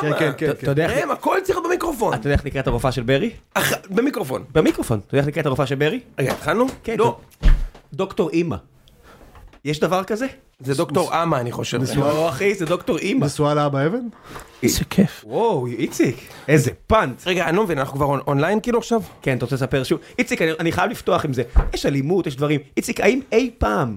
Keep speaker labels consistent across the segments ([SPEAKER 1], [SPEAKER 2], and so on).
[SPEAKER 1] כן, כן, כן.
[SPEAKER 2] אתה יודע איך-
[SPEAKER 1] ראם, הכל צריך להיות במיקרופון.
[SPEAKER 2] אתה יודע איך נקראת הרופאה של ברי?
[SPEAKER 1] אח- במיקרופון.
[SPEAKER 2] במיקרופון. אתה יודע איך נקראת הרופאה של ברי?
[SPEAKER 1] רגע, התחלנו?
[SPEAKER 2] כן.
[SPEAKER 1] לא.
[SPEAKER 2] דוקטור אימא. יש דבר כזה?
[SPEAKER 1] זה דוקטור אמה, אני חושב.
[SPEAKER 2] לא, אחי, זה דוקטור אימא.
[SPEAKER 3] נשואה לאבא אבן?
[SPEAKER 1] איזה כיף.
[SPEAKER 2] וואו, איציק, איזה פאנץ.
[SPEAKER 1] רגע, אני לא מבין, אנחנו כבר און- אונליין כאילו עכשיו?
[SPEAKER 2] כן, אתה רוצה לספר שוב? איציק, אני, אני חייב לפתוח עם זה. יש אלימות, יש דברים. איציק, האם אי פעם,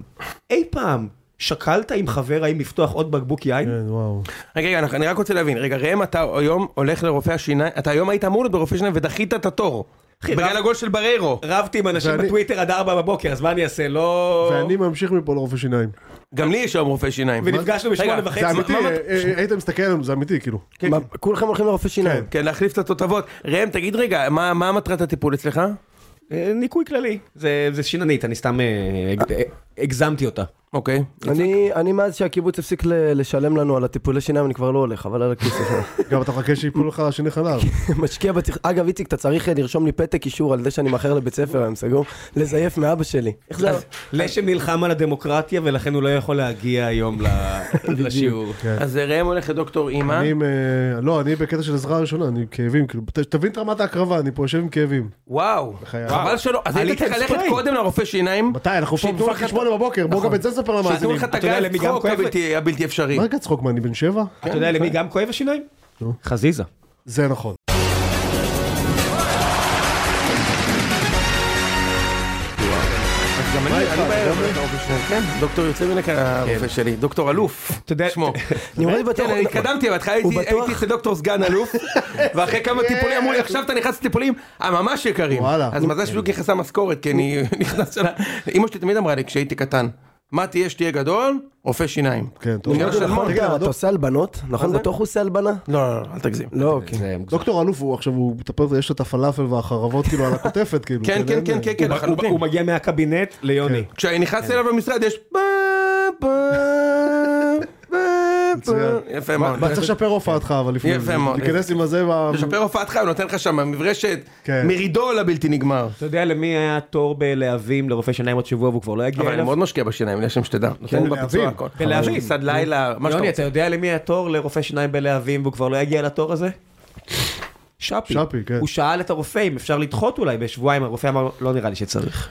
[SPEAKER 2] אי פעם, שקלת עם חבר האם לפתוח עוד בקבוק יין?
[SPEAKER 3] כן, וואו.
[SPEAKER 1] רגע, רגע, אנחנו- אני רק רוצה להבין. רגע, ראם, אתה היום הולך לרופא השיניים, אתה היום היית אמור להיות ברופא שיניים ודחית את התור.
[SPEAKER 2] אחי,
[SPEAKER 1] בגלל
[SPEAKER 2] רב-
[SPEAKER 1] הגול של בריירו.
[SPEAKER 2] רבתי עם אנשים
[SPEAKER 3] ואני-
[SPEAKER 2] בטוויטר עד 4 בבוקר, אז מה אני אעשה? לא...
[SPEAKER 3] ואני ממשיך מפה לרופא שיניים.
[SPEAKER 1] גם לי יש היום רופא שיניים.
[SPEAKER 2] ונפגשנו בשמונה
[SPEAKER 1] רגע,
[SPEAKER 3] זה
[SPEAKER 2] וחצי.
[SPEAKER 3] אמיתי, אה, אה, היית מסתכל עלינו, זה אמיתי, כאילו.
[SPEAKER 1] מה-
[SPEAKER 4] כולכם הולכים לרופא שיניים.
[SPEAKER 1] כן, להחליף את התותבות. ראם, תגיד רגע, מה מה מטרת הטיפול אצלך?
[SPEAKER 2] אה, ניקוי כללי. זה זה שיננית, אני סתם אה, אג- אה, הגזמתי אותה.
[SPEAKER 1] אוקיי.
[SPEAKER 4] אני, אני מאז שהקיבוץ הפסיק ל- לשלם לנו על הטיפולי שיניים, אני כבר לא הולך, אבל על הכיס שלך.
[SPEAKER 3] גם אתה מחכה שיפול לך שני חלב.
[SPEAKER 4] משקיע בצריך... אגב, איציק, אתה צריך אה, לרשום לי פתק אישור על זה שאני מאחר לבית ספר היום, סגור? לזייף מאבא שלי. איך זה...
[SPEAKER 2] לשם נלחם על הדמוקרטיה, ולכן הוא לא יכול להגיע היום ל- לשיעור.
[SPEAKER 1] אז אה, ראם הולך לדוקטור אימא.
[SPEAKER 3] אני עם, אה, לא, אני בקטע של עזרה ראשונה, אני עם כאבים, כאילו, ת- תבין את רמת ההקרבה, אני פה יושב עם כאבים.
[SPEAKER 1] וואו.
[SPEAKER 3] בחיי.
[SPEAKER 1] חבל שלא. אז היית
[SPEAKER 2] עליתם
[SPEAKER 1] צריך ללכת
[SPEAKER 2] ספרי.
[SPEAKER 1] קודם לרופא שיניים.
[SPEAKER 3] מתי? אנחנו פה
[SPEAKER 1] שייתנו לך
[SPEAKER 3] בפאקינג
[SPEAKER 1] את-
[SPEAKER 3] שמונה בבוקר, בוא גם את זה ספר
[SPEAKER 1] נכון. שיתנו
[SPEAKER 3] למאזינים.
[SPEAKER 1] לך את
[SPEAKER 2] אתה יודע
[SPEAKER 1] הגל
[SPEAKER 2] למי גם
[SPEAKER 1] צחוק
[SPEAKER 2] כואב?
[SPEAKER 1] הבלתי- הבלתי אפשרי.
[SPEAKER 3] מה רגע צחוק, מה, אני בן שבע?
[SPEAKER 2] אתה יודע למי גם כואב השיניים?
[SPEAKER 3] נו.
[SPEAKER 2] חזיזה.
[SPEAKER 3] זה נכון.
[SPEAKER 1] גם אני, אני בערב הולך לרופא שיניים. כן, דוקטור יוצא מן הכלל הרופא שלי. דוקטור אלוף.
[SPEAKER 2] אתה יודע-
[SPEAKER 1] שמו.
[SPEAKER 4] אני אומר לי
[SPEAKER 1] כן,
[SPEAKER 4] בטוח...
[SPEAKER 1] אני התקדמתי, בהתחלה
[SPEAKER 4] הוא
[SPEAKER 1] הייתי
[SPEAKER 4] בטוח-
[SPEAKER 1] הייתי אצל דוקטור סגן אלוף, ואחרי כמה טיפולים אמרו לי, עכשיו אתה נכנס לטיפולים הממש יקרים.
[SPEAKER 3] וואלה.
[SPEAKER 1] אז מזל שבדיוק נכנסה משכורת, כי אני נכנס לה... אימא שלי תמיד אמרה לי כשהייתי קטן, מה תהיה שתהיה גדול? רופא שיניים.
[SPEAKER 3] כן, טוב.
[SPEAKER 1] שנייה
[SPEAKER 4] נכון,
[SPEAKER 1] של מון.
[SPEAKER 3] תגיד,
[SPEAKER 4] אתה
[SPEAKER 3] אבל
[SPEAKER 4] אתה
[SPEAKER 3] דוק-
[SPEAKER 4] עושה הלבנות? נכון, בטוח הוא עושה הלבנה?
[SPEAKER 1] לא, לא, לא, אל תגזים.
[SPEAKER 4] לא, אוקיי.
[SPEAKER 3] דוקטור אלוף הוא עכשיו, הוא מטפל, יש לו את הפלאפל והחרבות כאילו על הכותפת כאילו.
[SPEAKER 1] כן, כן,
[SPEAKER 3] אין-
[SPEAKER 1] כן, כן, כן,
[SPEAKER 2] הוא- הוא-
[SPEAKER 1] לחלוטין. כן.
[SPEAKER 2] הוא מגיע מהקבינט ליוני.
[SPEAKER 1] כשנכנס אליו למשרד יש... פה, פה, פה, פה.
[SPEAKER 3] מצוין.
[SPEAKER 1] יפה
[SPEAKER 3] מה
[SPEAKER 1] מאוד.
[SPEAKER 3] מה, צריך לשפר הופעתך אבל לפני
[SPEAKER 1] כן. יפה
[SPEAKER 3] זה.
[SPEAKER 1] מאוד.
[SPEAKER 3] תיכנס עם הזה, וה-
[SPEAKER 1] תשפר הופעתך, הוא נותן לך שם מברשת,
[SPEAKER 3] כן.
[SPEAKER 1] מרידול הבלתי נגמר.
[SPEAKER 2] אתה יודע למי היה תור בלהבים לרופא שיניים עוד שבוע והוא כבר לא יגיע
[SPEAKER 1] אבל אני
[SPEAKER 2] אליו?
[SPEAKER 1] מאוד משקיע בשיניים, לשם שתדע. נותן לי בפיצוע
[SPEAKER 3] כן, להבין.
[SPEAKER 1] הכל.
[SPEAKER 2] ולהבין.
[SPEAKER 1] סד לילה, מה שאתה
[SPEAKER 2] יוני,
[SPEAKER 1] רוצה.
[SPEAKER 2] אתה יודע למי היה תור לרופא שיניים בלהבים והוא כבר לא יגיע לתור הזה? שפי.
[SPEAKER 3] שפי, כן.
[SPEAKER 2] הוא שאל את הרופא אם אפשר לדחות אולי בשבועיים, הרופא אמר לא נראה לי שצריך.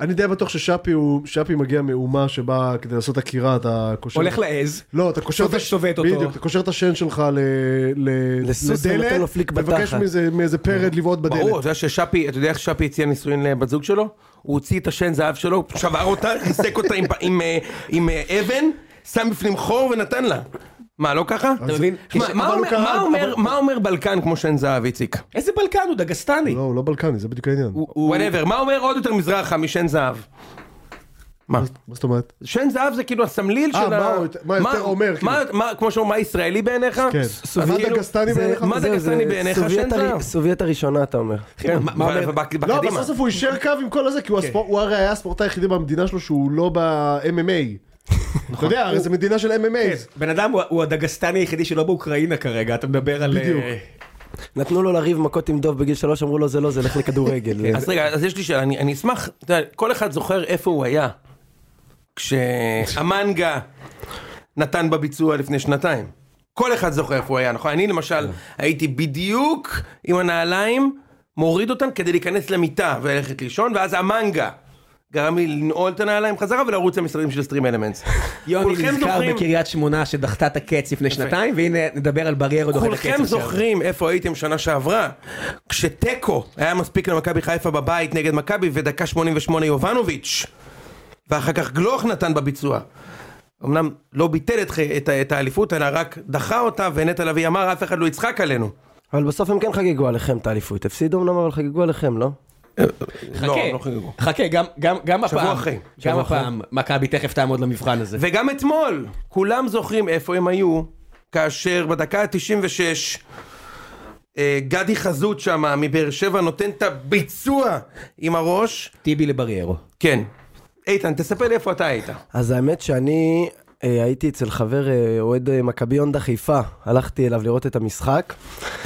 [SPEAKER 3] אני די בטוח ששאפי הוא, שאפי מגיע מאומה שבא כדי לעשות עקירה, אתה קושר...
[SPEAKER 2] הולך לעז.
[SPEAKER 3] לא, אתה קושר את
[SPEAKER 2] סובב,
[SPEAKER 3] הש-
[SPEAKER 2] סובט אותו.
[SPEAKER 3] בדיוק, אתה קושר את השן שלך ל... ל...
[SPEAKER 4] לסוס ונותן לו פליק
[SPEAKER 3] מבקש
[SPEAKER 4] בתחת.
[SPEAKER 3] מזה- מאיזה פרד לבעוט בדלת.
[SPEAKER 1] ברור, אתה יודע ששאפי, אתה יודע איך שפי הציע נישואין לבת זוג שלו? הוא הוציא את השן זהב שלו, שבר אותה, ריסק אותה עם- עם, אה, עם אה, אבן, שם בפנים חור ונתן לה. מה, לא ככה?
[SPEAKER 2] אתה מבין?
[SPEAKER 1] שמע,
[SPEAKER 2] יש-
[SPEAKER 1] מה
[SPEAKER 3] אבל הוא
[SPEAKER 1] אומר-
[SPEAKER 3] קרא,
[SPEAKER 1] מה
[SPEAKER 3] אבל-
[SPEAKER 1] אומר- מה אומר בלקן כמו שן זהב, איציק?
[SPEAKER 2] איזה בלקן הוא דגסטני.
[SPEAKER 3] לא, הוא לא בלקני, זה בדיוק העניין.
[SPEAKER 1] וואטאבר, מה אומר עוד יותר מזרחה משן זהב? מה?
[SPEAKER 3] מה זאת אומרת?
[SPEAKER 1] שן זהב זה כאילו הסמליל
[SPEAKER 3] אה,
[SPEAKER 1] של ה...
[SPEAKER 3] מה הוא- מה יותר אומר, כאילו?
[SPEAKER 1] מה- מה, כמו שאומרים, מה ישראלי בעיניך?
[SPEAKER 3] כן.
[SPEAKER 1] אז
[SPEAKER 3] מה
[SPEAKER 1] כאילו-
[SPEAKER 3] דגסטני
[SPEAKER 1] זה-
[SPEAKER 3] בעיניך?
[SPEAKER 1] מה
[SPEAKER 4] זהו, אה, זה
[SPEAKER 1] דגסטני בעיניך?
[SPEAKER 4] סובייט
[SPEAKER 1] שן
[SPEAKER 4] הר-
[SPEAKER 1] זהב. כן.
[SPEAKER 4] סובייט הראשונה, אתה אומר. כן.
[SPEAKER 2] אחי, כן, מה- מה
[SPEAKER 1] ו-
[SPEAKER 2] אומר?
[SPEAKER 1] ובק-
[SPEAKER 3] לא,
[SPEAKER 1] בקדימה.
[SPEAKER 3] אבל בסוף הוא יישר קו עם כל הזה, כי הוא הספורט- הוא הרי היה הספורטאי היחידי במדינה שלו שהוא לא ב-MMA. אתה יודע, הרי זו מדינה של MMA.
[SPEAKER 2] בן אדם הוא- הוא הדגסטני היחידי שלא באוקראינה כרגע, אתה מדבר על...
[SPEAKER 3] בדיוק.
[SPEAKER 2] אה,
[SPEAKER 4] נתנו לו לריב מכות עם דוב בגיל שלוש, אמרו לו זה לא, זה לך לכדורגל.
[SPEAKER 1] אז רגע, אז יש לי שאלה, אני אני אשמח, אתה יודע, כל אחד זוכר איפה הוא היה כשהמנגה נתן בביצוע לפני שנתיים. כל אחד זוכר איפה הוא היה, נכון? אני למשל הייתי בדיוק עם הנעליים, מוריד אותן כדי להיכנס למיטה וללכת לישון, ואז המנגה. גרם לי לנעול את הנעליים חזרה ולרוץ למשרדים של סטרים אלמנטס.
[SPEAKER 2] יוני
[SPEAKER 1] כולכם
[SPEAKER 2] נזכר
[SPEAKER 1] זוכרים-
[SPEAKER 2] בקריית שמונה שדחתה את הקץ לפני שנתיים, והנה נדבר על בריירו דוחה את לא, הקץ.
[SPEAKER 1] כולכם
[SPEAKER 2] עכשיו.
[SPEAKER 1] זוכרים איפה הייתם שנה שעברה, כשתיקו היה מספיק למכבי חיפה בבית נגד מכבי ודקה 88 יובנוביץ', ואחר כך גלוך נתן בביצוע. אמנם לא ביטל את, ח- את, ה- את האליפות, אלא רק דחה אותה, ונטע לביא אמר, אף אחד לא יצחק עלינו.
[SPEAKER 4] אבל בסוף הם כן חגגו עליכם את האליפות. הפסידו אמנם, אבל חגגו עליכם, לא?
[SPEAKER 2] חכה,
[SPEAKER 1] לא, לא חגגו.
[SPEAKER 2] חכה, גם- גם- גם
[SPEAKER 1] שבוע
[SPEAKER 2] הפעם,
[SPEAKER 1] אחרי,
[SPEAKER 2] גם
[SPEAKER 1] שבוע אחרי.
[SPEAKER 2] הפעם, מכבי תכף תעמוד למבחן הזה.
[SPEAKER 1] וגם אתמול, כולם זוכרים איפה הם היו, כאשר בדקה ה-96, אה, גדי חזות שם מבאר שבע נותן את הביצוע עם הראש.
[SPEAKER 2] טיבי לבריירו.
[SPEAKER 1] כן. איתן, תספר לי איפה אתה היית.
[SPEAKER 4] אז האמת שאני אה, הייתי אצל חבר אה, אוהד אה, מכבי הונדה חיפה, הלכתי אליו לראות את המשחק.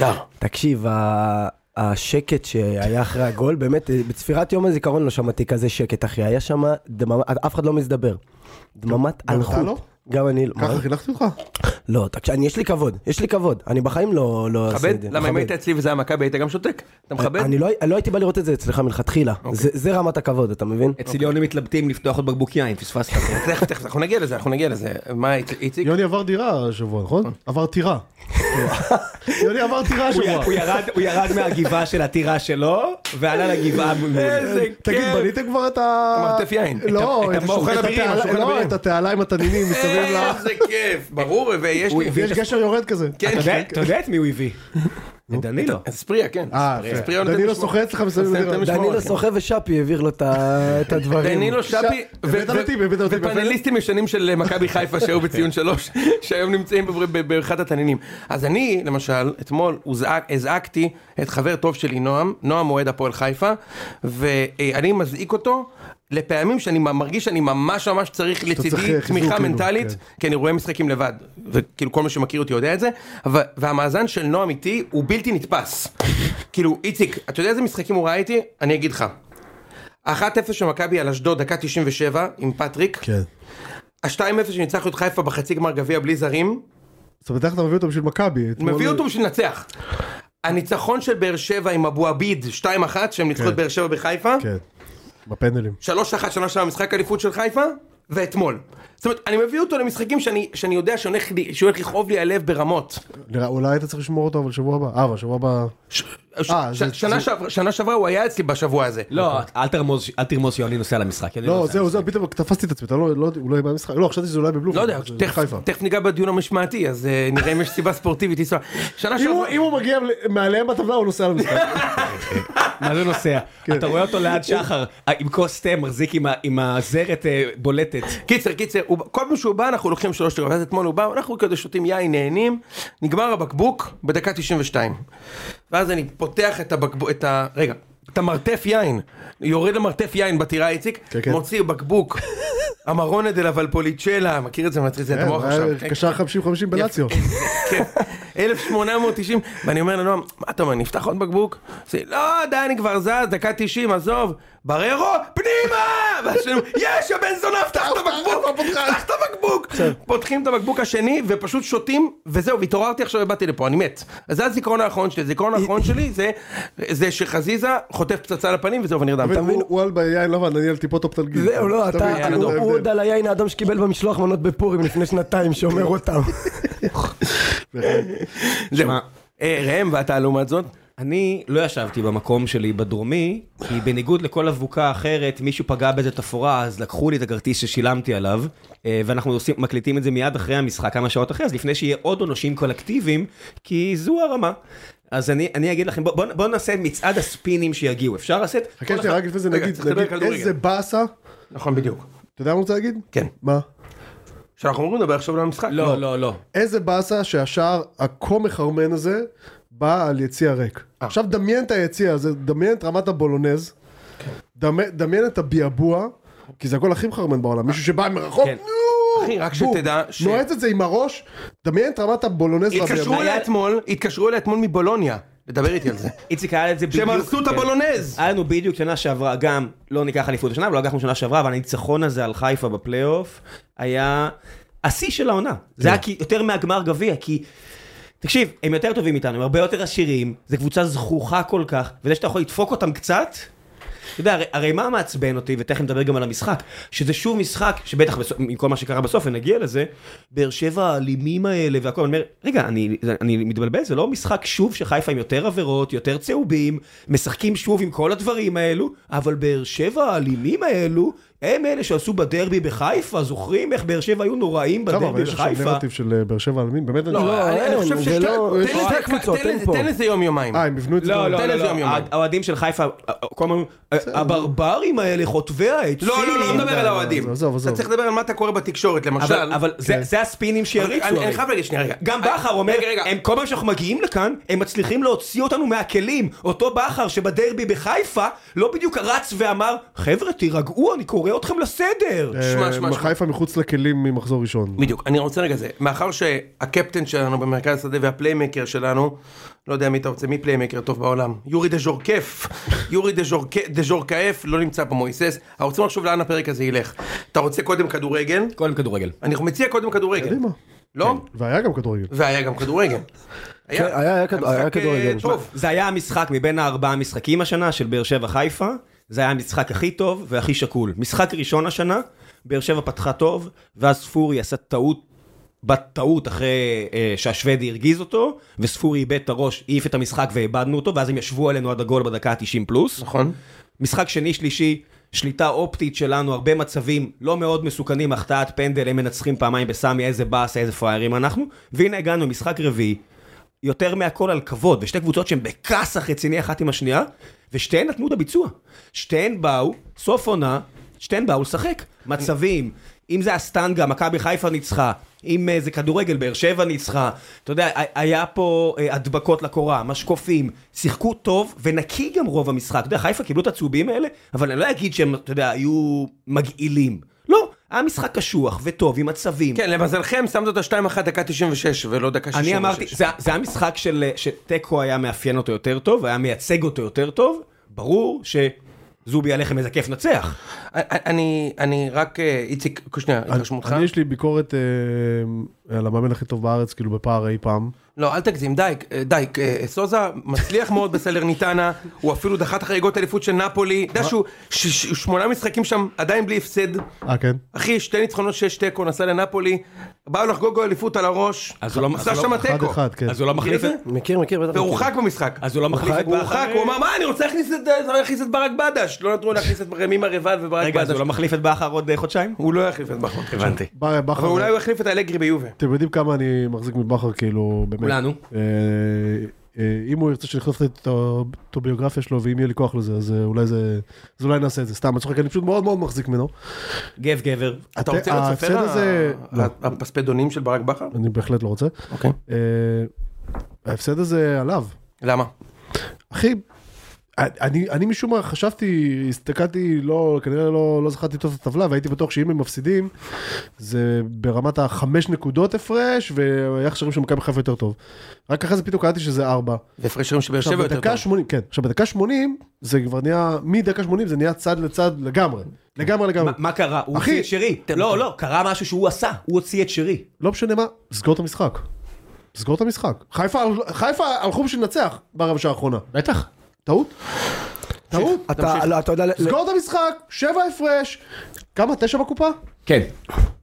[SPEAKER 3] אה.
[SPEAKER 4] תקשיב, ה- השקט שהיה אחרי הגול, באמת, אה, בצפירת יום הזיכרון לא שמעתי כזה שקט, אחי. היה שם דממה, אף אחד לא מזדבר. דממת
[SPEAKER 3] גם אתה
[SPEAKER 4] אלחוט.
[SPEAKER 3] לא?
[SPEAKER 4] גם אני לא. מה?
[SPEAKER 3] ככה חינכתי אותך?
[SPEAKER 4] לא, תקשיב, אני- יש לי כבוד, יש לי כבוד. אני בחיים לא... לא אעשה
[SPEAKER 1] מכבד?
[SPEAKER 4] את זה.
[SPEAKER 1] למה אם
[SPEAKER 4] מכבד.
[SPEAKER 1] היית אצלי וזה היה מכבי היית גם שותק? אתה מכבד?
[SPEAKER 4] אני לא, לא הייתי בא לראות את זה אצלך מלכתחילה.
[SPEAKER 3] אוקיי.
[SPEAKER 4] זה, זה רמת הכבוד, אתה מבין?
[SPEAKER 2] אצלי יוני מתלבטים לפתוח עוד בקבוק יין, פספסת.
[SPEAKER 1] תכף, תכף, אנחנו נגיע לזה, אנחנו נגיע לזה. מה, איציק- איציק?
[SPEAKER 3] יוני עבר דירה השבוע, נכון? עבר טירה. יוני עבר טירה השבוע.
[SPEAKER 2] הוא ירד- הוא ירד מהגבעה של הטירה שלו, ועלה לגבעה מול...
[SPEAKER 1] איזה
[SPEAKER 3] תגיד,
[SPEAKER 1] כיף.
[SPEAKER 3] בנית כבר את ה...
[SPEAKER 1] המרתף כן. יין.
[SPEAKER 3] לא,
[SPEAKER 1] את ה- את המאכל
[SPEAKER 3] את
[SPEAKER 1] הבירים,
[SPEAKER 3] התעלה-
[SPEAKER 1] השולחן
[SPEAKER 3] לא,
[SPEAKER 1] הבירים.
[SPEAKER 3] את התעלה עם התנינים מסביב ל...
[SPEAKER 1] אה, איזה כיף, ברור, ויש
[SPEAKER 2] הוא
[SPEAKER 1] לי...
[SPEAKER 2] הביא-
[SPEAKER 3] ויש גשר יורד כזה.
[SPEAKER 1] כן,
[SPEAKER 2] אתה יודע- אתה יודע את מי הוא הביא? את דנילו.
[SPEAKER 1] אספריה, כן.
[SPEAKER 3] אה,
[SPEAKER 1] אספריה.
[SPEAKER 3] יפה.
[SPEAKER 1] אספריה נותן
[SPEAKER 3] דנילו
[SPEAKER 1] משמעות.
[SPEAKER 3] שוחה אצלך מסביב
[SPEAKER 1] נותן
[SPEAKER 3] לדירה.
[SPEAKER 1] משמעות.
[SPEAKER 4] דנילו
[SPEAKER 1] כן.
[SPEAKER 4] סוחב לא ושאפי העביר לו את ה- את הדברים.
[SPEAKER 1] דנילו שפי
[SPEAKER 3] ש- הבאת
[SPEAKER 1] ו-
[SPEAKER 3] אותי, הבאת אותי,
[SPEAKER 1] ופאנליסטים ישנים של אה, מכבי חיפה שהיו בציון שלוש שהיום נמצאים בבר- ב- באחד התנינים אז אני למשל אתמול הוזעק- הזעקתי את חבר טוב שלי נועם נועם אוהד הפועל חיפה ואני מזעיק אותו לפעמים שאני מרגיש שאני ממש ממש צריך
[SPEAKER 3] צריך,
[SPEAKER 1] לצידי
[SPEAKER 3] אה, חיזוק,
[SPEAKER 1] תמיכה
[SPEAKER 3] כאילו,
[SPEAKER 1] מנטלית
[SPEAKER 3] כן.
[SPEAKER 1] כי אני רואה משחקים לבד, וכאילו כל מי שמכיר אותי יודע את זה, אבל- והמאזן של נועם איתי הוא בלתי נתפס. כאילו, איציק, אתה יודע איזה משחקים הוא ראה איתי? אני אגיד לך. 1-0 של מכבי על אשדוד, דקה 97, עם פטריק.
[SPEAKER 3] כן.
[SPEAKER 1] ה-2-0 שניצחנו את חיפה בחצי גמר גביע בלי זרים.
[SPEAKER 3] זאת אומרת, איך אתה מביא אותו בשביל מכבי? אתמול-
[SPEAKER 1] מביא אותו בשביל לנצח. הניצחון של באר שבע עם אבו עביד, 2-1, שהם ניצחו את
[SPEAKER 3] כן.
[SPEAKER 1] באר שבע בחיפה.
[SPEAKER 3] כן. בפנדלים.
[SPEAKER 1] 3-1 שנה שעברה משחק אליפות של חיפה, ואתמול. זאת אומרת, אני מביא אותו למשחקים שאני, שאני יודע שהולך לי- שהולך לכאוב לי הלב ברמות.
[SPEAKER 3] נראה, אולי היית צריך לשמור אותו, אבל שבוע הבא. אה, אבל שבוע הבא...
[SPEAKER 1] ש-
[SPEAKER 3] אה,
[SPEAKER 1] ש-
[SPEAKER 3] זה-
[SPEAKER 1] שנה
[SPEAKER 3] זה-
[SPEAKER 1] שעברה- שנה שעברה הוא היה אצלי בשבוע הזה.
[SPEAKER 2] לא, אל תרמוז- אל תרמוז שיוני נוסע למשחק. יוני
[SPEAKER 3] אוקיי. לא,
[SPEAKER 2] נוסע
[SPEAKER 3] זהו,
[SPEAKER 2] למשחק.
[SPEAKER 3] זהו, פתאום תפסתי את עצמי, אתה לא, לא, הוא לא יהיה במשחק. לא, חשבתי שזה אולי בבלומפילד.
[SPEAKER 1] לא יודע,
[SPEAKER 3] שזה
[SPEAKER 1] תכף-
[SPEAKER 3] בחיפה.
[SPEAKER 1] תכף ניגע בדיון המשמעתי, אז אה, נראה אם יש סיבה ספורטיבית לנסוע. שנה
[SPEAKER 3] אם הוא-
[SPEAKER 1] שעברה...
[SPEAKER 3] אם הוא מגיע מעליהם בטבלה, הוא נוסע למשחק.
[SPEAKER 2] מה זה נוסע?
[SPEAKER 3] כן.
[SPEAKER 2] אתה רואה אותו ליד שחר, אה, עם כוס תה מחזיק עם ה- עם הזרת אה, בולטת.
[SPEAKER 1] קיצר, קיצר, הוא- כל פעם שהוא בא אנחנו לוקחים שלוש לירות, ואז אתמול הוא בא, אנחנו כזה שותים יין, נהנים, נגמר הבקבוק בדקה 92. ואז אני פותח את הבקבוק, את ה... רגע. את המרתף יין, יורד למרתף יין בטירה איציק,
[SPEAKER 3] כן, כן.
[SPEAKER 1] מוציא בקבוק, המרונה דלה ולפוליצ'לה, מכיר את זה מהטריז,
[SPEAKER 3] כן,
[SPEAKER 1] זה את המוח עכשיו.
[SPEAKER 3] היה קשר 50-50 בלציו.
[SPEAKER 1] כן, 1890, ואני אומר לנועם, מה אתה אומר, נפתח עוד בקבוק? אז היא, לא, די, אני כבר זז, דקה 90, עזוב, בררו, פנימה! ואז שנינו, יש, יא בן זונה, פתח את הבקבוק, פתח את הבקבוק! פותחים את הבקבוק השני, ופשוט שותים, וזהו, והתעוררתי עכשיו ובאתי לפה, אני מת. אז זה הזיכרון האחרון שלי, הזיכרון האחרון שלי זה- זה שחזיזה חוטף פצצה לפנים, וזהו, ונרדם.
[SPEAKER 3] אבל
[SPEAKER 4] אתה מבין?
[SPEAKER 3] הוא- הוא על ביין לבן, אני על טיפות אופטלגין.
[SPEAKER 4] זהו, לא, אתה,
[SPEAKER 3] מבין,
[SPEAKER 1] יאללה,
[SPEAKER 4] הוא-
[SPEAKER 1] דור.
[SPEAKER 3] זה
[SPEAKER 4] הוא
[SPEAKER 3] ההבדל.
[SPEAKER 4] עוד על היין האדום שקיבל במשלוח מנות בפורים לפני שנתיים, שאומר אותם.
[SPEAKER 1] זהו. אה, ראם, ואתה לעומת זאת?
[SPEAKER 2] אני לא ישבתי במקום שלי בדרומי, כי בניגוד לכל אבוקה אחרת, מישהו פגע באיזה תפאורה, אז לקחו לי את הכרטיס ששילמתי עליו, אה, ואנחנו עושים, מקליטים את זה מיד אחרי המשחק, כמה שעות אחרי, אז לפני שיהיה עוד עונשים קולקטיביים, כי זו הרמה. אז אני, אני אגיד לכם, בואו בוא, בוא נעשה את מצעד הספינים שיגיעו, אפשר לעשות?
[SPEAKER 3] חכה שנייה, רק לפני זה
[SPEAKER 1] רגע,
[SPEAKER 3] נגיד,
[SPEAKER 1] צריך לדבר
[SPEAKER 3] נגיד
[SPEAKER 1] כדורגל.
[SPEAKER 3] איזה באסה,
[SPEAKER 1] נכון, בדיוק.
[SPEAKER 3] אתה יודע מה אני רוצה להגיד?
[SPEAKER 1] כן.
[SPEAKER 3] מה?
[SPEAKER 1] שאנחנו אמורים לדבר עכשיו על המשחק.
[SPEAKER 2] לא, לא, לא.
[SPEAKER 3] איזה באסה שהשער הכה מחרמן הזה בא על יציע ריק.
[SPEAKER 1] אה.
[SPEAKER 3] עכשיו דמיין את היציע הזה, דמיין את רמת הבולונז,
[SPEAKER 1] כן.
[SPEAKER 3] דמי- דמיין את הביעבוע, כי זה הכל הכי מחרמן בעולם, מישהו שבא מרחוק,
[SPEAKER 2] כן.
[SPEAKER 3] נו,
[SPEAKER 1] אחי, רק
[SPEAKER 3] בום,
[SPEAKER 1] שתדע ש-
[SPEAKER 3] נועץ את זה עם הראש, דמיין את רמת הבולונז
[SPEAKER 1] התקשרו
[SPEAKER 3] והביעבוע.
[SPEAKER 1] אליי אתמול, התקשרו אליי אתמול מבולוניה, לדבר איתי על זה.
[SPEAKER 2] איציק היה את זה בדיוק.
[SPEAKER 1] שהם הרסו את
[SPEAKER 2] כן.
[SPEAKER 1] הבולונז!
[SPEAKER 2] היה לנו בדיוק שנה שעברה, גם לא ניקח אליפות השנה, ולא לקחנו שנה שעברה, אבל הניצחון הזה על חיפה בפלייאוף היה השיא של העונה. זה היה כי- יותר מהגמר גביע, כי... תקשיב, הם יותר טובים מאיתנו, הם הרבה יותר עשירים, זו קבוצה זכוכה כל כך, וזה שאתה יכול לדפוק אותם קצת, אתה יודע, הרי, הרי מה מעצבן אותי, ותכף נדבר גם על המשחק, שזה שוב משחק, שבטח בסוף, עם כל מה שקרה בסוף, ונגיע לזה, באר שבע האלימים האלה והכל, אני אומר, רגע, אני, אני מתבלבל, זה לא משחק שוב שחיפה עם יותר עבירות, יותר צהובים, משחקים שוב עם כל הדברים האלו, אבל באר שבע האלימים האלו, הם אלה שעשו בדרבי בחיפה, זוכרים איך באר שבע היו נוראים
[SPEAKER 3] למה, אבל
[SPEAKER 2] בדרבי
[SPEAKER 3] יש עכשיו
[SPEAKER 2] בחיפה?
[SPEAKER 3] נרטיב של אה, באר שבע עלמין, באמת, אני-
[SPEAKER 4] לא,
[SPEAKER 1] אה, אני- אני
[SPEAKER 4] אין,
[SPEAKER 1] חושב
[SPEAKER 4] זה
[SPEAKER 1] ששתי-
[SPEAKER 4] לא-
[SPEAKER 1] תן
[SPEAKER 4] יש
[SPEAKER 1] לזה-
[SPEAKER 4] שתי קבוצות,
[SPEAKER 1] תן
[SPEAKER 4] אין
[SPEAKER 1] לזה-
[SPEAKER 4] פה.
[SPEAKER 1] תן לזה יום יומיים.
[SPEAKER 3] אה, הם יבנו את זה,
[SPEAKER 2] לא,
[SPEAKER 3] כבר-
[SPEAKER 2] לא,
[SPEAKER 1] תן
[SPEAKER 2] לא,
[SPEAKER 1] לזה
[SPEAKER 2] לא,
[SPEAKER 1] יום יומיים.
[SPEAKER 2] הא- האוהדים של חיפה, אה, אה, כל הזמן, אה, הברברים האלה, חוטבי העצים.
[SPEAKER 1] לא, לא, לא מדבר על האוהדים.
[SPEAKER 3] עזוב, עזוב,
[SPEAKER 1] אתה
[SPEAKER 3] עזוב.
[SPEAKER 1] צריך לדבר על מה אתה קורא בתקשורת, למשל.
[SPEAKER 2] אבל, אבל זה,
[SPEAKER 3] כן.
[SPEAKER 2] זה הספינים שיריצו.
[SPEAKER 1] אני- אני
[SPEAKER 2] הרי.
[SPEAKER 1] חייב להגיד, שנייה, רגע.
[SPEAKER 2] גם
[SPEAKER 1] אני-
[SPEAKER 2] בכר אומר,
[SPEAKER 1] רגע, רגע.
[SPEAKER 2] הם כל פעם שאנחנו מגיעים לכאן, הם מצליחים להוציא אותנו מהכלים. אותו בכר שבדרבי בחיפה, לא בדיוק רץ ואמר, חבר'ה תירגעו, אני קורא קורא אתכם לסדר.
[SPEAKER 1] שמע, שמע,
[SPEAKER 3] אה,
[SPEAKER 1] שמע.
[SPEAKER 3] חיפה מחוץ לכלים ממחזור ראשון.
[SPEAKER 1] בדיוק, אני רוצה רגע זה, מאחר שהקפטן שלנו במרכז השדה והפליימקר שלנו, לא יודע מי אתה רוצה, מי פליימקר טוב בעולם? יורי דה ז'ורקף, יורי דה ז'ורק- דה ז'ורקף לא נמצא פה מויסס, אנחנו רוצים לחשוב לאן הפרק הזה ילך. אתה רוצה קודם כדורגל?
[SPEAKER 2] קודם כדורגל.
[SPEAKER 1] אני מציע קודם כדורגל.
[SPEAKER 3] קדימה.
[SPEAKER 1] לא?
[SPEAKER 3] והיה גם כדורגל.
[SPEAKER 1] והיה גם כדורגל.
[SPEAKER 4] כן, היה- היה כד- היה
[SPEAKER 1] משחק, אה,
[SPEAKER 4] כדורגל.
[SPEAKER 1] טוב.
[SPEAKER 2] זה היה המשחק מבין הארבעה המשחקים השנה של באר שבע חיפה, זה היה המשחק הכי טוב והכי שקול. משחק ראשון השנה, באר שבע פתחה טוב, ואז ספורי עשה טעות, בת טעות אחרי אה, שהשוודי הרגיז אותו, וספורי איבד את הראש, העיף את המשחק ואיבדנו אותו, ואז הם ישבו עלינו עד הגול בדקה ה-90 פלוס.
[SPEAKER 1] נכון.
[SPEAKER 2] משחק שני שלישי, שליטה אופטית שלנו, הרבה מצבים לא מאוד מסוכנים, החטאת פנדל, הם מנצחים פעמיים בסמי, איזה באסה, איזה פראיירים אנחנו. והנה הגענו, משחק רביעי, יותר מהכל על כבוד, ושתי קבוצות שהן בכאסח רציני אחת עם השנייה, ושתיהן נתנו את הביצוע. שתיהן באו, סוף עונה, שתיהן באו לשחק. מצבים, אם זה הסטנגה, מכבי חיפה ניצחה, אם אה, זה כדורגל, באר שבע ניצחה. אתה יודע, ה- היה פה אה, הדבקות לקורה, משקופים, שיחקו טוב ונקי גם רוב המשחק. אתה יודע, חיפה קיבלו את הצהובים האלה, אבל אני לא אגיד שהם, אתה יודע, היו מגעילים. לא, היה משחק קשוח וטוב, עם מצבים.
[SPEAKER 1] כן, למזלכם שמת אותה 2-1 דקה 96 ולא דקה 66.
[SPEAKER 2] אני אמרתי, זה, זה המשחק של, שתיקו היה מאפיין אותו יותר טוב, היה מייצג אותו יותר טוב, ברור שזובי הלחם איזה כיף נצח.
[SPEAKER 1] אה, אני, אני רק, אה, איציק, שנייה, התרשמותך.
[SPEAKER 3] אני יש לי ביקורת אה, על המאמן הכי טוב בארץ, כאילו בפער אי פעם.
[SPEAKER 1] לא, אל תגזים, די, אה, די, אה, סוזה מצליח מאוד בסלרניטנה, הוא אפילו דחת חריגות אליפות של נפולי, אתה יודע שהוא ש- ש- שמונה משחקים שם עדיין בלי הפסד,
[SPEAKER 3] אה, כן?
[SPEAKER 1] אחי, שתי ניצחונות, שש תיקו, נסע לנפולי, באו לחגוג לו אליפות על הראש,
[SPEAKER 2] אז הוא לא-
[SPEAKER 1] עשה
[SPEAKER 2] אז הוא
[SPEAKER 1] שם
[SPEAKER 2] לא-
[SPEAKER 1] תיקו,
[SPEAKER 3] אחד-אחד, כן.
[SPEAKER 2] אז הוא לא
[SPEAKER 1] מכיר את
[SPEAKER 2] מחליף את...
[SPEAKER 1] זה?
[SPEAKER 4] מכיר, מכיר, בטח. מכיר.
[SPEAKER 1] והורחק במשחק.
[SPEAKER 2] אוקיי. אז הוא לא מחליף את
[SPEAKER 1] הוא
[SPEAKER 2] בכר?
[SPEAKER 1] הורחק, הוא אמר מה אני רוצה להכניס את, אה, להכניס את ברק בדש, לא נתנו להכניס את רמימה רבד וברק
[SPEAKER 2] רגע, אז
[SPEAKER 1] בדש,
[SPEAKER 2] הוא לא מחליף את בכר עוד אה, חודשיים?
[SPEAKER 1] הוא לא יחליף את בכר,
[SPEAKER 2] הבנתי.
[SPEAKER 3] בר- בכר-
[SPEAKER 1] אבל אולי הוא יחליף את אלגרי ביובה.
[SPEAKER 3] אתם יודעים כמה אני מחזיק מבכר, כאילו, באמת.
[SPEAKER 2] כולנו.
[SPEAKER 3] אה, אה, אם הוא ירצה שנכתוב את האוטוביוגרפיה שלו, ואם יהיה לי כוח לזה, אז אה, אולי זה... אז אולי נעשה את זה. סתם, אני צוחק, אני פשוט מאוד מאוד מחזיק ממנו.
[SPEAKER 2] גב גבר.
[SPEAKER 1] אתה רוצה להיות
[SPEAKER 3] אה, ההפסד
[SPEAKER 1] סופר
[SPEAKER 3] הזה- לא.
[SPEAKER 1] ה- ה- הפספדונים של ברק בכר?
[SPEAKER 3] אני בהחלט לא רוצה.
[SPEAKER 1] אוקיי.
[SPEAKER 3] אה, ההפסד הזה עליו.
[SPEAKER 1] למה?
[SPEAKER 3] אחי, אני, אני משום מה חשבתי, הסתכלתי, לא, כנראה לא, לא זכרתי טוב את הטבלה, והייתי בטוח שאם הם מפסידים, זה ברמת החמש נקודות הפרש, והיה חשבים שמכבי חיפה יותר טוב. רק אחרי זה פתאום קלטתי שזה ארבע.
[SPEAKER 1] והפרשרים של באר
[SPEAKER 3] עכשיו
[SPEAKER 1] שבע יותר
[SPEAKER 3] בדקה
[SPEAKER 1] טוב.
[SPEAKER 3] 80, כן, עכשיו בדקה 80, זה כבר נהיה, מדקה 80 זה נהיה צד לצד לגמרי. לגמרי לגמרי.
[SPEAKER 2] מה- מה קרה? הוא
[SPEAKER 3] אחי,
[SPEAKER 2] הוציא את שרי. לא, לא, קרה משהו שהוא עשה, הוא הוציא את שרי.
[SPEAKER 3] לא משנה מה, סגור את המשחק. סגור את המשחק. חיפה, חיפה הלכו בשביל לנצח ברבע שעה האחרונה.
[SPEAKER 2] בטח.
[SPEAKER 3] טעות? טעות?
[SPEAKER 4] אתה לא, אתה יודע... ל-
[SPEAKER 3] סגור את המשחק, שבע הפרש, כמה? תשע בקופה?
[SPEAKER 2] כן.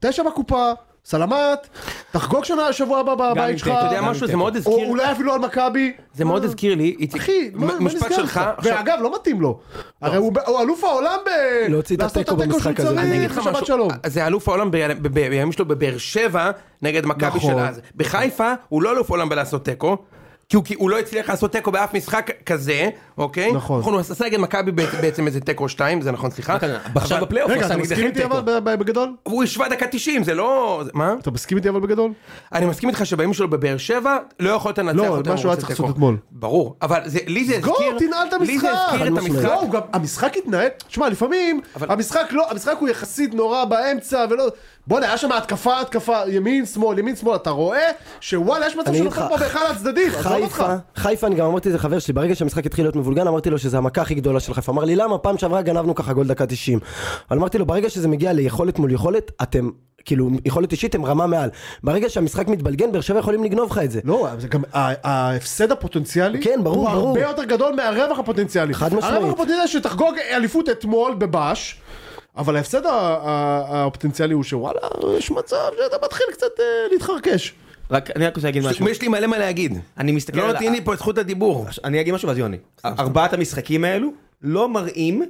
[SPEAKER 3] תשע בקופה, סלמת, תחגוג שנה שבוע הבא
[SPEAKER 2] אם
[SPEAKER 3] בבית שלך,
[SPEAKER 2] אתה
[SPEAKER 1] אתה יודע משהו, זה מאוד
[SPEAKER 3] או
[SPEAKER 1] הזכיר,
[SPEAKER 3] אולי אפילו על מכבי.
[SPEAKER 1] זה מאוד הזכיר לי, איציק,
[SPEAKER 3] אחי,
[SPEAKER 1] מ-
[SPEAKER 3] מה מה
[SPEAKER 1] משפט
[SPEAKER 3] נסגר
[SPEAKER 1] שלך,
[SPEAKER 3] לך?
[SPEAKER 1] עכשיו-
[SPEAKER 3] ואגב, לא מתאים לו. הרי הוא ב- הוא אלוף העולם ב...
[SPEAKER 4] להוציא את
[SPEAKER 3] לעשות
[SPEAKER 4] התיקו במשחק
[SPEAKER 3] שהוא
[SPEAKER 4] הזה.
[SPEAKER 1] אני אגיד
[SPEAKER 3] צריך,
[SPEAKER 1] לך
[SPEAKER 3] אה, שבת
[SPEAKER 1] משהו, אה,
[SPEAKER 3] שלום.
[SPEAKER 1] זה אלוף העולם ב- ב- בימים שלו בבאר שבע נגד מכבי
[SPEAKER 3] נכון.
[SPEAKER 1] של אז. בחיפה הוא לא אלוף העולם בלעשות תיקו. כי הוא, כי הוא לא הצליח לעשות תיקו באף משחק כזה, אוקיי?
[SPEAKER 3] נכון.
[SPEAKER 1] הוא עשה נגד מכבי בעצם- בעצם איזה תיקו 2, זה נכון, סליחה.
[SPEAKER 2] עכשיו
[SPEAKER 1] אה,
[SPEAKER 2] בפלייאוף הוא
[SPEAKER 3] רגע,
[SPEAKER 2] עשה
[SPEAKER 3] אתה מסכים
[SPEAKER 2] נגדכם
[SPEAKER 3] איתי
[SPEAKER 2] תיקו.
[SPEAKER 3] אבל ב- ב- בגדול?
[SPEAKER 1] הוא השווה דקה 90, זה לא... זה- מה?
[SPEAKER 3] אתה מסכים איתי אבל בגדול?
[SPEAKER 1] אני מסכים איתך שבימים שלו בבאר שבע, לא יכולת לנצח
[SPEAKER 3] לא,
[SPEAKER 1] אותם.
[SPEAKER 3] מה
[SPEAKER 1] הוא
[SPEAKER 3] שהוא היה
[SPEAKER 1] רוצה
[SPEAKER 3] צריך לעשות
[SPEAKER 1] תיקו.
[SPEAKER 3] אתמול.
[SPEAKER 1] ברור, אבל זה- לי זה הזכיר...
[SPEAKER 3] גו, תנעל את המשחק!
[SPEAKER 1] לי זה הזכיר את המשחק.
[SPEAKER 3] לא, הוא גם- המשחק התנהל, תשמע, לפעמים
[SPEAKER 1] אבל-
[SPEAKER 3] המשחק לא, המשחק הוא יחסית נורא באמצע ולא... בואנה, היה שם התקפה, התקפה, ימין, שמאל, ימין, שמאל, אתה רואה שוואלה, יש מצב
[SPEAKER 4] אני
[SPEAKER 3] שנופל
[SPEAKER 4] איתך.
[SPEAKER 3] פה באחד הצדדים, עזוב אותך.
[SPEAKER 4] חיפה, חיפה, אני גם אמרתי לזה חבר שלי, ברגע שהמשחק התחיל להיות מבולגן, אמרתי לו שזה המכה הכי גדולה של חיפה. אמר לי, למה? פעם שעברה גנבנו ככה גול דקה 90. אבל אמרתי לו, ברגע שזה מגיע ליכולת מול יכולת, אתם, כאילו, יכולת אישית, הם רמה מעל. ברגע שהמשחק מתבלגן, באר שבע יכולים לגנוב לך את זה.
[SPEAKER 3] לא, אבל זה גם ה- ההפסד הפוטנציאלי,
[SPEAKER 4] כן,
[SPEAKER 3] הוא
[SPEAKER 4] ברור, ברור.
[SPEAKER 3] הרבה יותר גדול מהרווח הפוטנציאלי.
[SPEAKER 4] חד משמעית.
[SPEAKER 3] הרווח הפוטנציאלי שתחגוג אליפות אתמול בבאש, אבל ההפסד ה- ה- הפוטנציאלי הוא שוואלה, יש מצב שאתה מתחיל קצת אה, להתחרקש.
[SPEAKER 2] רק, אני רק רוצה להגיד משהו.
[SPEAKER 1] יש לי מלא מה להגיד.
[SPEAKER 2] אני מסתכל
[SPEAKER 1] לא
[SPEAKER 2] על...
[SPEAKER 1] נותנים לי פה את זכות הדיבור.
[SPEAKER 2] אני אגיד משהו ואז יוני. ארבעת המשחקים האלו לא מראים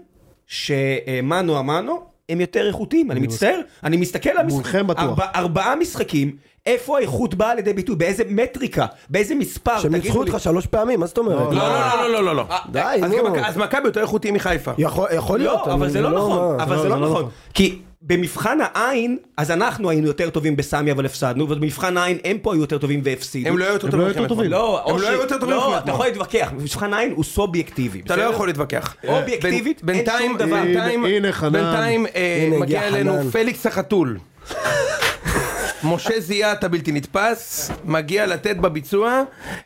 [SPEAKER 2] שמנו אמנו הם יותר איכותיים, אני מצטער. אני מסתכל על המשחקים.
[SPEAKER 3] מולכם בטוח.
[SPEAKER 2] ארבע- ארבעה משחקים, איפה האיכות באה לידי ביטוי? באיזה מטריקה? באיזה מספר?
[SPEAKER 4] שהם ניצחו
[SPEAKER 2] תגידו לי.
[SPEAKER 4] אותך שלוש פעמים, מה זאת אומרת?
[SPEAKER 1] לא, לא, לא, לא, לא, לא.
[SPEAKER 4] די,
[SPEAKER 1] אז
[SPEAKER 4] נו.
[SPEAKER 1] גם- אז מכבי יותר איכותי מחיפה.
[SPEAKER 4] יכול יכול להיות.
[SPEAKER 2] לא, אבל
[SPEAKER 4] אני
[SPEAKER 2] זה לא נכון.
[SPEAKER 4] מה-
[SPEAKER 2] אבל זה לא נכון. כי במבחן העין, אז אנחנו היינו יותר טובים בסמי אבל הפסדנו, ובמבחן העין הם פה היו יותר טובים והפסידו.
[SPEAKER 1] הם לא היו יותר טובים. מכם אתמול.
[SPEAKER 2] לא,
[SPEAKER 1] הם
[SPEAKER 2] אושרי,
[SPEAKER 1] לא היו יותר טובים. מכם
[SPEAKER 2] לא, אתה
[SPEAKER 1] אתמול.
[SPEAKER 2] יכול להתווכח, מבחן העין הוא סובייקטיבי.
[SPEAKER 1] אתה לא
[SPEAKER 2] בסדר?
[SPEAKER 1] יכול להתווכח.
[SPEAKER 2] אה, אובייקטיבית,
[SPEAKER 1] בין-
[SPEAKER 2] אין שום
[SPEAKER 1] בינתיים-
[SPEAKER 2] דבר.
[SPEAKER 1] בינתיים-
[SPEAKER 3] הנה, הנה, חנן.
[SPEAKER 1] בינתיים אה,
[SPEAKER 4] הנה,
[SPEAKER 1] מגיע
[SPEAKER 4] הגיע
[SPEAKER 1] אלינו
[SPEAKER 4] חנן.
[SPEAKER 1] פליקס החתול. משה זיאת הבלתי נתפס, מגיע לתת בביצוע.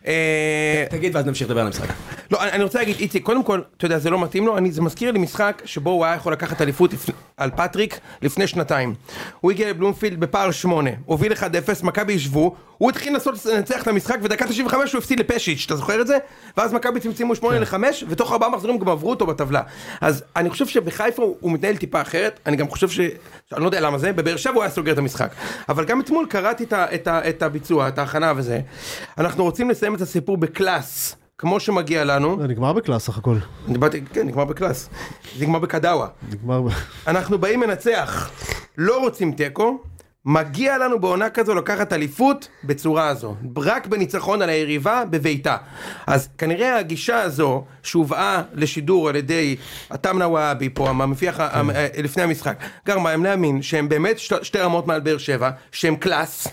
[SPEAKER 1] אה,
[SPEAKER 2] תגיד ואז נמשיך לדבר על המשחק.
[SPEAKER 1] לא, אני- אני רוצה להגיד, איציק, קודם כל, אתה יודע, זה לא מתאים לו, אני, זה מזכיר לי משחק שבו הוא היה יכול לקחת אליפות לפ... על פטריק לפני שנתיים. הוא הגיע לבלומפילד בפער שמונה, הוביל 1-0, מכבי ישבו, הוא התחיל לנסות לנצח את המשחק, ודקה 95 הוא הפסיד לפשיץ', אתה זוכר את זה? ואז מכבי צמצמו 8 ל-5, ותוך 4 מחזורים גם עברו אותו בטבלה. אז אני חושב שבחיפה הוא, הוא מתנהל טיפה אחרת, אני גם חושב ש... אני לא יודע למה זה, בבאר שבע הוא היה סוגר את המשחק. אבל גם אתמול קראתי את, ה- את, ה- את הביצוע, את ההכנה וזה. אנחנו רוצים לסיים את הסיפור בקלאס. כמו שמגיע לנו,
[SPEAKER 3] זה נגמר בקלאס סך הכל.
[SPEAKER 1] דיברתי, כן, נגמר בקלאס. זה נגמר בקדאווה.
[SPEAKER 3] נגמר ב...
[SPEAKER 1] אנחנו באים לנצח, לא רוצים תיקו, מגיע לנו בעונה כזו לקחת אליפות בצורה הזו. רק בניצחון על היריבה בביתה. אז כנראה הגישה הזו, שהובאה לשידור על ידי התמנה וואבי פה, המפיח ה- המ- אה, לפני המשחק, גרמה להם להאמין שהם באמת שת- שתי רמות מעל באר שבע, שהם קלאס,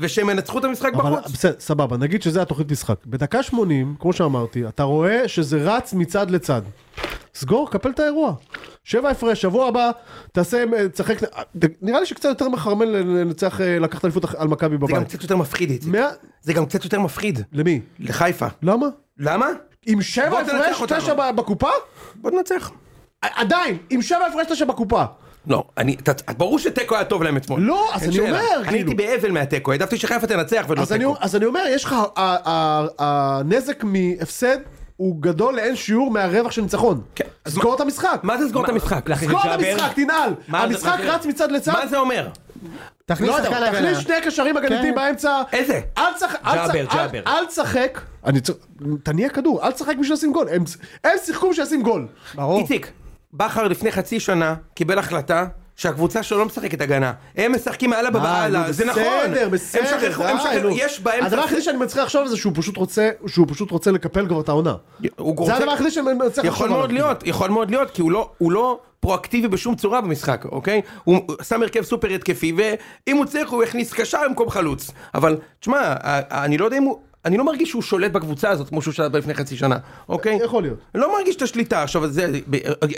[SPEAKER 1] ושהם ינצחו את המשחק
[SPEAKER 3] אבל אה,
[SPEAKER 1] בחוץ.
[SPEAKER 3] בסדר, סבבה, נגיד שזה התוכנית משחק. בדקה 80, כמו שאמרתי, אתה רואה שזה רץ מצד לצד. סגור, קפל את האירוע. שבע הפרש, שבוע הבא, תעשה, אה, תשחק, אה, נראה לי שקצת יותר מחרמן לנצח, אה, לקחת אליפות על מכבי
[SPEAKER 1] זה גם
[SPEAKER 3] בבית.
[SPEAKER 1] קצת יותר מפחיד, איציק.
[SPEAKER 3] מאה-
[SPEAKER 1] זה גם קצת יותר מפחיד.
[SPEAKER 3] למי?
[SPEAKER 1] לחיפה.
[SPEAKER 3] למה?
[SPEAKER 1] למה?
[SPEAKER 3] עם שבע
[SPEAKER 1] בוא תנצח
[SPEAKER 3] הפרש,
[SPEAKER 1] אותנו.
[SPEAKER 3] תשע ב- בקופה?
[SPEAKER 1] בוא ננצח.
[SPEAKER 3] עדיין, עם שבע הפרש תשע בקופה.
[SPEAKER 1] לא, אני, ת, ברור שתיקו היה טוב להם אתמול.
[SPEAKER 3] לא, אז
[SPEAKER 1] אין
[SPEAKER 3] אני
[SPEAKER 1] שאלה.
[SPEAKER 3] אומר,
[SPEAKER 1] אני
[SPEAKER 3] כאילו.
[SPEAKER 1] הייתי באבל מהתיקו, העדפתי שחיפה תנצח ולא
[SPEAKER 3] אז אני,
[SPEAKER 1] לא תיקו.
[SPEAKER 3] אז אני אומר, יש לך, ה- ה- הנזק מהפסד הוא גדול לאין שיעור מהרווח של ניצחון.
[SPEAKER 1] כן. אז
[SPEAKER 3] סגור את המשחק.
[SPEAKER 1] מה זה סגור את המשחק?
[SPEAKER 3] סגור את המשחק, תנעל.
[SPEAKER 2] מה זה-
[SPEAKER 3] המשחק
[SPEAKER 2] מה זה-
[SPEAKER 3] רץ מצד לצד.
[SPEAKER 1] מה זה אומר?
[SPEAKER 5] תכניס
[SPEAKER 3] לא
[SPEAKER 5] שחקן
[SPEAKER 3] יודע, תכניס
[SPEAKER 5] להגנה.
[SPEAKER 3] שני קשרים הגנתיים
[SPEAKER 5] כן.
[SPEAKER 3] באמצע.
[SPEAKER 1] איזה?
[SPEAKER 3] אל תשחק, אל
[SPEAKER 2] ג'אבר,
[SPEAKER 3] תשחק, אל-
[SPEAKER 2] ג'אבר.
[SPEAKER 3] אל תשחק. אני צ- תניע כדור, אל תשחק בשביל לשים גול. הם- הם שיחקו בשביל לשים גול.
[SPEAKER 5] ברור.
[SPEAKER 1] איציק, בכר לפני חצי שנה קיבל החלטה. שהקבוצה שלו לא משחקת הגנה, הם משחקים מעלה בבעלה,
[SPEAKER 3] נו,
[SPEAKER 1] זה נכון,
[SPEAKER 3] אה, בסדר,
[SPEAKER 1] הם שכחו,
[SPEAKER 3] בסדר,
[SPEAKER 1] הם
[SPEAKER 3] די,
[SPEAKER 1] שכחו,
[SPEAKER 3] נו.
[SPEAKER 1] יש באמצע,
[SPEAKER 3] הדבר היחידי שאני מצליח לחשוב על זה שהוא פשוט רוצה, שהוא פשוט רוצה לקפל כבר את העונה.
[SPEAKER 1] הוא
[SPEAKER 3] זה
[SPEAKER 1] רוצה-
[SPEAKER 3] הדבר היחידי שאני מצליח לחשוב
[SPEAKER 1] יכול
[SPEAKER 3] עליו.
[SPEAKER 1] מאוד להיות, יכול מאוד להיות, כי הוא לא, הוא לא פרואקטיבי בשום צורה במשחק, אוקיי? הוא שם הרכב סופר התקפי, ואם הוא צריך הוא יכניס קשר במקום חלוץ. אבל, תשמע, ה- ה- אני לא יודע אם הוא... אני לא מרגיש שהוא שולט בקבוצה הזאת כמו שהוא שלט בה לפני חצי שנה, אוקיי?
[SPEAKER 3] יכול להיות.
[SPEAKER 1] אני לא מרגיש את השליטה, עכשיו זה,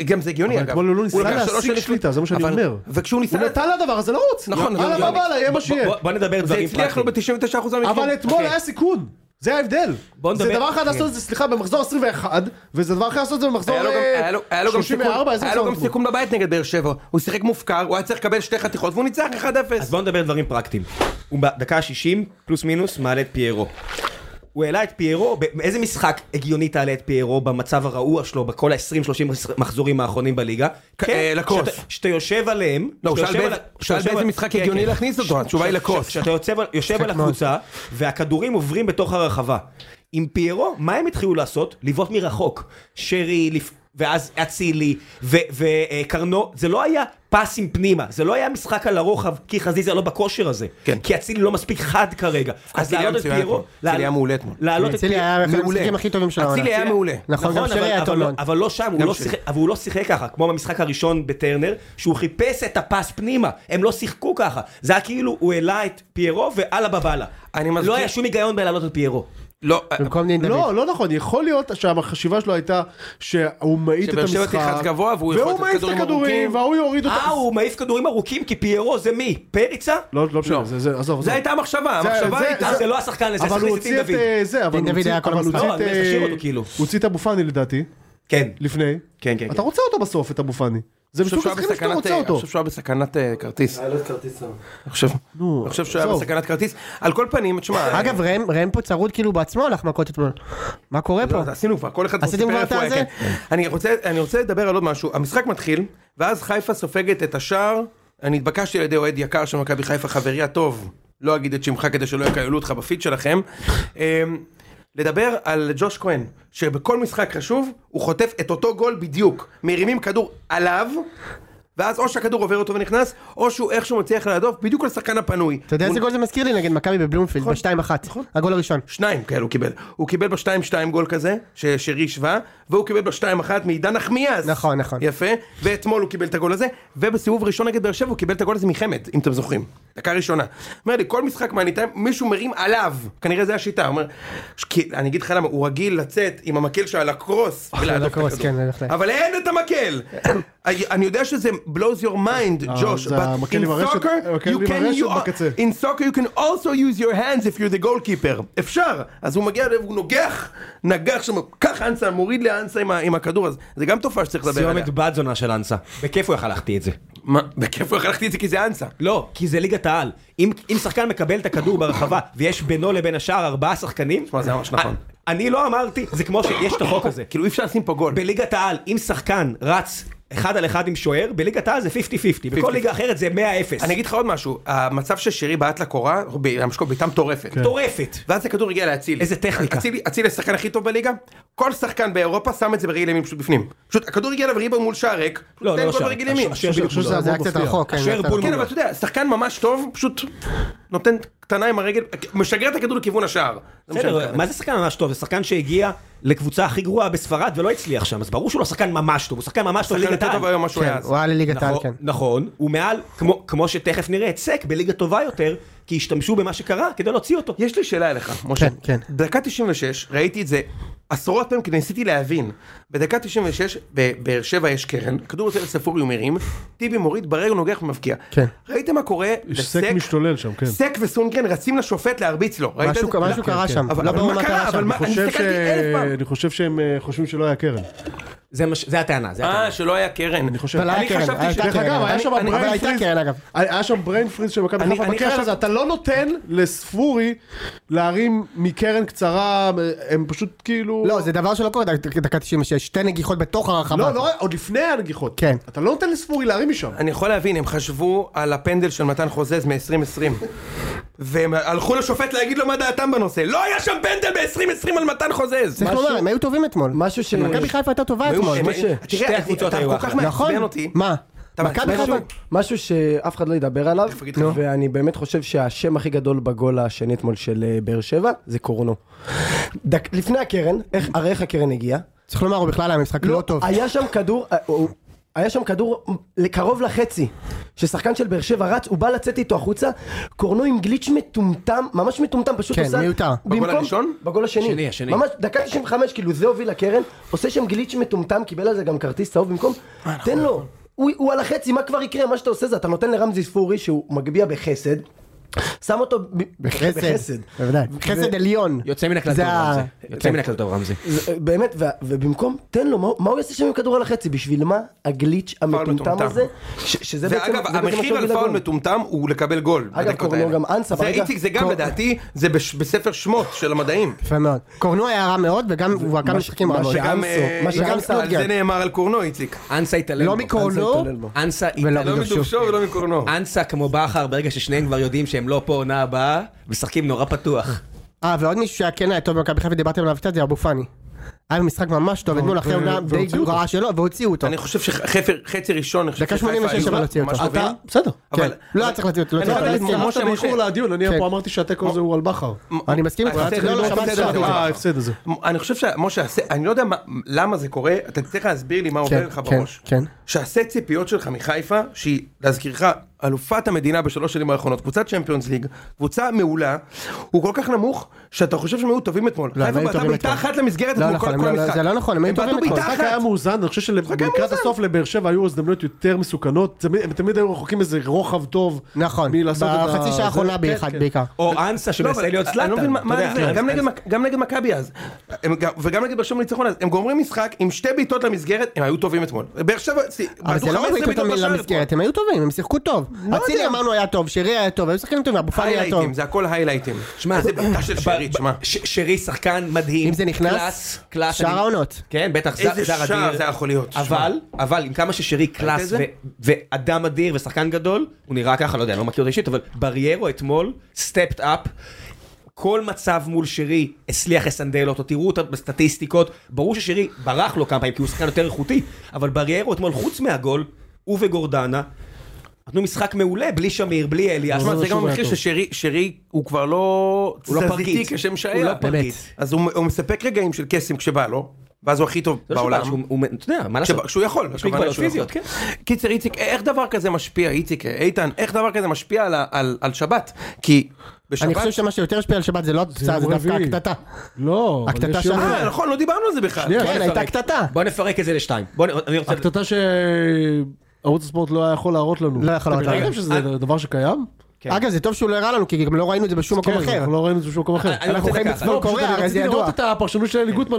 [SPEAKER 1] גם זה הגיוני
[SPEAKER 3] אבל
[SPEAKER 1] אגב.
[SPEAKER 3] אתמול הוא לא ניסה
[SPEAKER 1] לקח שלוש
[SPEAKER 3] להשיג
[SPEAKER 1] שנים-
[SPEAKER 3] שליטה, זה מה שאני
[SPEAKER 1] אבל-
[SPEAKER 3] אומר.
[SPEAKER 1] וכשהוא ניסה...
[SPEAKER 3] הוא נתן לדבר הזה לרוץ.
[SPEAKER 1] נכון,
[SPEAKER 3] יאללה,
[SPEAKER 1] אבל-
[SPEAKER 3] מה בא לה, יהיה מה שיהיה.
[SPEAKER 2] בוא- בוא נדבר
[SPEAKER 1] זה
[SPEAKER 2] דברים
[SPEAKER 1] הצליח לו
[SPEAKER 2] פרקטיים.
[SPEAKER 1] ב-99% מהמקרים.
[SPEAKER 5] אוקיי.
[SPEAKER 3] אבל אתמול היה סיכון. זה ההבדל.
[SPEAKER 2] בוא
[SPEAKER 3] זה
[SPEAKER 2] נדבר-
[SPEAKER 3] דבר אחד
[SPEAKER 2] כן.
[SPEAKER 3] לעשות את זה, סליחה, במחזור 21, וזה דבר אחר לעשות את זה במחזור
[SPEAKER 1] היה לו גם- היה לו- היה לו גם
[SPEAKER 3] אה, 34,
[SPEAKER 1] סיכון-
[SPEAKER 3] איזה
[SPEAKER 1] היה לו
[SPEAKER 3] מחזור
[SPEAKER 1] גם
[SPEAKER 3] אתמול?
[SPEAKER 1] סיכון בבית נגד באר שבע, הוא שיחק מופקר, הוא היה צריך לקבל שתי חתיכות והוא ניצח 1-0.
[SPEAKER 2] אז בואו נדבר דברים פרקטיים. הוא בדקה ה-60, פלוס מינוס, מעלה את פיירו. הוא העלה את פיירו, באיזה משחק הגיוני תעלה את פיירו במצב הרעוע שלו בכל ה-20-30 מחזורים האחרונים בליגה?
[SPEAKER 1] אה, לקרוס.
[SPEAKER 2] שאתה- שאתה יושב עליהם,
[SPEAKER 1] לא, הוא
[SPEAKER 2] שאתה
[SPEAKER 1] שאל
[SPEAKER 2] יושב
[SPEAKER 1] באיזה-
[SPEAKER 2] על ה-
[SPEAKER 1] הוא שאל
[SPEAKER 2] שאתה יושב
[SPEAKER 1] באיזה
[SPEAKER 2] על-
[SPEAKER 1] משחק
[SPEAKER 2] כן,
[SPEAKER 1] הגיוני
[SPEAKER 2] כן.
[SPEAKER 1] להכניס אותו,
[SPEAKER 2] ש-
[SPEAKER 1] התשובה היא
[SPEAKER 2] ש-
[SPEAKER 1] לקרוס.
[SPEAKER 2] ש- שאתה יושב על- יושב על הקבוצה, והכדורים עוברים בתוך הרחבה. עם פיירו, מה הם התחילו לעשות? לבעוט מרחוק. שרי, לפ- ואז אצילי, וקרנו, זה לא היה פסים פנימה, זה לא היה משחק על הרוחב, כי חזיזה לא בכושר הזה.
[SPEAKER 1] כן.
[SPEAKER 2] כי אצילי לא מספיק חד כרגע. אז
[SPEAKER 1] אצילי היה
[SPEAKER 2] להעלות את
[SPEAKER 1] מצוין
[SPEAKER 2] פיירו,
[SPEAKER 1] אתמול. אצילי היה מעולה אתמול.
[SPEAKER 2] להעלות את
[SPEAKER 5] אצילי
[SPEAKER 2] פיירו.
[SPEAKER 5] היה אחד
[SPEAKER 1] מעולה.
[SPEAKER 5] המשחקים הכי טובים של העונה.
[SPEAKER 1] אצילי היה מעולה.
[SPEAKER 5] נכון, גם
[SPEAKER 2] אבל-
[SPEAKER 5] שרי היה
[SPEAKER 2] אבל
[SPEAKER 5] טוב
[SPEAKER 2] לא-
[SPEAKER 5] מאוד.
[SPEAKER 2] אבל לא שם, הוא
[SPEAKER 1] גם
[SPEAKER 2] לא
[SPEAKER 1] שרי.
[SPEAKER 2] שיחק- אבל הוא לא שיחק ככה, כמו במשחק הראשון בטרנר, שהוא חיפש את הפס פנימה, הם לא שיחקו ככה. זה היה כאילו, הוא העלה את פיירו ואללה בבאללה.
[SPEAKER 1] אני מזכיר-
[SPEAKER 2] לא היה שום היגיון בלהעלות את פיירו.
[SPEAKER 1] לא,
[SPEAKER 5] במקום דין דוד.
[SPEAKER 3] לא, לא נכון, יכול להיות שהחשיבה שלו הייתה שהוא מאיט את
[SPEAKER 1] שבאר שבע
[SPEAKER 3] המשחק,
[SPEAKER 1] תלחץ גבוה והוא יכול לתת
[SPEAKER 3] והוא מאיט את
[SPEAKER 1] כדורים ארוכים.
[SPEAKER 3] הכדורים, וההוא יוריד אותם.
[SPEAKER 2] אה, הוא מעיף כדורים ארוכים, כי פיירו זה מי? פריצה?
[SPEAKER 3] לא, לא
[SPEAKER 1] לא.
[SPEAKER 3] משנה, זה, זה, עזוב,
[SPEAKER 1] זו
[SPEAKER 3] עזוב.
[SPEAKER 1] הייתה המחשבה, המחשבה
[SPEAKER 3] זה-
[SPEAKER 1] הייתה...
[SPEAKER 2] אה, זה לא השחקן לזה,
[SPEAKER 3] אבל
[SPEAKER 2] צריך
[SPEAKER 3] הוא
[SPEAKER 2] להכניס את
[SPEAKER 3] הוציא
[SPEAKER 2] דין
[SPEAKER 3] את
[SPEAKER 2] דוד.
[SPEAKER 3] אה, זה, אבל
[SPEAKER 5] דין
[SPEAKER 3] הוא
[SPEAKER 5] דוד
[SPEAKER 3] הוציא
[SPEAKER 5] היה כל
[SPEAKER 3] אבל הוא הוציא
[SPEAKER 5] המשחק.
[SPEAKER 2] לא,
[SPEAKER 3] את,
[SPEAKER 2] אני אומר, תשאיר
[SPEAKER 3] אה,
[SPEAKER 2] אותו, כאילו.
[SPEAKER 3] הוא הוציא את אבו פאני לדעתי,
[SPEAKER 2] כן.
[SPEAKER 3] לפני.
[SPEAKER 2] כן, כן,
[SPEAKER 3] אתה רוצה אותו בסוף, את אבו פאני. זה
[SPEAKER 1] אני
[SPEAKER 3] בדיוק
[SPEAKER 1] חושב שהוא היה
[SPEAKER 3] המשחקים שאתה
[SPEAKER 1] בסכנת,
[SPEAKER 3] רוצה
[SPEAKER 1] אה, אני
[SPEAKER 3] אותו.
[SPEAKER 1] חושב שהוא היה בסכנת אה, כרטיס. היה לו כרטיס לא. אני חושב.
[SPEAKER 3] נו,
[SPEAKER 1] אני חושב שהוא היה
[SPEAKER 3] עזוב.
[SPEAKER 1] בסכנת כרטיס. על כל פנים, תשמע...
[SPEAKER 5] אגב, ראם- ראם פה צרוד כאילו בעצמו הלך מכות אתמול. מה קורה
[SPEAKER 1] לא,
[SPEAKER 5] פה?
[SPEAKER 1] זה עשינו כבר, כל אחד
[SPEAKER 5] עשיתם כבר את
[SPEAKER 1] היה,
[SPEAKER 5] הזה?
[SPEAKER 1] כן. אני רוצה- אני רוצה לדבר על עוד משהו. המשחק מתחיל, ואז חיפה סופגת את השער. אני התבקשתי על ידי אוהד יקר של מכבי חיפה, חברי הטוב, לא אגיד את שמך כדי שלא יקללו אותך בפיד שלכם. אמ, לדבר על ג'וש כהן, שבכל משחק חשוב, הוא חוטף את אותו גול בדיוק. מרימים כדור עליו, ואז או שהכדור עובר אותו ונכנס, או שהוא איכשהו מצליח להדוף בדיוק על השחקן הפנוי.
[SPEAKER 5] אתה יודע
[SPEAKER 1] הוא-
[SPEAKER 5] איזה גול זה מזכיר לי נגד מכבי בבלומפילד, ב-2-1. הגול הראשון.
[SPEAKER 1] שניים כאלו הוא קיבל. הוא קיבל בשתיים שתיים גול כזה, ששרי שווה, והוא קיבל בשתיים אחת מעידן נחמיאס.
[SPEAKER 5] נכון, נכון.
[SPEAKER 1] יפה, ואתמול הוא קיבל את הגול הזה, ובסיבוב ראשון נגד באר שבע הוא קיבל את הגול הזה מחמד, אם אתם זוכרים. דקה ראשונה. אומר לי, כל משחק מעניתם, מישהו מרים עליו, כנראה זה השיטה. הוא אומר, ש- כי- אני אגיד לך למה, הוא רגיל לצאת עם המקל שלו על הקרוס.
[SPEAKER 3] אה,
[SPEAKER 1] ולהדוף את
[SPEAKER 5] הקרוס,
[SPEAKER 1] הכדור.
[SPEAKER 5] כן, בהחלט.
[SPEAKER 1] אבל אין את המקל! אני יודע שזה blows your mind, ג'וש,
[SPEAKER 3] אה, זה
[SPEAKER 1] but
[SPEAKER 3] המקל
[SPEAKER 1] in
[SPEAKER 3] עם הרשת-
[SPEAKER 1] soccer,
[SPEAKER 3] המקל
[SPEAKER 1] you
[SPEAKER 3] עם
[SPEAKER 1] can
[SPEAKER 3] הרשת
[SPEAKER 1] you are-
[SPEAKER 3] בקצה.
[SPEAKER 1] In soccer you can also use your hands if you're the goalkeeper. אפשר. אז הוא מגיע והוא נוגח, נגח שם, קח אנסה, מוריד לאנסה עם, ה- עם הכדור הזה. זה גם תופעה שצריך לדבר עליה.
[SPEAKER 2] סיומת בת זונה של אנסה. בכיף הוא יכול לחטיא את זה.
[SPEAKER 1] מה, בכיף הוא החלכתי את זה כי זה אנסה.
[SPEAKER 2] לא, כי זה ליגת העל. אם, אם שחקן מקבל את הכדור ברחבה ויש בינו לבין השאר ארבעה שחקנים...
[SPEAKER 1] שמע, זה ממש נכון.
[SPEAKER 2] א- אני לא אמרתי, זה כמו שיש את החוק הזה.
[SPEAKER 1] כאילו אי אפשר לשים פה גול.
[SPEAKER 2] בליגת העל, אם שחקן רץ אחד על אחד עם שוער, בליגת העל זה 50-50. בכל ליגה אחרת זה 100-0.
[SPEAKER 1] אני אגיד לך עוד משהו, המצב ששירי בעט לקורה, הוא במשקוף בעיטה מטורפת.
[SPEAKER 2] מטורפת.
[SPEAKER 1] ואז הכדור הגיע לאצילי.
[SPEAKER 2] כן. איזה טכניקה.
[SPEAKER 1] אצילי, אצילי השחקן הכי טוב בליגה, כל שחקן באירופה שם את זה ברגל ימין פשוט בפנים. פשוט הכדור הגיע אליו ריבר מול שער ריק,
[SPEAKER 2] לא,
[SPEAKER 1] תן
[SPEAKER 2] לא
[SPEAKER 1] גול
[SPEAKER 2] שם.
[SPEAKER 1] ברגל ימין.
[SPEAKER 2] השוער בדיוק
[SPEAKER 3] חושב
[SPEAKER 2] מולו.
[SPEAKER 3] שזה
[SPEAKER 5] זה היה
[SPEAKER 3] מאוד
[SPEAKER 5] קצת
[SPEAKER 3] מפתיע.
[SPEAKER 5] רחוק, כן.
[SPEAKER 2] אשר
[SPEAKER 5] זה היה קצת
[SPEAKER 2] בולבול.
[SPEAKER 5] רחוק.
[SPEAKER 1] כן, אבל אתה יודע, שחקן ממש טוב, פשוט נותן קטנה עם הרגל, משגר את הכדור לכיוון השער. זה מה שאני
[SPEAKER 2] בסדר,
[SPEAKER 1] מתכוון.
[SPEAKER 2] מה זה שחקן ממש טוב? זה שחקן שהגיע לקבוצה הכי גרועה בספרד ולא הצליח שם, אז ברור שהוא לא שחקן ממש טוב, הוא שחקן ממש טוב
[SPEAKER 1] שחקן
[SPEAKER 2] בליגת
[SPEAKER 1] יותר טוב
[SPEAKER 2] העל.
[SPEAKER 1] היום ממה שהוא היה
[SPEAKER 5] כן,
[SPEAKER 1] אז.
[SPEAKER 5] הוא היה לליגת העל,
[SPEAKER 2] נכון,
[SPEAKER 5] כן.
[SPEAKER 2] נכון, הוא מעל, כמו- כמו שתכף נראה, היצק בליגה טובה יותר, כי השתמשו במה שקרה כדי להוציא אותו.
[SPEAKER 1] יש לי שאלה אליך, משה.
[SPEAKER 5] כן, כן.
[SPEAKER 1] דקה 96, ראיתי את זה עשרות פעמים, כי ניסיתי להבין. בדקה 96, בבאר שבע יש קרן, כדור יוצא לספורי ומרים, טיבי מוריד ברגל נוגח ומבקיע.
[SPEAKER 5] כן.
[SPEAKER 1] ראיתם מה קורה?
[SPEAKER 3] סק
[SPEAKER 1] לסק?
[SPEAKER 3] משתולל שם, כן.
[SPEAKER 1] סק וסונגרן רצים לשופט להרביץ לו. ראית
[SPEAKER 5] משהו
[SPEAKER 1] את זה?
[SPEAKER 5] ק- משהו
[SPEAKER 1] לא.
[SPEAKER 5] קרה שם,
[SPEAKER 1] אבל
[SPEAKER 5] לא
[SPEAKER 1] אבל
[SPEAKER 5] ברור
[SPEAKER 1] מה
[SPEAKER 5] מה
[SPEAKER 1] קרה?
[SPEAKER 5] קרה
[SPEAKER 1] אבל
[SPEAKER 5] שם.
[SPEAKER 1] מה,
[SPEAKER 3] אני
[SPEAKER 1] אני
[SPEAKER 3] חושב
[SPEAKER 1] הסתכלתי אלף פעם.
[SPEAKER 3] ש- אני חושב שהם אה, חושבים שלא היה קרן.
[SPEAKER 2] זה מה ש- זה הטענה, זה הטענה.
[SPEAKER 1] אה, שלא היה קרן.
[SPEAKER 3] אני חושב.
[SPEAKER 5] אבל היה
[SPEAKER 1] אני
[SPEAKER 5] אה, קרן,
[SPEAKER 1] חשבתי ש-
[SPEAKER 5] הייתה
[SPEAKER 3] דרך
[SPEAKER 5] קרן.
[SPEAKER 3] אגב, היה
[SPEAKER 5] אני-
[SPEAKER 3] שם
[SPEAKER 5] אני- אבל
[SPEAKER 3] brain
[SPEAKER 5] הייתה
[SPEAKER 3] freeze.
[SPEAKER 5] קרן אגב.
[SPEAKER 3] היה שם בריין פריז של מכבי
[SPEAKER 1] אני-
[SPEAKER 3] חיפה
[SPEAKER 1] אני
[SPEAKER 3] בקרן
[SPEAKER 1] חשב-
[SPEAKER 3] הזה, אתה לא נותן לספורי להרים מקרן קצרה, הם פשוט כאילו...
[SPEAKER 5] לא, זה דבר שלא קורה דק- דקה 96, שתי נגיחות בתוך הרחבה.
[SPEAKER 3] לא, לא, עוד לפני הנגיחות.
[SPEAKER 5] כן.
[SPEAKER 3] אתה לא נותן לספורי להרים משם.
[SPEAKER 1] אני יכול להבין, הם חשבו על הפנדל של מתן חוזז מ-2020. והם הלכו לשופט להגיד לו מה דעתם בנושא. לא היה שם פנדל ב-2020 על מתן חוזז!
[SPEAKER 5] צריך לומר, הם היו טובים אתמול.
[SPEAKER 4] משהו ש-
[SPEAKER 5] מכבי חיפה הייתה טובה
[SPEAKER 1] היו-
[SPEAKER 5] אתמול.
[SPEAKER 1] הם-
[SPEAKER 4] משה,
[SPEAKER 1] תראה,
[SPEAKER 2] שתי
[SPEAKER 1] אני-
[SPEAKER 2] הקבוצות היו
[SPEAKER 1] אתה כל כך
[SPEAKER 2] אחלה.
[SPEAKER 5] נכון?
[SPEAKER 1] מעצבן אותי.
[SPEAKER 5] מה?
[SPEAKER 1] אתה
[SPEAKER 5] מכבי
[SPEAKER 1] מעצבן
[SPEAKER 5] חיפה?
[SPEAKER 1] אותי.
[SPEAKER 4] משהו שאף אחד לא ידבר עליו,
[SPEAKER 1] אגיד לך.
[SPEAKER 4] נו. ואני באמת חושב שהשם הכי גדול בגול השני אתמול של אה, באר שבע, זה קורנו. דק- לפני הקרן, איך- הרי איך הקרן הגיעה?
[SPEAKER 5] צריך לומר, הוא בכלל היה משחק לא טוב.
[SPEAKER 4] היה שם כדור, אה, הוא- היה שם כדור לקרוב לחצי, ששחקן של באר שבע רץ, הוא בא לצאת איתו החוצה, קורנו עם גליץ' מטומטם, ממש מטומטם, פשוט
[SPEAKER 5] כן,
[SPEAKER 4] עושה...
[SPEAKER 5] מיותר.
[SPEAKER 4] במקום-
[SPEAKER 1] בגול הראשון?
[SPEAKER 4] בגול השני.
[SPEAKER 2] השני, השני.
[SPEAKER 4] ממש, דקה 95, כאילו זה הוביל לקרן, עושה שם גליץ' מטומטם, קיבל על זה גם כרטיס צהוב במקום, תן לו. הוא, הוא על החצי, מה כבר יקרה? מה שאתה עושה זה, אתה נותן לרמזי ספורי, שהוא מגביה בחסד, שם אותו ב-
[SPEAKER 5] בחסד. בוודאי. חסד עליון.
[SPEAKER 2] יוצא מן הכלל
[SPEAKER 5] זה
[SPEAKER 2] טוב אוקיי.
[SPEAKER 5] ה-
[SPEAKER 2] רמזי. יוצא מן הכלל טוב רמזי.
[SPEAKER 4] זה- אה, באמת, ו- ובמקום, תן לו, מה, הוא- מה הוא יעשה שם עם כדור על החצי? בשביל מה הגליץ' המטומטם
[SPEAKER 1] מטומטם.
[SPEAKER 4] הזה? ש- שזה בעצם...
[SPEAKER 1] ואגב,
[SPEAKER 4] זה בעצם מה
[SPEAKER 1] המחיר על
[SPEAKER 4] שהוביל
[SPEAKER 1] פאול
[SPEAKER 4] לגול.
[SPEAKER 1] מטומטם הוא לקבל גול.
[SPEAKER 4] אגב,
[SPEAKER 1] בדקות
[SPEAKER 4] קורנו
[SPEAKER 1] האלה.
[SPEAKER 4] גם אנסה
[SPEAKER 1] זה
[SPEAKER 4] ברגע-
[SPEAKER 1] איציק, זה גם
[SPEAKER 4] קור-
[SPEAKER 1] לדעתי, זה בש- בספר שמות של המדעים.
[SPEAKER 5] יפה מאוד. קורנו היה רע מאוד, וגם הוא היה כמה משחקים רע מאוד.
[SPEAKER 4] שגם-
[SPEAKER 1] וגם,
[SPEAKER 4] אנסו,
[SPEAKER 1] אה,
[SPEAKER 4] מה שגם
[SPEAKER 1] וגם על זה
[SPEAKER 4] סטוטגרט.
[SPEAKER 1] נאמר על קורנו, איציק.
[SPEAKER 2] אנסה התעלם
[SPEAKER 5] לא
[SPEAKER 2] בו.
[SPEAKER 5] מקורנו,
[SPEAKER 4] התעלל בו.
[SPEAKER 2] אנסה
[SPEAKER 5] ולא
[SPEAKER 1] לא
[SPEAKER 2] התעלם.
[SPEAKER 1] מדובשו ולא מקורנו.
[SPEAKER 2] אנסה כמו בכר, ברגע ששניהם כבר יודעים שהם לא פה עונה הבאה, משחקים נורא פתוח.
[SPEAKER 5] אה, ועוד מישהו שהיה כן היה טוב במכבי חיפה, דיברתם עליו קצת, זה אבו פאני. היה במשחק ממש טוב, אתמול אחרי עונה די
[SPEAKER 3] והוציאו אותו.
[SPEAKER 5] גרועה שלו, והוציאו אותו.
[SPEAKER 1] אני חלק- חושב שחצי ראשון, אני חושב
[SPEAKER 5] דקה
[SPEAKER 1] שחיפה
[SPEAKER 5] 86
[SPEAKER 1] היו
[SPEAKER 5] אבל הוציאו
[SPEAKER 1] ממש
[SPEAKER 5] אותו.
[SPEAKER 1] טובים.
[SPEAKER 3] אתה- בסדר.
[SPEAKER 5] כן.
[SPEAKER 1] אבל-
[SPEAKER 5] לא היה צריך להוציא אותו, לא
[SPEAKER 1] אני
[SPEAKER 5] צריך
[SPEAKER 1] חייב
[SPEAKER 5] להוציא
[SPEAKER 1] להגיד,
[SPEAKER 5] אותו.
[SPEAKER 1] משה,
[SPEAKER 3] הלכת
[SPEAKER 1] משה.
[SPEAKER 3] באיחור לדיון, אני
[SPEAKER 5] כן.
[SPEAKER 3] פה אמרתי שהתיקו הזה הוא על בכר.
[SPEAKER 5] אני מסכים איתך,
[SPEAKER 1] ההפסד-
[SPEAKER 5] צריך- לא,
[SPEAKER 1] לא,
[SPEAKER 5] לא,
[SPEAKER 1] ההפסד
[SPEAKER 5] שמעתי
[SPEAKER 1] הזה.
[SPEAKER 5] שמעתי.
[SPEAKER 3] אה, ההפסד הזה.
[SPEAKER 1] אני חושב שמשה, הס- אני לא יודע מה- למה זה קורה, אתה צריך להסביר לי מה עובר
[SPEAKER 5] כן,
[SPEAKER 1] לך
[SPEAKER 5] כן,
[SPEAKER 1] בראש.
[SPEAKER 5] כן.
[SPEAKER 1] שהסט ציפיות שלך מחיפה, שהיא, להזכירך, אלופת המדינה בשלוש שנים האחרונות, קבוצת צ'מפיונס ליג, קבוצה מעולה, הוא כל כך נמוך, שאתה חושב שהם היו טובים אתמול.
[SPEAKER 5] לא, הם
[SPEAKER 1] חיפה
[SPEAKER 5] היו
[SPEAKER 1] בעטה
[SPEAKER 5] טובים
[SPEAKER 1] בעיטה
[SPEAKER 5] אתמול.
[SPEAKER 1] אחת למסגרת
[SPEAKER 5] לא
[SPEAKER 1] אתמול,
[SPEAKER 5] נכון,
[SPEAKER 1] כל
[SPEAKER 5] הם
[SPEAKER 1] כל
[SPEAKER 5] לא-
[SPEAKER 1] המשחק.
[SPEAKER 5] זה לא נכון, הם היו
[SPEAKER 1] בעטו
[SPEAKER 5] טובים
[SPEAKER 1] בעיטה
[SPEAKER 5] אתמול.
[SPEAKER 3] המשחק
[SPEAKER 1] אחת.
[SPEAKER 3] היה מאוזן, אני חושב שלקראת הסוף לבאר שבע היו הזדמנויות יותר מסוכנות, תמיד- הם תמיד היו רחוקים איזה רוחב טוב.
[SPEAKER 5] נכון,
[SPEAKER 3] מלעשות את ה-
[SPEAKER 5] בחצי
[SPEAKER 3] זה-
[SPEAKER 5] שעה האחרונה
[SPEAKER 3] כן,
[SPEAKER 5] באחד
[SPEAKER 3] כן.
[SPEAKER 5] בעיקר.
[SPEAKER 2] או אנסה
[SPEAKER 1] לא,
[SPEAKER 2] שמנסה
[SPEAKER 1] אבל
[SPEAKER 2] להיות
[SPEAKER 1] אני לא מבין
[SPEAKER 2] זלאטן.
[SPEAKER 1] מה- מה
[SPEAKER 2] אתה יודע.
[SPEAKER 1] זה, גם נגד מכ- גם נגד מכבי אז, הם גם- וגם נגד באר שבע ניצחון אז, הם גומרים משחק עם שתי בעיטות למסגרת, הם היו טובים אתמול. באר שבע,
[SPEAKER 5] אבל
[SPEAKER 1] בעטו
[SPEAKER 5] זה לא
[SPEAKER 1] 15
[SPEAKER 5] מביא אותם
[SPEAKER 1] בעיטות בשער
[SPEAKER 5] למסגרת, הם היו טובים, הם שיחקו טוב.
[SPEAKER 3] לא
[SPEAKER 5] אצילי אמרנו היה טוב, שירי היה טוב, היו שחקנים טובים, אבו
[SPEAKER 1] אתמול.
[SPEAKER 5] פאני היה טוב.
[SPEAKER 1] היילייטים, זה הכל היילייטים.
[SPEAKER 2] שמע,
[SPEAKER 1] זה בעיטה של שרי,
[SPEAKER 2] ב- ב-
[SPEAKER 1] תשמע.
[SPEAKER 2] ש- שרי שחקן מדהים.
[SPEAKER 5] אם זה נכנס,
[SPEAKER 2] קלאס, קלאס.
[SPEAKER 5] שער
[SPEAKER 2] אני-
[SPEAKER 5] העונות.
[SPEAKER 2] כן, בטח, זר
[SPEAKER 1] איזה
[SPEAKER 2] זר
[SPEAKER 1] שער
[SPEAKER 2] אדיר.
[SPEAKER 1] זה יכול להיות, שמע.
[SPEAKER 2] אבל, אבל עם כמה ששרי
[SPEAKER 1] ראית את
[SPEAKER 2] קלאס
[SPEAKER 1] זה?
[SPEAKER 2] ו- ואדם אדיר ושחקן גדול, הוא נראה ככה, לא יודע, אני לא מכיר אותו אישית, אבל בריירו אתמול, סטפט אפ. כל מצב מול שרי הצליח לסנדל אותו, תראו אותה בסטטיסטיקות, ברור ששרי ברח לו כמה פעמים כי הוא שחקן יותר איכותי, אבל בריירו אתמול חוץ מהגול, הוא וגורדנה, נתנו משחק מעולה, בלי שמיר, בלי אליאס.
[SPEAKER 1] תשמע, זה גם
[SPEAKER 3] שהוא היה
[SPEAKER 1] המחיר
[SPEAKER 3] טוב.
[SPEAKER 1] ששרי, שרי הוא כבר לא
[SPEAKER 2] לא הוא לא
[SPEAKER 1] תזזיתי
[SPEAKER 2] פרקיט.
[SPEAKER 1] כשם
[SPEAKER 2] הוא
[SPEAKER 1] שהיה.
[SPEAKER 2] לא פרקיט.
[SPEAKER 1] אז הוא הוא מספק רגעים של קסם כשבא לו, ואז הוא הכי טוב
[SPEAKER 2] זה לא שהוא
[SPEAKER 1] בעולם.
[SPEAKER 2] בא, שהוא- הוא- אתה יודע, מה לעשות?
[SPEAKER 1] כשבא- כשהוא יכול,
[SPEAKER 2] יש
[SPEAKER 1] הכוונה
[SPEAKER 2] מגבלות
[SPEAKER 1] שהוא יכול.
[SPEAKER 2] פיזיות, כן.
[SPEAKER 1] קיצר, איציק, איך דבר כזה משפיע, איציק, איתן, איך דבר כזה משפיע על ה- על- על שבת? כי
[SPEAKER 5] אני
[SPEAKER 1] בשבת...
[SPEAKER 5] חושב שמה שיותר השפיע על שבת זה לא התוצאה, זה
[SPEAKER 3] יום
[SPEAKER 5] דווקא
[SPEAKER 3] רביעי.
[SPEAKER 5] הקטטה.
[SPEAKER 6] לא, אבל
[SPEAKER 5] הקטטה
[SPEAKER 6] יש
[SPEAKER 5] שם.
[SPEAKER 6] יום-
[SPEAKER 1] אה, נכון, לא דיברנו על זה בכלל.
[SPEAKER 3] שנייה,
[SPEAKER 5] כן,
[SPEAKER 2] בוא
[SPEAKER 5] הייתה
[SPEAKER 2] נפרק.
[SPEAKER 5] קטטה.
[SPEAKER 2] בוא נפרק את זה לשתיים. בוא נ- אני רוצה...
[SPEAKER 3] הקטטה שערוץ הספורט לא היה יכול להראות לנו.
[SPEAKER 5] לא יכול להראות
[SPEAKER 3] אתם
[SPEAKER 5] לנו.
[SPEAKER 3] יודעים שזה דבר שקיים?
[SPEAKER 2] כן.
[SPEAKER 5] אגב, זה טוב שהוא לא הראה לנו, כי גם לא ראינו את זה בשום מקום
[SPEAKER 3] כן,
[SPEAKER 5] אחר.
[SPEAKER 3] אנחנו לא ראינו את זה בשום מקום אחר.
[SPEAKER 2] אני
[SPEAKER 5] אנחנו
[SPEAKER 2] רוצה דקה
[SPEAKER 5] חיים בצפון
[SPEAKER 2] אחת.
[SPEAKER 3] לא, פשוט
[SPEAKER 5] קוריאה,
[SPEAKER 3] אני
[SPEAKER 5] הרי זה
[SPEAKER 3] רציתי
[SPEAKER 5] ידוע.
[SPEAKER 3] לראות את הפרשנות של אלי גוטמן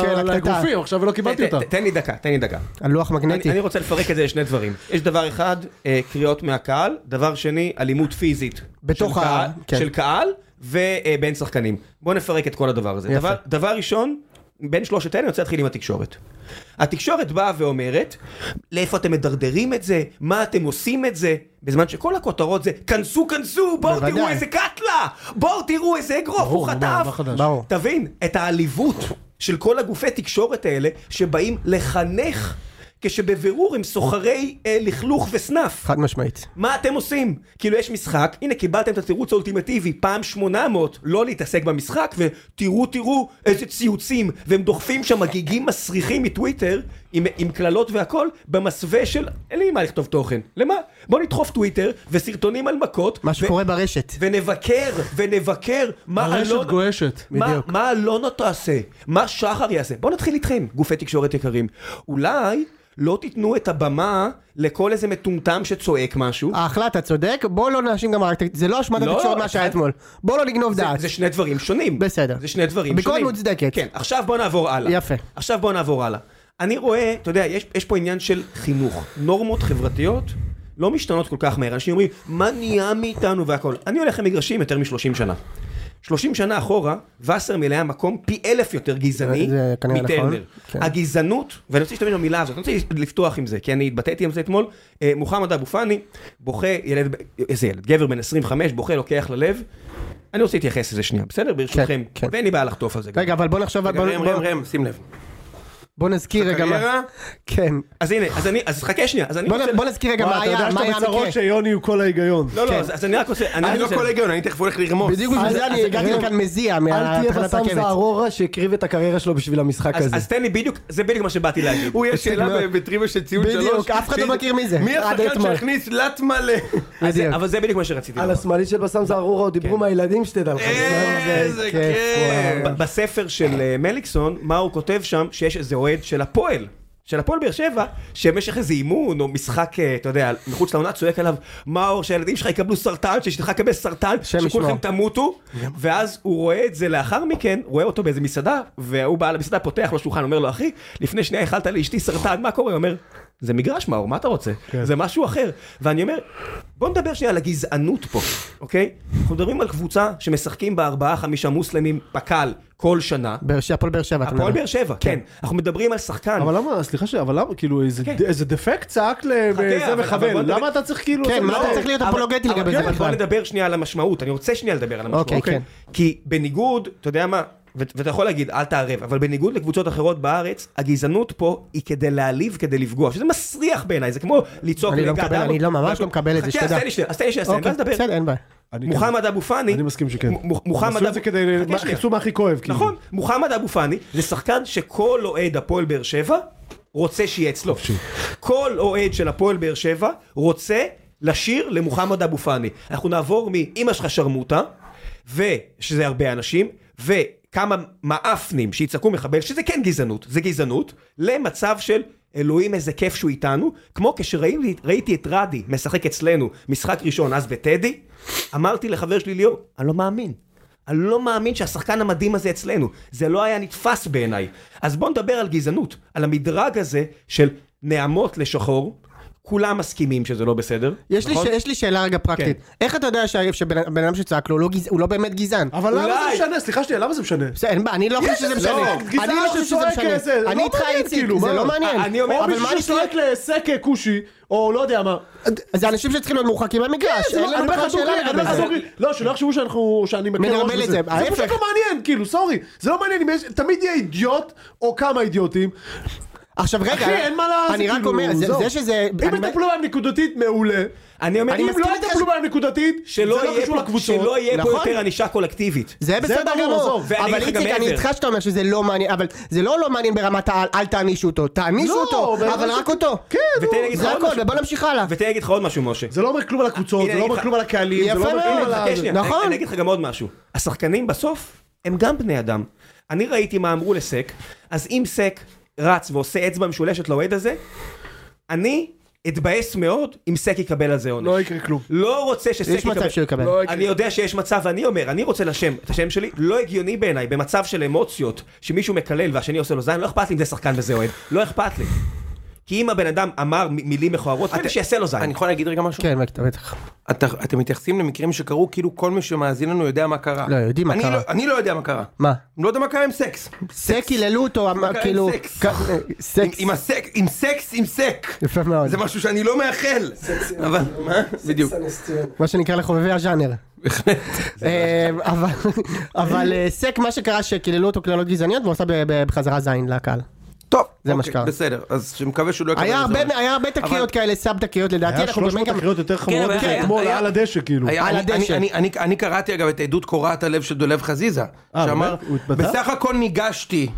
[SPEAKER 5] כן,
[SPEAKER 3] ל-
[SPEAKER 5] לקטטה.
[SPEAKER 3] לאגרופים, עכשיו ולא קיבלתי
[SPEAKER 2] ת-
[SPEAKER 3] אותה.
[SPEAKER 2] ת- תן לי דקה, תן לי דקה.
[SPEAKER 5] על לוח מגנטי.
[SPEAKER 2] אני אני רוצה לפרק את זה לשני דברים. יש דבר אחד, אה, קריאות מהקהל, דבר שני, אלימות פיזית.
[SPEAKER 5] בתוך
[SPEAKER 2] של
[SPEAKER 5] ה-
[SPEAKER 2] קהל-
[SPEAKER 5] כן.
[SPEAKER 2] של קהל ובין שחקנים. בואו נפרק את כל הדבר הזה.
[SPEAKER 5] יפה.
[SPEAKER 2] דבר- דבר ראשון, בין שלושת אלה אני רוצה להתחיל עם התקשורת. התקשורת באה ואומרת, לאיפה אתם מדרדרים את זה? מה אתם עושים את זה? בזמן שכל הכותרות זה, כנסו, כנסו, בואו
[SPEAKER 5] בוודאי.
[SPEAKER 2] תראו איזה קאטלה! בואו תראו איזה אגרוף, הוא
[SPEAKER 3] ברור, נו, מה-
[SPEAKER 2] חטף!
[SPEAKER 3] מה חדש?
[SPEAKER 5] ברור.
[SPEAKER 2] תבין את העליבות של כל הגופי תקשורת האלה שבאים לחנך כשבבירור הם סוחרי אה, לכלוך וסנף.
[SPEAKER 5] חד משמעית.
[SPEAKER 2] מה אתם עושים? כאילו יש משחק, הנה קיבלתם את התירוץ האולטימטיבי, פעם 800 לא להתעסק במשחק ותראו תראו איזה ציוצים והם דוחפים שם מגיגים מסריחים מטוויטר עם, עם קללות והכל במסווה של אין לי מה לכתוב תוכן, למה? בוא נדחוף טוויטר וסרטונים על מכות
[SPEAKER 5] מה
[SPEAKER 2] ו-
[SPEAKER 5] שקורה ברשת.
[SPEAKER 2] ונבקר, ונבקר, מה
[SPEAKER 3] הרשת
[SPEAKER 2] אלונה,
[SPEAKER 3] גועשת.
[SPEAKER 2] מה, מה אלונה תעשה? מה שחר יעשה? בואו נתחיל איתכם, גופי תקשורת יקרים. אולי לא תיתנו את הבמה לכל איזה מטומטם שצועק משהו.
[SPEAKER 5] אחלה, אתה צודק, בוא לא נאשים גם רק, זה לא אשמת
[SPEAKER 2] לא,
[SPEAKER 5] התקשורת מה שהיה
[SPEAKER 2] אחד-
[SPEAKER 5] אתמול. בוא לא נגנוב
[SPEAKER 2] זה,
[SPEAKER 5] דעת.
[SPEAKER 2] זה שני דברים שונים.
[SPEAKER 5] בסדר.
[SPEAKER 2] זה שני דברים
[SPEAKER 5] ביקורת
[SPEAKER 2] שונים.
[SPEAKER 5] מוצדקת.
[SPEAKER 2] כן, עכשיו בוא נעבור הלאה.
[SPEAKER 5] יפה.
[SPEAKER 2] עכשיו בוא נעבור הלאה. אני רואה, אתה יודע, יש, יש פה עניין של חינוך. נורמות חברתיות לא משתנות כל כך מהר. אנשים אומרים, מה נהיה מאיתנו והכל. אני הולך למגרשים יותר מ-30 שנה. 30 שנה אחורה, וסרמיל היה מקום פי אלף יותר גזעני
[SPEAKER 5] זה כנראה נכון,
[SPEAKER 2] מטרנר.
[SPEAKER 5] כן.
[SPEAKER 2] הגזענות, ואני רוצה להשתמש במילה הזאת, אני רוצה לפתוח עם זה, כי אני התבטאתי על זה אתמול, אה, מוחמד אבו פאני, בוכה, ילד, איזה ילד, גבר בן 25, בוכה, לוקח ללב. אני רוצה להתייחס לזה שנייה, בסדר? ברשותכם.
[SPEAKER 5] כן.
[SPEAKER 2] ואין לי בעיה לחטוף על זה גם.
[SPEAKER 5] רגע, אבל בוא נחשוב,
[SPEAKER 1] רגע,
[SPEAKER 5] בוא-
[SPEAKER 1] ראם,
[SPEAKER 5] בוא-
[SPEAKER 1] ראם, ראם, שים לב.
[SPEAKER 5] בוא נזכיר רגע מה...
[SPEAKER 1] קריירה?
[SPEAKER 5] כן.
[SPEAKER 2] אז הנה, אז אני, אז חכה שנייה, אז אני
[SPEAKER 5] בוא
[SPEAKER 2] רוצה...
[SPEAKER 5] נ- כן. בוא נזכיר רגע
[SPEAKER 3] וואי,
[SPEAKER 5] מה
[SPEAKER 3] אתה יודע
[SPEAKER 5] היה, מה
[SPEAKER 3] שאתה
[SPEAKER 5] היה המקרה.
[SPEAKER 3] בצרות שיוני הוא כל ההיגיון.
[SPEAKER 2] לא, לא, אז אז אני רק רוצה...
[SPEAKER 5] אה,
[SPEAKER 1] אני לא
[SPEAKER 2] רוצה-
[SPEAKER 1] כל ההיגיון, אני תכף הולך לרמוס.
[SPEAKER 5] בדיוק בשביל
[SPEAKER 4] אז-
[SPEAKER 5] זה
[SPEAKER 4] אז-
[SPEAKER 5] אני הגעתי
[SPEAKER 4] ראם,
[SPEAKER 5] לכאן מזיע
[SPEAKER 4] אל תהיה
[SPEAKER 5] מהתחנת
[SPEAKER 4] בסם
[SPEAKER 5] רכבת.
[SPEAKER 4] זערורה שהקריב את הקריירה שלו בשביל המשחק
[SPEAKER 2] אז
[SPEAKER 4] הזה.
[SPEAKER 2] אז תן לי בדיוק, זה בדיוק מה שבאתי להגיד.
[SPEAKER 1] הוא יש שאלה
[SPEAKER 4] מאוד.
[SPEAKER 1] בטריוויה של ציון שלוש.
[SPEAKER 5] בדיוק, אף אחד לא
[SPEAKER 1] מי-
[SPEAKER 5] מכיר מי זה.
[SPEAKER 1] מי
[SPEAKER 4] עד
[SPEAKER 1] השחקן
[SPEAKER 4] אתמול.
[SPEAKER 1] שהכניס לטמה ל...
[SPEAKER 2] אז זה-
[SPEAKER 4] בדיוק.
[SPEAKER 2] אבל זה בדיוק מה שרציתי
[SPEAKER 4] על
[SPEAKER 2] לומר.
[SPEAKER 4] השמאלית של בסם זערורה עוד דיברו מהילדים שתדע לך.
[SPEAKER 1] כן. איזה כיף.
[SPEAKER 2] ב- בספר של אה, מליקסון, מה הוא כותב שם? שיש איזה אוהד של הפועל. של הפועל באר שבע, שבמשך איזה אימון או משחק, אה, אתה יודע, מחוץ לעונה צועק עליו, מאור, שהילדים שלך יקבלו סרטן, שאשתך תקבל סרטן,
[SPEAKER 5] ישמור.
[SPEAKER 2] שכולכם תמותו, ואז הוא רואה את זה לאחר מכן, רואה אותו באיזה מסעדה, והוא בעל המסעדה פותח לו שולחן, אומר לו, אחי, לפני שנייה אכלת לאשתי סרטן, מה קורה? הוא אומר, זה מגרש מאור, מה אתה רוצה? זה משהו אחר. ואני אומר, בוא נדבר שנייה על הגזענות פה, אוקיי? אנחנו מדברים על קבוצה שמשחקים בה ארבעה, חמישה מוסלמים בקהל כל שנה.
[SPEAKER 5] באר שבע, הפועל באר שבע, אתה
[SPEAKER 2] הפועל
[SPEAKER 5] מדבר.
[SPEAKER 2] באר שבע, כן. אנחנו מדברים על שחקן.
[SPEAKER 3] אבל למה, סליחה ש... אבל למה, כאילו, איזה-
[SPEAKER 2] כן.
[SPEAKER 3] איזה דפקט צעק
[SPEAKER 2] חכה, אבל-
[SPEAKER 3] לזה
[SPEAKER 2] אבל בוא
[SPEAKER 3] מחבל,
[SPEAKER 2] נדבר-
[SPEAKER 3] למה אתה צריך כאילו...
[SPEAKER 5] כן,
[SPEAKER 3] אתה-
[SPEAKER 5] מה אתה
[SPEAKER 3] לא.
[SPEAKER 5] צריך להיות
[SPEAKER 2] אבל-
[SPEAKER 5] אפולוגטי
[SPEAKER 2] אבל-
[SPEAKER 5] לגבי זה
[SPEAKER 2] כן, אבל בוא
[SPEAKER 5] בכלל?
[SPEAKER 2] נדבר שנייה על המשמעות, אני רוצה שנייה לדבר על המשמעות.
[SPEAKER 5] אוקיי, כן.
[SPEAKER 2] כי בניגוד, אתה יודע מה, ו- ואתה יכול להגיד, אל תערב, אבל בניגוד לקבוצות אחרות בארץ, הגזענות פה היא כדי להעליב, כדי לפגוע, שזה מסריח בעיניי, זה כמו לצעוק
[SPEAKER 5] אני לא
[SPEAKER 2] נגד
[SPEAKER 5] מקבל,
[SPEAKER 2] אדם.
[SPEAKER 5] אני לא, ממש לא מקבל את זה,
[SPEAKER 2] חכה,
[SPEAKER 5] שתדע.
[SPEAKER 2] אז תן לי שנייה, אז תן לי שנייה,
[SPEAKER 5] אוקיי,
[SPEAKER 2] ואז נדבר.
[SPEAKER 5] בסדר, אין בעיה.
[SPEAKER 3] אני כן.
[SPEAKER 2] מוחמד אבו פאני,
[SPEAKER 3] אני מסכים שכן.
[SPEAKER 2] מ- מ- מוחמד
[SPEAKER 3] עשו את זה
[SPEAKER 2] אבו-
[SPEAKER 3] כדי...
[SPEAKER 2] חכה
[SPEAKER 3] מה-
[SPEAKER 2] שנייה.
[SPEAKER 3] חיפשו מה הכי כואב, כאילו.
[SPEAKER 2] נכון, מוחמד אבו פאני זה שחקן שכל אוהד הפועל באר שבע רוצה שיהיה אצלו. כל אוהד של הפועל באר שבע רוצה לשיר למוחמד אבו פאני. אנחנו נעבור מאמא שלך שרמוטה, ושזה הרבה אנשים, וכמה מעפנים שיצעקו מחבל, שזה כן גזענות, זה גזענות, למצב של... אלוהים איזה כיף שהוא איתנו, כמו כשראיתי ראיתי את רדי משחק אצלנו משחק ראשון אז בטדי, אמרתי לחבר שלי ליאור, אני לא מאמין, אני לא מאמין שהשחקן המדהים הזה אצלנו. זה לא היה נתפס בעיניי. אז בואו נדבר על גזענות, על המדרג הזה של נעמות לשחור. כולם מסכימים שזה לא בסדר.
[SPEAKER 5] יש לי
[SPEAKER 2] נכון?
[SPEAKER 5] ש- יש לי שאלה רגע פרקטית.
[SPEAKER 3] כן.
[SPEAKER 5] איך אתה יודע שה- שבן הבן אדם שצעק לו, הוא לא גז- הוא לא באמת גזען?
[SPEAKER 3] אבל למה
[SPEAKER 2] אולי.
[SPEAKER 3] זה משנה? סליחה שנייה, למה זה משנה?
[SPEAKER 5] בסדר, אין בעיה, אני לא חושב שזה
[SPEAKER 3] איזה-
[SPEAKER 5] משנה.
[SPEAKER 3] לא, גזען
[SPEAKER 5] אני לא חושב שזה
[SPEAKER 3] שצועק איזה-
[SPEAKER 5] משנה.
[SPEAKER 3] לא
[SPEAKER 5] אני איתך
[SPEAKER 3] מעניין,
[SPEAKER 5] איציק,
[SPEAKER 3] כאילו,
[SPEAKER 5] זה
[SPEAKER 3] מה?
[SPEAKER 5] לא מעניין.
[SPEAKER 2] אני אומר,
[SPEAKER 3] או
[SPEAKER 5] אבל
[SPEAKER 3] מישהו
[SPEAKER 5] מה אני
[SPEAKER 3] שצועק לסק כושי, או לא יודע מה.
[SPEAKER 5] אז זה אנשים שצריכים להיות מורחקים מהמגרש,
[SPEAKER 3] זה
[SPEAKER 5] אין
[SPEAKER 3] לא- אני
[SPEAKER 5] לנו
[SPEAKER 3] אומר לך
[SPEAKER 5] בכלל נכון, שאלה
[SPEAKER 3] דוגרי, אני אומר
[SPEAKER 5] לגבי
[SPEAKER 3] לך
[SPEAKER 5] זה.
[SPEAKER 3] דוגרי. לא, שלא יחשבו שאנחנו, שאני מקל
[SPEAKER 5] מנרמל
[SPEAKER 3] ראש
[SPEAKER 5] את זה,
[SPEAKER 3] בזה. זה פשוט
[SPEAKER 5] ההפך.
[SPEAKER 3] לא מעניין, כאילו, סורי. זה לא מעניין אם יש, תמיד יהיה אידיוט, או כמה אידיוטים.
[SPEAKER 5] עכשיו רגע,
[SPEAKER 3] אחי, אין מה לעשות,
[SPEAKER 5] אני רק
[SPEAKER 3] כאילו,
[SPEAKER 5] אומר, זה-
[SPEAKER 3] זהו.
[SPEAKER 5] זה שזה...
[SPEAKER 3] אם
[SPEAKER 5] אני-
[SPEAKER 3] יטפלו בהם נקודתית, מעולה.
[SPEAKER 2] אני אומר,
[SPEAKER 5] אני
[SPEAKER 3] אם
[SPEAKER 5] מסכים
[SPEAKER 3] לא
[SPEAKER 5] איתך
[SPEAKER 3] יטפלו
[SPEAKER 5] ש-
[SPEAKER 3] בהם נקודתית,
[SPEAKER 2] שלא
[SPEAKER 3] זה לא
[SPEAKER 2] יהיה
[SPEAKER 3] קשור
[SPEAKER 2] פה-
[SPEAKER 3] לקבוצות.
[SPEAKER 2] שלא יהיה פה
[SPEAKER 5] נכון.
[SPEAKER 2] יותר ענישה קולקטיבית.
[SPEAKER 5] זה בסדר
[SPEAKER 3] ברור,
[SPEAKER 5] גמור,
[SPEAKER 3] עזוב.
[SPEAKER 2] ואני
[SPEAKER 5] אבל
[SPEAKER 2] אגיד לך גם
[SPEAKER 5] איציק אני
[SPEAKER 2] מעבר.
[SPEAKER 5] איתך שאתה אומר שזה לא מעניין, אבל זה לא לא מעניין ברמת העל, אל תענישו אותו, תענישו
[SPEAKER 3] לא,
[SPEAKER 5] אותו,
[SPEAKER 3] ברמת
[SPEAKER 5] אבל
[SPEAKER 3] ש-
[SPEAKER 5] רק אותו,
[SPEAKER 3] כן,
[SPEAKER 2] ותן לי
[SPEAKER 3] נו.
[SPEAKER 2] להגיד לך
[SPEAKER 5] זה
[SPEAKER 2] עוד
[SPEAKER 5] הכל,
[SPEAKER 2] משהו.
[SPEAKER 5] ובוא נמשיך הלאה,
[SPEAKER 2] ותן לי להגיד לך עוד משהו, משה.
[SPEAKER 3] זה לא אומר כלום על הקבוצות,
[SPEAKER 2] הנה,
[SPEAKER 3] זה לא
[SPEAKER 2] אני
[SPEAKER 3] אומר
[SPEAKER 2] אגיד
[SPEAKER 3] כלום על הקהלים, זה
[SPEAKER 5] יפה
[SPEAKER 3] לא אומר
[SPEAKER 5] מאוד.
[SPEAKER 3] כלום על ה...
[SPEAKER 2] חכה אה, שנייה,
[SPEAKER 5] נכון.
[SPEAKER 2] אני- אני אגיד לך גם עוד משהו. השחקנים בסוף הם גם בני אדם. אני ראיתי מה אמרו לסק, אז אם סק רץ ועושה אצבע משולשת לאוהד הזה, אני אתבאס מאוד אם סק יקבל על זה עונש.
[SPEAKER 3] לא יקרה כלום.
[SPEAKER 2] לא רוצה שסק יקבל.
[SPEAKER 5] יש מצב שהוא יקבל.
[SPEAKER 3] לא
[SPEAKER 2] אני יודע שיש מצב, ואני אומר, אני רוצה לשם, את השם שלי, לא הגיוני בעיניי, במצב של אמוציות, שמישהו מקלל והשני עושה לו זין, לא אכפת לי אם זה שחקן וזה אוהד, לא אכפת לי. כי אם הבן אדם אמר מ- מילים מכוערות, אין
[SPEAKER 1] אתה-
[SPEAKER 2] שיעשה לו זין.
[SPEAKER 1] אני יכול להגיד רגע משהו?
[SPEAKER 5] כן בטח, בטח,
[SPEAKER 1] אתה- אתם מתייחסים למקרים שקרו כאילו כל מי שמאזין לנו יודע מה קרה.
[SPEAKER 5] לא, יודעים מה
[SPEAKER 1] אני
[SPEAKER 5] קרה.
[SPEAKER 1] לא- אני לא יודע מה קרה.
[SPEAKER 5] מה?
[SPEAKER 1] אני לא יודע מה קרה עם סקס.
[SPEAKER 5] זה קיללו אותו, אמר,
[SPEAKER 1] קרה עם
[SPEAKER 5] כאילו,
[SPEAKER 1] סקס?
[SPEAKER 5] כ- סקס,
[SPEAKER 1] עם הסק, עם סקס, עם סק.
[SPEAKER 5] יפה מאוד,
[SPEAKER 1] זה משהו שאני לא מאחל. אבל מה? בדיוק.
[SPEAKER 5] מה שנקרא לחובבי הז'אנר, אה, אבל- אבל אה, סק מה שקרה שקיללו אותו קללות גזעניות והוא עשה ב- ב- בחזרה זין לקהל,
[SPEAKER 1] טוב.
[SPEAKER 5] זה מה
[SPEAKER 1] אוקיי,
[SPEAKER 5] שקרה.
[SPEAKER 1] בסדר, אז שמקווה שהוא לא יקבל
[SPEAKER 5] היה
[SPEAKER 1] את זה.
[SPEAKER 5] הרבה- היה הרבה תקריות כאלה, סאב תקריות לדעתי,
[SPEAKER 3] היה
[SPEAKER 5] אנחנו באמת
[SPEAKER 3] 300
[SPEAKER 5] גם,
[SPEAKER 3] תקריות יותר חמורות
[SPEAKER 1] אבל
[SPEAKER 3] מזה
[SPEAKER 1] היה-
[SPEAKER 3] אתמול
[SPEAKER 1] היה-
[SPEAKER 3] על הדשא, כאילו.
[SPEAKER 1] היה-
[SPEAKER 5] על
[SPEAKER 1] אני-
[SPEAKER 5] הדשא.
[SPEAKER 1] אני- אני- אני קראתי אגב את עדות קורעת הלב של דולב חזיזה,
[SPEAKER 3] אה,
[SPEAKER 1] שאמר,
[SPEAKER 3] באמת? הוא התבטא?
[SPEAKER 1] בסך הכל ניגשתי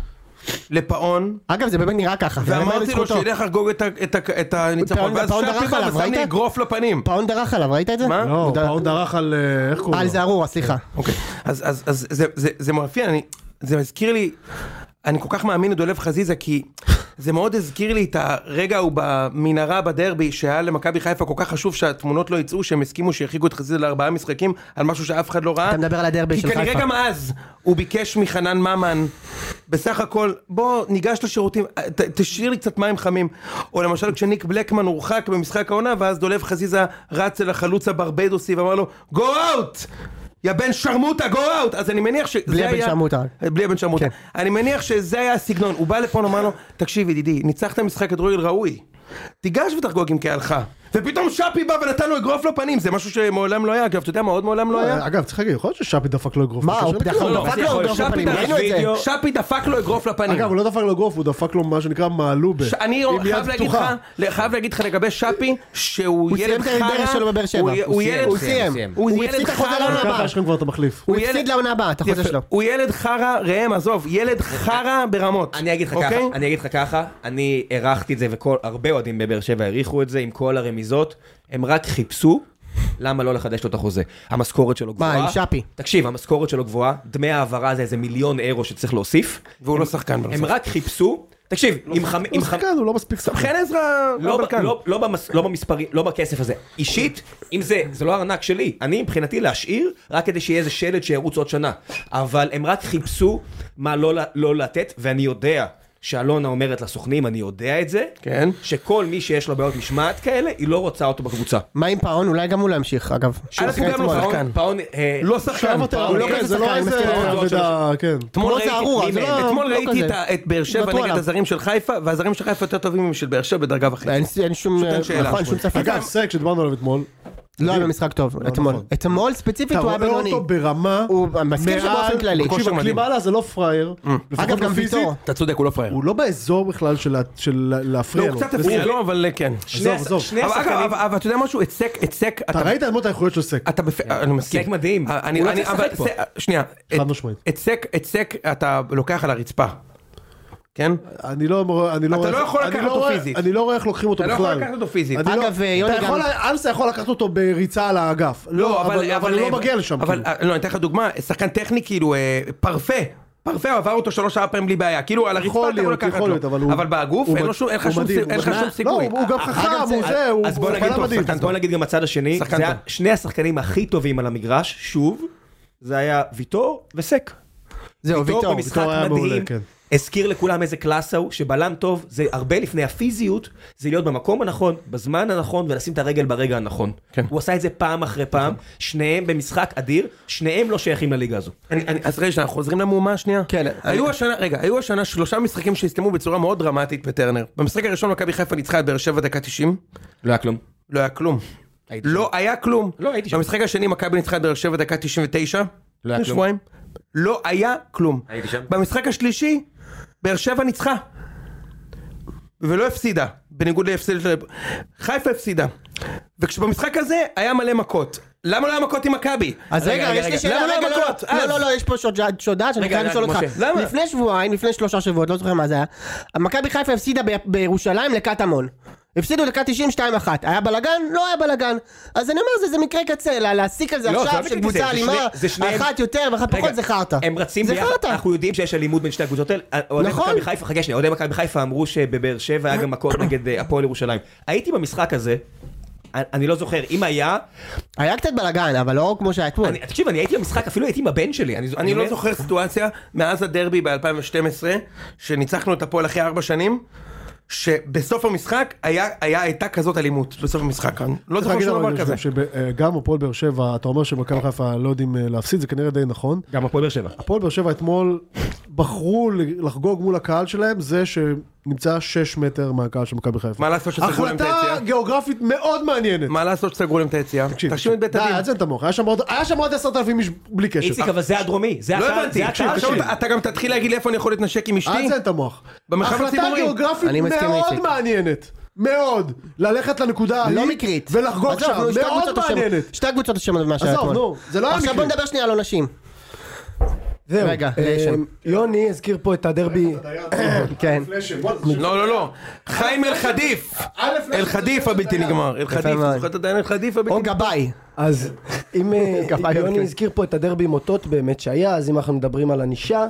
[SPEAKER 1] לפאון,
[SPEAKER 5] אגב זה באמת נראה ככה, ואני כן, אומר
[SPEAKER 1] ואמרתי לו
[SPEAKER 5] לזכותו.
[SPEAKER 1] שילך לחגוג את ה- את ה- את הניצחון,
[SPEAKER 5] פאון-
[SPEAKER 1] ואז
[SPEAKER 5] פאון
[SPEAKER 1] שתי
[SPEAKER 5] דרך
[SPEAKER 1] פעמים
[SPEAKER 5] עליו,
[SPEAKER 1] עשה
[SPEAKER 5] ראית?
[SPEAKER 1] לי אגרוף לפנים.
[SPEAKER 5] פאון דרך עליו, ראית את זה?
[SPEAKER 1] מה?
[SPEAKER 3] לא,
[SPEAKER 5] הוא ד-
[SPEAKER 3] פאון דרך על... אה, איך קוראים
[SPEAKER 5] על
[SPEAKER 3] לו?
[SPEAKER 5] זערורה, סליחה.
[SPEAKER 1] אוקיי, אז, אז, אז זה, זה, זה מאפיין, אני, זה מזכיר לי, אני כל כך מאמין לדולב חזיזה, כי זה מאוד הזכיר לי את הרגע ההוא במנהרה בדרבי, שהיה למכבי חיפה כל כך חשוב שהתמונות לא יצאו, שהם הסכימו שירחיקו את חזיזה לארבעה משחקים, על משהו שאף אחד לא ראה.
[SPEAKER 5] אתה מדבר על הדרבי של
[SPEAKER 1] כי כנראה
[SPEAKER 5] חיפה.
[SPEAKER 1] גם אז הוא ביקש מחנן ממן, בסך הכל, בוא ניגש לשירותים, ת, תשאיר לי קצת מים חמים. או למשל כשניק בלקמן הורחק במשחק העונה, ואז דולב חזיזה רץ אל החלוץ הברבדוסי ואמר לו, go out! יא בן שרמוטה, go out! אז אני מניח שזה
[SPEAKER 5] בלי
[SPEAKER 1] היה...
[SPEAKER 5] הבן שרמוטה.
[SPEAKER 1] בלי הבן שרמוטה.
[SPEAKER 5] כן.
[SPEAKER 1] אני מניח שזה היה הסגנון. הוא בא לפה, אמר לו, תקשיב ידידי, ניצחת משחק כדורגל ראוי. תיגש ותחגוג עם קהלך. ופתאום שפי בא ונתן לו אגרוף לפנים, זה משהו שמעולם לא היה. אגב, אתה יודע מה עוד מעולם לא היה?
[SPEAKER 3] אגב, צריך להגיד, יכול להיות ששאפי דפק לו אגרוף.
[SPEAKER 5] מה,
[SPEAKER 3] קשה
[SPEAKER 5] הוא
[SPEAKER 3] לכלום.
[SPEAKER 5] דפק לו
[SPEAKER 2] לא,
[SPEAKER 5] דפק לו
[SPEAKER 2] יכול,
[SPEAKER 5] דרך
[SPEAKER 2] שפי
[SPEAKER 5] הפנים,
[SPEAKER 2] דרך
[SPEAKER 5] ראינו את זה.
[SPEAKER 2] וידאו.
[SPEAKER 1] שפי דפק לו אגרוף לפנים.
[SPEAKER 3] אגב, הוא לא דפק לו אגרוף, הוא דפק לו מה שנקרא מעלובה.
[SPEAKER 1] ש- אני
[SPEAKER 3] עם יד
[SPEAKER 1] חייב להגיד
[SPEAKER 3] פתוחה.
[SPEAKER 1] לך, חייב להגיד לך לגבי שפי, שהוא
[SPEAKER 5] הוא סיים
[SPEAKER 1] ילד
[SPEAKER 5] את הדרך שלו בבאר שבע.
[SPEAKER 1] הוא י- הוא ילד
[SPEAKER 5] הוא
[SPEAKER 1] חרא.
[SPEAKER 5] סיים.
[SPEAKER 1] הוא
[SPEAKER 5] הוא
[SPEAKER 1] ילד
[SPEAKER 5] הפסיד את החוזה
[SPEAKER 1] חרא.
[SPEAKER 5] לעונה הבאה.
[SPEAKER 3] ככה יש לכם כבר את המחליף.
[SPEAKER 5] הוא
[SPEAKER 1] הוא
[SPEAKER 5] הפסיד
[SPEAKER 1] ילד-
[SPEAKER 5] לעונה הבאה, את החוזה
[SPEAKER 1] יפה.
[SPEAKER 5] שלו.
[SPEAKER 1] הוא ילד חרא, ראם, עזוב, ילד חרא ברמות.
[SPEAKER 2] אני אגיד לך
[SPEAKER 1] אוקיי?
[SPEAKER 2] ככה, אני אגיד לך ככה, אני הערכתי את זה והרבה אוהדים בבאר שבע העריכו את זה עם כל הרמיזות, הם רק חיפשו למה לא לחדש לו את החוזה. המשכורת שלו גבוהה.
[SPEAKER 5] עם שפי?
[SPEAKER 2] תקשיב, המשכורת שלו גבוהה, דמי העברה זה איזה מיליון אירו שצריך להוסיף.
[SPEAKER 1] והוא לא שחקן בנוסף.
[SPEAKER 2] הם רק חיפסו, תקשיב, עם חמ- עם חמ-
[SPEAKER 3] הוא שחקן, הוא לא מספיק שחקן.
[SPEAKER 1] חן עזרא
[SPEAKER 2] לא, ב-
[SPEAKER 1] בבלקן.
[SPEAKER 2] לא, לא, במס, לא במספרים, לא בכסף הזה. אישית, אם זה, זה לא ארנק שלי. אני מבחינתי להשאיר, רק כדי שיהיה איזה שלד שירוץ עוד שנה. אבל הם רק חיפשו מה לא, ל- לא לתת, ואני יודע שאלונה אומרת לסוכנים, אני יודע את זה,
[SPEAKER 1] כן.
[SPEAKER 2] שכל מי שיש לו בעיות משמעת כאלה, היא לא רוצה אותו בקבוצה.
[SPEAKER 5] מה עם פאון? אולי גם הוא לא ימשיך, אגב.
[SPEAKER 1] א', הוא
[SPEAKER 5] כן,
[SPEAKER 1] גם לא שחקן.
[SPEAKER 2] פאון, אה,
[SPEAKER 1] לא שחקן. הוא לא
[SPEAKER 3] כן,
[SPEAKER 1] כזה
[SPEAKER 3] זה לא
[SPEAKER 1] שחקן.
[SPEAKER 3] איזה
[SPEAKER 1] מסכים.
[SPEAKER 3] אבדה, כן.
[SPEAKER 1] אתמול
[SPEAKER 5] כמו
[SPEAKER 1] ראיתי-
[SPEAKER 5] זערורה, זה לא-
[SPEAKER 1] אתמול
[SPEAKER 5] לא
[SPEAKER 1] ראיתי
[SPEAKER 5] כזה.
[SPEAKER 1] את ה- את באר שבע
[SPEAKER 5] נתנו
[SPEAKER 1] נגד
[SPEAKER 5] עליו.
[SPEAKER 1] הזרים של חיפה, והזרים של חיפה יותר טובים משל באר שבע בדרגה וחצי.
[SPEAKER 5] אין אין שום,
[SPEAKER 1] פשוט אין שאלה.
[SPEAKER 5] נכון, שום ספק.
[SPEAKER 3] אגב, סק שדיברנו עליו אתמול,
[SPEAKER 5] לא היה במשחק טוב, אתמול.
[SPEAKER 3] נכון.
[SPEAKER 5] אתמול ספציפית
[SPEAKER 3] אתה
[SPEAKER 5] הוא היה
[SPEAKER 3] רואה
[SPEAKER 5] בינוני.
[SPEAKER 3] אותו ברמה,
[SPEAKER 5] הוא מסכים שבאופן כללי.
[SPEAKER 1] כושר
[SPEAKER 3] תקשיב,
[SPEAKER 1] מדהים.
[SPEAKER 3] הקלימאלה זה לא פראייר,
[SPEAKER 5] אגב,
[SPEAKER 3] לפחות
[SPEAKER 5] גם
[SPEAKER 3] לא פיזית,
[SPEAKER 5] ויטור.
[SPEAKER 1] אתה צודק, הוא לא פראייר.
[SPEAKER 3] הוא לא באזור בכלל של ה- של
[SPEAKER 1] לא,
[SPEAKER 3] ה- להפריע
[SPEAKER 1] הוא
[SPEAKER 3] לו.
[SPEAKER 1] קצת הפריע
[SPEAKER 3] לסק.
[SPEAKER 1] לו, אבל אה, כן.
[SPEAKER 3] עזוב,
[SPEAKER 2] הש-
[SPEAKER 3] עזוב.
[SPEAKER 2] שני
[SPEAKER 1] אבל אגב,
[SPEAKER 2] השחקנים-
[SPEAKER 1] אבל- אבל אתה יודע משהו? את סק, את סק,
[SPEAKER 3] אתה ראית אתמול את האיכויות של סק.
[SPEAKER 1] אתה בפ... אני מסכים.
[SPEAKER 2] כן. סק מדהים.
[SPEAKER 1] אני,
[SPEAKER 2] הוא לא
[SPEAKER 1] אני,
[SPEAKER 2] צריך
[SPEAKER 1] אבל
[SPEAKER 2] לשחק פה.
[SPEAKER 1] סק- שנייה.
[SPEAKER 3] חד
[SPEAKER 1] את-
[SPEAKER 3] משמעית.
[SPEAKER 1] את סק, את סק אתה לוקח על הרצפה. כן?
[SPEAKER 3] אני לא אומר- אני לא רואה...
[SPEAKER 1] לא
[SPEAKER 3] איך-
[SPEAKER 1] יכול
[SPEAKER 3] אני
[SPEAKER 1] לקחת
[SPEAKER 3] לא
[SPEAKER 1] אותו
[SPEAKER 3] רואה-
[SPEAKER 1] פיזית.
[SPEAKER 3] אני לא רואה איך לוקחים אותו
[SPEAKER 1] אתה לא
[SPEAKER 3] בכלל.
[SPEAKER 1] יכול לקחת אותו פיזית.
[SPEAKER 3] אני לא-
[SPEAKER 5] אגב, יוני
[SPEAKER 3] אתה
[SPEAKER 5] גם-
[SPEAKER 3] יכול, אנסה יכול לקחת אותו בריצה על האגף.
[SPEAKER 1] לא, אבל...
[SPEAKER 3] אבל הוא לא מגיע לשם.
[SPEAKER 1] אבל,
[SPEAKER 3] כאילו.
[SPEAKER 1] אה, לא, אני אתן לך דוגמה, שחקן טכני כאילו, אה, פרפה. פרפה הוא עבר אותו שלוש ארבע פעמים בלי בעיה, כאילו על הרצפה
[SPEAKER 3] יכול
[SPEAKER 1] אתה יכול
[SPEAKER 3] להיות,
[SPEAKER 1] לקחת
[SPEAKER 3] יכול להיות, אבל
[SPEAKER 1] לו,
[SPEAKER 3] הוא...
[SPEAKER 1] אבל בגוף
[SPEAKER 3] הוא
[SPEAKER 1] אין לו
[SPEAKER 3] מד-
[SPEAKER 1] שום- אין לך
[SPEAKER 3] הוא
[SPEAKER 1] שום
[SPEAKER 3] מדהים,
[SPEAKER 1] סי- אין לך שום
[SPEAKER 3] הוא מדהים. לא,
[SPEAKER 1] סיכוי.
[SPEAKER 3] הוא גם
[SPEAKER 1] אה,
[SPEAKER 3] חכם,
[SPEAKER 5] אגב,
[SPEAKER 3] הוא
[SPEAKER 5] זה-
[SPEAKER 3] זה, הוא
[SPEAKER 2] אז בוא
[SPEAKER 3] הוא
[SPEAKER 2] נגיד
[SPEAKER 3] בלם
[SPEAKER 1] טוב,
[SPEAKER 3] מדהים.
[SPEAKER 1] שחקן
[SPEAKER 2] אז בוא נגיד גם הצד השני,
[SPEAKER 1] שחקן
[SPEAKER 2] זה
[SPEAKER 1] טוב.
[SPEAKER 2] היה שני השחקנים הכי טובים על המגרש, שוב, זה היה ויטור וסק.
[SPEAKER 5] זהו,
[SPEAKER 2] ויטור
[SPEAKER 5] ויטור.
[SPEAKER 2] במשחק
[SPEAKER 3] ויטור היה
[SPEAKER 2] מדהים,
[SPEAKER 3] מעולה, כן.
[SPEAKER 2] הזכיר לכולם איזה קלאסה הוא, שבלם טוב זה הרבה לפני הפיזיות, זה להיות במקום הנכון, בזמן הנכון ולשים את הרגל ברגע הנכון.
[SPEAKER 1] כן.
[SPEAKER 2] הוא עשה את זה פעם אחרי פעם, שניהם במשחק אדיר, שניהם לא שייכים לליגה הזו.
[SPEAKER 1] אני- אני- אז רגע, אנחנו חוזרים למהומה השנייה?
[SPEAKER 5] כן.
[SPEAKER 1] היו השנה, רגע, היו השנה שלושה משחקים שהסתיימו בצורה מאוד דרמטית בטרנר. במשחק הראשון מכבי חיפה ניצחה את באר שבע דקה 90.
[SPEAKER 2] לא היה כלום.
[SPEAKER 1] לא היה כלום.
[SPEAKER 2] הייתי
[SPEAKER 1] לא היה כלום.
[SPEAKER 2] לא, הייתי שם.
[SPEAKER 1] במשחק השני מכבי ניצחה את באר שבע דקה 99.
[SPEAKER 2] לא היה
[SPEAKER 1] לפני
[SPEAKER 2] כלום.
[SPEAKER 1] שבועיים. לא היה כלום.
[SPEAKER 2] הייתי שם.
[SPEAKER 1] במשחק השלישי, באר שבע ניצחה. ולא הפסידה, בניגוד להפסד של... חיפה הפסידה. וכשבמשחק הזה היה מלא מכות. למה לא היה מכות עם מכבי?
[SPEAKER 5] אז רגע, רגע, יש לי
[SPEAKER 1] רגע.
[SPEAKER 5] שאלה,
[SPEAKER 1] למה לא
[SPEAKER 5] רגע,
[SPEAKER 1] היה
[SPEAKER 5] לא,
[SPEAKER 1] מכות?
[SPEAKER 5] לא,
[SPEAKER 1] אז.
[SPEAKER 5] לא, לא, יש פה שוד- שודד שאני
[SPEAKER 1] רגע,
[SPEAKER 5] חייב
[SPEAKER 1] רגע,
[SPEAKER 5] לשאול אותך.
[SPEAKER 1] משה, למה?
[SPEAKER 5] לפני שבועיים, לפני שלושה שבועות, לא זוכר מה זה היה, מכבי חיפה הפסידה ב- בירושלים לקטמון. הפסידו דקה 90, 2-1. היה בלאגן? לא היה בלאגן. אז אני אומר, זה- זה מקרה קצה, לה- להסיק על זה
[SPEAKER 2] לא, זה
[SPEAKER 5] עכשיו,
[SPEAKER 2] לא מקרה קצה,
[SPEAKER 5] שקבוצה
[SPEAKER 2] זה
[SPEAKER 5] אלימה,
[SPEAKER 2] שני- זה שניהם-
[SPEAKER 5] אחת יותר ואחת
[SPEAKER 2] רגע,
[SPEAKER 5] פחות, זה חרטא.
[SPEAKER 2] הם רצים
[SPEAKER 5] זה
[SPEAKER 2] ביחד,
[SPEAKER 5] חרטא.
[SPEAKER 2] אנחנו יודעים שיש אלימות בין שתי הקבוצות האלה. אוהדי
[SPEAKER 5] נכון.
[SPEAKER 2] מכבי חיפה, חכה שנייה, אוהדי מכבי חיפה אמרו שבבאר שבע היה גם מכות נגד אה, הפועל ירושלים. הייתי במשחק הזה, אני- אני לא זוכר, אם היה,
[SPEAKER 5] היה קצת בלאגן, אבל לא כמו שהיה אתמול.
[SPEAKER 2] אני- תקשיב, אני הייתי במשחק, אפילו הייתי עם הבן שלי.
[SPEAKER 1] אני לא
[SPEAKER 2] אומר-
[SPEAKER 1] זוכר סיטואציה מאז הדרבי ב-2012, שניצחנו את הפועל אחרי ארבע שנים, שבסוף המשחק היה, היה, הייתה כזאת אלימות בסוף המשחק. אני לא
[SPEAKER 3] צריך
[SPEAKER 1] זוכר
[SPEAKER 3] להגיד
[SPEAKER 1] שום
[SPEAKER 3] אבל
[SPEAKER 1] דבר
[SPEAKER 3] אני
[SPEAKER 1] כזה.
[SPEAKER 3] חושב שגם הפועל באר שבע, אתה אומר שמכבי חיפה לא יודעים אה, להפסיד, זה כנראה די נכון.
[SPEAKER 2] גם הפועל באר שבע.
[SPEAKER 3] הפועל באר שבע אתמול בחרו לחגוג מול הקהל שלהם זה שנמצא 6 מטר מהקהל של מכבי חיפה.
[SPEAKER 1] מה לעשות שסגרו להם את היציאה?
[SPEAKER 3] החלטה גיאוגרפית מאוד מעניינת.
[SPEAKER 1] מה לעשות שסגרו להם את היציאה? תקשיב את בית
[SPEAKER 3] די,
[SPEAKER 1] הדין.
[SPEAKER 3] אל תזיין את המוח, היה שם עוד- היה שם עוד עשרת אלפים איש בלי קשר.
[SPEAKER 2] איציק, אבל זה הדרומי, זה
[SPEAKER 1] לא
[SPEAKER 2] הקהל-
[SPEAKER 1] הבנתי,
[SPEAKER 2] זה
[SPEAKER 1] תקשיב,
[SPEAKER 2] הקהל
[SPEAKER 1] עכשיו
[SPEAKER 2] שלי.
[SPEAKER 1] אתה- אתה גם תתחיל להגיד לי איפה אני יכול להתנשק עם
[SPEAKER 3] אל
[SPEAKER 1] אשתי?
[SPEAKER 3] תזיין את המוח.
[SPEAKER 1] במרחב
[SPEAKER 3] החלטה
[SPEAKER 1] הציבורי.
[SPEAKER 3] גיאוגרפית
[SPEAKER 5] אני מסכים עם
[SPEAKER 3] מאוד
[SPEAKER 5] איציק.
[SPEAKER 3] מעניינת. מאוד. ללכת לנקודה ההיא.
[SPEAKER 5] לא מקרית.
[SPEAKER 3] ולחגוג
[SPEAKER 5] עזוב, לא,
[SPEAKER 3] שם.
[SPEAKER 5] נו, שתי
[SPEAKER 3] מאוד
[SPEAKER 5] הקבוצות אשמות.
[SPEAKER 3] מעניינת.
[SPEAKER 5] שתי הקבוצות אשמות במה שהיה
[SPEAKER 3] עזוב,
[SPEAKER 5] אתמול.
[SPEAKER 3] נו, זה לא היה
[SPEAKER 5] עכשיו בוא
[SPEAKER 3] מקרי.
[SPEAKER 5] נדבר שנייה על עונשים.
[SPEAKER 4] זהו.
[SPEAKER 5] רגע,
[SPEAKER 4] אה,
[SPEAKER 5] לשם.
[SPEAKER 4] יוני הזכיר פה את הדרבי.
[SPEAKER 5] כן.
[SPEAKER 1] לא, לא, לא. חיים אלחדיף.
[SPEAKER 3] לא,
[SPEAKER 1] אלחדיף הבלתי נגמר. אלחדיף,
[SPEAKER 5] מאוד. אוקיי.
[SPEAKER 1] זוכר את הדיין אלחדיף הבלתי
[SPEAKER 5] או
[SPEAKER 1] נגמר?
[SPEAKER 5] גבאי.
[SPEAKER 4] אז אם אה,
[SPEAKER 5] כפיים,
[SPEAKER 4] יוני
[SPEAKER 5] כן.
[SPEAKER 4] הזכיר פה את הדרבי מוטות באמת שהיה, אז אם אנחנו מדברים על ענישה,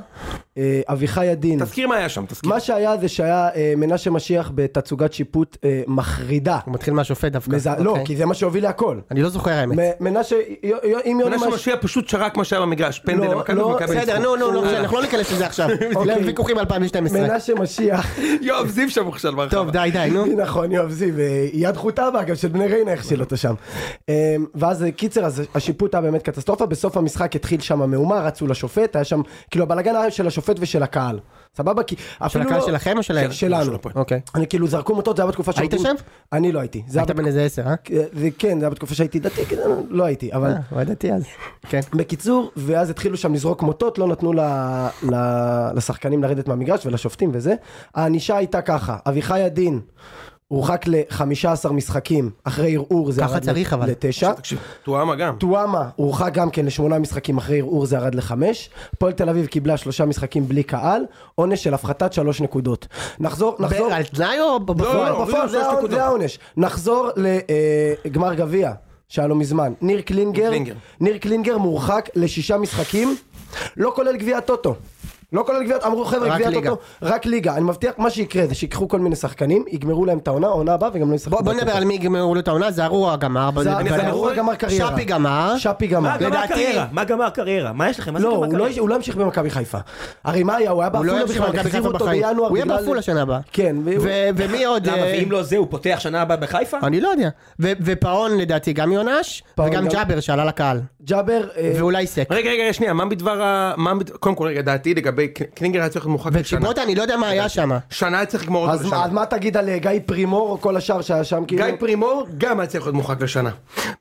[SPEAKER 4] אה, אביחי עדין.
[SPEAKER 1] תזכיר מה היה שם, תזכיר.
[SPEAKER 4] מה שהיה זה שהיה אה, מנשה משיח בתצוגת שיפוט אה, מחרידה.
[SPEAKER 5] הוא מתחיל מהשופט דווקא.
[SPEAKER 4] מזע- לא,
[SPEAKER 5] אוקיי.
[SPEAKER 4] כי זה מה שהוביל להכל.
[SPEAKER 5] אני לא זוכר האמת.
[SPEAKER 4] מ- מנשה, יו- יו- אם יוני...
[SPEAKER 1] מנשה
[SPEAKER 4] מש-
[SPEAKER 1] משיח פשוט שרק מה שהיה במגרש. פנדל
[SPEAKER 4] לא,
[SPEAKER 1] למכבי
[SPEAKER 4] לא,
[SPEAKER 1] ומכבי ניצחו.
[SPEAKER 5] בסדר, נו, נו, נו,
[SPEAKER 1] אה.
[SPEAKER 5] אנחנו לא ניכנס לזה עכשיו.
[SPEAKER 4] אוקיי.
[SPEAKER 5] ויכוחים 2012.
[SPEAKER 4] מנשה משיח,
[SPEAKER 1] יואב זיו שם עכשיו ברחבה.
[SPEAKER 5] טוב, די, די, נו.
[SPEAKER 4] נכון יואב זיו, אה, יד חוטה בה, גם של בני ריינה איך שלא אתה שם. אה, ואז אה, קיצר, אז השיפוט היה באמת קטסטרופה, בסוף המשחק התחיל שם המהומה, רצו לשופט, היה שם, כאילו הבלאגן היה של השופט ושל הקהל. סבבה? כי
[SPEAKER 5] של
[SPEAKER 4] אפילו
[SPEAKER 5] הקהל
[SPEAKER 4] לא-
[SPEAKER 5] שלכם או שלהם?
[SPEAKER 4] שלנו.
[SPEAKER 1] של הפועל.
[SPEAKER 5] אוקיי.
[SPEAKER 4] אני כאילו זרקו מוטות, זה היה בתקופה
[SPEAKER 5] היית
[SPEAKER 4] שהייתי-
[SPEAKER 5] שם?
[SPEAKER 4] אני לא הייתי. זה היה
[SPEAKER 5] היית בן איזה עשר, אה?
[SPEAKER 4] בת- זה כן, זה היה בתקופה שהייתי דתי, כן, לא הייתי, אבל...
[SPEAKER 5] אה, לא ידעתי אז. כן.
[SPEAKER 4] בקיצור, ואז התחילו שם לזרוק מוטות, לא נתנו ל, ל, לשחקנים לרדת מהמגרש ולשופטים וזה. הענישה הייתה ככה, אביחי עדין הורחק ל-15 משחקים אחרי ערעור, זה
[SPEAKER 5] ככה
[SPEAKER 4] ירד
[SPEAKER 5] צריך, אבל.
[SPEAKER 4] לתשע.
[SPEAKER 1] תקשיב, טועמה גם.
[SPEAKER 4] טואמה הורחק גם כן לשמונה משחקים אחרי ערעור, זה ירד לחמש. הפועל תל אביב קיבלה שלושה משחקים בלי קהל, עונש של הפחתת שלוש נקודות. נחזור, נחזור.
[SPEAKER 5] ב- על תנאי או ב-
[SPEAKER 1] לא,
[SPEAKER 4] בפועל,
[SPEAKER 5] בפועל?
[SPEAKER 1] הורידו
[SPEAKER 4] בפועל,
[SPEAKER 1] לו
[SPEAKER 4] זה
[SPEAKER 1] שלוש
[SPEAKER 4] העונ-
[SPEAKER 1] נקודות.
[SPEAKER 4] זה העונש. נחזור לגמר גביע, שהיה לא מזמן. ניר קלינגר,
[SPEAKER 1] קלינגר.
[SPEAKER 4] ניר קלינגר מורחק לשישה משחקים, לא כולל גביע הטוטו. לא כולל גביע, אמרו חבר'ה
[SPEAKER 5] רק
[SPEAKER 4] גביע
[SPEAKER 5] ליגה.
[SPEAKER 4] הטוטו, רק ליגה. אני מבטיח, מה שיקרה זה שיקחו כל מיני שחקנים, יגמרו להם את העונה, העונה הבאה וגם לא ישחקו.
[SPEAKER 5] בוא בוא נדבר
[SPEAKER 4] בטוטו.
[SPEAKER 5] על מי יגמרו לו את העונה, זערורה גמר. בוא
[SPEAKER 4] זה-
[SPEAKER 5] נדבר
[SPEAKER 4] זה
[SPEAKER 5] על-
[SPEAKER 4] אמרו
[SPEAKER 1] גמר
[SPEAKER 4] גמר קריירה.
[SPEAKER 5] שפי גמר.
[SPEAKER 4] שפי גמר.
[SPEAKER 2] מה גמר
[SPEAKER 5] לדעתי-
[SPEAKER 2] קריירה? מה גמר קריירה? מה יש לכם? מה זה
[SPEAKER 4] לא,
[SPEAKER 2] גמר
[SPEAKER 4] הוא לא-
[SPEAKER 2] קריירה?
[SPEAKER 4] הוא לא המשיך במכבי חיפה. הרי מה היה, הוא היה
[SPEAKER 5] הוא לא
[SPEAKER 4] בעפולה
[SPEAKER 5] ימשיך
[SPEAKER 4] בכלל,
[SPEAKER 5] במכבי
[SPEAKER 4] החזירו
[SPEAKER 5] חיפה
[SPEAKER 4] אותו
[SPEAKER 5] בחיים.
[SPEAKER 4] בינואר.
[SPEAKER 5] הוא יהיה
[SPEAKER 4] בגלל-
[SPEAKER 5] בעפולה שנה הבאה.
[SPEAKER 4] כן,
[SPEAKER 5] ו-
[SPEAKER 4] והוא-
[SPEAKER 5] ומי עוד?
[SPEAKER 2] למה,
[SPEAKER 5] אה,
[SPEAKER 2] ואם לא זה, הוא פותח שנה הבאה בחיפה?
[SPEAKER 5] אני לא יודע. ו- ופאון לדעתי גם יונש,
[SPEAKER 4] פאון
[SPEAKER 5] וגם
[SPEAKER 4] גם-
[SPEAKER 5] ג'אבר שעלה לקהל.
[SPEAKER 4] ג'אבר, אה,
[SPEAKER 5] ואולי סק.
[SPEAKER 1] רגע, רגע, שנייה, מה בדבר ה... מה בד- קודם כל, רגע, דעתי לגבי ק- קלינגר היה צריך להיות מורחק לשנה.
[SPEAKER 5] וצ'יבוטה אני לא יודע מה היה שם.
[SPEAKER 1] שנה היה צריך לגמור אותו
[SPEAKER 4] אז
[SPEAKER 1] לשנה.
[SPEAKER 4] מה- אז מה תגיד על אה, גיא פרימור או כל השאר שהיה שם כאילו?
[SPEAKER 1] גיא פרימור גם היה צריך להיות מורחק לשנה.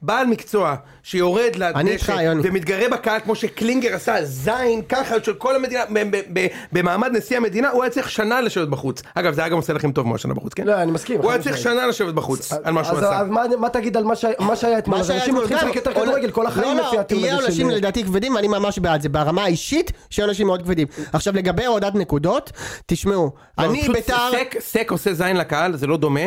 [SPEAKER 1] בעל מקצוע שיורד
[SPEAKER 5] איתך,
[SPEAKER 1] לדשא
[SPEAKER 5] יוני.
[SPEAKER 1] ומתגרה בקהל כמו שקלינגר עשה זין ככה של כל המדינה ב- ב- ב- במעמד נשיא המדינה הוא היה צריך שנה לשבת בחוץ. אגב זה היה גם עושה לכם טוב מאוד שנה בחוץ כן?
[SPEAKER 4] לא, אני מסכים,
[SPEAKER 1] הוא
[SPEAKER 4] חד
[SPEAKER 1] היה צריך
[SPEAKER 4] משמעית.
[SPEAKER 1] שנה לשבת בחוץ על מה שהוא
[SPEAKER 4] אז
[SPEAKER 1] עשה.
[SPEAKER 4] אז מה- מה תגיד על מה שהיה- מה שהיה אתמול?
[SPEAKER 5] מה
[SPEAKER 4] אז
[SPEAKER 5] שהיה
[SPEAKER 4] אנשים
[SPEAKER 5] אתמול
[SPEAKER 4] הולכים
[SPEAKER 5] גם,
[SPEAKER 4] לשחק יותר
[SPEAKER 5] עולה-
[SPEAKER 4] כדורגל כל החיים
[SPEAKER 5] לא, לא,
[SPEAKER 4] לפי הטיעון
[SPEAKER 5] יהיה
[SPEAKER 4] הזה
[SPEAKER 5] עונשים
[SPEAKER 4] של...
[SPEAKER 5] לדעתי כבדים, ואני ממש בעד זה. ברמה האישית, שיהיו עונשים מאוד כבדים. עכשיו לגבי הורדת נקודות, תשמעו,
[SPEAKER 1] לא,
[SPEAKER 5] אני
[SPEAKER 1] פשוט
[SPEAKER 5] ביתר...
[SPEAKER 1] סק- סק עושה זין לקהל זה לא דומה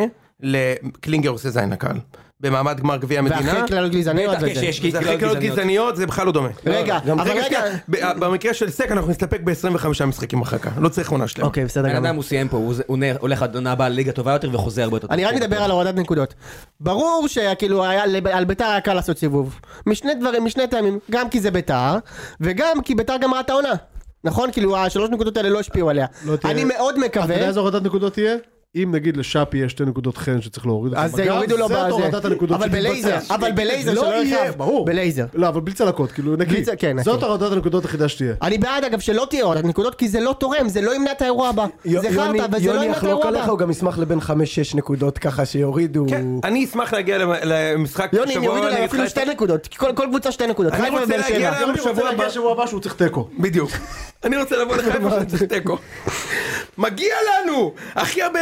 [SPEAKER 1] לקלינגר עושה זין לקהל. במעמד גמר גביע המדינה.
[SPEAKER 5] ואחרי קללות גזעניות
[SPEAKER 2] בטח,
[SPEAKER 5] וזה.
[SPEAKER 2] כשיש
[SPEAKER 1] זה הכי
[SPEAKER 2] קללות
[SPEAKER 1] קלות
[SPEAKER 2] לא גזעניות.
[SPEAKER 1] גזעניות זה בכלל לא דומה.
[SPEAKER 5] רגע,
[SPEAKER 4] גם-
[SPEAKER 5] אבל
[SPEAKER 1] רגע,
[SPEAKER 5] רגע...
[SPEAKER 1] שנייה, ב- במקרה של סק אנחנו נסתפק ב-25 משחקים אחר כך, לא צריך עונה שלמה.
[SPEAKER 5] אוקיי, בסדר
[SPEAKER 2] בן
[SPEAKER 5] גמור.
[SPEAKER 2] אדם הוא סיים פה, הוא הוא נר- הולך עד עונה הבאה לליגה טובה יותר וחוזר הרבה יותר.
[SPEAKER 5] אני רק
[SPEAKER 2] טוב.
[SPEAKER 5] מדבר על הורדת נקודות. ברור שכאילו היה- על ביתר היה קל לעשות סיבוב. משני דברים, משני טעמים. גם כי זה ביתר, וגם כי ביתר גמרה את העונה. נכון? כאילו השלוש נקודות האלה לא השפיעו עליה.
[SPEAKER 3] לא תהיה-
[SPEAKER 5] אני מאוד
[SPEAKER 3] אתה יודע
[SPEAKER 5] מקווה...
[SPEAKER 3] איזה הורדת נקודות תהיה? אם נגיד לשאפי יש שתי נקודות חן שצריך להוריד אותן
[SPEAKER 5] אז זה
[SPEAKER 3] בגב,
[SPEAKER 5] יורידו לו
[SPEAKER 3] זאת
[SPEAKER 5] בזה.
[SPEAKER 3] הורדת הנקודות
[SPEAKER 5] אבל
[SPEAKER 3] שתתבצע.
[SPEAKER 5] בלייזר, אבל בלייזר
[SPEAKER 3] לא
[SPEAKER 5] שלא
[SPEAKER 3] יהיה,
[SPEAKER 5] יכאב.
[SPEAKER 3] ברור.
[SPEAKER 5] בלייזר.
[SPEAKER 3] לא, אבל בלי צלקות, כאילו נקי.
[SPEAKER 5] בלי צ- כן, נקי.
[SPEAKER 3] זאת הורדת הנקודות היחידה שתהיה.
[SPEAKER 5] אני בעד אגב שלא תהיה הורדת נקודות כי זה לא תורם, זה לא ימנע את האירוע הבא. זה חרטא, אבל זה לא
[SPEAKER 4] יוני
[SPEAKER 5] ימנע את
[SPEAKER 4] יחלוק
[SPEAKER 5] האירוע הבא.
[SPEAKER 4] עליך, הוא גם ישמח לבין 5-6 נקודות ככה שיורידו.
[SPEAKER 1] כן, אני אשמח להגיע למ- למשחק
[SPEAKER 5] יוני, הם
[SPEAKER 1] בשבוע
[SPEAKER 5] יורידו
[SPEAKER 1] הבא
[SPEAKER 5] להם
[SPEAKER 1] נגד
[SPEAKER 5] אפילו
[SPEAKER 1] חיפה.
[SPEAKER 5] שתי נקודות, כי כל כל קבוצה שתי נקודות.
[SPEAKER 1] אני
[SPEAKER 5] חיפה
[SPEAKER 1] רוצה
[SPEAKER 5] ובאר
[SPEAKER 1] להגיע
[SPEAKER 5] שבע.
[SPEAKER 1] גם
[SPEAKER 3] אני רוצה
[SPEAKER 1] בשבוע
[SPEAKER 3] להגיע
[SPEAKER 1] הבא.
[SPEAKER 3] שבוע הבא שהוא צריך תיקו.
[SPEAKER 1] בדיוק. אני רוצה לבוא לחיפה שצריך תיקו. מגיע לנו! הכי הרבה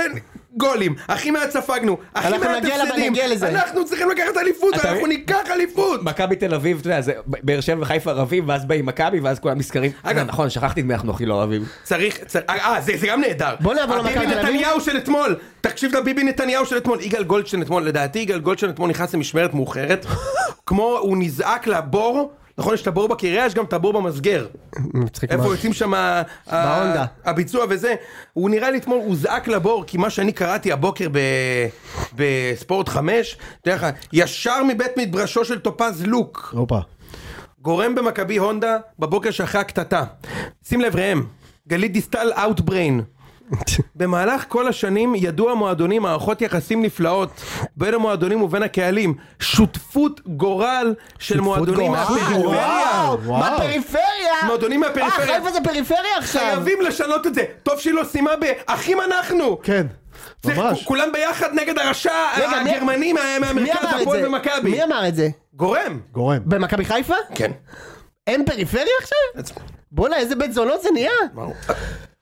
[SPEAKER 1] גולים, הכי מעט ספגנו, הכי
[SPEAKER 5] אנחנו
[SPEAKER 1] מעט
[SPEAKER 5] נגיע אליו,
[SPEAKER 1] הפסדים,
[SPEAKER 5] נגיע לזה.
[SPEAKER 1] אנחנו צריכים לקחת אליפות,
[SPEAKER 2] אתה-
[SPEAKER 1] אנחנו ניקח אליפות!
[SPEAKER 2] מכבי תל אביב, אתה יודע, זה באר שבע וחיפה רבים, ואז באים מכבי, ואז כולם נזכרים.
[SPEAKER 1] אגב-
[SPEAKER 2] אה, נכון, שכחתי את מי אנחנו הכי לא אוהבים.
[SPEAKER 1] צריך, צריך, אה, זה, זה גם נהדר.
[SPEAKER 5] בוא נעבור למכבי
[SPEAKER 1] הביבי
[SPEAKER 5] תל אביב.
[SPEAKER 1] נתניהו של אתמול, תקשיב לביבי נתניהו של אתמול, יגאל גולדשטיין אתמול, לדעתי יגאל גולדשטיין אתמול נכנס למשמרת מאוחרת, כמו הוא נזעק לבור, נכון יש את הבור בקריה, יש גם את הבור במסגר.
[SPEAKER 5] מצחיק
[SPEAKER 1] איפה
[SPEAKER 5] מאוד.
[SPEAKER 1] יוצאים שם ה-
[SPEAKER 5] בהונדה.
[SPEAKER 1] ה- הביצוע וזה, הוא נראה לי אתמול הוזעק לבור, כי מה שאני קראתי הבוקר ב- בספורט 5, תאר לך, ישר מבית מדרשו של טופז לוק,
[SPEAKER 3] הופה.
[SPEAKER 1] גורם במכבי הונדה בבוקר שאחרי הקטטה. שים לב ראם, גלית דיסטל אאוטבריין. במהלך כל השנים ידעו המועדונים מערכות יחסים נפלאות בין המועדונים ובין הקהלים. שותפות גורל של מועדונים
[SPEAKER 5] גורל?
[SPEAKER 1] מהפריפריה.
[SPEAKER 5] וואו,
[SPEAKER 3] וואו.
[SPEAKER 5] מהפריפריה?
[SPEAKER 1] מועדונים מהפריפריה.
[SPEAKER 5] אה, חיפה זה פריפריה עכשיו.
[SPEAKER 1] חייבים לשנות את זה. טוב שהיא לא סיימה באחים אנחנו.
[SPEAKER 3] כן,
[SPEAKER 1] צריך
[SPEAKER 3] ממש.
[SPEAKER 1] כולם ביחד נגד הרשע
[SPEAKER 5] רגע, מי-
[SPEAKER 1] הגרמני מה-
[SPEAKER 5] מי
[SPEAKER 1] מהמרכז
[SPEAKER 5] אמר את
[SPEAKER 1] הפועל
[SPEAKER 5] זה?
[SPEAKER 1] ומכבי.
[SPEAKER 5] מי אמר את זה?
[SPEAKER 1] גורם.
[SPEAKER 3] גורם.
[SPEAKER 5] במכבי חיפה?
[SPEAKER 1] כן.
[SPEAKER 5] אין פריפריה עכשיו? בואנה, איזה בית זונות זה נהיה.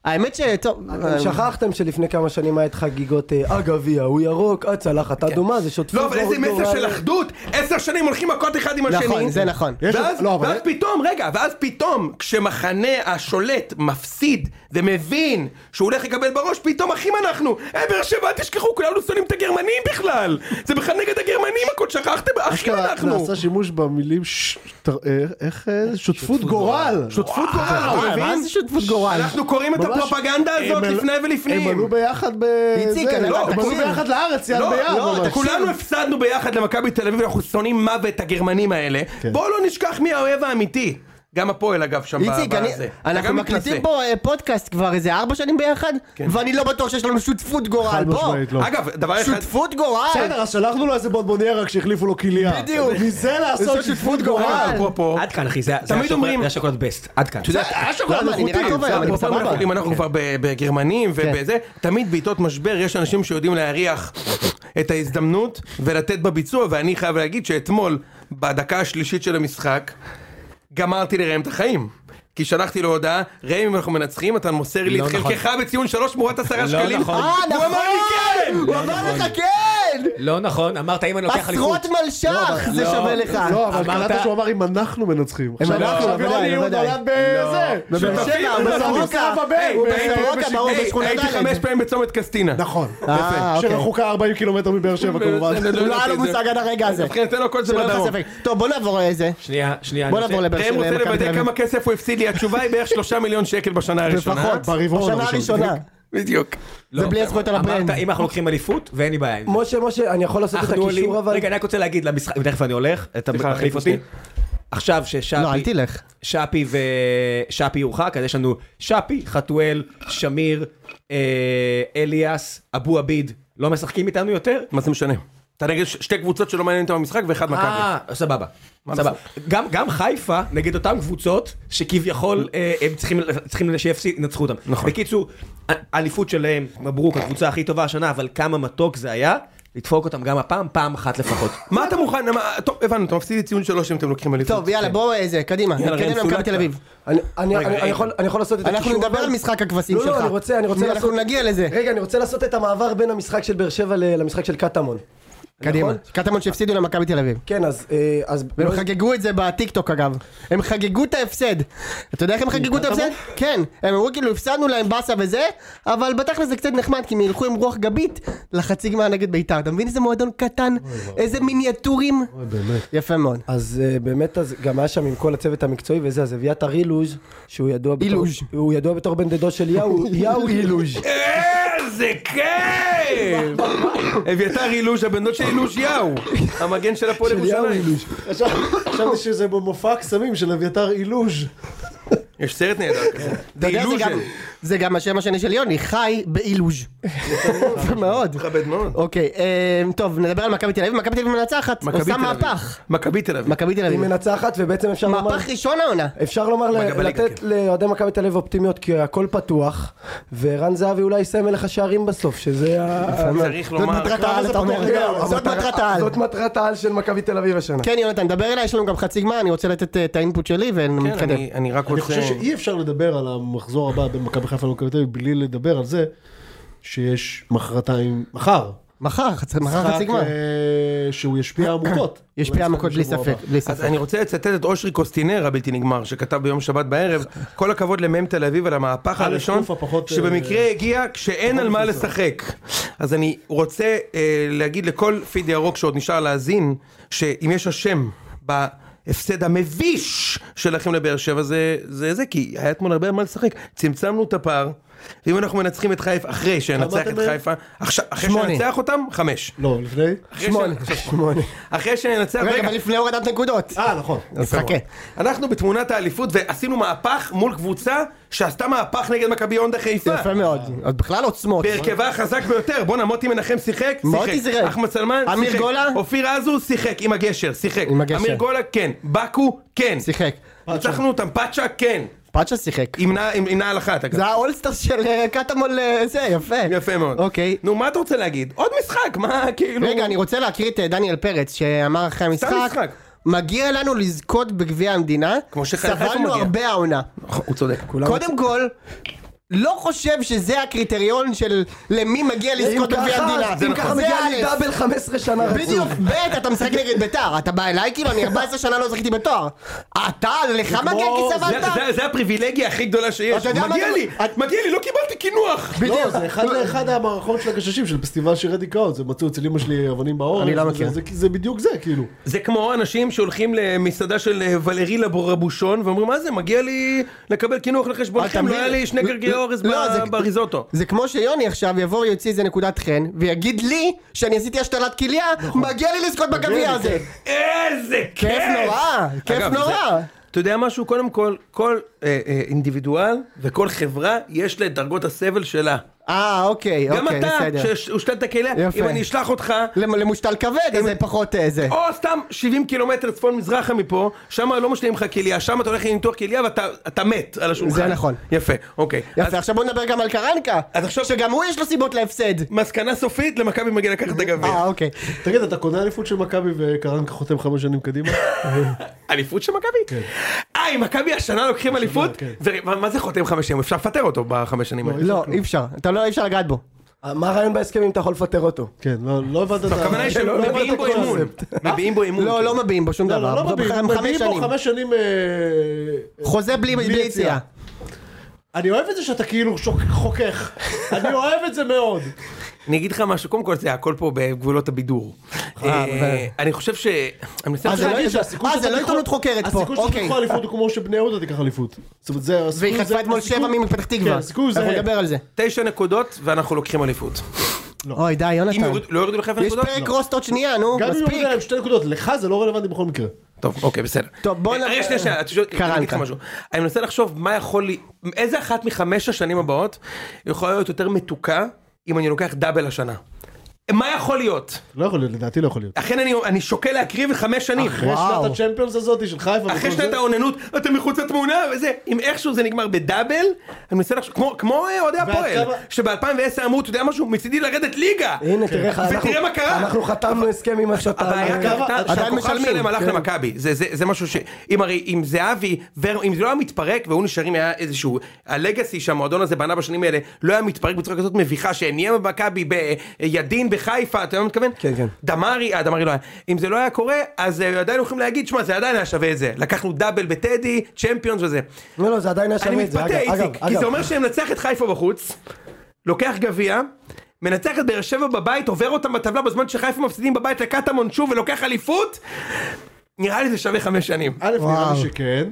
[SPEAKER 5] האמת ש... טוב, אה,
[SPEAKER 4] שכחתם שלפני כמה שנים היה את חגיגות אה, הגביע, הוא ירוק, הצלחת אדומה, זה שותפות
[SPEAKER 1] לא, אבל איזה
[SPEAKER 4] גורל.
[SPEAKER 1] מסר של אחדות, עשר שנים הולכים מכות אחד עם השני.
[SPEAKER 5] נכון, זה נכון.
[SPEAKER 3] יש-
[SPEAKER 1] ואז,
[SPEAKER 3] לא, אבל-
[SPEAKER 1] ואז פתאום, רגע, ואז פתאום, כשמחנה השולט מפסיד ומבין שהוא הולך לקבל בראש, פתאום אחים אנחנו. אה, באר שבע, אל תשכחו, כולנו שונאים את הגרמנים בכלל. זה בכלל נגד הגרמנים הכל, שכחתם? אחים
[SPEAKER 3] אשכרה
[SPEAKER 1] אנחנו.
[SPEAKER 3] נעשה שימוש במילים ש- ת- אה, איך אה, שותפות גורל.
[SPEAKER 1] שותפות גורל, אתה
[SPEAKER 5] וואי, אה, מה
[SPEAKER 1] מבין?
[SPEAKER 5] זה שותפות גורל?
[SPEAKER 1] אנחנו קוראים את
[SPEAKER 3] ממש-
[SPEAKER 1] הפרופגנדה הזאת
[SPEAKER 3] הם עלו-
[SPEAKER 1] לפני ולפנים.
[SPEAKER 3] הם עלו ביחד ב...
[SPEAKER 5] איציק,
[SPEAKER 3] זה,
[SPEAKER 5] אתה-
[SPEAKER 3] לא,
[SPEAKER 5] תקשיב.
[SPEAKER 3] הם עלו ביחד לארץ, יד
[SPEAKER 1] לא,
[SPEAKER 3] ביד.
[SPEAKER 1] לא,
[SPEAKER 3] ממש.
[SPEAKER 1] כולנו הפסדנו ביחד למכבי תל אביב, אנחנו שונאים מוות את הגרמנים האלה.
[SPEAKER 3] כן.
[SPEAKER 1] בואו לא נשכח מי האויב האמיתי. גם הפועל אגב שם
[SPEAKER 5] איציק,
[SPEAKER 1] ב-
[SPEAKER 5] אני-
[SPEAKER 1] בזה. אתה
[SPEAKER 5] אנחנו
[SPEAKER 1] גם
[SPEAKER 5] מקליטים
[SPEAKER 1] מתנשא.
[SPEAKER 5] פה אה, פודקאסט כבר איזה ארבע שנים ביחד, ואני לא בטוח שיש לנו שותפות גורל.
[SPEAKER 3] חד
[SPEAKER 5] בוא,
[SPEAKER 3] משמעית, לא.
[SPEAKER 1] אגב, דבר אחד...
[SPEAKER 5] שותפות גורל?
[SPEAKER 3] בסדר, אז שלחנו לו איזה בונבוניירה כשהחליפו לו כליה.
[SPEAKER 5] בדיוק.
[SPEAKER 3] מזה לעשות שותפות גורל.
[SPEAKER 1] אפרופו,
[SPEAKER 2] עד כאן, אחי, זה זה
[SPEAKER 1] תמיד
[SPEAKER 2] השוקולד-
[SPEAKER 1] אומרים-
[SPEAKER 2] זה השוקולד בסט. עד כאן.
[SPEAKER 1] יודע,
[SPEAKER 5] למה? אני נראה
[SPEAKER 3] איכותי,
[SPEAKER 5] טוב היום, אני
[SPEAKER 1] אפרופו, אם
[SPEAKER 5] בסבבה.
[SPEAKER 1] אנחנו- אם אנחנו כבר ב- בגרמנים ובזה, תמיד בעיתות משבר יש אנשים שיודעים להריח את ההזדמנות ולתת בביצוע, ואני חייב להגיד שאתמול, בדקה השלישית של המשחק, גמרתי לראם את החיים. כי שלחתי לו הודעה, ראם אם אנחנו מנצחים אתה מוסר לי
[SPEAKER 2] לא
[SPEAKER 1] את
[SPEAKER 2] נכון.
[SPEAKER 1] חלקך בציון שלוש תמורת עשרה
[SPEAKER 2] לא
[SPEAKER 1] שקלים.
[SPEAKER 2] נכון.
[SPEAKER 5] אה,
[SPEAKER 1] הוא אמר לי כן!
[SPEAKER 5] נכון! הוא אמר לך כן!
[SPEAKER 2] לא נכון, אמרת אם אני לוקח אליפות.
[SPEAKER 5] עשרות מלש"ח זה
[SPEAKER 2] לא,
[SPEAKER 5] שווה לך.
[SPEAKER 3] לא, אבל
[SPEAKER 2] אמרת-
[SPEAKER 3] קלטת שהוא אמר אם אנחנו מנצחים. עכשיו
[SPEAKER 5] אנחנו,
[SPEAKER 3] עכשיו
[SPEAKER 5] בוודאי,
[SPEAKER 3] יוני יהוד
[SPEAKER 5] בוודאי.
[SPEAKER 3] נולד בזה.
[SPEAKER 5] בבאר שבע,
[SPEAKER 1] תקשיב,
[SPEAKER 5] בסורוקה.
[SPEAKER 3] בסבא בן,
[SPEAKER 5] היי, הוא
[SPEAKER 3] ב-
[SPEAKER 5] בסורוקה, ברור,
[SPEAKER 1] היי,
[SPEAKER 5] בשכונה
[SPEAKER 1] הייתי
[SPEAKER 5] ד'.
[SPEAKER 1] חמש פעמים בצומת קסטינה.
[SPEAKER 3] נכון,
[SPEAKER 5] אה,
[SPEAKER 3] יפה.
[SPEAKER 5] אוקיי.
[SPEAKER 3] שרחוקה 40 קילומטר מבאר שבע כמובן.
[SPEAKER 1] זה- זה-
[SPEAKER 5] לא היה לו מושג עד הרגע הזה.
[SPEAKER 1] ובכן, כן, תן לו כל זה
[SPEAKER 5] שלא
[SPEAKER 1] בדרום.
[SPEAKER 5] יהיה ספק. טוב, בוא נעבור איזה.
[SPEAKER 2] שנייה, שנייה.
[SPEAKER 5] בוא
[SPEAKER 2] אני
[SPEAKER 5] נעבור
[SPEAKER 2] רוצה-
[SPEAKER 5] לבאר
[SPEAKER 1] ראם
[SPEAKER 5] שבע.
[SPEAKER 1] רוצה
[SPEAKER 5] מכבי תל
[SPEAKER 1] לוודא
[SPEAKER 5] אביב.
[SPEAKER 1] כמה כסף הוא הפסיד לי, התשובה היא בערך שלושה מיליון שקל בשנה הראשונה.
[SPEAKER 5] לפחות.
[SPEAKER 3] ברבעון
[SPEAKER 5] בשנה
[SPEAKER 3] הראשון.
[SPEAKER 5] הראשונה.
[SPEAKER 1] בדיוק.
[SPEAKER 2] לא,
[SPEAKER 5] זה בלי
[SPEAKER 2] אמרת,
[SPEAKER 5] הזכויות על הברנד.
[SPEAKER 2] אמרת אם אנחנו לוקחים אליפות, ואין לי בעיה עם זה.
[SPEAKER 4] משה, משה, אני יכול לעשות את
[SPEAKER 2] אנחנו עולים,
[SPEAKER 4] הקישור אבל?
[SPEAKER 2] רגע, אני רק רוצה להגיד למשחק, תכף אני הולך, אתה
[SPEAKER 1] סליחה,
[SPEAKER 2] מחליף אותי.
[SPEAKER 1] שנייה.
[SPEAKER 2] עכשיו ששאפי...
[SPEAKER 5] לא, אל תלך.
[SPEAKER 2] שפי ו... שפי הורחק, אז יש לנו שפי, חתואל, שמיר, אה, אליאס, אבו עביד, לא משחקים איתנו יותר?
[SPEAKER 1] מה זה משנה? אתה נגד ש- שתי קבוצות שלא מעניין אותם המשחק ואחד מכבי.
[SPEAKER 2] אה, סבבה. סבבה. גם, גם חיפה נגד אותן קבוצות שכביכול אה, הם צריכים, צריכים שינצחו אותם.
[SPEAKER 1] נכון.
[SPEAKER 2] בקיצור, ה- האליפות שלהם, מברוק, הקבוצה הכי טובה השנה, אבל כמה מתוק זה היה, לדפוק אותם גם הפעם, פעם אחת לפחות.
[SPEAKER 1] מה אתה מוכן? מה- טוב, הבנו, אתה מפסיד לי ציון שלוש אם אתם לוקחים אליפות.
[SPEAKER 5] טוב, יאללה, בואו איזה, קדימה.
[SPEAKER 1] יאללה,
[SPEAKER 5] נתקדם
[SPEAKER 1] ראם,
[SPEAKER 5] למכבי
[SPEAKER 1] סולקת.
[SPEAKER 5] תל אביב.
[SPEAKER 4] אני- אני-
[SPEAKER 2] רגע,
[SPEAKER 4] אני-
[SPEAKER 2] רגע.
[SPEAKER 4] אני יכול- אני יכול לעשות את הקישור
[SPEAKER 5] אנחנו נדבר
[SPEAKER 4] אבל?
[SPEAKER 5] על משחק הכבשים
[SPEAKER 4] לא,
[SPEAKER 5] שלך.
[SPEAKER 4] לא, אני רוצה, אני רוצה לעשות...
[SPEAKER 5] אנחנו נגיע לזה.
[SPEAKER 4] רגע, אני רוצה לעשות את המעבר בין המשחק של באר שבע ל- למשחק של קטמון.
[SPEAKER 5] קדימה.
[SPEAKER 4] נכון?
[SPEAKER 5] קטמון שהפסידו למכבי תל אביב.
[SPEAKER 4] כן, אז... אה, אז-
[SPEAKER 5] והם
[SPEAKER 4] לא-
[SPEAKER 5] חגגו את זה בטיקטוק אגב. הם חגגו את ההפסד. אתה יודע איך הם חגגו את ההפסד? כן. הם אמרו כאילו הפסדנו להם באסה וזה, אבל בתכל'ס זה קצת נחמד, כי הם ילכו עם רוח גבית לחצי גמר נגד בית"ר. אתה מבין איזה מועדון קטן? איזה מיניאטורים? יפה מאוד.
[SPEAKER 4] אז אה, באמת, אז גם היה שם עם כל הצוות המקצועי וזה, אז אביתר אילוז', שהוא ידוע בתור...
[SPEAKER 5] אילוז'.
[SPEAKER 4] הוא ידוע בתור בן דודו של יאו, יאו אילוז'.
[SPEAKER 1] איזה כיף! אביתר אילוש, הבן דוד של אילוש יאו. המגן של הפועל
[SPEAKER 4] של יאו
[SPEAKER 1] ירושלים.
[SPEAKER 4] אילוז'.
[SPEAKER 3] עכשיו- חשבתי שזה במופע קסמים של אביתר אילוז'.
[SPEAKER 1] יש סרט נהדר כזה.
[SPEAKER 5] אתה יודע, זה
[SPEAKER 1] אילוז'ן.
[SPEAKER 5] גם- זה גם השם השני של יוני, חי באילוז'. יפה מאוד.
[SPEAKER 1] מכבד מאוד.
[SPEAKER 5] אוקיי, אה, טוב, נדבר על מכבי תל אביב. מכבי תל אביב מנצחת,
[SPEAKER 1] מכבי תל
[SPEAKER 5] עושה
[SPEAKER 1] אביב.
[SPEAKER 5] מהפך.
[SPEAKER 1] מכבי תל אביב.
[SPEAKER 5] מכבי תל
[SPEAKER 4] היא
[SPEAKER 5] אביב.
[SPEAKER 4] מנצחת, ובעצם אפשר לומר...
[SPEAKER 5] מהפך ראשון העונה.
[SPEAKER 4] אפשר לומר ל-
[SPEAKER 1] בליגה,
[SPEAKER 4] לתת
[SPEAKER 1] כן.
[SPEAKER 4] לאוהדי מכבי תל אביב אופטימיות כי הכל פתוח וערן זהבי אולי יסיים מלך השערים בסוף שזה ה...
[SPEAKER 1] צריך
[SPEAKER 5] זאת
[SPEAKER 1] לומר...
[SPEAKER 5] מטרת העל, אתה אומר.
[SPEAKER 4] זהו,
[SPEAKER 5] זאת
[SPEAKER 4] המטרה-
[SPEAKER 5] מטרת העל.
[SPEAKER 4] זאת מטרת העל של מכבי תל אביב השנה.
[SPEAKER 5] כן יונתן, דבר אליי, יש לנו גם חצי גמר, אני רוצה לתת אה, את האינפוט שלי
[SPEAKER 1] כן,
[SPEAKER 5] ונתקדם.
[SPEAKER 1] אני- אני רק
[SPEAKER 3] אני
[SPEAKER 1] רוצה...
[SPEAKER 3] לא חושב שאי אפשר לדבר על המחזור הבא בין מכבי חיפה למכבי תל אביב בלי לדבר על זה שיש מחרתיים, מחר.
[SPEAKER 5] מחר, חצי- מחר חצי
[SPEAKER 3] משחק,
[SPEAKER 5] גמר.
[SPEAKER 3] אה, שהוא ישפיע עמוקות.
[SPEAKER 5] יש פי עמקות בלי
[SPEAKER 3] בשבוע
[SPEAKER 5] ספק,
[SPEAKER 3] הבא.
[SPEAKER 5] בלי
[SPEAKER 1] אז
[SPEAKER 5] ספק.
[SPEAKER 1] אני רוצה לצטט את אושרי קוסטינר הבלתי נגמר, שכתב ביום שבת בערב, כל הכבוד למ"ם תל אביב על המהפך
[SPEAKER 3] א'
[SPEAKER 1] הראשון,
[SPEAKER 3] קוף הפחות,
[SPEAKER 5] אה,
[SPEAKER 1] שבמקרה הגיע כשאין על מה לשחק. אז אני רוצה אה, להגיד לכל פיד ירוק שעוד נשאר להאזין, שאם יש אשם בהפסד המביש שלכם לבאר שבע זה זה, זה, כי היה אתמול הרבה על מה לשחק. צמצמנו את הפער, ואם אנחנו מנצחים את חיפה, אחרי שננצח
[SPEAKER 3] אתם
[SPEAKER 1] את
[SPEAKER 3] ב-
[SPEAKER 1] חיפה, עכשיו- אחרי
[SPEAKER 5] אה? שמונה.
[SPEAKER 1] שננצח אותם, חמש.
[SPEAKER 3] לא, לפני?
[SPEAKER 1] אחרי
[SPEAKER 5] שמונה,
[SPEAKER 1] שנ-
[SPEAKER 5] שמונה.
[SPEAKER 1] אחרי שננצח,
[SPEAKER 5] רגע,
[SPEAKER 1] אה, רגע,
[SPEAKER 5] אבל לפני הורדת נקודות.
[SPEAKER 3] אה, נכון.
[SPEAKER 5] אז חכה.
[SPEAKER 1] אנחנו בתמונת האליפות ועשינו מהפך מול קבוצה שעשתה מהפך נגד מכבי הונדה חיפה.
[SPEAKER 5] יפה מאוד. אז בכלל עוצמות.
[SPEAKER 1] בהרכבה החזק ביותר, בואנה מוטי מנחם שיחק,
[SPEAKER 5] מוטי
[SPEAKER 1] שיחק,
[SPEAKER 5] שיחק.
[SPEAKER 1] אחמד סלמן,
[SPEAKER 5] אמיר
[SPEAKER 1] שיחק,
[SPEAKER 5] גולה?
[SPEAKER 1] אופיר אזו שיחק, עם הגשר, שיחק,
[SPEAKER 5] עם הגשר.
[SPEAKER 1] אמיר גולה כן, בקו כן,
[SPEAKER 5] שיחק.
[SPEAKER 1] ניצחנו אותם, פאצ'ה כן,
[SPEAKER 5] פאצ'ה שיחק.
[SPEAKER 1] עם נע- עם עם נעל אחת אגב,
[SPEAKER 5] זה האולסטר של אה, קטמון אה, זה, יפה.
[SPEAKER 1] יפה מאוד,
[SPEAKER 5] אוקיי.
[SPEAKER 1] נו מה אתה רוצה להגיד? עוד משחק, מה כאילו,
[SPEAKER 5] רגע, אני רוצה להקריא את אה, דניאל פרץ, שאמר אחרי המשחק,
[SPEAKER 1] משחק.
[SPEAKER 5] מגיע לנו לזכות בגביע המדינה,
[SPEAKER 1] כמו שחיפה
[SPEAKER 5] סבלנו
[SPEAKER 1] מגיע."
[SPEAKER 5] הרבה העונה.
[SPEAKER 1] הוא צודק,
[SPEAKER 5] קודם כל, לא חושב שזה הקריטריון של למי מגיע לזכות בגביע המדינה.
[SPEAKER 1] זה
[SPEAKER 4] אם
[SPEAKER 1] נכון.
[SPEAKER 4] ככה מגיע לי
[SPEAKER 5] א'.
[SPEAKER 4] דאבל 15 שנה רצוף.
[SPEAKER 5] בדיוק, ב' אתה משחק נגד ביתר, אתה בא אליי כאילו אני 14 שנה לא זכיתי בתואר. אתה, לך מגיע
[SPEAKER 3] כמו-
[SPEAKER 5] כי
[SPEAKER 1] זה-
[SPEAKER 5] סבלת?
[SPEAKER 1] זה- זה הפריבילגיה הכי גדולה שיש,
[SPEAKER 5] אתה יודע מה
[SPEAKER 1] מגיע
[SPEAKER 5] אתה-
[SPEAKER 1] לי, מגיע לי, לא קיבלתי קינוח,
[SPEAKER 3] לא, זה אחד לאחד המערכון של הגששים של פסטיבל שירי דיכאון, זה מצאו אצל אמא שלי אבנים בעורף.
[SPEAKER 5] אני לא
[SPEAKER 3] זה-
[SPEAKER 5] מכיר.
[SPEAKER 3] זה- זה בדיוק זה, כאילו.
[SPEAKER 1] זה כמו אנשים שהולכים למסעדה של אה, ולרי לבורבושון ואומרים מה זה מגיע לי לקבל קינוח
[SPEAKER 5] אתה
[SPEAKER 1] לחשבונכם לא
[SPEAKER 5] מבין?
[SPEAKER 1] היה לי שני
[SPEAKER 5] לא-
[SPEAKER 1] גרגי
[SPEAKER 5] לא-
[SPEAKER 1] אורז
[SPEAKER 5] לא,
[SPEAKER 1] ב-
[SPEAKER 5] זה-
[SPEAKER 1] בריזוטו.
[SPEAKER 5] זה כמו שיוני עכשיו יבוא ויוציא איזה נקודת חן ויגיד לי שאני עשיתי השתלת כליה, מגיע לי לזכות בגביע
[SPEAKER 3] לי,
[SPEAKER 5] הזה.
[SPEAKER 1] איזה כיף!
[SPEAKER 5] כיף נורא, כיף
[SPEAKER 1] אגב,
[SPEAKER 5] נורא.
[SPEAKER 1] זה- אתה יודע משהו? קודם כל, כל אה, אה, אינדיבידואל וכל חברה יש לה את דרגות הסבל שלה.
[SPEAKER 5] אה, אוקיי,
[SPEAKER 1] גם
[SPEAKER 5] אוקיי,
[SPEAKER 1] אתה,
[SPEAKER 5] בסדר.
[SPEAKER 1] שהושתלת הכלא,
[SPEAKER 5] יפה. לא.
[SPEAKER 1] אם אני אשלח אותך...
[SPEAKER 5] למ- למושתל כבד, אז זה פחות אה, זה.
[SPEAKER 1] או סתם 70 קילומטר צפון מזרחה מפה, שם לא משלימים לך כליה, שם אתה הולך לניתוח כליה ואתה אתה מת על השולחן.
[SPEAKER 5] זה נכון.
[SPEAKER 1] יפה, אוקיי. אז
[SPEAKER 5] יפה, עכשיו בוא נדבר גם על קרנקה,
[SPEAKER 1] אז עכשיו-
[SPEAKER 5] שגם הוא יש לו סיבות להפסד.
[SPEAKER 1] מסקנה סופית, למכבי מגיע לקחת את הגביע.
[SPEAKER 5] אה, אוקיי.
[SPEAKER 3] תגיד, אתה קונה אליפות של מכבי וקרנקה חותם חמש שנים קדימה?
[SPEAKER 1] אליפות של מכבי? כן. אה, אם מכבי השנה לוקחים אליפות?
[SPEAKER 3] כן.
[SPEAKER 1] זה- מה מה זה חותם חמש שנים? אפשר לפטר אותו בחמש שנים האלה.
[SPEAKER 5] לא, אי אפשר, אתה לא, אי אפשר לגעת בו.
[SPEAKER 4] מה הרעיון בהסכם אם אתה יכול לפטר אותו?
[SPEAKER 3] כן, לא לא הבנת את ה...
[SPEAKER 1] הכוונה היא
[SPEAKER 4] לא, לא
[SPEAKER 1] שמביעים
[SPEAKER 4] הבנת
[SPEAKER 1] בו
[SPEAKER 4] את
[SPEAKER 1] אמון. מביעים בו אמון.
[SPEAKER 5] לא,
[SPEAKER 1] כן.
[SPEAKER 5] לא מביעים בו שום
[SPEAKER 3] לא, לא,
[SPEAKER 5] דבר.
[SPEAKER 3] לא
[SPEAKER 5] הוא
[SPEAKER 3] מביעים,
[SPEAKER 5] בחמש
[SPEAKER 3] מביעים
[SPEAKER 5] שנים.
[SPEAKER 3] פה חמש שנים... אה,
[SPEAKER 5] חוזה בלי
[SPEAKER 3] בלי
[SPEAKER 5] בלי
[SPEAKER 3] יציאה.
[SPEAKER 5] יציאה.
[SPEAKER 3] אני אוהב את זה שאתה כאילו שוק- חוכך, אני אוהב את זה מאוד.
[SPEAKER 1] אני אגיד לך משהו, קודם כל זה הכל פה בגבולות הבידור. אה,
[SPEAKER 5] אבל-
[SPEAKER 1] אני חושב ש... אני מנסה
[SPEAKER 5] אז זה
[SPEAKER 1] להגיד-
[SPEAKER 5] לא-
[SPEAKER 3] להגיד
[SPEAKER 5] זה-
[SPEAKER 3] שהסיכוי
[SPEAKER 5] אה,
[SPEAKER 3] שאתה
[SPEAKER 5] זה לא
[SPEAKER 3] תיקחו-
[SPEAKER 5] עיתונות חוקרת פה,
[SPEAKER 3] הסיכוי שאתה
[SPEAKER 5] אוקיי.
[SPEAKER 3] תיקחו אליפות הוא כמו שבני יהודה תיקח אליפות. זאת אומרת, זה... הסיכוי
[SPEAKER 5] והיא
[SPEAKER 3] זה-
[SPEAKER 5] חטפה אתמול
[SPEAKER 3] הסיכוי-
[SPEAKER 5] שבע מפתח תקווה.
[SPEAKER 3] כן, הסיכוי זה...
[SPEAKER 5] אנחנו נדבר על זה.
[SPEAKER 1] תשע נקודות ואנחנו לוקחים אליפות.
[SPEAKER 5] אוי, די,
[SPEAKER 1] אם
[SPEAKER 5] יונתן.
[SPEAKER 1] יורידו- לא יורידו לחיפה
[SPEAKER 5] יש
[SPEAKER 1] נקודות?
[SPEAKER 5] פרק
[SPEAKER 1] לא.
[SPEAKER 5] רוסט עוד שנייה, נו,
[SPEAKER 3] גם אם הוא
[SPEAKER 5] מספיק.
[SPEAKER 3] יודע להם שתי נקודות, לך זה לא רלוונטי בכל מקרה.
[SPEAKER 1] טוב, אוקיי, בסדר.
[SPEAKER 5] טוב, בוא
[SPEAKER 1] אה,
[SPEAKER 5] נ-
[SPEAKER 1] רגע, שנייה, שנייה, את שואלת-
[SPEAKER 5] קרנקה.
[SPEAKER 1] אני אגיד לך משהו. אני מנסה לחשוב מה יכול לי... איזה אחת מחמש השנים הבאות יכולה להיות יותר מתוקה אם אני לוקח דאבל השנה? מה יכול להיות?
[SPEAKER 3] לא יכול להיות, לדעתי לא יכול להיות.
[SPEAKER 1] אכן אני, אני שוקל להקריב חמש שנים.
[SPEAKER 3] אחרי שנת הצ'מפיונס הזאת של חיפה.
[SPEAKER 1] אחרי
[SPEAKER 3] וכל
[SPEAKER 1] שנת
[SPEAKER 3] זה,
[SPEAKER 1] האוננות, אתם מחוץ לתמונה וזה, אם איכשהו זה נגמר בדאבל, אני מנסה לחשוב, כמו, כמו אה, אוהדי
[SPEAKER 3] ועד
[SPEAKER 1] הפועל,
[SPEAKER 3] כמה-
[SPEAKER 1] שב-2010 אמרו, אתה יודע משהו, מצידי לרדת ליגה.
[SPEAKER 4] הנה, תראה לך, אנחנו-
[SPEAKER 1] ותראה כן. מה קרה.
[SPEAKER 4] אנחנו חתמנו הסכם עם איך שאתה...
[SPEAKER 1] הבעיה
[SPEAKER 3] כמה-
[SPEAKER 1] קרתה
[SPEAKER 5] עדיין
[SPEAKER 1] שהכוכב
[SPEAKER 5] משלמים,
[SPEAKER 1] שלהם הלך
[SPEAKER 4] כן.
[SPEAKER 1] למכבי, זה- זה זה משהו ש... אם הרי אם זהבי, ור- אם זה לא היה מתפרק והוא נשארים היה איזשהו... הלגאסי שהמועדון הזה בנה בשנים האלה, לא היה מתפרק בצורה כזאת מביכה, שנהיה במכבי בידין בחיפה, אתה יודע מה אני מתכוון?
[SPEAKER 4] כן, כן.
[SPEAKER 1] דמרי, אה דמרי לא היה. אם זה לא היה קורה, אז אה, עדיין יכולים להגיד, שמע זה עדיין היה שווה את זה, לקחנו דאבל בטדי, צ'מפיונס וזה.
[SPEAKER 4] לא, לא, זה עדיין היה
[SPEAKER 1] אני
[SPEAKER 4] שווה את זה.
[SPEAKER 1] מתפתה
[SPEAKER 4] אגב,
[SPEAKER 1] איציק,
[SPEAKER 4] אגב,
[SPEAKER 1] כי זה
[SPEAKER 4] אגב.
[SPEAKER 1] אומר שננצח את חיפה בחוץ, לוקח גביע, מנצח את באר שבע בבית, עובר אותם בטבלה בזמן שחיפה מפסידים בבית לקטמון שוב ולוקח אליפות, נראה לי זה שווה חמש שנים.
[SPEAKER 3] א', נראה לי
[SPEAKER 5] וואו.
[SPEAKER 3] שכן.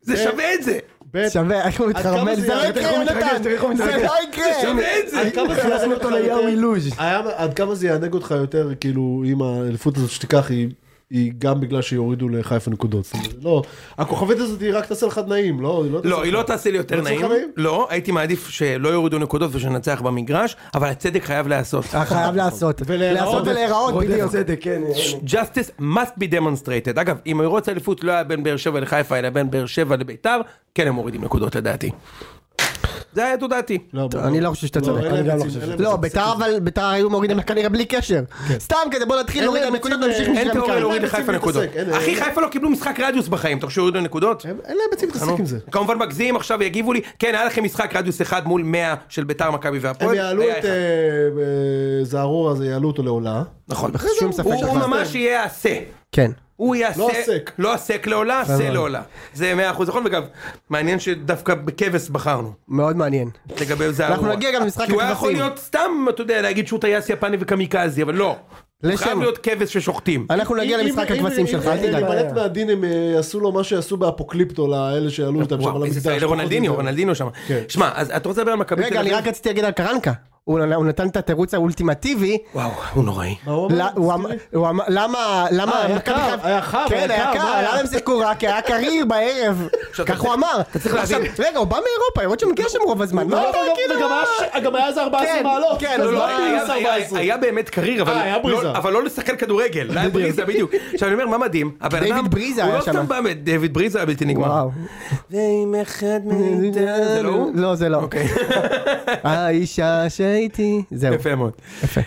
[SPEAKER 1] זה
[SPEAKER 4] כן.
[SPEAKER 1] שווה את זה!
[SPEAKER 3] ב',
[SPEAKER 5] שווה, איך הוא מתחרמן,
[SPEAKER 3] זה
[SPEAKER 5] זה לא
[SPEAKER 3] יעלה? תראו
[SPEAKER 5] יקרה,
[SPEAKER 3] איך הוא
[SPEAKER 5] יונתן,
[SPEAKER 4] תראו איך הוא
[SPEAKER 5] זה
[SPEAKER 4] מתרגש.
[SPEAKER 5] לא
[SPEAKER 1] זה
[SPEAKER 5] יקרה.
[SPEAKER 1] שווה את זה!
[SPEAKER 3] עד כמה זה יענג
[SPEAKER 4] הכנסנו
[SPEAKER 3] אותך
[SPEAKER 4] אותו ליהו
[SPEAKER 3] יותר-
[SPEAKER 4] אילוז'.
[SPEAKER 3] היה- עד כמה זה יענג אותך יותר, כאילו, אם האליפות הזאת שתיקח היא... היא גם בגלל שיורידו לחיפה נקודות. זאת אומרת, לא, הכוכבית הזאת היא רק תעשה לך נעים, לא? תעשה
[SPEAKER 1] לא, היא לא
[SPEAKER 3] לך-
[SPEAKER 1] תעשה לי יותר
[SPEAKER 3] לא צריך
[SPEAKER 1] נעים.
[SPEAKER 3] חברים?
[SPEAKER 1] לא, הייתי מעדיף שלא יורידו נקודות ושננצח במגרש, אבל הצדק חייב להיעשות.
[SPEAKER 5] אה, חייב לעשות,
[SPEAKER 3] ולהיראות.
[SPEAKER 5] לעשות ולהיראות,
[SPEAKER 4] רודף
[SPEAKER 5] בדיוק.
[SPEAKER 4] צדק, כן.
[SPEAKER 1] justice must be demonstrated. אגב, אם מרוץ האליפות לא היה בין באר שבע לחיפה, אלא בין באר שבע לביתר, כן הם מורידים נקודות לדעתי. זה היה תודעתי.
[SPEAKER 3] לא,
[SPEAKER 5] טוב, אני לא חושב שאתה צודק.
[SPEAKER 3] אין להם
[SPEAKER 4] אני גם לא
[SPEAKER 3] ביצים,
[SPEAKER 4] חושב
[SPEAKER 3] אין להם
[SPEAKER 5] לא,
[SPEAKER 3] ביצים.
[SPEAKER 5] ביתר אבל, ביתר היו מורידים לך כנראה בלי קשר. סתם כזה, בוא נתחיל,
[SPEAKER 3] כן. אין
[SPEAKER 5] נוריד
[SPEAKER 3] להם
[SPEAKER 5] להם נקודות,
[SPEAKER 3] ביצים,
[SPEAKER 5] נמשיך
[SPEAKER 3] אין
[SPEAKER 1] אין
[SPEAKER 5] משם
[SPEAKER 1] תיאוריה
[SPEAKER 5] כאן.
[SPEAKER 1] להוריד
[SPEAKER 3] אין
[SPEAKER 1] לחיפה
[SPEAKER 3] ביצים
[SPEAKER 1] נקודות.
[SPEAKER 3] להתעסק, אין-
[SPEAKER 1] אחי,
[SPEAKER 3] אין-
[SPEAKER 1] חיפה לא קיבלו משחק רדיוס בחיים, אתה חושב שהורידו נקודות?
[SPEAKER 3] הם- כן, אה, אין להם ביצים להתעסק עם זה.
[SPEAKER 1] הוא כמובן מגזים, עכשיו יגיבו לי, כן, היה לכם משחק רדיוס אחד מול 100 של ביתר, מכבי
[SPEAKER 3] הם
[SPEAKER 1] והפועל.
[SPEAKER 3] יעלו
[SPEAKER 1] היה
[SPEAKER 3] את
[SPEAKER 1] אחד.
[SPEAKER 3] אה, אה, זערור הזה, יעלו אותו לעולה.
[SPEAKER 1] נכון,
[SPEAKER 5] שום ספק
[SPEAKER 1] הוא הוא
[SPEAKER 5] שכבר-
[SPEAKER 1] ממש יהיה השה.
[SPEAKER 5] כן.
[SPEAKER 1] הוא יהיה
[SPEAKER 3] לא
[SPEAKER 1] השה-
[SPEAKER 3] הסק.
[SPEAKER 1] לא הסק לעולה, השה לעולה. זה 100% נכון, וגם, מעניין שדווקא בכבש בחרנו.
[SPEAKER 5] מאוד מעניין.
[SPEAKER 1] לגבי זה
[SPEAKER 5] אנחנו
[SPEAKER 1] הרוע.
[SPEAKER 5] נגיע גם למשחק
[SPEAKER 1] כי הוא היה יכול
[SPEAKER 5] הכבשים.
[SPEAKER 1] להיות סתם, אתה יודע, להגיד שהוא טייס יפני וקמיקזי, אבל לא. הוא
[SPEAKER 5] לשם.
[SPEAKER 1] חייב להיות כבש ששוחטים.
[SPEAKER 5] אנחנו נגיע
[SPEAKER 3] אם-
[SPEAKER 5] כן, למשחק
[SPEAKER 3] אם-
[SPEAKER 5] הכבשים
[SPEAKER 3] אם-
[SPEAKER 5] שלך,
[SPEAKER 3] אם-
[SPEAKER 5] אל תדאג.
[SPEAKER 3] אם להימלט מהדין הם אה, עשו לו מה שעשו באפוקליפטו לאלה שעלו איתם שם על
[SPEAKER 1] וואו, איזה
[SPEAKER 3] המקדש.
[SPEAKER 1] סטייל,
[SPEAKER 3] פחות או
[SPEAKER 1] רונלדינו,
[SPEAKER 3] יותר.
[SPEAKER 1] רונלדינו שם.
[SPEAKER 3] כן.
[SPEAKER 1] שמע, אז אתה רוצה לדבר על מכבי
[SPEAKER 5] רגע, אני רק רציתי להגיד על קרנקה. הוא הוא נתן את התירוץ האולטימטיבי.
[SPEAKER 1] וואו, הוא נוראי.
[SPEAKER 3] מה הוא
[SPEAKER 5] לא,
[SPEAKER 3] אמר?
[SPEAKER 5] הוא אמר- הוא אמר- למה, למה,
[SPEAKER 3] היה
[SPEAKER 5] מכבי
[SPEAKER 3] קר,
[SPEAKER 5] חיפה-
[SPEAKER 3] היה חם, היה
[SPEAKER 5] כן, היה
[SPEAKER 3] קר,
[SPEAKER 5] קר,
[SPEAKER 3] מה היה?
[SPEAKER 5] למה הם שיחקו רק, היה קריר בערב,
[SPEAKER 1] עכשיו,
[SPEAKER 5] כך
[SPEAKER 1] אתה
[SPEAKER 5] הוא
[SPEAKER 1] צריך-
[SPEAKER 5] אמר.
[SPEAKER 1] אתה צריך להבין.
[SPEAKER 5] עכשיו, רגע, הוא בא מאירופה, למרות שם גשם רוב הזמן, מה
[SPEAKER 3] לא,
[SPEAKER 5] אתה
[SPEAKER 3] וגם-
[SPEAKER 5] כאילו,
[SPEAKER 3] וגם היה- גם היה איזה 14
[SPEAKER 5] כן,
[SPEAKER 3] מעלות.
[SPEAKER 5] כן,
[SPEAKER 3] אז
[SPEAKER 1] לא, לא,
[SPEAKER 3] מה אם
[SPEAKER 1] היה-
[SPEAKER 3] עשר,
[SPEAKER 1] היה-
[SPEAKER 3] 14?
[SPEAKER 1] היה באמת קריר, אבל
[SPEAKER 3] אה, היה
[SPEAKER 1] לא-
[SPEAKER 3] בריזה.
[SPEAKER 1] אבל לא לשחקן כדורגל, היה בריזה בדיוק. עכשיו אני אומר, מה מדהים, הבן אדם,
[SPEAKER 5] דיוויד בריזה
[SPEAKER 1] הוא
[SPEAKER 5] היה
[SPEAKER 1] לא
[SPEAKER 5] שם.
[SPEAKER 1] סתם בא, דיוויד בריזה היה בלתי נגמר.
[SPEAKER 5] וואו.
[SPEAKER 1] ועם אחד מאיתנו, זה לא הוא?
[SPEAKER 5] לא, זה לא.
[SPEAKER 1] אוקיי.
[SPEAKER 5] האישה שהייתי, זהו.
[SPEAKER 1] יפה מאוד. יפה.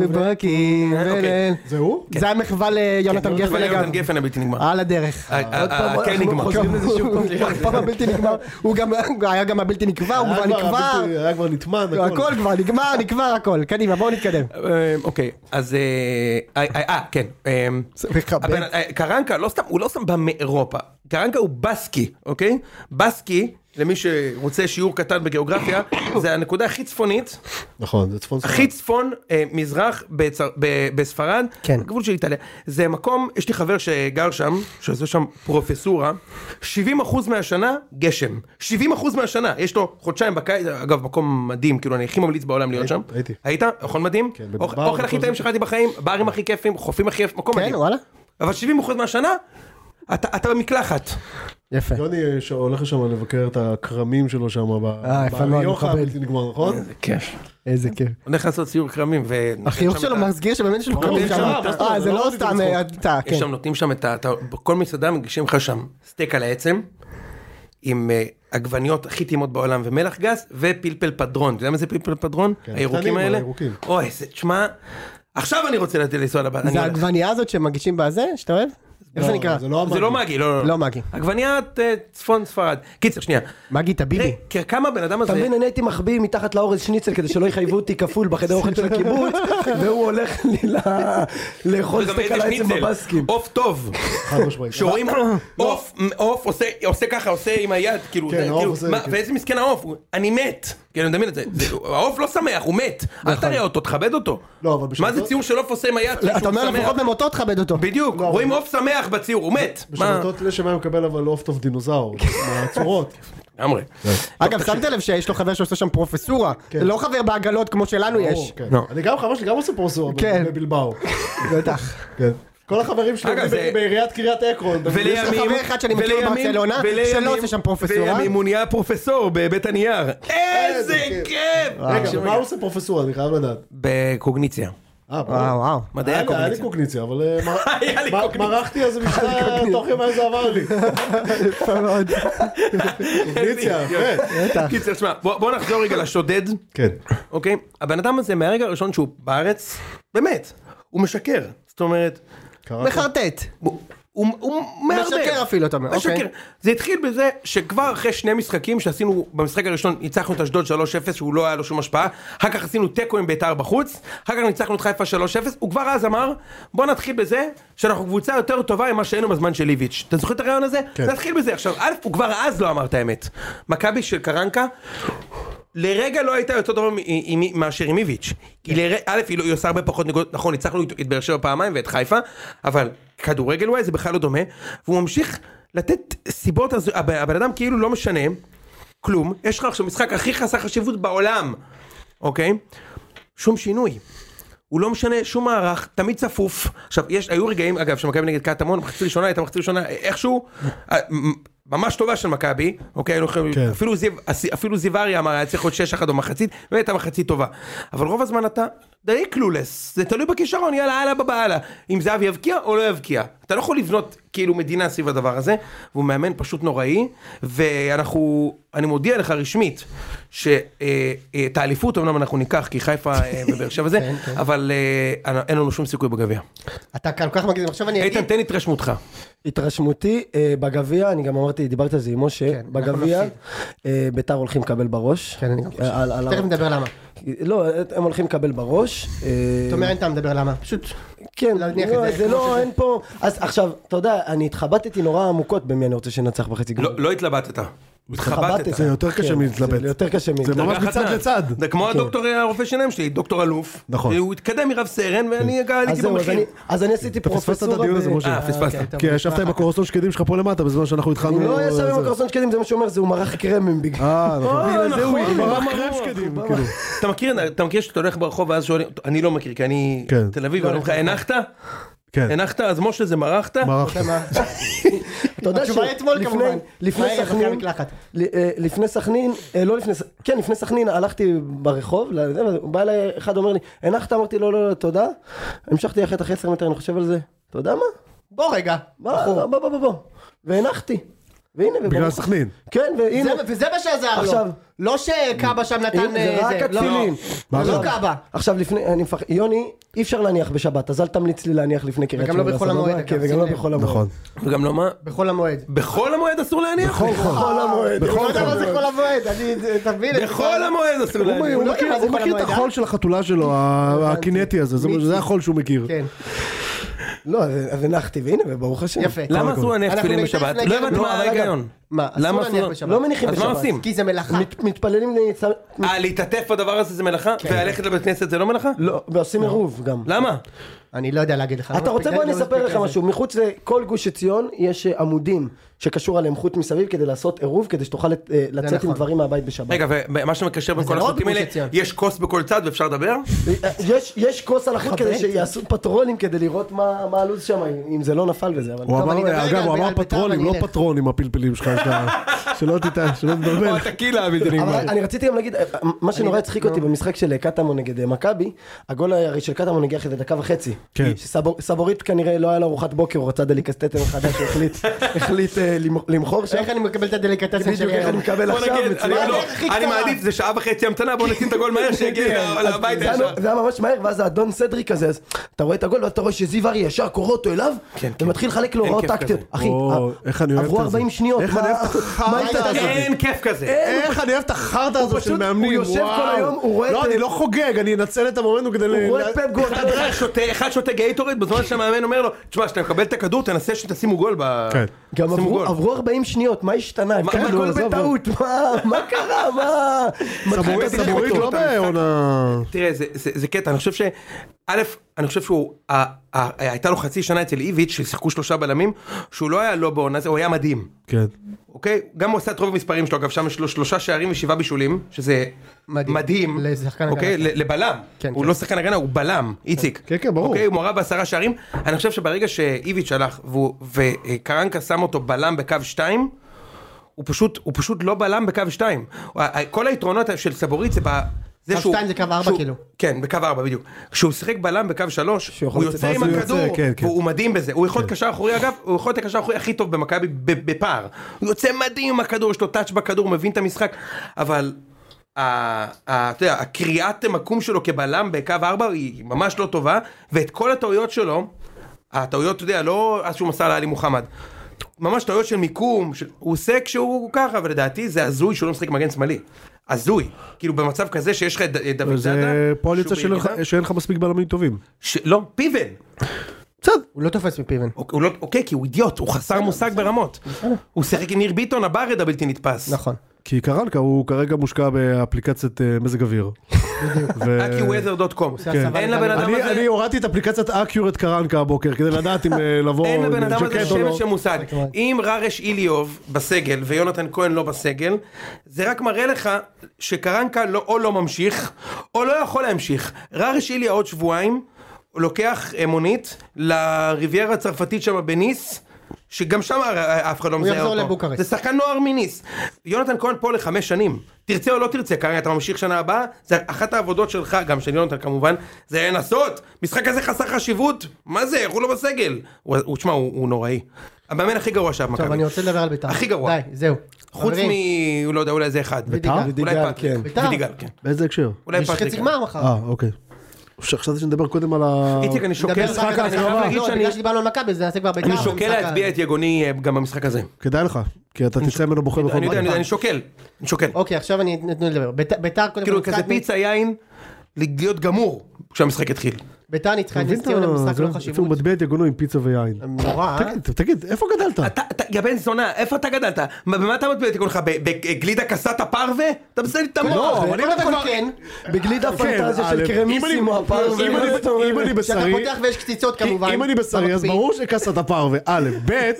[SPEAKER 5] בבקי,
[SPEAKER 1] אוקיי.
[SPEAKER 5] וליל.
[SPEAKER 3] זה הוא?
[SPEAKER 5] זה היה מחווה ליונתן גפן
[SPEAKER 1] יונתן
[SPEAKER 5] אגב.
[SPEAKER 1] גפן הבלתי נגמר.
[SPEAKER 5] על הדרך.
[SPEAKER 1] אה, אה, אה, כן נגמר.
[SPEAKER 5] חוזרים לזה שוב פעם. פעם הבלתי נגמר. הוא גם היה גם הבלתי נקבע, הוא
[SPEAKER 3] היה
[SPEAKER 5] כבר
[SPEAKER 3] כבר
[SPEAKER 5] נקבע.
[SPEAKER 3] הבלתי- היה כבר נטמן,
[SPEAKER 5] הכל כבר נגמר, נגמר הכל. קדימה, בואו נתקדם.
[SPEAKER 1] אה, אוקיי, אז... אה, אה, אה, אה, כן. אה,
[SPEAKER 5] זה מכבד.
[SPEAKER 1] הבן- אה, קרנקה, לא סתם, הוא לא סתם בא מאירופה. קרנקה הוא בסקי, אוקיי? בסקי, למי שרוצה שיעור קטן בגיאוגרפיה, זה הנקודה הכי צפונית,
[SPEAKER 3] נכון, זה צפון
[SPEAKER 1] הכי צפון אה, מזרח בצר- ב- בספרד,
[SPEAKER 5] כן.
[SPEAKER 1] בגבול של איטליה. זה מקום, יש לי חבר שגר שם, שעושה שם פרופסורה, 70% מהשנה גשם. 70% מהשנה, יש לו חודשיים בקיץ, אגב, מקום מדהים, כאילו אני הכי ממליץ בעולם להיות שם.
[SPEAKER 3] הייתי.
[SPEAKER 1] היית? נכון מדהים?
[SPEAKER 3] כן,
[SPEAKER 1] אוכ-
[SPEAKER 3] בדבר
[SPEAKER 1] אוכל הכי
[SPEAKER 3] וכל
[SPEAKER 1] טעים
[SPEAKER 3] זה. כן.
[SPEAKER 1] שאכלתי בחיים, ברים הכי כיפים, חופים הכי יפים, מקום
[SPEAKER 5] כן,
[SPEAKER 1] מדהים.
[SPEAKER 5] וואלה.
[SPEAKER 1] אבל 70% מהשנה, אתה אתה במקלחת.
[SPEAKER 5] יפה.
[SPEAKER 3] יוני ש- הולך לשם לבקר את הכרמים שלו שם, ב-
[SPEAKER 5] אה, יפה מאוד,
[SPEAKER 3] בריוחה
[SPEAKER 5] מכבד.
[SPEAKER 3] הבלתי נגמר, נכון?
[SPEAKER 1] כיף.
[SPEAKER 5] איזה כיף.
[SPEAKER 1] הולך לעשות סיור כרמים. ו-
[SPEAKER 5] החיוך
[SPEAKER 1] שם
[SPEAKER 5] שלו
[SPEAKER 1] את ה-
[SPEAKER 5] מסגיר שבאמת יש לו
[SPEAKER 3] ברור,
[SPEAKER 5] קרוב
[SPEAKER 1] שם,
[SPEAKER 5] שם.
[SPEAKER 3] מה זאת
[SPEAKER 5] אה,
[SPEAKER 3] אומרת?
[SPEAKER 5] זה
[SPEAKER 3] לא
[SPEAKER 5] לא
[SPEAKER 3] רציתי
[SPEAKER 5] סתם,
[SPEAKER 3] לצחוק.
[SPEAKER 5] אה, אתה,
[SPEAKER 1] יש
[SPEAKER 5] כן.
[SPEAKER 1] שם נותנים שם את ה... אתה- בכל מסעדה מגישים לך שם סטייק על העצם, עם אה, עגבניות הכי טעימות בעולם ומלח גס, ופלפל פדרון. אתה יודע מה זה פלפל פדרון?
[SPEAKER 3] כן,
[SPEAKER 1] הירוקים
[SPEAKER 3] קטנים,
[SPEAKER 1] האלה?
[SPEAKER 3] הירוקים.
[SPEAKER 1] אוי, זה, תשמע, עכשיו אני רוצה לתת לנסוע לבן.
[SPEAKER 5] זה העגבנייה הזאת שמגישים בזה, שאתה אוהב? איך זה
[SPEAKER 3] לא,
[SPEAKER 5] נקרא?
[SPEAKER 3] זה לא
[SPEAKER 1] זה
[SPEAKER 3] המאגי.
[SPEAKER 1] לא מגי, לא,
[SPEAKER 5] לא מגי.
[SPEAKER 1] עגבניית אה, צפון ספרד. קיצר, שנייה.
[SPEAKER 5] מגי
[SPEAKER 1] תראה,
[SPEAKER 5] טביבי.
[SPEAKER 1] כמה בן אדם הזה...
[SPEAKER 4] אתה מבין, אני הייתי מחביא מתחת לאורז שניצל כדי שלא יחייבו אותי כפול בחדר אוכל של הקיבוץ, והוא הולך לי ל- לאכול
[SPEAKER 1] וגם
[SPEAKER 4] סטייק
[SPEAKER 1] איזה
[SPEAKER 4] על העצם
[SPEAKER 1] שניצל,
[SPEAKER 4] בבסקים.
[SPEAKER 1] עוף טוב,
[SPEAKER 3] חד משמעית.
[SPEAKER 1] שרואים עוף,
[SPEAKER 5] לא.
[SPEAKER 1] עוף עושה- עושה ככה, עושה עם היד, כאילו,
[SPEAKER 3] כן,
[SPEAKER 1] זה-
[SPEAKER 3] העוף
[SPEAKER 1] כאילו,
[SPEAKER 3] עושה,
[SPEAKER 1] מה-
[SPEAKER 3] כן.
[SPEAKER 1] ואיזה מסכן העוף, הוא- אני מת, כאילו, אני מדמיין את זה, זה- העוף לא שמח, הוא מת, אל
[SPEAKER 5] נכון.
[SPEAKER 1] תראה אותו, תכבד אותו,
[SPEAKER 3] לא, אבל בשביל
[SPEAKER 1] מה זה
[SPEAKER 3] זאת-
[SPEAKER 1] ציור של עוף עושה עם היד,
[SPEAKER 5] אתה
[SPEAKER 1] שהוא
[SPEAKER 5] אומר
[SPEAKER 1] שמח?
[SPEAKER 5] לפחות לא, במותו תכבד אותו.
[SPEAKER 1] בדיוק,
[SPEAKER 3] אבל-
[SPEAKER 1] רואים עוף שמח בציור, הוא מת, מה,
[SPEAKER 3] בשבתות לשם היה מקבל אבל אוף טוב דינוזאור, מהצורות.
[SPEAKER 1] לגמרי,
[SPEAKER 5] אגב, שמת לב שיש לו חבר שעושה שם פרופסורה. זה לא חבר בעגלות כמו שלנו
[SPEAKER 3] ברור,
[SPEAKER 5] יש.
[SPEAKER 3] כן.
[SPEAKER 1] לא.
[SPEAKER 3] אני גם, חבר שלי גם עושה פרוסור
[SPEAKER 5] כן.
[SPEAKER 3] בבלבאו.
[SPEAKER 5] בטח.
[SPEAKER 3] כן. כל החברים שלי
[SPEAKER 1] אגב,
[SPEAKER 3] עובדים
[SPEAKER 1] זה-
[SPEAKER 3] בעיריית קריית עקרון. אתה מבין?
[SPEAKER 5] יש לך חבר אחד שאני מכיר
[SPEAKER 1] ולימים-
[SPEAKER 5] בברצלונה,
[SPEAKER 1] ולימים-
[SPEAKER 5] שלא עושה שם פרופסורה.
[SPEAKER 1] ולימים הוא נהיה פרופסור בבית הנייר, איזה
[SPEAKER 3] כיף.
[SPEAKER 1] כיף,
[SPEAKER 3] רגע,
[SPEAKER 5] אה.
[SPEAKER 1] תקשיב,
[SPEAKER 3] מה הוא עושה פרופסורה? אני חייב לדעת.
[SPEAKER 1] בקוגניציה,
[SPEAKER 3] אה, ברור.
[SPEAKER 5] וואו, וואו.
[SPEAKER 1] מדעי
[SPEAKER 3] היה לי- היה
[SPEAKER 1] הקוגניציה.
[SPEAKER 3] לי קוגניציה, אבל אה, מר-
[SPEAKER 1] היה לי
[SPEAKER 3] מ-
[SPEAKER 1] קוגניציה.
[SPEAKER 3] מרחתי איזה משנה תוך ימיים זה עבר לי.
[SPEAKER 5] יפה מאוד.
[SPEAKER 3] קוגניציה, כן. יפה.
[SPEAKER 1] קיצר, שמע, בוא בוא נחזור רגע לשודד,
[SPEAKER 3] כן.
[SPEAKER 1] אוקיי? הבן אדם הזה מהרגע הראשון שהוא בארץ, באמת, הוא משקר. זאת אומרת,
[SPEAKER 3] קראת?
[SPEAKER 5] מחרטט.
[SPEAKER 1] הוא- הוא הוא מערבב.
[SPEAKER 5] משקר אפילו, אתה אומר,
[SPEAKER 1] משקר.
[SPEAKER 5] אוקיי.
[SPEAKER 1] זה התחיל בזה שכבר אחרי שני משחקים שעשינו, במשחק הראשון ניצחנו את אשדוד 3-0, שהוא לא היה לו שום השפעה, אחר כך עשינו תיקו עם בית"ר בחוץ, אחר כך ניצחנו את חיפה 3-0, הוא כבר אז אמר, בוא נתחיל בזה שאנחנו קבוצה יותר טובה ממה שהיינו בזמן של איביץ'. אתה זוכר את הרעיון הזה?
[SPEAKER 3] כן.
[SPEAKER 1] נתחיל בזה. עכשיו, א', הוא כבר אז לא אמר את האמת. מכבי של קרנקה, לרגע לא הייתה יותר טובה מ- עם- עם- מאשר עם איביץ'. היא לר- א', היא לא- היא עושה הרבה פחות נקודות, נכון, ניצחנו את- את באר שבע פעמיים ואת חיפה, אבל כדורגל וואי זה בכלל לא דומה, והוא ממשיך לתת סיבות, הזו- הבן- הבן אדם כאילו לא משנה, כלום, יש לך עכשיו משחק הכי חסר חשיבות בעולם, אוקיי? שום שינוי. הוא לא משנה שום מערך, תמיד צפוף. עכשיו, יש, היו רגעים, אגב, שמכבי נגד קטמון, מחצית ראשונה הייתה מחצית ראשונה, איכשהו, אה, מ- ממש טובה של מכבי, אוקיי, היינו יכולים-
[SPEAKER 3] כן.
[SPEAKER 1] אפילו זיו- אפילו זיו אריה אמר, היה צריך עוד 6-1 במחצית, והייתה מחצית טובה. אבל רוב הזמן אתה די קלולס, זה תלוי בכישרון, יאללה, הלאה בבעלה. אם זהבי יבקיע או לא יבקיע. אתה לא יכול לבנות כאילו מדינה סביב הדבר הזה, והוא מאמן פשוט נוראי, ואנחנו, אני מודיע לך רשמית, שאת אה, אה, את האליפות אמנם אנחנו ניקח, כי חיפה אה, ובאר שבע זה,
[SPEAKER 5] כן, כן.
[SPEAKER 1] אבל אה, אין- אין לנו שום סיכוי בגביע.
[SPEAKER 5] אתה כל כך מגזים, עכשיו אני
[SPEAKER 1] איתן,
[SPEAKER 5] אגיד...
[SPEAKER 1] תן התרשמותך.
[SPEAKER 4] התרשמותי אה, בגביע, אני גם אמרתי, דיברתי על זה עם משה,
[SPEAKER 5] כן,
[SPEAKER 4] בגביע,
[SPEAKER 5] אנחנו
[SPEAKER 4] אה, ביתר הולכים לקבל בראש.
[SPEAKER 5] כן, אני גם חושב.
[SPEAKER 4] אה, על- על-
[SPEAKER 5] תכף נדבר למה.
[SPEAKER 4] לא, הם הולכים לקבל בראש. אה,
[SPEAKER 5] אתה אומר אין טעם לדבר למה. פשוט...
[SPEAKER 4] כן,
[SPEAKER 5] להניח את
[SPEAKER 4] לא,
[SPEAKER 5] זה
[SPEAKER 4] זה
[SPEAKER 5] כמו
[SPEAKER 4] לא,
[SPEAKER 5] שזה.
[SPEAKER 4] אין פה... אז עכשיו, אתה יודע, אני התחבטתי נורא עמוקות במי אני רוצה שננצח בחצי גמר.
[SPEAKER 1] לא לא התלבטת. התחבטת.
[SPEAKER 4] התחבטת.
[SPEAKER 3] זה יותר קשה
[SPEAKER 4] כן,
[SPEAKER 3] מלהתלבט.
[SPEAKER 4] זה יותר
[SPEAKER 3] זה
[SPEAKER 4] קשה מלהתלבט.
[SPEAKER 3] ממש
[SPEAKER 1] דרגה
[SPEAKER 3] מצד
[SPEAKER 1] אחת
[SPEAKER 3] לצד. כן.
[SPEAKER 1] מעל. זה כמו הדוקטור אה, הרופא שיניים שלי, דוקטור אלוף.
[SPEAKER 3] נכון. כן.
[SPEAKER 1] הוא התקדם מרב סרן ואני
[SPEAKER 4] אז
[SPEAKER 1] עליתי
[SPEAKER 4] זהו, אז
[SPEAKER 1] במחיר.
[SPEAKER 4] אני- אז אני עשיתי
[SPEAKER 3] אתה פספסת את
[SPEAKER 4] פרופסורה...
[SPEAKER 3] הדיון
[SPEAKER 4] ב-
[SPEAKER 3] הזה, משה.
[SPEAKER 1] אה, פספסת.
[SPEAKER 3] כי ישבת עם הקורסון שקדים שלך פה למטה בזמן שאנחנו התחלנו...
[SPEAKER 4] הוא
[SPEAKER 5] אה,
[SPEAKER 4] לא ישב עם
[SPEAKER 3] זה.
[SPEAKER 4] הקרסון שקדים, זה מה שהוא אומר, זה הוא מרח קרמים בגלל...
[SPEAKER 3] אה, נכון.
[SPEAKER 1] אה,
[SPEAKER 3] בגלל זה הוא
[SPEAKER 1] נכון,
[SPEAKER 3] מרק
[SPEAKER 1] הוא ברח.
[SPEAKER 3] קרב שקדים, כאילו.
[SPEAKER 1] אתה מכיר, אתה מכיר שאתה הולך ברחוב ואז שואלים, אני לא מכיר כי אני
[SPEAKER 3] כן.
[SPEAKER 1] תל אביב,
[SPEAKER 5] לא,
[SPEAKER 1] אומרים לך, הנחת?
[SPEAKER 3] כן,
[SPEAKER 1] הנחת? אז משה זה מרחת?
[SPEAKER 3] מרחת.
[SPEAKER 4] אתה יודע
[SPEAKER 5] התשובה היא אתמול
[SPEAKER 4] לפני-
[SPEAKER 5] כמובן.
[SPEAKER 4] לפני
[SPEAKER 5] מה היה,
[SPEAKER 4] סכנין-
[SPEAKER 5] אחרי המקלחת?
[SPEAKER 4] ל- אה, לפני סכנין, אה, לא לפני, ס- כן לפני סכנין הלכתי ברחוב, לזה, ואז הוא בא אליי אחד אומר לי, הנחת? אמרתי לו לא לא תודה, המשכתי ללכת אחרי 10 מטר אני חושב על זה, אתה יודע מה?
[SPEAKER 5] בוא רגע.
[SPEAKER 4] מה?
[SPEAKER 5] בחור.
[SPEAKER 4] בוא בוא בוא בוא, והנחתי, והנה,
[SPEAKER 3] בגלל
[SPEAKER 4] וברוך-
[SPEAKER 3] סכנין.
[SPEAKER 4] כן והנה,
[SPEAKER 5] זה- וזה מה שעזר לו.
[SPEAKER 4] עכשיו-
[SPEAKER 5] לא שקאבה שם נתן...
[SPEAKER 4] הנה,
[SPEAKER 5] אה,
[SPEAKER 4] זה רק
[SPEAKER 5] לא, לא.
[SPEAKER 4] התפילין.
[SPEAKER 5] זה
[SPEAKER 3] מה
[SPEAKER 5] לא
[SPEAKER 3] זה?
[SPEAKER 5] קאבה.
[SPEAKER 4] עכשיו לפני, אני מפחד, יוני, אי אפשר להניח בשבת, אז אל תמליץ לי להניח לפני קריית
[SPEAKER 5] וגם לא בחול
[SPEAKER 4] סבבה?
[SPEAKER 5] המועד,
[SPEAKER 4] כן,
[SPEAKER 5] אגב,
[SPEAKER 4] וגם
[SPEAKER 5] שים
[SPEAKER 4] לא
[SPEAKER 5] לב.
[SPEAKER 4] בכל המועד,
[SPEAKER 3] נכון.
[SPEAKER 1] וגם לא מה?
[SPEAKER 5] בחול המועד.
[SPEAKER 1] בכל המועד אסור להניח?
[SPEAKER 3] בכל חום.
[SPEAKER 4] בכל המועד,
[SPEAKER 5] הוא לא
[SPEAKER 3] אה, בכל
[SPEAKER 5] יודע מה זה
[SPEAKER 3] חום.
[SPEAKER 5] חול המועד. אני... תבין. אני-
[SPEAKER 1] בכל המועד אסור
[SPEAKER 3] הוא-
[SPEAKER 1] להניח.
[SPEAKER 3] הוא
[SPEAKER 5] לא
[SPEAKER 3] מכיר-
[SPEAKER 5] יודע מה זה
[SPEAKER 3] הוא
[SPEAKER 5] כל
[SPEAKER 3] מכיר את כן,
[SPEAKER 5] המועד,
[SPEAKER 3] החול
[SPEAKER 5] אה?
[SPEAKER 3] של החתולה שלו, ה- הקינטי הזה, זה- זה החול שהוא מכיר.
[SPEAKER 5] כן.
[SPEAKER 4] לא, אז- אז הנחתי והנה וברוך השם, לא,
[SPEAKER 5] יפה.
[SPEAKER 1] למה
[SPEAKER 3] הכל.
[SPEAKER 1] אסור להניח
[SPEAKER 5] אנחנו
[SPEAKER 1] תפילין
[SPEAKER 5] תכף
[SPEAKER 1] בשבת?
[SPEAKER 5] נגיע
[SPEAKER 1] לא הבנתי
[SPEAKER 5] לזה.
[SPEAKER 1] מה
[SPEAKER 5] לא, אבל אגב,
[SPEAKER 1] ההיגיון.
[SPEAKER 5] מה, אסור
[SPEAKER 1] למה
[SPEAKER 5] להניח בשבת.
[SPEAKER 4] לא מניחים
[SPEAKER 1] אז
[SPEAKER 4] בשבת,
[SPEAKER 1] מה עושים?
[SPEAKER 5] כי זה מלאכה.
[SPEAKER 4] מת- מתפללים, לניצן-
[SPEAKER 1] אה, להתעטף בדבר הזה זה מלאכה?
[SPEAKER 3] כן.
[SPEAKER 1] וללכת לבית כנסת זה לא מלאכה?
[SPEAKER 4] לא, ועושים עירוב גם.
[SPEAKER 1] למה?
[SPEAKER 5] אני לא יודע להגיד לך. לא
[SPEAKER 4] אתה רוצה
[SPEAKER 5] מספיק-
[SPEAKER 4] בוא
[SPEAKER 5] לא
[SPEAKER 4] אני אספר
[SPEAKER 5] מספיק
[SPEAKER 4] לך
[SPEAKER 5] לזה.
[SPEAKER 4] משהו, מחוץ לכל גוש עציון יש אה, עמודים שקשור עליהם חוט מסביב כדי לעשות עירוב כדי שתוכל לת- אה, לצאת עם
[SPEAKER 5] נכון.
[SPEAKER 4] דברים מהבית בשבת.
[SPEAKER 1] רגע, ומה שמקשר בין
[SPEAKER 5] זה
[SPEAKER 1] כל
[SPEAKER 5] לא רק
[SPEAKER 1] החוטים
[SPEAKER 5] גוש
[SPEAKER 1] האלה,
[SPEAKER 5] עציון.
[SPEAKER 1] יש כוס בכל צד ואפשר לדבר?
[SPEAKER 4] אה, יש- יש כוס על החוט
[SPEAKER 5] חבר
[SPEAKER 4] כדי
[SPEAKER 5] את
[SPEAKER 4] שיעשו פטרולים כדי לראות מה מה הלו"ז שם, אם אם זה לא נפל וזה, אבל...
[SPEAKER 3] הוא
[SPEAKER 5] טוב, אני
[SPEAKER 3] אמר,
[SPEAKER 5] אדבר
[SPEAKER 3] אגב,
[SPEAKER 5] רגע
[SPEAKER 3] הוא
[SPEAKER 5] על
[SPEAKER 3] אמר
[SPEAKER 5] בית"ר
[SPEAKER 3] פטרונים,
[SPEAKER 5] ואני
[SPEAKER 3] לא
[SPEAKER 5] אלך.
[SPEAKER 3] פטרונים הפלפלים שלך, אתה- שלא תטעה, שלא תתבלבל.
[SPEAKER 1] או הטקילה הבלתי נגמר.
[SPEAKER 4] אבל אני רציתי גם להגיד, אה, מה שנורא הצחיק אותי במשחק של אה, קטמון נגד אה, מכבי, הגול הרי של קטמון הגיע אחרי זה דקה וחצי.
[SPEAKER 3] כן.
[SPEAKER 4] שסבור- סבורית כנראה לא היה לה ארוחת בוקר, הוא רצה דליקסטטן חדש, הוא החליט- החליט אה, למ- למכור שם.
[SPEAKER 5] איך אני מקבל את הדליקטסיה
[SPEAKER 4] בדיוק
[SPEAKER 5] שלי
[SPEAKER 4] איך אני
[SPEAKER 5] היום?
[SPEAKER 4] מקבל
[SPEAKER 1] בוא
[SPEAKER 4] עכשיו,
[SPEAKER 1] נגיד, אני
[SPEAKER 4] מצוין.
[SPEAKER 1] לא-
[SPEAKER 5] הדרך הכי
[SPEAKER 1] אני
[SPEAKER 5] קצרה.
[SPEAKER 1] מעדיף זה שעה וחצי המתנה, בוא נקטין את הגול מהר שיגיע
[SPEAKER 4] כן, אז
[SPEAKER 1] לא, הביתה
[SPEAKER 4] זה לא היה-
[SPEAKER 1] ישר.
[SPEAKER 4] זה היה ממש מהר, ואז האדון סדרי כזה, אז אתה רואה את הגול, ואז אתה רואה שזיו ארי ישר קורא אותו אליו,
[SPEAKER 1] כן, כן.
[SPEAKER 4] ומתחיל לחלק לו
[SPEAKER 1] אין
[SPEAKER 4] הוראות
[SPEAKER 1] כיף
[SPEAKER 4] טקטיות.
[SPEAKER 1] כזה.
[SPEAKER 4] אחי,
[SPEAKER 3] או,
[SPEAKER 4] ה-
[SPEAKER 3] איך אני אוהב
[SPEAKER 4] עברו
[SPEAKER 3] את זה.
[SPEAKER 4] 40 שניות,
[SPEAKER 3] איך אני
[SPEAKER 4] מה-
[SPEAKER 3] אוהב את
[SPEAKER 1] אה,
[SPEAKER 4] מה
[SPEAKER 3] החרטא
[SPEAKER 4] הייתה
[SPEAKER 3] הזאת.
[SPEAKER 4] הזאת?
[SPEAKER 1] אין כיף כזה.
[SPEAKER 3] איך אני אוהב את החרטא הזאת של
[SPEAKER 4] פשוט-
[SPEAKER 3] מאמנים,
[SPEAKER 4] הוא יושב
[SPEAKER 3] וואו.
[SPEAKER 4] כל היום, הוא רואה
[SPEAKER 3] לא,
[SPEAKER 4] את-
[SPEAKER 3] אני לא חוגג, אני אנצל את המומנטום כדי...
[SPEAKER 1] אה,
[SPEAKER 4] הוא
[SPEAKER 3] ל-
[SPEAKER 4] רואה את פפ
[SPEAKER 1] אחד-
[SPEAKER 4] גוורדיולה.
[SPEAKER 1] אחד שותה- אחד שותה גייטורד בזמן שהמאמן אומר לו, תשמע, כשאתה מקבל את הכדור תנסה שתשימו גול ב...
[SPEAKER 3] כן.
[SPEAKER 4] גם
[SPEAKER 1] שימו
[SPEAKER 4] עברו-
[SPEAKER 1] גול."
[SPEAKER 4] עברו 40 שניות, מה השתנה? הם
[SPEAKER 1] מה-
[SPEAKER 4] קיבלו
[SPEAKER 1] מה הכל
[SPEAKER 4] עזוב,
[SPEAKER 1] בטעות?
[SPEAKER 4] מה- מה קרה? מה? מתחיל
[SPEAKER 3] סבורית-
[SPEAKER 4] את הדרך
[SPEAKER 3] סבורית
[SPEAKER 4] אותו.
[SPEAKER 3] לא בעונה...
[SPEAKER 1] תראה, זה- זה זה קטע, אני חושב ש... א', אני חושב שהוא, ה- ה- הייתה לו חצי שנה אצל איביץ', ששיחקו שלושה בלמים, שהוא לא היה לא בעונה, זה- הוא היה מדהים,
[SPEAKER 3] כן.
[SPEAKER 1] אוקיי? גם הוא עשה את רוב המספרים שלו, אגב, שם יש לו שלושה שערים ושבעה בישולים, שזה
[SPEAKER 5] מדהים.
[SPEAKER 1] מדהים,
[SPEAKER 5] לשחקן
[SPEAKER 1] אוקיי?
[SPEAKER 5] הגנה.
[SPEAKER 1] ל- לבלם,
[SPEAKER 5] כן,
[SPEAKER 1] הוא
[SPEAKER 5] כן.
[SPEAKER 1] לא שחקן הגנה, הוא בלם, איציק.
[SPEAKER 3] כן, כן, ברור.
[SPEAKER 1] אוקיי, הוא מעורב בעשרה שערים, אני חושב שברגע שאיביץ' הלך והוא- וקרנקה שם אותו בלם בקו שתיים, הוא פשוט, הוא פשוט לא בלם בקו 2. כל היתרונות של סבורית זה ב... זה
[SPEAKER 5] קו שתיים זה קו ארבע,
[SPEAKER 1] שהוא-
[SPEAKER 5] כאילו.
[SPEAKER 1] כן, בקו 4 בדיוק. כשהוא שיחק בלם בקו 3,
[SPEAKER 4] שהוא יכול
[SPEAKER 1] הוא
[SPEAKER 4] לצאת-
[SPEAKER 1] יוצא עם
[SPEAKER 3] אז הוא
[SPEAKER 1] הכדור,
[SPEAKER 3] יוצא, כן, כן.
[SPEAKER 1] והוא מדהים בזה. הוא יכול להיות קשר אחורי, אגב, הוא יכול להיות הקשר האחורי הכי טוב במכבי ב- בפער. הוא יוצא מדהים עם הכדור, יש לו טאץ' בכדור, הוא מבין את המשחק, אבל... ה- ה- אתה יודע, הקריאת המקום שלו כבלם בקו 4 היא ממש לא טובה, ואת כל הטעויות שלו, הטעויות, אתה יודע, לא אז שהוא מסר לאלי מוחמד. ממש טעויות של מיקום, של... הוא עושה כשהוא ככה, ולדעתי זה הזוי שהוא לא משחק מגן שמאלי. הזוי. כאילו במצב כזה שיש לך את ד- את דוד זאדה.
[SPEAKER 3] זה פועל יוצא
[SPEAKER 1] שהוא
[SPEAKER 3] שאין לך-
[SPEAKER 1] בירידה,
[SPEAKER 3] שאין לך מספיק בלמים טובים.
[SPEAKER 1] ש... לא, פיבן.
[SPEAKER 5] הוא לא תופס מפיבן.
[SPEAKER 1] אוק- הוא לא, אוקיי, כי הוא אידיוט, הוא חסר מושג ברמות. הוא שיחק עם ניר ביטון, הברד הבלתי נתפס.
[SPEAKER 5] נכון.
[SPEAKER 3] כי קרנקה הוא כרגע מושקע באפליקציית אה, מזג אוויר. ו-
[SPEAKER 1] AccuWeather.com.
[SPEAKER 5] כן.
[SPEAKER 1] אין לבן אדם
[SPEAKER 3] אה, אני-
[SPEAKER 1] הזה...
[SPEAKER 3] אני הורדתי את אפליקציית אקיורט קרנקה הבוקר כדי לדעת אם אה, לבוא
[SPEAKER 1] אין לבן
[SPEAKER 3] עם
[SPEAKER 1] אדם הזה
[SPEAKER 3] ז'קט או
[SPEAKER 1] שמץ
[SPEAKER 3] לא.
[SPEAKER 1] של מושג.
[SPEAKER 5] אוקיי.
[SPEAKER 1] אם ררש איליוב בסגל ויונתן כהן לא בסגל, זה רק מראה לך שקרנקה לא, או לא ממשיך, או לא יכול להמשיך. ררש איליה עוד שבועיים, הוא לוקח אה, מונית לריביירה הצרפתית שם בניס, שגם שם אף אחד לא
[SPEAKER 5] הוא
[SPEAKER 1] מזהה אותו.
[SPEAKER 5] יחזור לבוקרשט.
[SPEAKER 1] זה שחקן נוער מניס. יונתן כהן פה לחמש שנים. תרצה או לא תרצה, כרגע אתה ממשיך שנה הבאה, זה אחת העבודות שלך, גם של יונתן כמובן, זה לנסות. משחק כזה חסר חשיבות? מה זה, איך הוא לא בסגל? הוא, הוא- שמע, הוא, הוא נוראי. המאמן הכי גרוע שהיה במכבי.
[SPEAKER 5] טוב, אני רוצה לדבר על בית"ר.
[SPEAKER 1] הכי גרוע.
[SPEAKER 5] די, זהו.
[SPEAKER 1] חוץ מ... לא יודע, אולי זה אחד.
[SPEAKER 5] בית"ר?
[SPEAKER 1] אולי
[SPEAKER 4] וידיגל,
[SPEAKER 1] פטריק.
[SPEAKER 4] כן.
[SPEAKER 5] בית"ר?
[SPEAKER 1] וידיגל, כן.
[SPEAKER 3] באיזה הקשר?
[SPEAKER 1] אולי
[SPEAKER 5] יש חצי
[SPEAKER 1] פטריק.
[SPEAKER 5] גמר מחר.
[SPEAKER 3] אה, אוקיי. חשבתי שנדבר קודם על ה...
[SPEAKER 1] איציק, אני שוקל...
[SPEAKER 5] נדבר אחר כך,
[SPEAKER 1] אני חייב להגיד
[SPEAKER 5] לא,
[SPEAKER 1] שאני...
[SPEAKER 5] בגלל שדיברנו על מכבי, זה נעשה כבר בית"ר.
[SPEAKER 1] אני שוקל
[SPEAKER 5] במשחק
[SPEAKER 1] להצביע
[SPEAKER 5] ה-
[SPEAKER 1] את יגוני אה, גם במשחק הזה.
[SPEAKER 5] לא,
[SPEAKER 3] כדאי לך, כי אתה תצא ממנו בוכה בכל
[SPEAKER 1] אני יודע,
[SPEAKER 3] מקום.
[SPEAKER 1] אני יודע, אני שוקל. אני שוקל.
[SPEAKER 5] אוקיי, עכשיו אני... תנו לי לדבר. בית"ר- בית"ר קודם
[SPEAKER 1] כאילו
[SPEAKER 5] כל
[SPEAKER 1] כזה
[SPEAKER 5] משחק-
[SPEAKER 1] פיצה יין, להיות גמור כשהמשחק התחיל.
[SPEAKER 5] בית"ר ניצחה את
[SPEAKER 3] אתה מבין
[SPEAKER 5] נס
[SPEAKER 3] את
[SPEAKER 5] ציונה
[SPEAKER 3] ה-
[SPEAKER 5] במשחק
[SPEAKER 3] זה-
[SPEAKER 5] לא
[SPEAKER 3] הוא
[SPEAKER 5] חשיבות.
[SPEAKER 3] מטביע את יגונו עם פיצה ויין.
[SPEAKER 5] נורא, אה?
[SPEAKER 3] תגיד, תגיד, איפה גדלת?
[SPEAKER 1] אתה, אתה, יא בן זונה, איפה אתה גדלת? מה- במה אתה מטביע את תיקונך? בגלידה קסטה פרווה? אתה מסתכל לי את המוח.
[SPEAKER 5] לא,
[SPEAKER 1] אבל
[SPEAKER 5] אבל
[SPEAKER 3] אה,
[SPEAKER 1] אם
[SPEAKER 5] אם
[SPEAKER 1] אתה כבר-
[SPEAKER 5] כן,
[SPEAKER 4] בגלידה פנטזיה
[SPEAKER 3] א',
[SPEAKER 4] של
[SPEAKER 3] אם
[SPEAKER 4] קרמיסימו
[SPEAKER 3] אני-
[SPEAKER 4] הפעם.
[SPEAKER 3] אם אני- אם אני
[SPEAKER 5] כשאתה
[SPEAKER 3] בשרי,
[SPEAKER 5] פותח ויש קציצות כמובן.
[SPEAKER 3] אם אני
[SPEAKER 5] אתה
[SPEAKER 3] בשרי, אז
[SPEAKER 5] מקפיא.
[SPEAKER 3] ברור שכסת הפרווה, א', ב',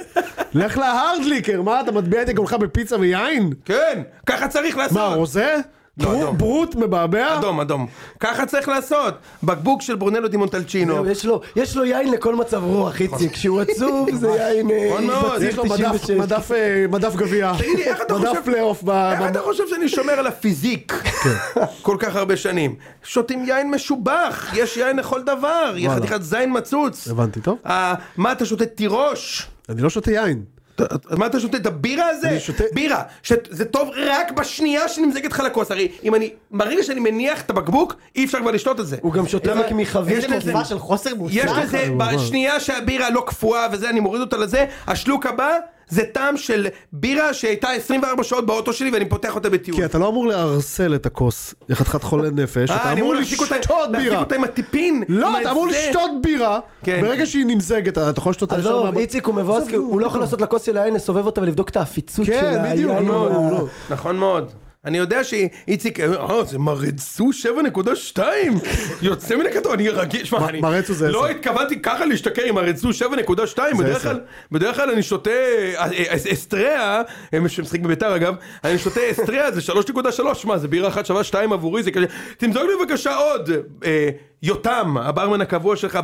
[SPEAKER 3] לך להרדליקר, מה, אתה מטביע את יגונך בפיצה ויין?
[SPEAKER 1] כן, ככה צריך לעשות.
[SPEAKER 3] מה, רוזה?
[SPEAKER 1] לא,
[SPEAKER 3] ברו-
[SPEAKER 1] אדום.
[SPEAKER 3] ברוט מבעבע?
[SPEAKER 1] אדום, אדום. ככה צריך לעשות. בקבוק של ברונלו
[SPEAKER 3] אה,
[SPEAKER 1] דימונטלצ'ינו.
[SPEAKER 4] יש לו, יש לו יין לכל מצב רוח,
[SPEAKER 3] נכון.
[SPEAKER 4] איציק, כשהוא עצוב זה יין... אה,
[SPEAKER 1] נכון מאוד.
[SPEAKER 4] בציר
[SPEAKER 3] יש לו מדף-
[SPEAKER 4] 96.
[SPEAKER 3] מדף, אה, מדף גביע,
[SPEAKER 1] תגיד לי, איך אתה חושב...
[SPEAKER 3] מדף פלייאוף, ב-
[SPEAKER 1] איך
[SPEAKER 3] ב-
[SPEAKER 1] אתה חושב שאני שומר על הפיזיק
[SPEAKER 3] כן.
[SPEAKER 1] כל כך הרבה שנים? שותים יין משובח, יש יין לכל דבר, יש
[SPEAKER 3] וואלה.
[SPEAKER 1] חתיכת זין מצוץ.
[SPEAKER 3] הבנתי, טוב.
[SPEAKER 1] אה, מה אתה שותה תירוש?
[SPEAKER 3] אני לא שותה יין.
[SPEAKER 1] אז מה אתה שותה את הבירה הזה?
[SPEAKER 3] אני שותה-
[SPEAKER 1] בירה, שזה טוב רק בשנייה שנמזגת לך לכוס, הרי אם אני, ברגע שאני מניח את הבקבוק, אי אפשר כבר לשתות את זה.
[SPEAKER 4] הוא גם שותה רק מחביר.
[SPEAKER 1] יש
[SPEAKER 5] איזה
[SPEAKER 1] לזה-
[SPEAKER 5] מופע של חוסר מוסר.
[SPEAKER 1] יש לזה,
[SPEAKER 3] נכון.
[SPEAKER 1] בשנייה שהבירה לא קפואה וזה, אני מוריד אותה לזה, השלוק הבא זה טעם של בירה שהייתה 24 שעות באוטו שלי ואני פותח אותה בטיול.
[SPEAKER 3] כי אתה לא אמור לערסל את הכוס לחתיכת חולה נפש,
[SPEAKER 1] אה,
[SPEAKER 3] אתה
[SPEAKER 1] אני
[SPEAKER 3] אמור
[SPEAKER 1] להחזיק
[SPEAKER 3] לשתות
[SPEAKER 1] אותה- להחזיק
[SPEAKER 3] בירה.
[SPEAKER 1] אותה עם הטיפין. עם
[SPEAKER 3] לא, אתה אמור
[SPEAKER 1] הזה.
[SPEAKER 3] לשתות בירה,
[SPEAKER 1] כן.
[SPEAKER 3] ברגע שהיא נמזגת, אתה יכול לשתות אותה ישר
[SPEAKER 4] עזוב,
[SPEAKER 3] מהבק-
[SPEAKER 4] איציק הוא מבואס, כי הוא לא יכול לעשות לכוס של היין, לסובב אותה ולבדוק את העפיצות של
[SPEAKER 3] כן,
[SPEAKER 4] היין.
[SPEAKER 3] בדיוק, לא,
[SPEAKER 4] ה-
[SPEAKER 3] לא.
[SPEAKER 1] נכון מאוד. אני יודע שאיציק, אה, זה מרצו 7.2, יוצא מן הכתוב, אני רגיל, שמע, אני
[SPEAKER 3] מרצו זה
[SPEAKER 1] לא
[SPEAKER 3] עשר.
[SPEAKER 1] התכוונתי ככה להשתכר עם מרצו 7.2, בדרך
[SPEAKER 3] עשר.
[SPEAKER 1] כלל, בדרך כלל אני שותה אה, אה, אסטריה, הם שמשחק בביתר אגב, אני שותה אסטריה זה 3.3, מה זה בירה אחת שווה 2 עבורי, זה כזה, תמזוג לי בבקשה עוד, אה, יותם, הברמן הקבוע שלך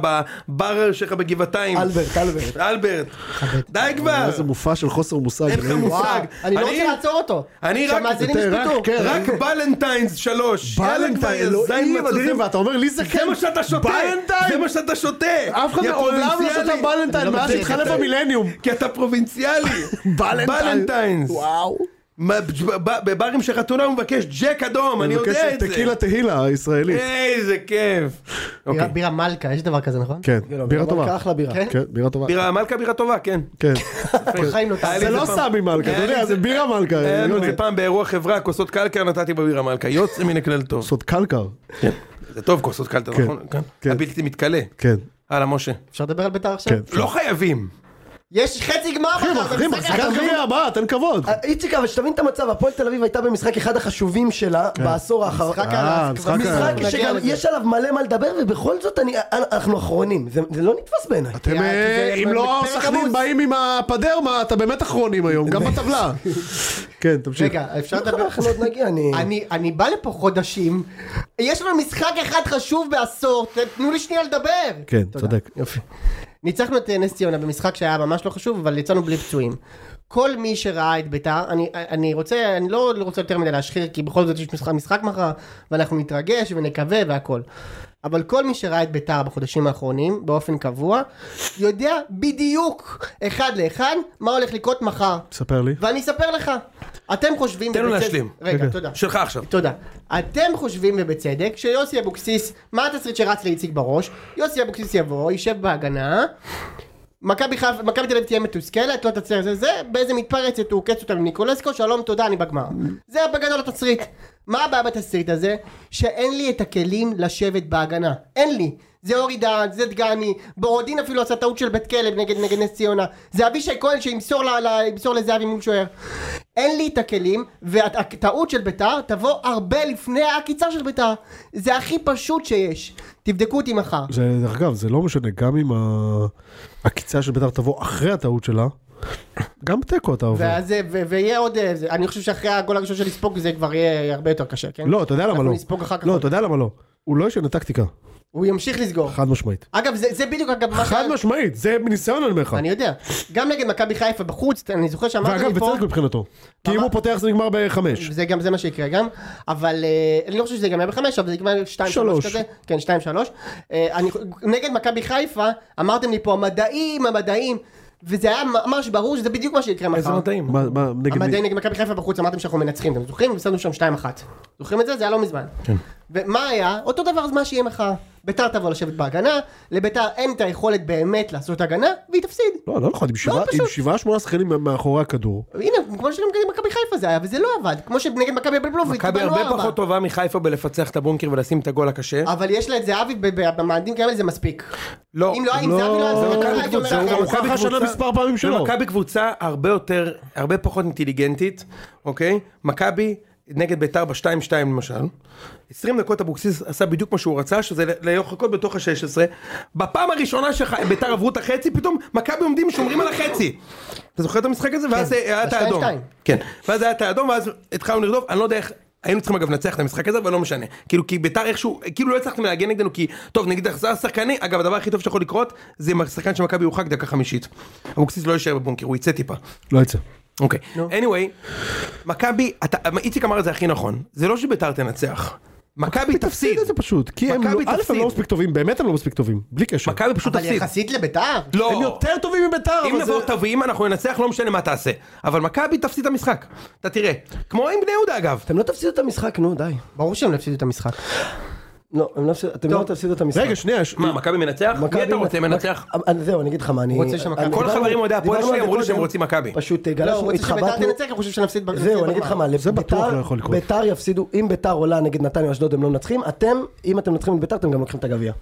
[SPEAKER 1] בבר שלך בגבעתיים,
[SPEAKER 4] אלברט, אלברט.
[SPEAKER 1] אלברט, די כבר,
[SPEAKER 3] איזה מופע של חוסר מושג.
[SPEAKER 1] אין לך
[SPEAKER 3] אלוהים.
[SPEAKER 4] אה,
[SPEAKER 1] מושג,
[SPEAKER 5] אני לא רוצה לעצור אותו.
[SPEAKER 1] אני רק-
[SPEAKER 5] שהמאזינים
[SPEAKER 3] אתה- רק-
[SPEAKER 5] ישפטו.
[SPEAKER 3] כן,
[SPEAKER 1] רק בלנטיינס שלוש. יאללה כבר,
[SPEAKER 3] בלנטיין,
[SPEAKER 1] יא זין
[SPEAKER 3] אלוהים
[SPEAKER 1] מצוי.
[SPEAKER 3] אדירים, ואתה אומר לי
[SPEAKER 1] זה
[SPEAKER 3] זקן,
[SPEAKER 1] מה שאתה שותה, זה
[SPEAKER 3] בלנטיין,
[SPEAKER 1] מה שאתה שותה.
[SPEAKER 3] אף אחד
[SPEAKER 1] יא
[SPEAKER 3] מעולם לא
[SPEAKER 1] פרובינציאלי.
[SPEAKER 3] שותה בלנטיין
[SPEAKER 5] אני לא
[SPEAKER 3] מאז
[SPEAKER 5] מצליח,
[SPEAKER 3] שהתחלף
[SPEAKER 5] אתה-
[SPEAKER 3] המילניום.
[SPEAKER 1] כי אתה פרובינציאלי. בלנטיינס.
[SPEAKER 3] וואו.
[SPEAKER 1] מה, בב- בב- בברים של חתונה הוא מבקש ג'ק אדום, אני
[SPEAKER 3] אני מבקש
[SPEAKER 1] יודע את
[SPEAKER 3] את טקילה
[SPEAKER 1] זה. כן.
[SPEAKER 3] תהילה הישראלית.
[SPEAKER 1] איזה כיף.
[SPEAKER 5] בירה-
[SPEAKER 1] אוקיי.
[SPEAKER 5] בירה מלכה, יש דבר כזה, נכון?
[SPEAKER 3] כן,
[SPEAKER 4] לא,
[SPEAKER 3] בירה
[SPEAKER 4] אבל
[SPEAKER 3] טובה.
[SPEAKER 4] אחלה בירה.
[SPEAKER 5] כן?
[SPEAKER 3] כן, בירה טובה.
[SPEAKER 1] בירה מלכה בירה טובה, כן.
[SPEAKER 3] כן.
[SPEAKER 5] בחיים לא טעם.
[SPEAKER 1] היה לי
[SPEAKER 3] זה
[SPEAKER 1] את
[SPEAKER 3] לא
[SPEAKER 1] פעם.
[SPEAKER 3] סמי מלכה, אתה
[SPEAKER 1] היה לי
[SPEAKER 3] יודע,
[SPEAKER 1] את
[SPEAKER 3] זה בירה מלכה. לא
[SPEAKER 1] היה לנו את
[SPEAKER 3] יוני.
[SPEAKER 1] זה פעם באירוע חברה, כוסות קלקר נתתי בבירה מלכה, יוצא מן הכלל טוב.
[SPEAKER 3] סוד קלקר.
[SPEAKER 1] זה טוב כוסות קלקר,
[SPEAKER 3] כן.
[SPEAKER 1] נכון? כן.
[SPEAKER 3] כן.
[SPEAKER 1] הבלתי מתכלה.
[SPEAKER 3] כן.
[SPEAKER 1] הלאה, משה.
[SPEAKER 5] אפשר לדבר על בית"ר עכשיו?
[SPEAKER 3] כן.
[SPEAKER 1] לא חייבים.
[SPEAKER 5] יש חצי גמר מחר.
[SPEAKER 3] אחי,
[SPEAKER 5] זה משחק
[SPEAKER 3] מחזיקת
[SPEAKER 5] חשוב.
[SPEAKER 3] גביע הבא, תן כבוד.
[SPEAKER 1] אה,
[SPEAKER 4] אה, איציק, אבל שתבין את המצב, הפועל תל אביב הייתה במשחק אחד החשובים שלה בעשור האחרון.
[SPEAKER 5] משחק
[SPEAKER 3] כן. אה,
[SPEAKER 5] על
[SPEAKER 3] משחק
[SPEAKER 4] משחק
[SPEAKER 3] אה,
[SPEAKER 4] שגם יש עליו מלא מה לדבר, ובכל זאת אני- אה, אנחנו אחרונים. זה זה לא נתפס בעיניי.
[SPEAKER 3] אתם,
[SPEAKER 5] כי
[SPEAKER 3] אה,
[SPEAKER 5] זה
[SPEAKER 3] אם לא
[SPEAKER 5] בפרק
[SPEAKER 3] סכנין
[SPEAKER 5] עמוס.
[SPEAKER 3] באים עם הפדרמה, אתה באמת אחרונים היום, גם בטבלה. כן, תמשיך.
[SPEAKER 5] רגע, אפשר לדבר?
[SPEAKER 4] לא אנחנו עוד נגיע, אני...
[SPEAKER 5] אני, אני בא לפה חודשים, יש לנו משחק אחד חשוב בעשור, ת- תנו לי שנייה לדבר.
[SPEAKER 3] כן,
[SPEAKER 5] תודה.
[SPEAKER 3] צודק.
[SPEAKER 5] יופי. ניצחנו את אה, נס ציונה במשחק שהיה ממש לא חשוב, אבל יצאנו בלי פצועים. כל מי שראה את ביתר, אני, אני רוצה, אני לא רוצה יותר מדי להשחיר, כי בכל זאת יש משחק, משחק מחר, ואנחנו נתרגש ונקווה והכל. אבל כל מי שראה את ביתר בחודשים האחרונים, באופן קבוע, יודע בדיוק, אחד לאחד, מה הולך לקרות מחר.
[SPEAKER 3] ספר לי.
[SPEAKER 5] ואני אספר לך, אתם חושבים...
[SPEAKER 1] תן לו
[SPEAKER 5] ובצדק-
[SPEAKER 1] להשלים.
[SPEAKER 5] רגע, תודה.
[SPEAKER 1] שלך עכשיו.
[SPEAKER 5] תודה. אתם חושבים ובצדק שיוסי אבוקסיס, מה התסריט שרץ לאיציק בראש? יוסי אבוקסיס יבוא, יישב בהגנה, מכבי חיפ- מכבי תל אביב תהיה מתוסכלת, לא תצליח זה זה, באיזה מתפרצת הוא עוקץ אותה מניקולסקו, שלום תודה אני בגמר. זה בגדול התסריט. מה הבעיה בתסריט הזה? שאין לי את הכלים לשבת בהגנה. אין לי. זה אורי דהן, זה דגני, בורודין אפילו עשה טעות של בית כלב נגד, נגד נס ציונה, זה אבישי כהן שימסור ל, ל, ימסור לזהבי מול שוער. אין לי את הכלים, והטעות של ביתר תבוא הרבה לפני העקיצה של ביתר. זה הכי פשוט שיש. תבדקו אותי מחר.
[SPEAKER 3] זה, דרך אגב, זה לא משנה, גם אם ה- הקיצה של בית"ר תבוא אחרי הטעות שלה, גם תיקו אתה עובר.
[SPEAKER 5] ואז זה- ו- ויהיה עוד, אה, זה- אני חושב שאחרי הגול הראשון של לספוג זה כבר יהיה הרבה יותר קשה, כן?
[SPEAKER 3] לא, אתה יודע למה
[SPEAKER 5] אנחנו
[SPEAKER 3] לא.
[SPEAKER 5] נספוג אחר כך.
[SPEAKER 3] לא, אתה יודע למה לא. הוא לא ישנה טקטיקה.
[SPEAKER 5] הוא ימשיך לסגור.
[SPEAKER 3] חד משמעית.
[SPEAKER 5] אגב, זה זה בדיוק, אגב, מה ש...
[SPEAKER 3] חד משמעית, זה מניסיון אני אומר לך.
[SPEAKER 5] אני יודע. גם נגד מכבי חיפה בחוץ, אני זוכר שאמרתי
[SPEAKER 3] ואגב,
[SPEAKER 5] לי פה...
[SPEAKER 3] בצדק מבחינתו. כי אם
[SPEAKER 5] ממש-
[SPEAKER 3] הוא פותח זה נגמר בחמש.
[SPEAKER 5] זה גם זה מה שיקרה גם, אבל אה, אני לא חושב שזה ייגמר בחמש, אבל זה ייגמר שתיים
[SPEAKER 3] שלוש.
[SPEAKER 5] שלוש כזה, כן שתיים שלוש. אה, אני, נגד מכבי חיפה אמרתם לי פה המדעים המדעים, וזה היה ממש ברור שזה בדיוק אה, מה שיקרה מחר.
[SPEAKER 1] איזה מדעים.
[SPEAKER 3] מה, מה, נגד מי?
[SPEAKER 5] המדעים נגד מכבי חיפה בחוץ אמרתם שאנחנו מנצחים, אתם זוכרים? הפסדנו שם 2-1. זוכרים את זה? זה היה לא מזמן. כן. ומה היה? אותו דבר אז מה שיהיה מחר. ביתר תבוא לשבת בהגנה, לביתר אין את היכולת באמת לעשות הגנה, והיא תפסיד.
[SPEAKER 3] לא, לא נכון, עם שבעה- עם
[SPEAKER 5] פשוט.
[SPEAKER 3] שבעה שמונה שחקנים מאחורי הכדור.
[SPEAKER 5] הנה, כמו שנגד מכבי חיפה זה היה, וזה לא עבד. כמו שנגד מכבי בלבלוביץ',
[SPEAKER 1] מכבי
[SPEAKER 5] קיבלנו
[SPEAKER 1] הרבה
[SPEAKER 5] ארבע. אה,
[SPEAKER 1] פחות טובה מחיפה בלפצח את הבונקר ולשים את הגול הקשה.
[SPEAKER 5] אבל יש לה את זהבי ב- ב- במאדים כאלה זה מספיק.
[SPEAKER 1] לא,
[SPEAKER 5] אם לא היה עם זהבי לא היה
[SPEAKER 1] זה
[SPEAKER 5] זהבי,
[SPEAKER 1] מכבי
[SPEAKER 5] הייתי אומר
[SPEAKER 1] קבוצה,
[SPEAKER 5] לך,
[SPEAKER 1] הוא גם
[SPEAKER 5] הוא
[SPEAKER 1] מכבי
[SPEAKER 3] ככה השנה
[SPEAKER 1] קבוצה-
[SPEAKER 3] מספר פעמים
[SPEAKER 1] זה
[SPEAKER 3] שלו.
[SPEAKER 1] מכבי קבוצה הרבה יותר, הרבה פחות אינטליגנטית, אוקיי? מכבי נגד ביתר ב-2-2 למשל. 20 דקות אבוקסיס עשה בדיוק מה שהוא רצה, שזה ל- להרחקות בתוך ה-16. בפעם הראשונה שביתר עברו את החצי, פתאום מכבי עומדים שומרים על החצי. אתה זוכר את המשחק
[SPEAKER 5] כן.
[SPEAKER 1] הזה? ואז היה את
[SPEAKER 5] בשתיים
[SPEAKER 1] האדום.
[SPEAKER 5] שתיים.
[SPEAKER 1] כן. ואז היה את האדום, ואז התחלנו לרדוף, אני לא יודע איך... היינו צריכים אגב לנצח את המשחק הזה, אבל לא משנה. כאילו, כי ביתר איכשהו, כאילו לא הצלחתם להגן נגדנו, כי, טוב, נגיד החזרה שחקני, אגב, הדבר הכי טוב שיכול לקרות, זה אם השחקן של מכבי יורחק דקה חמישית. אבוקסיס לא יישאר בבונקר, הוא יצא טיפה.
[SPEAKER 3] לא יצא.
[SPEAKER 1] אוקיי. anyway, מכבי, אתה- איציק אמר את זה הכי נכון, זה לא שביתר תנצח. מכבי תפסיד.
[SPEAKER 3] תפסיד את זה פשוט. כי הם לא-
[SPEAKER 1] מכבי
[SPEAKER 3] א', הם
[SPEAKER 1] תפסיד.
[SPEAKER 3] לא מספיק טובים, באמת הם לא מספיק טובים. בלי קשר.
[SPEAKER 1] מכבי פשוט
[SPEAKER 5] אבל
[SPEAKER 1] תפסיד.
[SPEAKER 5] יחסית לביתר?
[SPEAKER 3] הם
[SPEAKER 1] לא.
[SPEAKER 3] יותר טובים מביתר,
[SPEAKER 1] אם
[SPEAKER 3] אבל זה...
[SPEAKER 1] נבוא תווים, אנחנו ננצח, לא משנה מה תעשה. אבל מכבי תפסיד את המשחק. אתה תראה. כמו עם בני יהודה אגב.
[SPEAKER 4] אתם לא תפסידו את המשחק, נו, די.
[SPEAKER 5] ברור שהם לא הפסידו את המשחק.
[SPEAKER 4] לא, הם לא הפסידו- אתם לא תפסידו את המשחק.
[SPEAKER 3] רגע, שנייה. ש-
[SPEAKER 1] מה, מכבי מנצח? מי אתה רוצה מנצח?
[SPEAKER 4] אה, זהו, אני אגיד לך מה, אני...
[SPEAKER 5] רוצה שמכבי-
[SPEAKER 4] אני-
[SPEAKER 1] כל
[SPEAKER 4] דיברנו-
[SPEAKER 1] החברים אוהדי הפועל
[SPEAKER 4] דיברנו
[SPEAKER 1] שלי
[SPEAKER 4] על זה
[SPEAKER 1] אמרו לי שהם
[SPEAKER 4] קודם.
[SPEAKER 1] רוצים מכבי.
[SPEAKER 4] פשוט אה,
[SPEAKER 5] לא, הוא
[SPEAKER 4] גלשנו,
[SPEAKER 5] רוצה שביתר
[SPEAKER 4] התחבטנו.
[SPEAKER 5] תנצח, הוא חושב שנפסיד בגמר.
[SPEAKER 4] זהו, אני אגיד לך מה,
[SPEAKER 3] זה בטוח
[SPEAKER 4] לביתר-
[SPEAKER 3] לא יכול לקרות.
[SPEAKER 4] ביתר יפסידו, אם ביתר עולה נגד נתניה או אשדוד הם לא מנצחים, אתם, אם אתם מנצחים את ביתר אתם גם לוקחים את הגביע.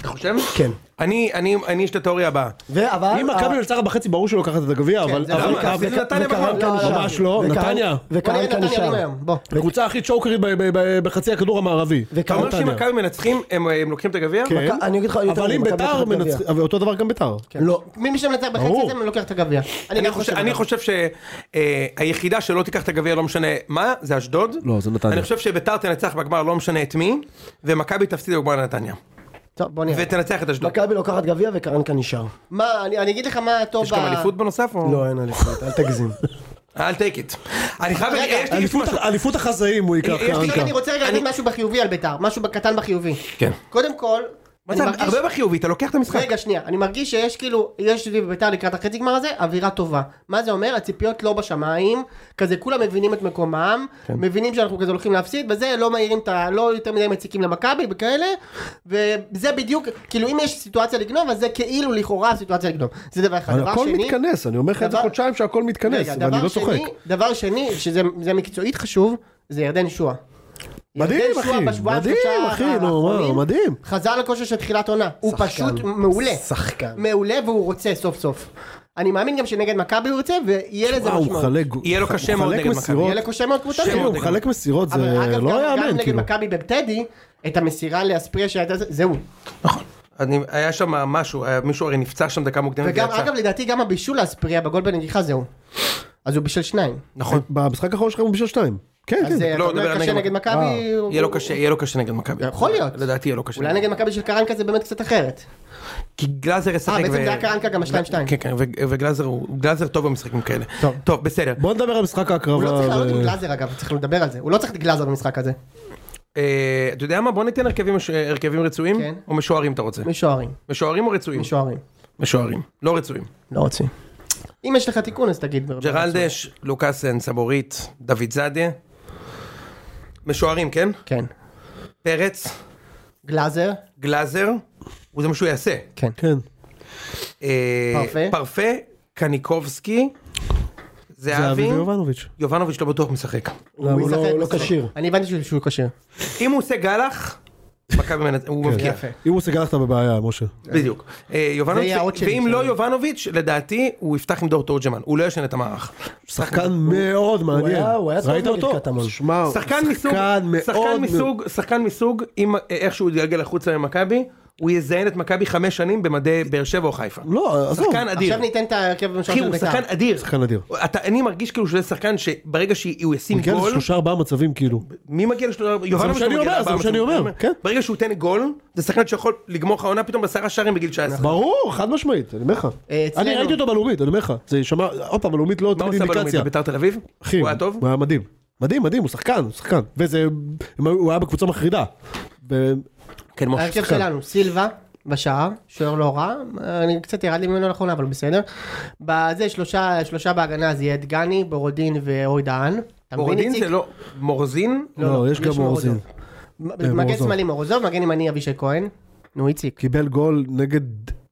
[SPEAKER 1] אתה חושב?
[SPEAKER 4] כן.
[SPEAKER 1] אני, אני, אני, יש את התיאוריה הבאה.
[SPEAKER 4] ואבל...
[SPEAKER 3] אם מכבי מנצחת בחצי ברור שלא לוקחת את הגביע, אבל...
[SPEAKER 5] זה
[SPEAKER 3] אבל-
[SPEAKER 4] לא
[SPEAKER 5] למה?
[SPEAKER 3] אבל-
[SPEAKER 1] זה נתניה
[SPEAKER 4] וקהל
[SPEAKER 1] בגמר.
[SPEAKER 4] כאן
[SPEAKER 5] לא,
[SPEAKER 4] נשאר.
[SPEAKER 3] ממש לא,
[SPEAKER 4] וקהל-
[SPEAKER 3] נתניה.
[SPEAKER 5] בוא
[SPEAKER 4] וקהל
[SPEAKER 5] נראה
[SPEAKER 4] כאן
[SPEAKER 5] נתניה עולים
[SPEAKER 4] נשאר.
[SPEAKER 5] היום, בוא.
[SPEAKER 3] הקבוצה הכי צ'וקרית ב- ב- ב- בחצי הכדור המערבי.
[SPEAKER 1] אתה אומר שאם
[SPEAKER 3] נתניה.
[SPEAKER 1] מכבי מנצחים, הם, הם לוקחים את הגביע?
[SPEAKER 3] כן.
[SPEAKER 4] מכ- אני אגיד לך יותר
[SPEAKER 3] אבל
[SPEAKER 4] מזה,
[SPEAKER 3] אם
[SPEAKER 4] מכבי
[SPEAKER 3] ביתר
[SPEAKER 4] לוקחת גביע.
[SPEAKER 3] מנצחים, אבל אותו דבר גם ביתר.
[SPEAKER 5] לא. מי שמנצח בחצי
[SPEAKER 3] ברור.
[SPEAKER 5] זה לוקח את הגביע.
[SPEAKER 1] אני
[SPEAKER 5] גם
[SPEAKER 1] חושב, אני חושב שהיחידה שלא תיקח את הגביע, לא משנה מה, זה אשדוד.
[SPEAKER 3] לא, זה נתניה.
[SPEAKER 1] אני חושב שביתר תנצח בגמר, לא משנה את מי, ומכבי תפסיד בגמר לנתניה.
[SPEAKER 5] טוב, בוא נראה.
[SPEAKER 1] ותנצח את אשדוד.
[SPEAKER 4] מכבי לוקחת גביע וקרנקה נשאר.
[SPEAKER 5] מה, אני אני אגיד לך מה טוב
[SPEAKER 1] יש גם אליפות בנוסף? או-
[SPEAKER 4] לא, אין אליפות, אל תגזים.
[SPEAKER 1] אל תיק איט. אני חייב...
[SPEAKER 5] רגע,
[SPEAKER 1] יש לי
[SPEAKER 3] אה, אליפות-
[SPEAKER 1] משהו.
[SPEAKER 3] אליפות החזאים הוא ייקח
[SPEAKER 1] יש לי-
[SPEAKER 5] עכשיו
[SPEAKER 3] קרנקה.
[SPEAKER 5] אני רוצה רגע
[SPEAKER 1] אני-
[SPEAKER 5] להגיד משהו בחיובי על ביתר, משהו קטן בחיובי.
[SPEAKER 1] כן.
[SPEAKER 5] קודם כל,
[SPEAKER 1] מה
[SPEAKER 5] אני
[SPEAKER 1] זה,
[SPEAKER 5] מרגיש...
[SPEAKER 1] הרבה בחיובי, אתה לוקח את המשחק.
[SPEAKER 5] רגע, שנייה, אני מרגיש שיש כאילו, יש סביב ביתר לקראת החצי גמר הזה, אווירה טובה. מה זה אומר? הציפיות לא בשמיים, כזה כולם מבינים את מקומם,
[SPEAKER 3] כן.
[SPEAKER 5] מבינים שאנחנו כזה הולכים להפסיד, וזה לא מעירים את ה... לא יותר מדי מציקים למכבי וכאלה, וזה בדיוק, כאילו אם יש סיטואציה לגנוב, אז זה כאילו לכאורה סיטואציה לגנוב. זה דבר אחד. דבר
[SPEAKER 3] הכל
[SPEAKER 5] שני-
[SPEAKER 3] מתכנס, אני אומר לך את זה
[SPEAKER 5] דבר-
[SPEAKER 3] חודשיים שהכל מתכנס,
[SPEAKER 5] רגע,
[SPEAKER 3] ואני
[SPEAKER 5] דבר
[SPEAKER 3] לא
[SPEAKER 5] שני-
[SPEAKER 3] צוחק.
[SPEAKER 5] דבר שני, שזה זה מקצועית חשוב, זה ירדן שואה.
[SPEAKER 3] מדהים,
[SPEAKER 5] ירדן
[SPEAKER 3] אחי,
[SPEAKER 5] שועה בשבועיים,
[SPEAKER 3] מדהים,
[SPEAKER 5] שלושה
[SPEAKER 3] אחי, נו, מה,
[SPEAKER 5] האחרונים
[SPEAKER 3] מדהים.
[SPEAKER 5] חזר לכושר של תחילת עונה, הוא
[SPEAKER 4] שחקן,
[SPEAKER 5] פשוט מעולה.
[SPEAKER 4] שחקן.
[SPEAKER 5] מעולה והוא רוצה סוף סוף. אני מאמין גם שנגד מכבי הוא ירצה, ויהיה לזה
[SPEAKER 3] וואו, הוא
[SPEAKER 5] משמעות.
[SPEAKER 3] מחלק
[SPEAKER 1] יהיה לו
[SPEAKER 3] הוא
[SPEAKER 1] קשה מאוד
[SPEAKER 3] מחלק
[SPEAKER 1] נגד מכבי.
[SPEAKER 3] מסירות.
[SPEAKER 5] יהיה לקושר מאוד קבוצה.
[SPEAKER 3] אחי,
[SPEAKER 1] מאוד
[SPEAKER 3] הוא
[SPEAKER 1] נגד
[SPEAKER 3] מחלק מסירות, זה
[SPEAKER 5] אבל אגב,
[SPEAKER 3] לא
[SPEAKER 5] גם- גם
[SPEAKER 3] יאמן,
[SPEAKER 5] נגד
[SPEAKER 3] כאילו.
[SPEAKER 5] מכבי בטדי, את המסירה לאספריה שהייתה, זה- זהו.
[SPEAKER 1] נכון. אני- היה שם משהו, היה- מישהו הרי נפצע שם דקה מוקדמת
[SPEAKER 5] וגם,
[SPEAKER 1] ויצא.
[SPEAKER 5] אגב, לדעתי גם הבישול לאספריה בגול בנגיחה זהו. אז הוא בישל שניים.
[SPEAKER 1] נכון.
[SPEAKER 3] במשחק האחרון שלך הוא בשביל שתיים. כן, אה.
[SPEAKER 5] אז
[SPEAKER 3] כן.
[SPEAKER 5] אה, אתה
[SPEAKER 1] לא, נדבר
[SPEAKER 5] אומר
[SPEAKER 1] על
[SPEAKER 5] קשה
[SPEAKER 1] נגד
[SPEAKER 5] נגד
[SPEAKER 1] מכבי.
[SPEAKER 5] מכבי, הוא-
[SPEAKER 1] יהיה לו קשה, יהיה לו קשה נגד מכבי.
[SPEAKER 5] יכול להיות.
[SPEAKER 1] לדעתי יהיה לו קשה.
[SPEAKER 5] אולי נגד מכבי של קרנקה זה באמת קצת אחרת.
[SPEAKER 1] כי גלאזר ישחק.
[SPEAKER 5] אה, בעצם
[SPEAKER 1] ו-
[SPEAKER 5] זה היה קרנקה גם השתיים-שתיים.
[SPEAKER 1] כן, כן, ו- וגלאזר הוא- גלאזר טוב במשחקים כאלה.
[SPEAKER 5] טוב.
[SPEAKER 1] טוב, בסדר.
[SPEAKER 3] בוא נדבר על משחק ההקרבה.
[SPEAKER 5] הוא לא צריך לעלות
[SPEAKER 3] ו-
[SPEAKER 5] עם גלאזר אגב, צריך לדבר על זה. הוא לא צריך את גלאזר במשחק הזה.
[SPEAKER 1] אה, אתה יודע מה? בוא ניתן הרכבים מש- אה, הרכבים רצויים?
[SPEAKER 5] כן.
[SPEAKER 1] או משוערים אתה רוצה?
[SPEAKER 5] משוערים.
[SPEAKER 1] משוערים או רצויים?
[SPEAKER 5] משוערים.
[SPEAKER 1] משוערים. לא רצויים.
[SPEAKER 5] לא רוצים. אם יש לך תיקון אז תגיד. ברבע רצוי.
[SPEAKER 1] ג'רלדש, לוקאסן, סבורית, דוד זאדה. משוערים, כן?
[SPEAKER 5] כן.
[SPEAKER 1] פרץ,
[SPEAKER 5] גלאזר.
[SPEAKER 1] גלאזר. הוא זה מה שהוא יעשה.
[SPEAKER 5] כן.
[SPEAKER 3] כן.
[SPEAKER 1] אה,
[SPEAKER 5] פרפה.
[SPEAKER 1] פרפה, קניקובסקי,
[SPEAKER 3] זה
[SPEAKER 1] זהבי.
[SPEAKER 3] אביב יובנוביץ'.
[SPEAKER 1] יובנוביץ' לא בטוח משחק.
[SPEAKER 4] למה, הוא
[SPEAKER 5] ישחק,
[SPEAKER 4] לא- לא
[SPEAKER 5] ישחק.
[SPEAKER 4] כשיר.
[SPEAKER 5] אני הבנתי שהוא- שהוא כשיר.
[SPEAKER 1] אם הוא עושה גלח, מכבי מנצח,
[SPEAKER 3] כן,
[SPEAKER 1] הוא מבקיע.
[SPEAKER 5] יפה.
[SPEAKER 3] אם הוא סגר לך אתה בבעיה, משה.
[SPEAKER 1] בדיוק. אה, יובנוביץ',
[SPEAKER 5] יהיה העוד שלי
[SPEAKER 1] ואם
[SPEAKER 5] שלי.
[SPEAKER 1] לא יובנוביץ', לדעתי הוא יפתח עם דור תורג'מן, הוא לא ישן את המערך.
[SPEAKER 3] שחקן מאוד מעניין.
[SPEAKER 4] היה- הוא היה טוב
[SPEAKER 3] ראית
[SPEAKER 4] נגד
[SPEAKER 3] אותו?
[SPEAKER 4] קטמון.
[SPEAKER 3] שמע, הוא
[SPEAKER 1] שחקן מסוג,
[SPEAKER 3] שחקן
[SPEAKER 1] שחקן
[SPEAKER 3] מאוד...
[SPEAKER 1] מסוג, שחקן מסוג, אם אה, איך שהוא יתגלגל החוצה ממכבי, הוא יזיין את מכבי חמש שנים במדי באר שבע או חיפה.
[SPEAKER 3] לא, עזוב.
[SPEAKER 1] שחקן אדיר.
[SPEAKER 5] עכשיו ניתן את ההרכב הממשלה
[SPEAKER 1] אחי,
[SPEAKER 5] של
[SPEAKER 1] הוא
[SPEAKER 5] בית"ר.
[SPEAKER 1] שחקן אדיר.
[SPEAKER 3] שחקן אדיר.
[SPEAKER 1] אתה, אני מרגיש כאילו שזה שחקן שברגע שהוא ישים
[SPEAKER 3] הוא הגיע
[SPEAKER 1] גול,
[SPEAKER 3] לשלושה ארבעה מצבים כאילו.
[SPEAKER 1] מי מגיע לשלושה... יובנוביץ'
[SPEAKER 3] שאני
[SPEAKER 1] מגיע
[SPEAKER 3] אומר, זה
[SPEAKER 1] לארבעה
[SPEAKER 3] מה שאני
[SPEAKER 1] מצבים.
[SPEAKER 3] אומר, כן.
[SPEAKER 1] ברגע שהוא ייתן גול, זה שחקן שיכול לגמור לך עונה פתאום בעשרה שערים
[SPEAKER 3] נכון.
[SPEAKER 1] בגיל 19.
[SPEAKER 3] ברור, חד משמעית, אני אומר לך.
[SPEAKER 5] אה, אצלנו.
[SPEAKER 3] אני ראיתי אותו בלאומית, אני אומר לך. זה יישמע, עוד פעם, הלאומית לא
[SPEAKER 1] מה הוא
[SPEAKER 3] תמיד
[SPEAKER 1] עשה בלאומית?
[SPEAKER 3] אינדיקציה.
[SPEAKER 1] בביתר תל אביב?
[SPEAKER 3] אחי,
[SPEAKER 1] הוא היה טוב?
[SPEAKER 3] הוא היה מדהים. מדהים, מדהים, הוא שחקן, הוא שחקן. וזה, הוא היה בקבוצה מחרידה. ו-
[SPEAKER 1] כן, משה.
[SPEAKER 5] ההרכב
[SPEAKER 3] שחקן.
[SPEAKER 5] שלנו, סילבה בשער, שוער לא רע, אני קצת ירד לי ממנו לאחרונה, אבל בסדר. בזה שלושה, שלושה בהגנה זה יהיה דגני, בורודין ואורי דהן. אתה מבין,
[SPEAKER 1] מורדין
[SPEAKER 5] איציק?
[SPEAKER 1] זה לא... מורזין?
[SPEAKER 3] לא, יש גם מורזין.
[SPEAKER 5] מ- מגן
[SPEAKER 3] מורוזוב.
[SPEAKER 5] שמאלי מורוזוב, מגן ימני אבישי כהן. נו איציק.
[SPEAKER 3] קיבל גול נגד,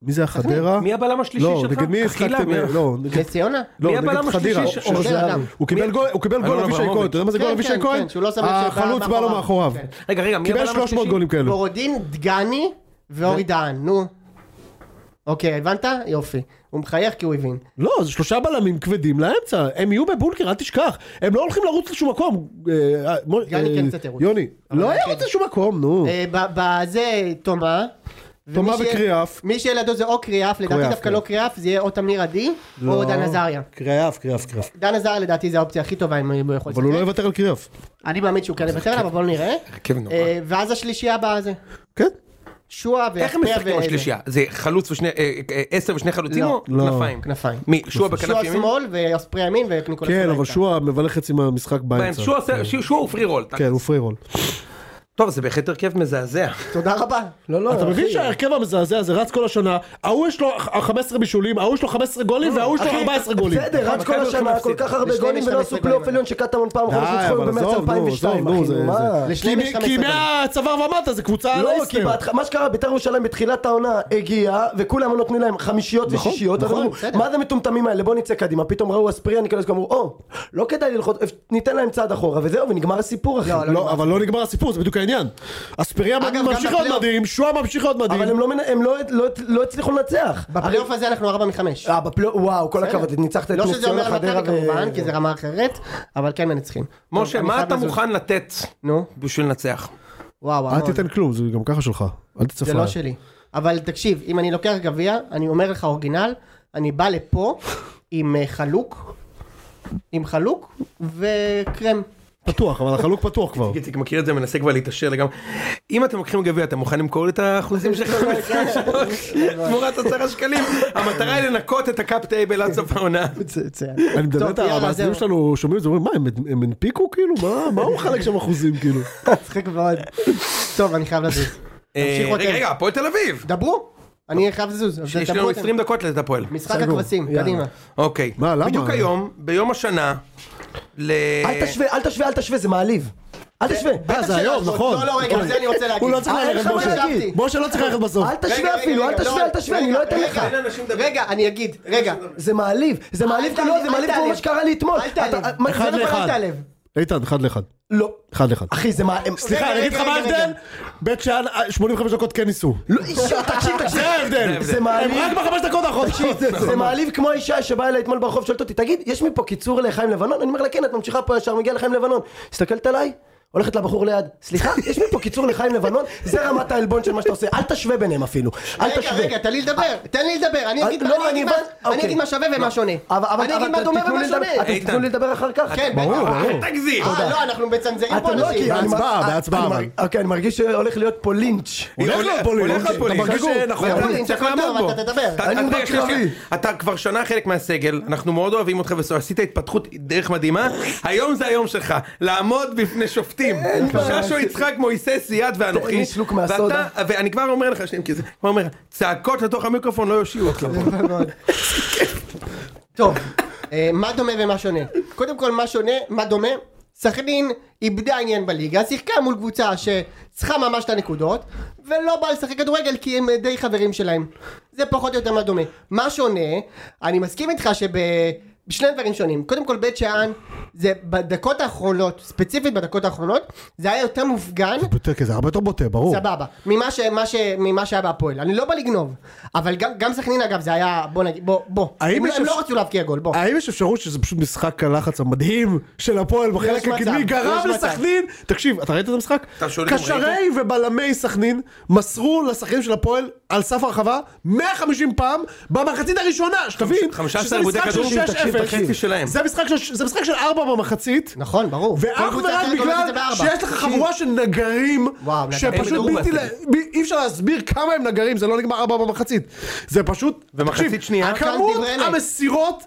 [SPEAKER 3] מי זה החדרה?
[SPEAKER 1] מי הבלם השלישי
[SPEAKER 3] לא,
[SPEAKER 1] שלך?
[SPEAKER 3] נגד מי
[SPEAKER 1] קחילה,
[SPEAKER 3] השחקתם?
[SPEAKER 1] מי-
[SPEAKER 3] לא,
[SPEAKER 1] כן.
[SPEAKER 3] נגד-
[SPEAKER 5] נס ציונה?
[SPEAKER 1] מי
[SPEAKER 3] לא,
[SPEAKER 1] הבלם
[SPEAKER 3] נגד
[SPEAKER 1] השלישי
[SPEAKER 3] חדרה.
[SPEAKER 1] ש- אוקיי.
[SPEAKER 3] או
[SPEAKER 1] או
[SPEAKER 3] זה-
[SPEAKER 5] זהבי.
[SPEAKER 3] הוא קיבל גול- הוא קיבל גול
[SPEAKER 1] אלון
[SPEAKER 3] אבישי כהן,
[SPEAKER 1] אברמוביץ'.
[SPEAKER 3] אתה יודע מה זה גול
[SPEAKER 5] כן,
[SPEAKER 3] אבישי
[SPEAKER 5] כן,
[SPEAKER 3] כהן?
[SPEAKER 5] כן, שהוא לא שם לב שבא
[SPEAKER 3] החלוץ בא לו
[SPEAKER 5] מאחוריו.
[SPEAKER 3] מאחוריו.
[SPEAKER 5] כן.
[SPEAKER 1] רגע, רגע, מי הבלם
[SPEAKER 3] קיבל
[SPEAKER 1] השלישי?
[SPEAKER 3] 300 גולים כאלו.
[SPEAKER 5] בורודין, דגני ואורי דהן, נו. אוקיי, הבנת? יופי. הוא מחייך כי הוא הבין.
[SPEAKER 3] לא, זה שלושה בלמים כבדים לאמצע, הם יהיו בבונקר, אל תשכח. הם לא הולכים לרוץ לשום מקום. אה, אה, מו-
[SPEAKER 5] גלי
[SPEAKER 3] אה,
[SPEAKER 5] כן קצת ירוץ.
[SPEAKER 3] יוני,
[SPEAKER 5] אבל
[SPEAKER 3] לא
[SPEAKER 5] אני כן.
[SPEAKER 3] ירוץ לשום מקום, נו.
[SPEAKER 5] אה, ב- בזה תומה.
[SPEAKER 3] תומה
[SPEAKER 5] ומי שיהיה-
[SPEAKER 3] וקריאף.
[SPEAKER 5] מי שילדו זה או קריאף, לדעתי
[SPEAKER 3] קריאף,
[SPEAKER 5] דווקא
[SPEAKER 3] כן.
[SPEAKER 5] לא קריאף, זה יהיה או תמיר עדי, או דן עזריה.
[SPEAKER 3] לא. קריאף, קריאף, קריאף.
[SPEAKER 5] דן עזריה לדעתי זה האופציה הכי טובה אם הוא יכול
[SPEAKER 3] אבל הוא לא יוותר על קריאף.
[SPEAKER 5] אני מאמין שהוא כן יוותר עליו, אבל בואו נראה.
[SPEAKER 1] הרכב נורא.
[SPEAKER 5] אה, ואז השלישייה הבאה זה.
[SPEAKER 3] כן.
[SPEAKER 5] שועה ו...
[SPEAKER 1] איך הם משחקים עם השלישייה? זה חלוץ ושני... אה, אה, עשר ושני חלוצים
[SPEAKER 5] לא,
[SPEAKER 1] או כנפיים?
[SPEAKER 5] כנפיים.
[SPEAKER 1] מי? שועה בכנף
[SPEAKER 5] שועה
[SPEAKER 1] ימין?
[SPEAKER 5] שמאל ואספרי ימין וניקולס
[SPEAKER 3] כן,
[SPEAKER 5] פלייטה.
[SPEAKER 3] אבל שועה מבלה חצי מהמשחק
[SPEAKER 1] באמצע.
[SPEAKER 3] באמצע.
[SPEAKER 1] שועה עושה- ש- שועה הוא פרי רול.
[SPEAKER 3] כן, הוא פרי רול.
[SPEAKER 5] אה,
[SPEAKER 1] טוב, זה בהחלט הרכב מזעזע.
[SPEAKER 5] תודה רבה.
[SPEAKER 4] לא, לא,
[SPEAKER 3] אתה מבין
[SPEAKER 4] אחי.
[SPEAKER 3] שההרכב המזעזע הזה רץ כל השנה, ההוא יש לו 15 בישולים, ההוא יש לו 15 גולים וההוא יש לו 14 גולים.
[SPEAKER 4] בסדר, רץ
[SPEAKER 1] מכבי
[SPEAKER 4] כל
[SPEAKER 1] הולכים
[SPEAKER 4] השנה, כל
[SPEAKER 1] להפסיד.
[SPEAKER 4] כך הרבה
[SPEAKER 5] לשניהם
[SPEAKER 4] גולים
[SPEAKER 5] יש
[SPEAKER 4] ולא
[SPEAKER 5] 15
[SPEAKER 4] עשו פלייאוף
[SPEAKER 5] גולים.
[SPEAKER 4] עליון שקטע המון פעם אחרונה
[SPEAKER 3] די,
[SPEAKER 4] שניצחו
[SPEAKER 3] אבל
[SPEAKER 4] לנו במרץ
[SPEAKER 3] עזוב, נו, עזוב,
[SPEAKER 4] 2002,
[SPEAKER 3] נו,
[SPEAKER 4] אחי, נו
[SPEAKER 3] זה-
[SPEAKER 4] מה?
[SPEAKER 3] זה-
[SPEAKER 5] לשניהם יש
[SPEAKER 3] כי- כי
[SPEAKER 5] 15 גולים.
[SPEAKER 3] מהצוואר ומטה זה קבוצה על
[SPEAKER 4] לא, כי
[SPEAKER 3] האיסטר.
[SPEAKER 4] בהתח- מה שקרה, ביתר ירושלים בתחילת העונה הגיעה, וכולם נותנים להם חמישיות ושישיות, אז
[SPEAKER 5] נכון,
[SPEAKER 4] אמרו,
[SPEAKER 5] בסדר.
[SPEAKER 4] מה זה המטומטמים האלה, בואו נצא קדימה, פתאום ראו אספריה, ניקלס, אמרו, או, לא כדאי ללחוץ, ניתן להם צעד אחורה, וזהו, ונגמר הסיפור, אחי.
[SPEAKER 3] לא, אבל לא נגמר הסיפור, זה בדיוק העניין. אספריה
[SPEAKER 5] גם
[SPEAKER 3] ממשיך עוד
[SPEAKER 5] בפלייאוף-
[SPEAKER 3] מדהים, שועה ממשיך עוד מדהים.
[SPEAKER 4] אבל הם לא מנ- הם לא- לא- לא הצליחו לנצח.
[SPEAKER 5] בפלייאוף הזה אנחנו ארבע מחמש.
[SPEAKER 4] אה, בפלייאוף, וואו, כל הכבוד, ניצחת את
[SPEAKER 5] לא
[SPEAKER 4] נס
[SPEAKER 5] שזה אומר
[SPEAKER 4] ציונה,
[SPEAKER 5] על מכבי
[SPEAKER 4] חדרה
[SPEAKER 5] כמובן,
[SPEAKER 4] ו...
[SPEAKER 5] כי זה רמה אחרת, אבל כן מנצחים.
[SPEAKER 1] משה,
[SPEAKER 5] טוב,
[SPEAKER 1] מה
[SPEAKER 5] אני
[SPEAKER 1] אתה
[SPEAKER 5] חייב לזוז.
[SPEAKER 1] מוכן לתת
[SPEAKER 5] נו,
[SPEAKER 1] בשביל לנצח?
[SPEAKER 5] וואו,
[SPEAKER 3] אל
[SPEAKER 5] המון.
[SPEAKER 3] תיתן כלום, נכון. זה גם ככה שלך. אל תצפה.
[SPEAKER 5] זה לא שלי. אבל תקשיב, אם אני לוקח גביע, אני אומר לך אורגינל, אני בא לפה עם אה, חלוק, עם חלוק וקרם.
[SPEAKER 3] פתוח, אבל החלוק פתוח כבר.
[SPEAKER 1] איציק מכיר את זה, מנסה כבר להתעשר לגמרי. אם אתם לוקחים גביע, אתם מוכנים למכור לי את האחוזים שלכם ב-23 תמורת עשרה שקלים? המטרה היא לנקות את הקאפ טייבל עד סוף העונה.
[SPEAKER 3] אני מדבר
[SPEAKER 5] טוב,
[SPEAKER 3] את
[SPEAKER 5] יאללה,
[SPEAKER 3] המאזינים
[SPEAKER 5] זהו.
[SPEAKER 3] שלנו, שומעים את זה, אומרים, מה, הם- הם הנפיקו כאילו? מה- מה הוא מחלק שם אחוזים כאילו?
[SPEAKER 5] מצחיק מאוד. טוב, אני חייב לזוז.
[SPEAKER 1] אה,
[SPEAKER 5] תמשיכו
[SPEAKER 1] רגע,
[SPEAKER 5] אתם.
[SPEAKER 1] רגע, הפועל תל אביב.
[SPEAKER 5] דברו, אני חייב לזוז. אז
[SPEAKER 1] יש
[SPEAKER 5] דברו
[SPEAKER 1] לנו
[SPEAKER 5] אתם.
[SPEAKER 1] 20 דקות לתת הפועל.
[SPEAKER 5] משחק
[SPEAKER 4] סגור.
[SPEAKER 5] הכבשים,
[SPEAKER 4] יאללה.
[SPEAKER 5] קדימה.
[SPEAKER 1] אוקיי.
[SPEAKER 3] מה, למה?
[SPEAKER 1] בדיוק היום, ביום השנה, ל...
[SPEAKER 4] אל תשווה, אל תשווה, אל תשווה, זה מעליב. אל תשווה.
[SPEAKER 5] בטח
[SPEAKER 3] זה
[SPEAKER 5] של
[SPEAKER 3] היום,
[SPEAKER 5] אשדוד.
[SPEAKER 3] נכון.
[SPEAKER 5] לא, לא, רגע, על זה אני רוצה להגיד.
[SPEAKER 3] הוא לא צריך
[SPEAKER 5] אה,
[SPEAKER 3] ללכת,
[SPEAKER 5] אין לך מה
[SPEAKER 3] משה.
[SPEAKER 5] להגיד.
[SPEAKER 3] משה לא צריך ללכת בסוף.
[SPEAKER 4] אל
[SPEAKER 5] רגע,
[SPEAKER 4] תשווה
[SPEAKER 5] רגע,
[SPEAKER 4] אפילו, אל
[SPEAKER 5] רגע,
[SPEAKER 4] תשווה,
[SPEAKER 5] לא,
[SPEAKER 4] אל תשווה,
[SPEAKER 5] רגע,
[SPEAKER 4] אני לא אתן
[SPEAKER 5] רגע,
[SPEAKER 4] לך.
[SPEAKER 1] תן לאנשים לדבר.
[SPEAKER 5] רגע, אני אגיד, רגע.
[SPEAKER 4] זה מעליב, זה מעליב כולו,
[SPEAKER 5] תעליב,
[SPEAKER 4] זה
[SPEAKER 5] אל
[SPEAKER 4] מעליב כמו
[SPEAKER 5] תעליב.
[SPEAKER 4] מה שקרה לי אתמול.
[SPEAKER 5] אל לא תעליב. נכון.
[SPEAKER 4] אתה- מה-
[SPEAKER 3] אחד
[SPEAKER 4] זה דבר-
[SPEAKER 3] לאחד.
[SPEAKER 5] תעלב.
[SPEAKER 3] איתן, אחד לאחד.
[SPEAKER 4] לא.
[SPEAKER 3] אחד לאחד.
[SPEAKER 4] אחי, זה מה...
[SPEAKER 3] סליחה,
[SPEAKER 5] רגע,
[SPEAKER 3] אני אגיד לך
[SPEAKER 5] רגע,
[SPEAKER 3] מה
[SPEAKER 5] רגע.
[SPEAKER 3] ההבדל? בית שאן, אה, 85 דקות כן ניסו.
[SPEAKER 4] לא, אישה, תקשיב, תקשיב.
[SPEAKER 3] זה ההבדל.
[SPEAKER 4] זה
[SPEAKER 3] הם
[SPEAKER 4] מעליב.
[SPEAKER 3] רק בחמש דקות האחרונות.
[SPEAKER 4] תקשיב,
[SPEAKER 3] נכון.
[SPEAKER 4] זה מעליב כמו האישה שבאה אליי אתמול ברחוב, שואלת אותי, תגיד, יש מפה קיצור לחיים לבנון? אני אומר לה, כן, את ממשיכה פה ישר, מגיעה לחיים לבנון. הסתכלת עליי? הולכת לבחור ליד, סליחה, יש מפה קיצור לחיים לבנון? זה רמת העלבון של מה שאתה עושה, אל תשווה ביניהם אפילו, אל
[SPEAKER 5] רגע,
[SPEAKER 4] תשווה.
[SPEAKER 5] רגע, תן לי לדבר, תן לי לדבר, אני
[SPEAKER 4] אה,
[SPEAKER 5] אגיד
[SPEAKER 4] לא,
[SPEAKER 5] מה- אני
[SPEAKER 4] אני
[SPEAKER 5] אגיד מה-
[SPEAKER 4] הבנ-
[SPEAKER 5] אני
[SPEAKER 4] אוקיי.
[SPEAKER 5] אגיד מה שווה ומה שונה.
[SPEAKER 4] אבל אבל-
[SPEAKER 5] אני אגיד
[SPEAKER 4] אבל
[SPEAKER 5] מה דומה
[SPEAKER 4] תיתנו
[SPEAKER 5] ומה
[SPEAKER 4] לי לדבר-
[SPEAKER 5] שונה.
[SPEAKER 4] אתם תיתנו לי לדבר אחר כך?
[SPEAKER 5] כן,
[SPEAKER 3] ברור,
[SPEAKER 5] בטח.
[SPEAKER 3] ברור.
[SPEAKER 1] אל תגזים.
[SPEAKER 5] אה, לא, אנחנו מצנזרים פה
[SPEAKER 4] אתם לא
[SPEAKER 5] אנשים.
[SPEAKER 4] כי... אני מר-
[SPEAKER 3] בהצבעה,
[SPEAKER 4] אה,
[SPEAKER 3] בהצבעה,
[SPEAKER 4] אני
[SPEAKER 3] אבל.
[SPEAKER 4] מרגיש- אוקיי, אני מרגיש שהולך להיות פה לינץ'.
[SPEAKER 3] הולך
[SPEAKER 1] הולך
[SPEAKER 3] לפולין,
[SPEAKER 1] הולך
[SPEAKER 3] אוקיי.
[SPEAKER 1] לפולין.
[SPEAKER 3] אתה מרגיש
[SPEAKER 1] חשוב.
[SPEAKER 3] שאנחנו-
[SPEAKER 1] אתה-
[SPEAKER 5] לפולין,
[SPEAKER 1] צריך
[SPEAKER 5] הכל טוב,
[SPEAKER 1] לעמוד בו.
[SPEAKER 5] אבל אתה תדבר.
[SPEAKER 1] אתה-
[SPEAKER 4] אני
[SPEAKER 1] אתה-
[SPEAKER 4] מודע
[SPEAKER 1] שנייה,
[SPEAKER 4] קרבי.
[SPEAKER 1] שנייה. אתה כבר שנה חלק מהסגל, אנחנו מאוד אוהבים אותך ועשית התפתחות דרך מדהימה, היום זה היום שלך, לעמוד בפני שופטים.
[SPEAKER 4] בעיה.
[SPEAKER 1] ששו יצחק, מויסס, זיאד ואנוכי.
[SPEAKER 4] תן לי שלוק
[SPEAKER 1] ואתה-
[SPEAKER 4] מהסודה.
[SPEAKER 1] ואני כבר אומר לך שנייה, כי זה, כבר אומר, צעקות לתוך המיקרופון לא יושיעו אותך.
[SPEAKER 5] טוב, אה, מה דומה ומה שונה? קודם כל, מה שונה, מה דומה? סכנין איבדה עניין בליגה, שיחקה מול קבוצה שצריכה ממש את הנקודות, ולא באה לשחק כדורגל כי הם אה, די חברים שלהם. זה פחות או יותר מה דומה. מה שונה, אני מסכים איתך שב... בשני דברים שונים. קודם כל, בית שאן זה בדקות האחרונות, ספציפית בדקות האחרונות, זה היה יותר מופגן,
[SPEAKER 3] בוטה, כי זה הרבה יותר בוטה, ברור.
[SPEAKER 5] סבבה, ממה, ש, מה ש, ממה שהיה בהפועל. אני לא בא לגנוב, אבל גם, גם סכנין אגב זה היה, בוא נגיד, בוא, בוא.
[SPEAKER 3] האם
[SPEAKER 5] הם,
[SPEAKER 3] יש
[SPEAKER 5] הם
[SPEAKER 3] אפ-
[SPEAKER 5] לא רצו להבקיע גול, בוא.
[SPEAKER 3] האם יש אפשרות שזה פשוט משחק הלחץ המדהים של הפועל בחלק
[SPEAKER 5] מצב,
[SPEAKER 3] הקדמי,
[SPEAKER 5] יש
[SPEAKER 3] גרם
[SPEAKER 5] מצב.
[SPEAKER 3] לסכנין, תקשיב, אתה ראית את המשחק?
[SPEAKER 1] אתה שואל אם
[SPEAKER 3] קשרי ובלמי סכנין מסרו לשחקנים של הפועל על סף הרחבה 150 פעם במחצית הראשונה, שתבין,
[SPEAKER 1] 15
[SPEAKER 3] שזה
[SPEAKER 1] עיבודי
[SPEAKER 3] משחק של
[SPEAKER 1] כדור, תקשיב,
[SPEAKER 3] 6-0.
[SPEAKER 1] תקשיב, שלהם.
[SPEAKER 3] זה משחק של- זה משחק של 4 במחצית,
[SPEAKER 5] נכון, ברור. כל
[SPEAKER 3] ואך
[SPEAKER 5] קבוצה
[SPEAKER 3] ורק
[SPEAKER 5] אחרת אומרת את
[SPEAKER 3] בגלל
[SPEAKER 5] זה בארבע.
[SPEAKER 3] שיש לך חבורה של נגרים,
[SPEAKER 5] וואו, נגרים
[SPEAKER 3] שפשוט
[SPEAKER 1] בטירוף
[SPEAKER 3] בלתי, ל-
[SPEAKER 1] עשו.
[SPEAKER 3] ב- אי אפשר להסביר כמה הם נגרים, זה לא נגמר ארבע במחצית. זה פשוט,
[SPEAKER 1] ומחצית
[SPEAKER 3] תקשיב,
[SPEAKER 1] שנייה,
[SPEAKER 3] כמות
[SPEAKER 5] דברי אמת.
[SPEAKER 3] המסירות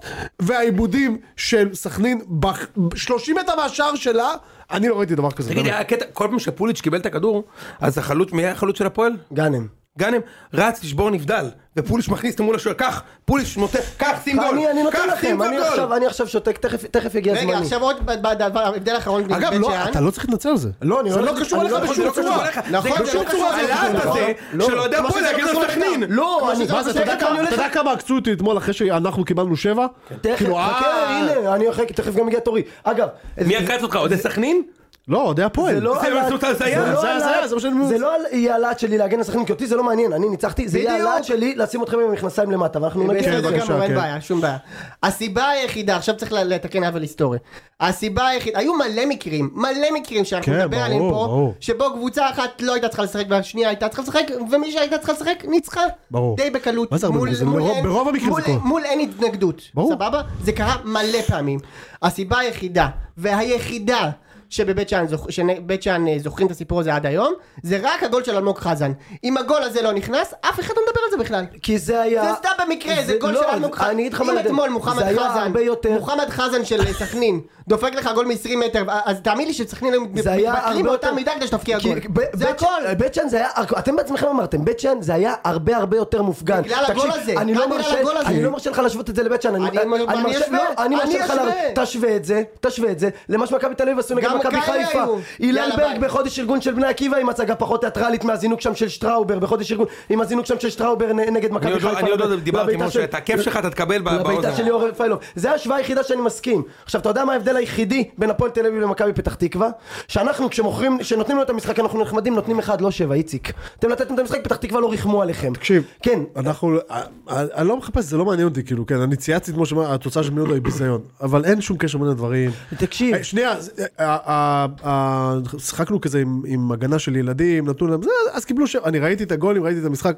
[SPEAKER 3] והעיבודים של סכנין, ב-30 מטר מהשער שלה, אני לא ראיתי דבר כזה.
[SPEAKER 1] תגיד,
[SPEAKER 3] באמת.
[SPEAKER 1] היה קטע, כל פעם שפוליץ' קיבל את הכדור, אז החלוץ, מי היה החלוץ של הפועל?
[SPEAKER 5] גאנם.
[SPEAKER 1] גאנם רץ לשבור נבדל, ופוליץ' מכניס אותו מול השוער, קח, פוליץ' נותן, קח, שים גול,
[SPEAKER 4] אני אני
[SPEAKER 1] קח,
[SPEAKER 4] נותן
[SPEAKER 1] שים
[SPEAKER 4] לכם,
[SPEAKER 1] כבר
[SPEAKER 4] אני
[SPEAKER 1] גול.
[SPEAKER 4] עכשיו- אני עכשיו שותק, תכף- תכף יגיע
[SPEAKER 5] רגע,
[SPEAKER 4] זמני.
[SPEAKER 5] עכשיו עוד בדבר, ההבדל האחרון בין
[SPEAKER 3] אגב,
[SPEAKER 5] בן
[SPEAKER 3] לא,
[SPEAKER 5] שאן.
[SPEAKER 3] אתה לא צריך לנצל על זה.
[SPEAKER 4] לא, אני
[SPEAKER 3] זה
[SPEAKER 4] הולך-
[SPEAKER 3] לא קשור
[SPEAKER 4] אני
[SPEAKER 3] אליך
[SPEAKER 4] הולך-
[SPEAKER 1] זה
[SPEAKER 3] בשום
[SPEAKER 1] לא קשור
[SPEAKER 3] צורה.
[SPEAKER 1] אליך, זה
[SPEAKER 5] נכון, זה
[SPEAKER 1] קשור
[SPEAKER 5] לא קשור
[SPEAKER 1] לצורה
[SPEAKER 5] אליך,
[SPEAKER 1] הלהט
[SPEAKER 5] נכון.
[SPEAKER 1] הזה,
[SPEAKER 4] לא.
[SPEAKER 1] שלא יודע
[SPEAKER 5] כמו
[SPEAKER 1] פה
[SPEAKER 5] שזה
[SPEAKER 1] להגן
[SPEAKER 5] קשור
[SPEAKER 1] על
[SPEAKER 5] לך.
[SPEAKER 1] סכנין.
[SPEAKER 4] לא, אני...
[SPEAKER 5] שזה
[SPEAKER 3] מה זה, אתה יודע
[SPEAKER 5] כמה-
[SPEAKER 3] כמה- אתה יודע כמה עקצו אותי אתמול אחרי שאנחנו קיבלנו שבע?
[SPEAKER 4] תכף,
[SPEAKER 3] כאילו,
[SPEAKER 4] חכה,
[SPEAKER 3] אה,
[SPEAKER 4] הנה, אני אחרי- תכף גם מגיע תורי. אגב,
[SPEAKER 1] מי עקץ אותך, אוהדי סכנין?
[SPEAKER 3] לא, אוהדי הפועל.
[SPEAKER 4] זה לא
[SPEAKER 1] זה
[SPEAKER 4] הלהט-
[SPEAKER 1] פשוט הזיה.
[SPEAKER 4] זה לא
[SPEAKER 3] זה הזיה,
[SPEAKER 4] הלהט-
[SPEAKER 3] זה מה שאני אומר.
[SPEAKER 4] זה לא על- יהיה הלהט שלי להגן על שחקנים, כי אותי זה לא מעניין, אני ניצחתי, זה יהיה
[SPEAKER 5] בדיוק.
[SPEAKER 4] הלהט שלי לשים אתכם עם המכנסיים למטה, ואנחנו נגיד
[SPEAKER 5] בסדר
[SPEAKER 4] את זה.
[SPEAKER 3] בבקשה,
[SPEAKER 5] גמור, אין
[SPEAKER 3] כן.
[SPEAKER 5] בעיה, שום בעיה. הסיבה היחידה, עכשיו צריך לתקן עוול היסטורי. הסיבה היחידה, היו מלא מקרים, מלא מקרים שאנחנו
[SPEAKER 3] כן,
[SPEAKER 5] נדבר
[SPEAKER 3] ברור,
[SPEAKER 5] עליהם פה,
[SPEAKER 3] ברור.
[SPEAKER 5] שבו קבוצה אחת לא הייתה צריכה לשחק והשנייה הייתה צריכה לשחק, ומי שהייתה צריכה לשחק ניצחה.
[SPEAKER 3] ברור.
[SPEAKER 5] די בקלות.
[SPEAKER 3] מה זה הרבה?
[SPEAKER 5] מול-
[SPEAKER 3] זה
[SPEAKER 5] מול
[SPEAKER 3] ברוב-
[SPEAKER 5] אין-
[SPEAKER 3] ברוב המקרים זה
[SPEAKER 5] מול-
[SPEAKER 3] קורה.
[SPEAKER 5] מול אין התנגדות.
[SPEAKER 3] ברור.
[SPEAKER 5] סבבה? זה קרה מלא פעמים. הסיבה היחידה, והיחידה, שבבית שאן, זוכ... שבית שאן אה, זוכרים את הסיפור הזה עד היום, זה רק הגול של אלמוג חזן. אם הגול הזה לא נכנס, אף אחד לא מדבר על זה בכלל.
[SPEAKER 4] כי זה היה...
[SPEAKER 5] זה סתם במקרה, זה גול
[SPEAKER 4] לא,
[SPEAKER 5] של אלמוג חזן.
[SPEAKER 4] אני אגיד לך מה
[SPEAKER 5] אם
[SPEAKER 4] ההבדל.
[SPEAKER 5] אתמול מוחמד
[SPEAKER 4] זה היה
[SPEAKER 5] חזן,
[SPEAKER 4] הרבה יותר...
[SPEAKER 5] מוחמד חזן של סכנין, דופק לך גול מ-20 מטר, אז תאמין לי שסכנין היו
[SPEAKER 4] זה היה הרבה
[SPEAKER 5] מתבטלים באותה
[SPEAKER 4] יותר-
[SPEAKER 5] מידה כדי שתפקיע
[SPEAKER 4] כי
[SPEAKER 5] גול.
[SPEAKER 4] ב-
[SPEAKER 5] זה
[SPEAKER 4] בית-
[SPEAKER 5] הכל.
[SPEAKER 4] בית שאן זה היה, אתם בעצמכם אמרתם, בית שאן זה היה הרבה הרבה יותר מופגן.
[SPEAKER 5] בגלל הגול
[SPEAKER 4] תקשיב,
[SPEAKER 5] הזה,
[SPEAKER 4] אני
[SPEAKER 5] רק
[SPEAKER 4] לא
[SPEAKER 5] בגלל
[SPEAKER 4] מרשה-
[SPEAKER 5] הגול הזה.
[SPEAKER 4] אני לא מרשה לך להשוות את זה לבית שאן.
[SPEAKER 5] אני- אני
[SPEAKER 4] מרשה-
[SPEAKER 5] אשווה,
[SPEAKER 4] לא, אני
[SPEAKER 5] אני
[SPEAKER 4] מרשה לך, לה-
[SPEAKER 5] אשווה.
[SPEAKER 4] תשווה את זה, תשווה את זה, למה שמכבי תל אביב עשו נגד
[SPEAKER 5] גם
[SPEAKER 4] מכבי
[SPEAKER 5] כאלה
[SPEAKER 4] חיפה.
[SPEAKER 5] היו.
[SPEAKER 4] אילן
[SPEAKER 5] יאללה,
[SPEAKER 4] ברג
[SPEAKER 5] ביי.
[SPEAKER 4] בחודש ארגון של בני עקיבא עם הצגה פחות תיאטרלית מהזינוק שם של שטראובר, בחודש ארגון, עם הזינוק שם של שטראובר נ- נגד מכבי
[SPEAKER 1] אני עוד
[SPEAKER 4] חיפה.
[SPEAKER 1] לא- אני עוד לא
[SPEAKER 4] לב-
[SPEAKER 1] דיברתי
[SPEAKER 4] לבעיטה
[SPEAKER 1] עם
[SPEAKER 4] של-
[SPEAKER 1] משה, את הכיף שלך אתה תקבל ב- באוזן.
[SPEAKER 4] לבעיטה של ליאור רפאלוב. זה ההשוואה היחידה שאני מסכים. עכשיו, אתה יודע מה ההבדל היחידי בין הפועל תל אביב למכבי פתח תקווה? שאנחנו, כשמוכרים, כשנותנים לו את המשחק, אנחנו נחמדים, נותנים אחד, לא שבע, איציק. אתם נתתם את המשחק, פתח תקווה לא ריחמו עליכם.
[SPEAKER 3] תקשיב,
[SPEAKER 4] כן.
[SPEAKER 3] אנחנו, אה, אה, אני לא מחפש, זה לא מעניין אותי, כאילו, כן, אני צייצתי את מה שאמר, התוצאה של מיודו היא ביזיון, אבל אין שום קשר בין הדברים.
[SPEAKER 4] תקשיב.
[SPEAKER 3] אה, שנייה, זה- אה, אה, אה, שיחקנו כזה עם- עם הגנה של ילדים, נתנו להם, זה, אז קיבלו שם, אני ראיתי את הגולים, ראיתי את המשחק.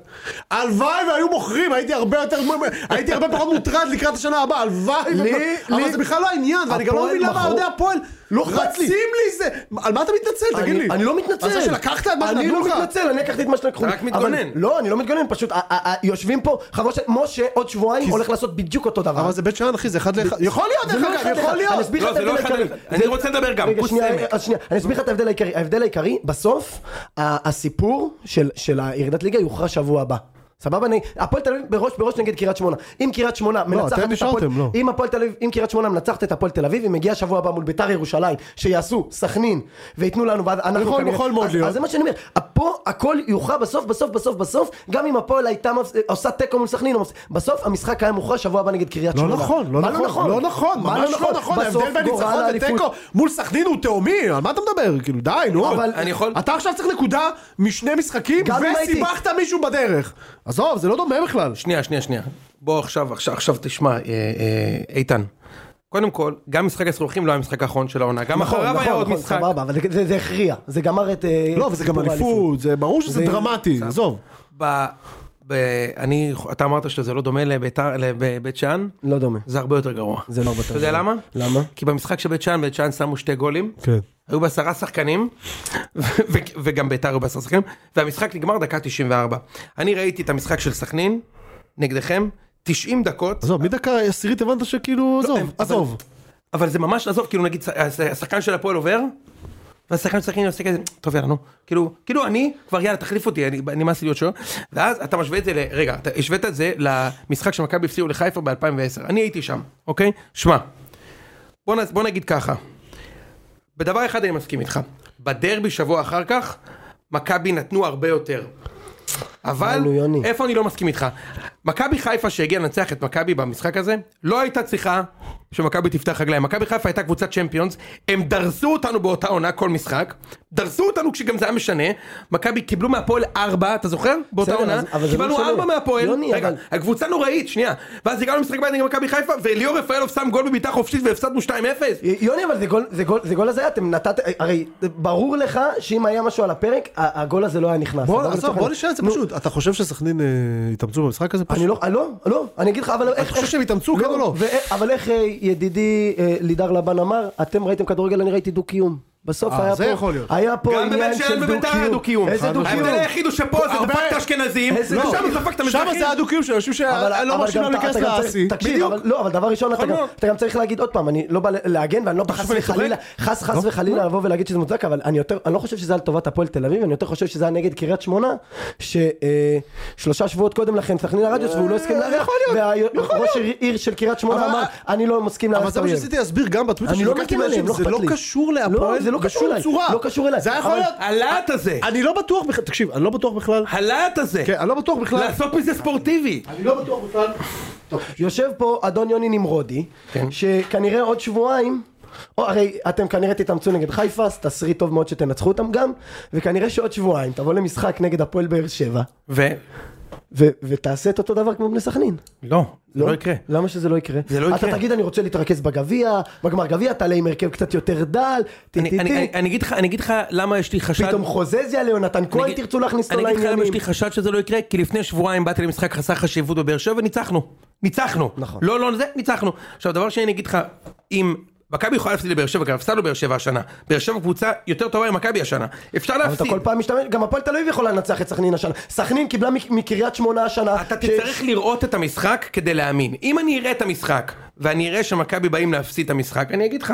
[SPEAKER 3] הלוואי והיו מוכרים, הייתי הרבה יותר, הייתי הרבה פחות מוטרד לקראת השנה הבאה, הלוואי,
[SPEAKER 4] לי-
[SPEAKER 3] ו-
[SPEAKER 4] לי-
[SPEAKER 3] אבל זה בכלל לא העניין, ואני גם לא
[SPEAKER 4] הפועל
[SPEAKER 3] מבין למה
[SPEAKER 4] מכרו-
[SPEAKER 3] אוהדי הפועל לא
[SPEAKER 4] רץ לי.
[SPEAKER 3] רצים לי זה, על מה אתה מתנצל, תגיד
[SPEAKER 4] אני-
[SPEAKER 3] לי?
[SPEAKER 4] אני לא מתנצל.
[SPEAKER 3] על זה שלקחת את מה
[SPEAKER 4] אני
[SPEAKER 3] שנתנו
[SPEAKER 4] לא
[SPEAKER 3] לך?
[SPEAKER 4] מתנצל, אני לקחתי את מה שלקחו.
[SPEAKER 1] אתה
[SPEAKER 4] לי.
[SPEAKER 1] רק
[SPEAKER 4] אבל-
[SPEAKER 1] מתגונן.
[SPEAKER 4] לא, אני לא מתגונן, פשוט ה- ה- ה- יושבים פה חבורה של... משה עוד שבועיים הולך לעשות בדיוק אותו דבר.
[SPEAKER 3] אבל זה בית שאן, אחי, זה אחד לאחד. יכול להיות,
[SPEAKER 4] זה לא
[SPEAKER 3] דרך
[SPEAKER 4] אחד
[SPEAKER 3] אגב, יכול
[SPEAKER 4] לאחד. אני
[SPEAKER 3] להיות.
[SPEAKER 4] אסביר לך
[SPEAKER 1] לא,
[SPEAKER 4] את
[SPEAKER 1] זה לא
[SPEAKER 4] ההבדל
[SPEAKER 1] אחד
[SPEAKER 4] העיקרי.
[SPEAKER 1] לאחד. אני
[SPEAKER 4] זה-
[SPEAKER 1] רוצה לדבר גם,
[SPEAKER 4] רגע,
[SPEAKER 1] פוס
[SPEAKER 4] שנייה,
[SPEAKER 1] סמק.
[SPEAKER 4] אז שנייה, אני אסביר לך את ההבדל העיקרי. ההבדל העיקרי, בסוף, ה- הסיפור של- של הירידת ליגה יוכרע שבוע הבא. סבבה? אני- הפועל תל אביב בראש בראש נגד קריית שמונה. אם קריית שמונה מנצחת
[SPEAKER 3] אתם
[SPEAKER 4] את הפועל...
[SPEAKER 3] נשארתם, לא.
[SPEAKER 4] אם הפועל תל אביב, אם קריית שמונה מנצחת את הפועל תל אביב, היא מגיעה שבוע הבא מול ביתר ירושלים, שיעשו סכנין, וייתנו לנו, ואז אנחנו
[SPEAKER 3] יכול-
[SPEAKER 4] כנראה-
[SPEAKER 3] יכול מאוד
[SPEAKER 4] אז-
[SPEAKER 3] להיות.
[SPEAKER 4] אז זה מה שאני אומר, פה הכל יוכרע בסוף, בסוף, בסוף, בסוף, גם אם הפועל הייתה מפס- עושה תיקו מול סכנין, או מפס- בסוף המשחק היה מוכרע שבוע הבא נגד קריית
[SPEAKER 3] לא
[SPEAKER 4] שמונה.
[SPEAKER 3] נכון, לא
[SPEAKER 4] מה
[SPEAKER 3] נכון, לא נכון,
[SPEAKER 4] מה
[SPEAKER 3] ממש לא נכון,
[SPEAKER 4] בסוף
[SPEAKER 3] ההבדל בין
[SPEAKER 4] גורל
[SPEAKER 3] ניצחון
[SPEAKER 4] האליפות-
[SPEAKER 3] לתיקו מול סכנין הוא תהומי, על מה אתה מדבר? כאילו די, נו.
[SPEAKER 4] אבל-
[SPEAKER 1] אני יכול-
[SPEAKER 3] אתה עכשיו צריך נקודה משני משחקים,
[SPEAKER 4] גם אם הייתי-
[SPEAKER 3] וסיבכת מישהו בדרך. עזוב, זה לא דומה בכלל.
[SPEAKER 1] שנייה, שנייה, שנייה. בוא עכשיו, עכשיו, עכשיו תשמע, אה, אה, איתן. קודם כל, גם משחק הסרוכים לא היה המשחק האחרון של העונה, גם
[SPEAKER 4] נכון,
[SPEAKER 1] אחריו היה
[SPEAKER 4] נכון,
[SPEAKER 1] עוד
[SPEAKER 4] נכון,
[SPEAKER 1] משחק.
[SPEAKER 4] סבבה, אבל זה- זה- זה הכריע, זה גמר את... אה,
[SPEAKER 3] לא, וזה גם
[SPEAKER 4] סיפור
[SPEAKER 3] אליפות, זה ברור שזה
[SPEAKER 4] זה-
[SPEAKER 3] דרמטי, עזוב.
[SPEAKER 1] ב... ב... אני... אתה אמרת שזה לא דומה לביתר... לבית שאן,
[SPEAKER 4] לא דומה.
[SPEAKER 1] זה הרבה יותר גרוע.
[SPEAKER 4] זה לא בטוח.
[SPEAKER 1] אתה יודע למה?
[SPEAKER 4] למה?
[SPEAKER 1] כי במשחק של בית שאן, בית שאן שמו שתי גולים,
[SPEAKER 3] כן.
[SPEAKER 1] היו בעשרה שחקנים, ו- וגם ביתר היו בעשרה שחקנים, והמשחק נגמר דקה 94. אני ראיתי את המשחק של סכנין, נגדכם, 90 דקות,
[SPEAKER 3] עזוב, מדקה עשירית הבנת שכאילו, עזוב, עזוב.
[SPEAKER 1] אבל זה ממש עזוב, כאילו נגיד, הש- השחקן של הפועל עובר, והשחקן של סכנין עושה כזה, טוב יאללה נו, כאילו, כאילו אני, כבר יאללה תחליף אותי, אני נמאס לי להיות שוער, ואז אתה משווה את זה ל... רגע, אתה השווית את זה למשחק שמכבי הפסיעו לחיפה ב-2010, אני הייתי שם, אוקיי? שמע, בוא, נ, בוא נגיד ככה, בדבר אחד אני מסכים איתך, בדרבי שבוע אחר כך, מכבי נתנו הרבה יותר. אבל,
[SPEAKER 4] יאללה, יוני.
[SPEAKER 1] איפה אני לא מסכים איתך? מכבי חיפה שהגיעה לנצח את מכבי במשחק הזה, לא הייתה צריכה שמכבי תפתח רגליים. מכבי חיפה הייתה קבוצת צ'מפיונס, הם דרסו אותנו באותה עונה כל משחק, דרסו אותנו כשגם זה היה משנה, מכבי קיבלו מהפועל ארבע, אתה זוכר? באותה
[SPEAKER 4] בסדר,
[SPEAKER 1] עונה,
[SPEAKER 4] אז- אבל זה
[SPEAKER 1] קיבלנו
[SPEAKER 4] לא משנה.
[SPEAKER 1] ארבע מהפועל,
[SPEAKER 4] יוני,
[SPEAKER 1] רגע,
[SPEAKER 4] אבל-
[SPEAKER 1] הקבוצה נוראית, שנייה, ואז הגענו למשחק בית נגד מכבי חיפה, וליאור רפאלוב שם גול בבעיטה חופשית והפסדנו 2-0.
[SPEAKER 4] יוני, אבל זה גול- זה גול- זה גול הזיה, אתם נתתם, הרי ברור לך שאם היה משהו על הפרק, ה- הגול הזה לא היה נכנס.
[SPEAKER 3] בוא,
[SPEAKER 4] אבל
[SPEAKER 3] עזוב,
[SPEAKER 4] לצורך
[SPEAKER 3] בוא
[SPEAKER 4] העניין-
[SPEAKER 3] נשאל את זה
[SPEAKER 4] נו,
[SPEAKER 3] פשוט. אתה חושב שסכנין אה, יתאמצו במשחק הזה?
[SPEAKER 4] אני לא, לא, לא, אני אגיד לך, אבל איך...
[SPEAKER 3] חושב
[SPEAKER 4] איך-
[SPEAKER 3] שהם התאמצו, כן או לא?
[SPEAKER 4] ואי- אבל איך אה, ידידי אה, לידר לבן אמר, אתם ראיתם כדורגל, אני ראיתי דו-קיום. בסוף
[SPEAKER 3] אה,
[SPEAKER 4] היה
[SPEAKER 3] זה
[SPEAKER 4] פה,
[SPEAKER 3] יכול להיות. אה, נכון.
[SPEAKER 4] היה פה
[SPEAKER 1] גם
[SPEAKER 4] עניין
[SPEAKER 1] בבית
[SPEAKER 4] של
[SPEAKER 1] שאן וביתר היה
[SPEAKER 4] דו-קיום.
[SPEAKER 1] דו-קיום.
[SPEAKER 4] איזה
[SPEAKER 3] חד
[SPEAKER 4] דו-קיום?
[SPEAKER 1] ההבדל היחיד הוא שפה זה
[SPEAKER 3] הרבה-
[SPEAKER 1] דפקת אשכנזים,
[SPEAKER 4] איזה
[SPEAKER 1] ושם
[SPEAKER 4] דו-קיום?
[SPEAKER 1] דפקת את
[SPEAKER 3] לא, שם
[SPEAKER 1] המזרחים.
[SPEAKER 3] זה הדו-קיום של אנשים
[SPEAKER 4] אבל-
[SPEAKER 3] שלא
[SPEAKER 4] אבל
[SPEAKER 3] מרשים
[SPEAKER 4] גם
[SPEAKER 3] להם
[SPEAKER 4] אתה-
[SPEAKER 3] להיכנס
[SPEAKER 4] אתה גם
[SPEAKER 3] לאסי.
[SPEAKER 4] צריך- תקשיב, אבל לא, אבל דבר ראשון, אתה
[SPEAKER 1] נכון
[SPEAKER 4] גם-
[SPEAKER 1] מאוד.
[SPEAKER 4] אתה גם צריך להגיד עוד פעם, אני לא בא ל- להגן, ואני לא בא חס
[SPEAKER 1] אני צוחק?
[SPEAKER 4] וחלילה, חס חס
[SPEAKER 3] לא.
[SPEAKER 4] וחלילה לבוא ולהגיד שזה מוצדק, אבל אני יותר, אני לא חושב שזה היה לטובת הפועל תל אביב, אני יותר חושב שזה היה נגד קריית שמונה, ששלושה שבועות קודם לכן סכנין הרדיוס והוא לא הסכים
[SPEAKER 3] אה,
[SPEAKER 4] לארח, והראש עיר של קריית שמונה
[SPEAKER 3] אבל-
[SPEAKER 4] אמר, אני לא מסכים
[SPEAKER 3] אבל
[SPEAKER 4] לארח את
[SPEAKER 3] זה מה
[SPEAKER 4] האויב.
[SPEAKER 3] שרציתי להסביר גם בטוויטר
[SPEAKER 4] אני לא
[SPEAKER 3] שהתווכחתי
[SPEAKER 4] מקים
[SPEAKER 3] עם אנשים,
[SPEAKER 4] עליהם, לא
[SPEAKER 3] זה לא
[SPEAKER 4] אכפת לי.
[SPEAKER 3] קשור
[SPEAKER 4] לא,
[SPEAKER 3] להפועל
[SPEAKER 4] זה לא קשור
[SPEAKER 3] בשום
[SPEAKER 4] אליי,
[SPEAKER 3] צורה.
[SPEAKER 4] לא קשור אליי,
[SPEAKER 3] זה היה יכול
[SPEAKER 4] אבל-
[SPEAKER 3] להיות.
[SPEAKER 1] הלהט הזה,
[SPEAKER 3] אני לא בטוח בכלל, תקשיב, אני לא בטוח בכלל.
[SPEAKER 1] הלהט הזה,
[SPEAKER 3] כן, אני לא בטוח בכלל.
[SPEAKER 1] לעשות מזה ספורטיבי.
[SPEAKER 3] אני לא בטוח בכלל.
[SPEAKER 4] יושב פה אדון יוני נמרודי,
[SPEAKER 1] כן.
[SPEAKER 4] שכנראה עוד שבועיים, או הרי אתם כנראה תתאמצו נגד חיפה, אז תסריט טוב מאוד שתנצחו אותם גם, וכנראה שעוד שבועיים תבוא למשחק נגד הפועל באר שבע,
[SPEAKER 1] ו...
[SPEAKER 4] ו- ותעשה את אותו דבר כמו בני סכנין.
[SPEAKER 1] לא, זה לא יקרה.
[SPEAKER 4] למה שזה לא יקרה?
[SPEAKER 1] זה לא יקרה.
[SPEAKER 4] אתה תגיד אני רוצה להתרכז בגביע, בגמר גביע תעלה עם הרכב קצת יותר דל,
[SPEAKER 1] אני- אני- אני
[SPEAKER 4] טי-טי-טי,
[SPEAKER 1] אני אגיד לך, אני אגיד לך למה יש לי חשד...
[SPEAKER 4] פתאום חוזז יעלה, יונתן כהן
[SPEAKER 1] אגיד-
[SPEAKER 4] תרצו להכניס אותו
[SPEAKER 1] אני אגיד לך למה יש
[SPEAKER 4] לעניינים.
[SPEAKER 1] לי חשד שזה לא יקרה, כי לפני שבועיים באתי למשחק חסר חשיבות בבאר שבע וניצחנו. ניצחנו.
[SPEAKER 4] נכון.
[SPEAKER 1] לא, לא, זה, ניצחנו. עכשיו, דבר שני, אני אגיד לך, אם... מכבי יכולה להפסיד לבאר שבע, כי הפסדנו באר שבע השנה. באר שבע קבוצה יותר טובה ממכבי השנה. אפשר
[SPEAKER 4] אבל אתה
[SPEAKER 1] להפסיד.
[SPEAKER 4] כל פעם משתמש, גם הפועל תל אביב יכולה לנצח את סכנין השנה. סכנין קיבלה מק- מקריית שמונה השנה.
[SPEAKER 1] אתה
[SPEAKER 4] ש-
[SPEAKER 1] תצטרך לראות את המשחק כדי להאמין. אם אני אראה את המשחק, ואני אראה שמכבי באים להפסיד את המשחק, אני אגיד לך.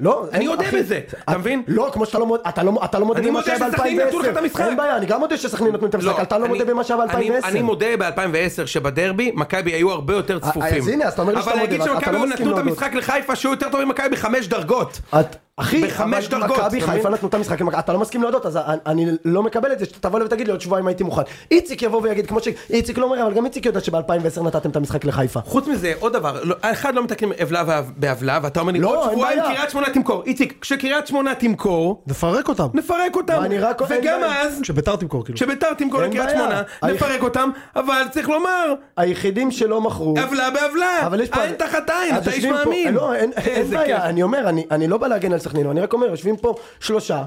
[SPEAKER 4] לא,
[SPEAKER 1] אני
[SPEAKER 4] אין-
[SPEAKER 1] יודע
[SPEAKER 4] אחי,
[SPEAKER 1] בזה, אתה
[SPEAKER 4] את-
[SPEAKER 1] מבין?
[SPEAKER 4] לא, כמו שאתה לא מודה, אתה לא אתה לא מודה
[SPEAKER 1] אני
[SPEAKER 4] במה
[SPEAKER 1] מודה
[SPEAKER 4] שהיה ב-2010.
[SPEAKER 1] שסכנין נתנו לך את המשחק.
[SPEAKER 4] אין בעיה, אני גם מודה שסכנין נתנו את המשחק, אתה לא
[SPEAKER 1] אני-
[SPEAKER 4] מודה במה שהיה
[SPEAKER 1] אני-
[SPEAKER 4] ב-2010.
[SPEAKER 1] אני מודה ב-2010 שבדרבי, מכבי היו הרבה יותר צפופים.
[SPEAKER 4] אה, אז הנה, אז אתה אומר לי שאתה
[SPEAKER 1] אבל
[SPEAKER 4] מודה,
[SPEAKER 1] להגיד
[SPEAKER 4] אבל אתה
[SPEAKER 1] שמכבי
[SPEAKER 4] לא
[SPEAKER 1] היו
[SPEAKER 4] מסכים
[SPEAKER 1] נתנו את
[SPEAKER 4] להודות.
[SPEAKER 1] המשחק לחיפה, שהיו יותר טובים ממכבי בחמש דרגות.
[SPEAKER 4] את, אחי,
[SPEAKER 1] בחמש
[SPEAKER 4] אבל
[SPEAKER 1] דרגות,
[SPEAKER 4] מכבי
[SPEAKER 1] אתה
[SPEAKER 4] חיפה
[SPEAKER 1] מבין?
[SPEAKER 4] נתנו את המשחק, למכ- אתה לא מסכים להודות, אז אני- אני לא מקבל את זה, שאתה תבוא אליי ותגיד לי עוד שבועיים הייתי מוכן. איציק יבוא ויגיד, כמו שאיציק לא אומר, אבל גם איציק יודע שב-2010 נתתם את המשחק לחיפה.
[SPEAKER 1] חוץ מזה, עוד דבר, לא- אחד לא מתקנים עוולה ואב- בעוולה, ואתה אומר לי, עוד
[SPEAKER 4] לא, אין
[SPEAKER 1] שבועיים
[SPEAKER 4] בעיה.
[SPEAKER 1] קריית שמונה תמכור. איציק, כשקריית שמונה תמכור,
[SPEAKER 3] נפרק אותם.
[SPEAKER 1] נפרק אותם.
[SPEAKER 4] ואני רק- אין
[SPEAKER 1] וגם
[SPEAKER 4] בעיה.
[SPEAKER 1] אז,
[SPEAKER 3] כשביתר תמכור, כאילו.
[SPEAKER 1] כשביתר תמכור
[SPEAKER 4] אין
[SPEAKER 1] לקריית
[SPEAKER 4] בעיה.
[SPEAKER 1] שמונה,
[SPEAKER 4] היח-
[SPEAKER 1] נפרק אותם, אבל צריך לומר,
[SPEAKER 4] היחידים שלא מכרו...
[SPEAKER 1] עוולה בעוולה.
[SPEAKER 4] אבל יש פה...
[SPEAKER 1] עין תחת עין,
[SPEAKER 4] אז
[SPEAKER 1] אתה איש
[SPEAKER 4] יושבים פה-
[SPEAKER 1] מאמין.
[SPEAKER 4] לא, אין- אין
[SPEAKER 1] איזה כיף.
[SPEAKER 4] בעיה, אני אומר, אני- אני לא בא להגן על סכנין, אני רק אומר, יושבים פה שלושה.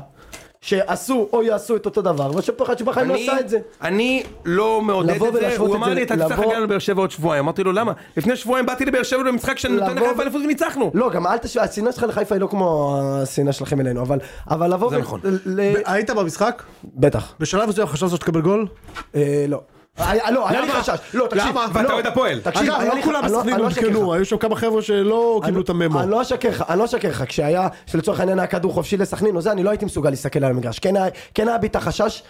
[SPEAKER 4] שעשו או יעשו את אותו דבר, ויושב פה אחד שבחיים לא
[SPEAKER 1] אני-
[SPEAKER 4] עשה את זה.
[SPEAKER 1] אני לא מעודד
[SPEAKER 4] לבוא
[SPEAKER 1] את זה,
[SPEAKER 4] ולהשוות
[SPEAKER 1] הוא
[SPEAKER 4] את
[SPEAKER 1] אמר
[SPEAKER 4] זה,
[SPEAKER 1] לי אתה תצטרך
[SPEAKER 4] לבוא-
[SPEAKER 1] להגיע לבאר שבע עוד שבועיים, אמרתי לו למה? לפני שבועיים באתי לבאר שבע למשחק שאני נותן
[SPEAKER 4] לבוא
[SPEAKER 1] לחיפה
[SPEAKER 4] ו-
[SPEAKER 1] אליפות וניצחנו.
[SPEAKER 4] לא, גם אל תשווה, השנאה שלך לחיפה היא לא כמו השנאה שלכם אלינו, אבל- אבל לבוא...
[SPEAKER 1] זה
[SPEAKER 4] ו-
[SPEAKER 1] נכון.
[SPEAKER 4] ל-
[SPEAKER 3] היית במשחק?
[SPEAKER 4] בטח.
[SPEAKER 3] בשלב מסוים חשבת שתקבל גול?
[SPEAKER 4] אה, לא. היה- לא, היה לי
[SPEAKER 3] למה?
[SPEAKER 4] חשש. לא, תקשיב.
[SPEAKER 3] למה?
[SPEAKER 1] ואתה
[SPEAKER 4] לא.
[SPEAKER 1] אוהד הפועל.
[SPEAKER 4] תקשיב,
[SPEAKER 3] אגב,
[SPEAKER 4] היה
[SPEAKER 3] לא
[SPEAKER 4] לי-
[SPEAKER 3] כולם
[SPEAKER 4] אני לא-
[SPEAKER 3] בסכנין
[SPEAKER 4] אני לא אשקר לך.
[SPEAKER 3] עודכנו, היו שם כמה חבר'ה שלא קיבלו כאילו את הממו.
[SPEAKER 4] אני לא אשקר לך, אני לא אשקר לך, כשהיה, שלצורך העניין היה כדור חופשי לסכנין או זה, אני לא הייתי מסוגל להסתכל על המגרש. כן היה- כן היה בי את החשש,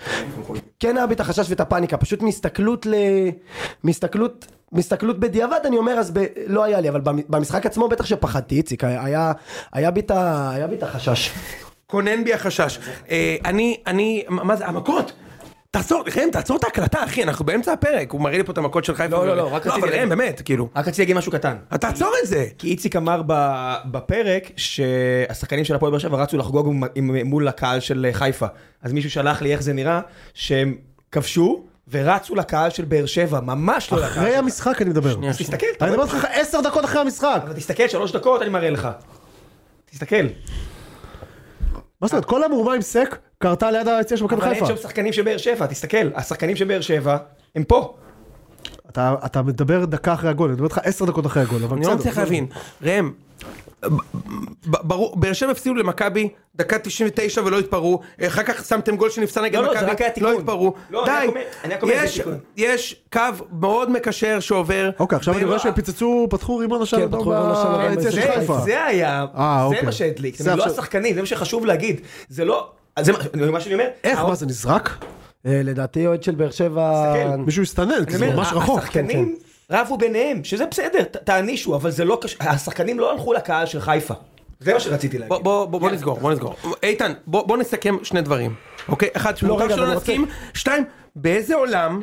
[SPEAKER 4] כן היה בי את החשש ואת הפאניקה, פשוט מהסתכלות ל... מהסתכלות... בהסתכלות בדיעבד אני אומר אז ב... לא היה לי אבל במ- במשחק עצמו בטח שפחדתי איציק היה- היה היה בי את ה- היה בי את החשש.
[SPEAKER 1] כונן בי החשש. אה, אני, אני, מה- מה זה, המכות? תעצור, ראם, תעצור את ההקלטה, אחי, אנחנו באמצע הפרק, הוא מראה לי פה את המכות של חיפה.
[SPEAKER 2] לא, לא, לא,
[SPEAKER 1] ואומר לי,
[SPEAKER 2] רק
[SPEAKER 1] לא,
[SPEAKER 2] רציתי
[SPEAKER 1] אבל ראם,
[SPEAKER 2] להגיד.
[SPEAKER 1] באמת, כאילו.
[SPEAKER 2] רק רציתי להגיד משהו קטן.
[SPEAKER 1] אז תעצור את זה.
[SPEAKER 2] כי איציק אמר ב- בפרק שהשחקנים של הפועל באר שבע רצו לחגוג עם- עם- מול הקהל של אה, חיפה. אז מישהו שלח לי איך זה נראה, שהם כבשו ורצו לקהל של באר שבע, ממש לא לקהל.
[SPEAKER 3] אחרי
[SPEAKER 2] של-
[SPEAKER 3] המשחק אני מדבר.
[SPEAKER 2] אז תסתכל,
[SPEAKER 3] אני מדבר איתך עשר דקות
[SPEAKER 4] כן,
[SPEAKER 3] אחרי המשחק.
[SPEAKER 2] אבל תסתכל, שלוש דקות אני מראה לך. תסתכל.
[SPEAKER 3] מה זאת אומרת? כל המהומה עם סק קרתה ליד היציאה של מכבי
[SPEAKER 2] אבל
[SPEAKER 3] חיפה.
[SPEAKER 2] אין שם שחקנים של באר שבע, תסתכל. השחקנים של באר שבע, הם פה.
[SPEAKER 3] אתה- אתה מדבר דקה אחרי הגול, אני מדבר איתך עשר דקות אחרי הגול, אבל
[SPEAKER 1] אני לא
[SPEAKER 3] בסדר.
[SPEAKER 1] מצליח להבין. ראם, ב- ברור, באר שבע הפסידו למכבי, דקה 99 ולא התפרעו, אחר כך שמתם גול שנפסע נגד
[SPEAKER 2] לא, לא, זה רק
[SPEAKER 1] מכבי,
[SPEAKER 2] היה תיקון.
[SPEAKER 1] לא התפרעו.
[SPEAKER 2] לא, אני רק
[SPEAKER 1] די,
[SPEAKER 2] אומר- אני רק אומר, זה
[SPEAKER 1] יש-
[SPEAKER 2] תיקון.
[SPEAKER 1] יש קו מאוד מקשר שעובר.
[SPEAKER 3] אוקיי, עכשיו אני
[SPEAKER 1] בין-
[SPEAKER 3] רואה שהם פיצצו, פתחו רימון השלום
[SPEAKER 4] כן, פתחו רימון השלום
[SPEAKER 3] ביציאה אה, של
[SPEAKER 4] באיזה-
[SPEAKER 2] זה-
[SPEAKER 3] חיפה.
[SPEAKER 2] זה היה,
[SPEAKER 3] אה,
[SPEAKER 2] זה
[SPEAKER 3] אוקיי.
[SPEAKER 2] מה שהדליק.
[SPEAKER 3] זה
[SPEAKER 2] זה לא
[SPEAKER 3] עכשיו-
[SPEAKER 2] השחקנים, זה מה שחשוב להגיד. זה לא... אז זה מה- זה מה שאני אומר.
[SPEAKER 3] איך,
[SPEAKER 2] הא-
[SPEAKER 3] מה זה נזרק?
[SPEAKER 4] אה, לדעתי אוהד של באר שבע...
[SPEAKER 2] תסתכל.
[SPEAKER 3] מישהו הסתנן, כי
[SPEAKER 2] אני
[SPEAKER 3] זה
[SPEAKER 2] אומר,
[SPEAKER 3] ממש רחוק. כן,
[SPEAKER 2] השחקנים רבו ביניהם, שזה בסדר, ת- תענישו, אבל זה לא קשור, השחקנים לא הלכו לקהל של חיפה. זה מה שרציתי להגיד.
[SPEAKER 1] בוא- בוא בוא- בוא נסגור, בוא נסגור. איתן, בוא בוא נסכם שני דברים. אוקיי? אחד, שמותר
[SPEAKER 4] לא, רגע, אבל
[SPEAKER 1] שלא
[SPEAKER 4] אני
[SPEAKER 1] נסכים. שתיים, באיזה עולם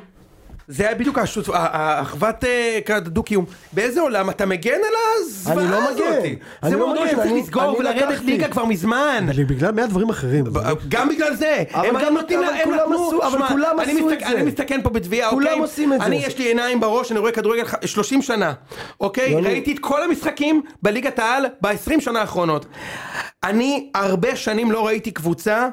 [SPEAKER 1] זה היה בדיוק השותפ- ה- ה- האחוות אה, כת- דו-קיום. באיזה עולם אתה מגן על
[SPEAKER 4] אני
[SPEAKER 1] הזוועה
[SPEAKER 4] לא
[SPEAKER 1] הזאת?
[SPEAKER 4] מגן. אני
[SPEAKER 1] זה
[SPEAKER 4] לא
[SPEAKER 1] מועדון
[SPEAKER 4] מגן,
[SPEAKER 1] שצריך
[SPEAKER 4] אני-
[SPEAKER 1] לסגור
[SPEAKER 4] אני
[SPEAKER 1] ולרדת
[SPEAKER 4] לקחתי.
[SPEAKER 1] ליגה כבר מזמן.
[SPEAKER 3] בגלל מאה דברים אחרים.
[SPEAKER 1] גם בגלל זה,
[SPEAKER 4] אבל
[SPEAKER 1] הם
[SPEAKER 4] גם-
[SPEAKER 1] גם נותנים,
[SPEAKER 4] אבל
[SPEAKER 1] לה- הם
[SPEAKER 4] כולם
[SPEAKER 1] נתנו,
[SPEAKER 4] עשו- אבל
[SPEAKER 1] שמע,
[SPEAKER 4] כולם
[SPEAKER 1] אני
[SPEAKER 4] עשו
[SPEAKER 1] מסתכל-
[SPEAKER 4] את זה.
[SPEAKER 1] אני מסתכן פה בתביעה,
[SPEAKER 4] כולם
[SPEAKER 1] אוקיי?
[SPEAKER 4] עושים את זה.
[SPEAKER 1] אני יש לי עיניים בראש, אני רואה כדורגל ח- 30 שנה, אוקיי?
[SPEAKER 4] יוני.
[SPEAKER 1] ראיתי את כל המשחקים בליגת העל ב-20 שנה האחרונות. אני הרבה שנים לא ראיתי קבוצה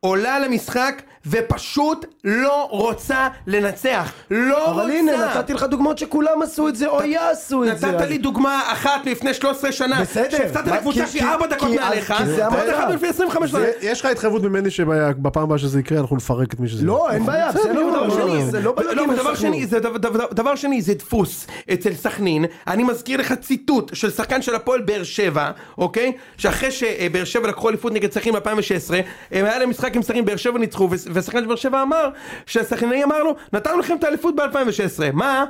[SPEAKER 1] עולה למשחק ופשוט לא רוצה לנצח. לא רוצה.
[SPEAKER 4] אבל הנה, נתתי לך דוגמאות שכולם עשו את זה, או יעשו את זה.
[SPEAKER 1] נתת
[SPEAKER 4] אז-
[SPEAKER 1] לי דוגמה אחת מלפני 13 שנה,
[SPEAKER 4] בסדר.
[SPEAKER 1] שהפסדת
[SPEAKER 4] מה-
[SPEAKER 1] לקבוצה
[SPEAKER 4] כי-
[SPEAKER 1] שהיא
[SPEAKER 4] כי-
[SPEAKER 1] 4 דקות
[SPEAKER 4] כי-
[SPEAKER 1] מעליך,
[SPEAKER 4] כי זה
[SPEAKER 1] ועוד
[SPEAKER 4] הבעיה.
[SPEAKER 1] אחת מלפני 25 שנה.
[SPEAKER 3] זה- יש לך התחייבות ממני שבפעם הבאה שזה יקרה אנחנו נפרק את מי שזה...
[SPEAKER 4] לא, אין בעיה,
[SPEAKER 3] בסדר,
[SPEAKER 4] בסדר,
[SPEAKER 3] אבל
[SPEAKER 1] דבר
[SPEAKER 4] אבל
[SPEAKER 1] שני,
[SPEAKER 4] זה לא בלגים,
[SPEAKER 1] לא, דבר
[SPEAKER 4] הם
[SPEAKER 1] שני,
[SPEAKER 4] שחקו.
[SPEAKER 1] זה דבר- דבר- דבר שני, זה דפוס אצל סכנין, אני מזכיר לך ציטוט של שחקן של הפועל באר שבע, אוקיי? שאחרי שבאר שבע לקחו אליפות נגד סכנין ב-2016, הם היה להם משחק עם סכנין, באר שבע ניצחו, וס- ושחקן של באר שבע אמר, שהסכנינאי אמר לו, נתנו לכם את האליפות ב-2016, מה?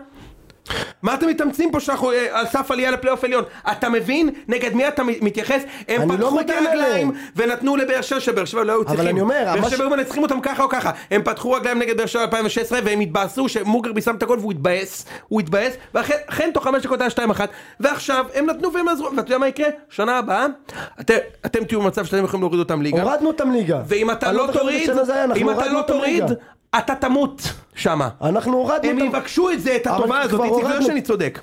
[SPEAKER 1] מה אתם מתאמצים פה שאנחנו אה, על סף עלייה לפלייאוף עליון? אתה מבין נגד מי אתה מ- מתייחס? הם
[SPEAKER 4] אני לא
[SPEAKER 1] פתחו את
[SPEAKER 4] מגן
[SPEAKER 1] הרגליים
[SPEAKER 4] עליהם.
[SPEAKER 1] ונתנו לבאר שבע, שבאר שבע לא היו
[SPEAKER 4] אבל
[SPEAKER 1] צריכים.
[SPEAKER 4] אני אומר,
[SPEAKER 1] באר
[SPEAKER 4] מה
[SPEAKER 1] שבע
[SPEAKER 4] ש-
[SPEAKER 1] היו מנצחים אותם ככה או ככה. הם פתחו רגליים נגד באר שבע 2016 והם התבאסו שמוגרבי שם את הגול והוא התבאס. הוא התבאס, ואכן אכן תוך חמש דקות היה 2-1. ועכשיו הם נתנו והם עזרו, ואתה יודע מה יקרה? שנה הבאה, אתם- אתם תהיו במצב שאתם יכולים להוריד אותם ליגה.
[SPEAKER 4] הורדנו אותם ליגה.
[SPEAKER 1] ואם אתה
[SPEAKER 4] אני
[SPEAKER 1] לא
[SPEAKER 4] זוכר
[SPEAKER 1] תוריד,
[SPEAKER 4] בשנה זה היה, אנחנו
[SPEAKER 1] אם אתה
[SPEAKER 4] הורדנו
[SPEAKER 1] לא
[SPEAKER 4] אותם
[SPEAKER 1] תוריד,
[SPEAKER 4] ליגה.
[SPEAKER 1] אתה תמות שמה.
[SPEAKER 4] אנחנו הורדנו
[SPEAKER 1] הם
[SPEAKER 4] אותם.
[SPEAKER 1] יבקשו את זה, את
[SPEAKER 4] אבל
[SPEAKER 1] הטובה הזאת,
[SPEAKER 4] כבר
[SPEAKER 1] איציק, לא
[SPEAKER 4] הורדנו.
[SPEAKER 1] שאני צודק.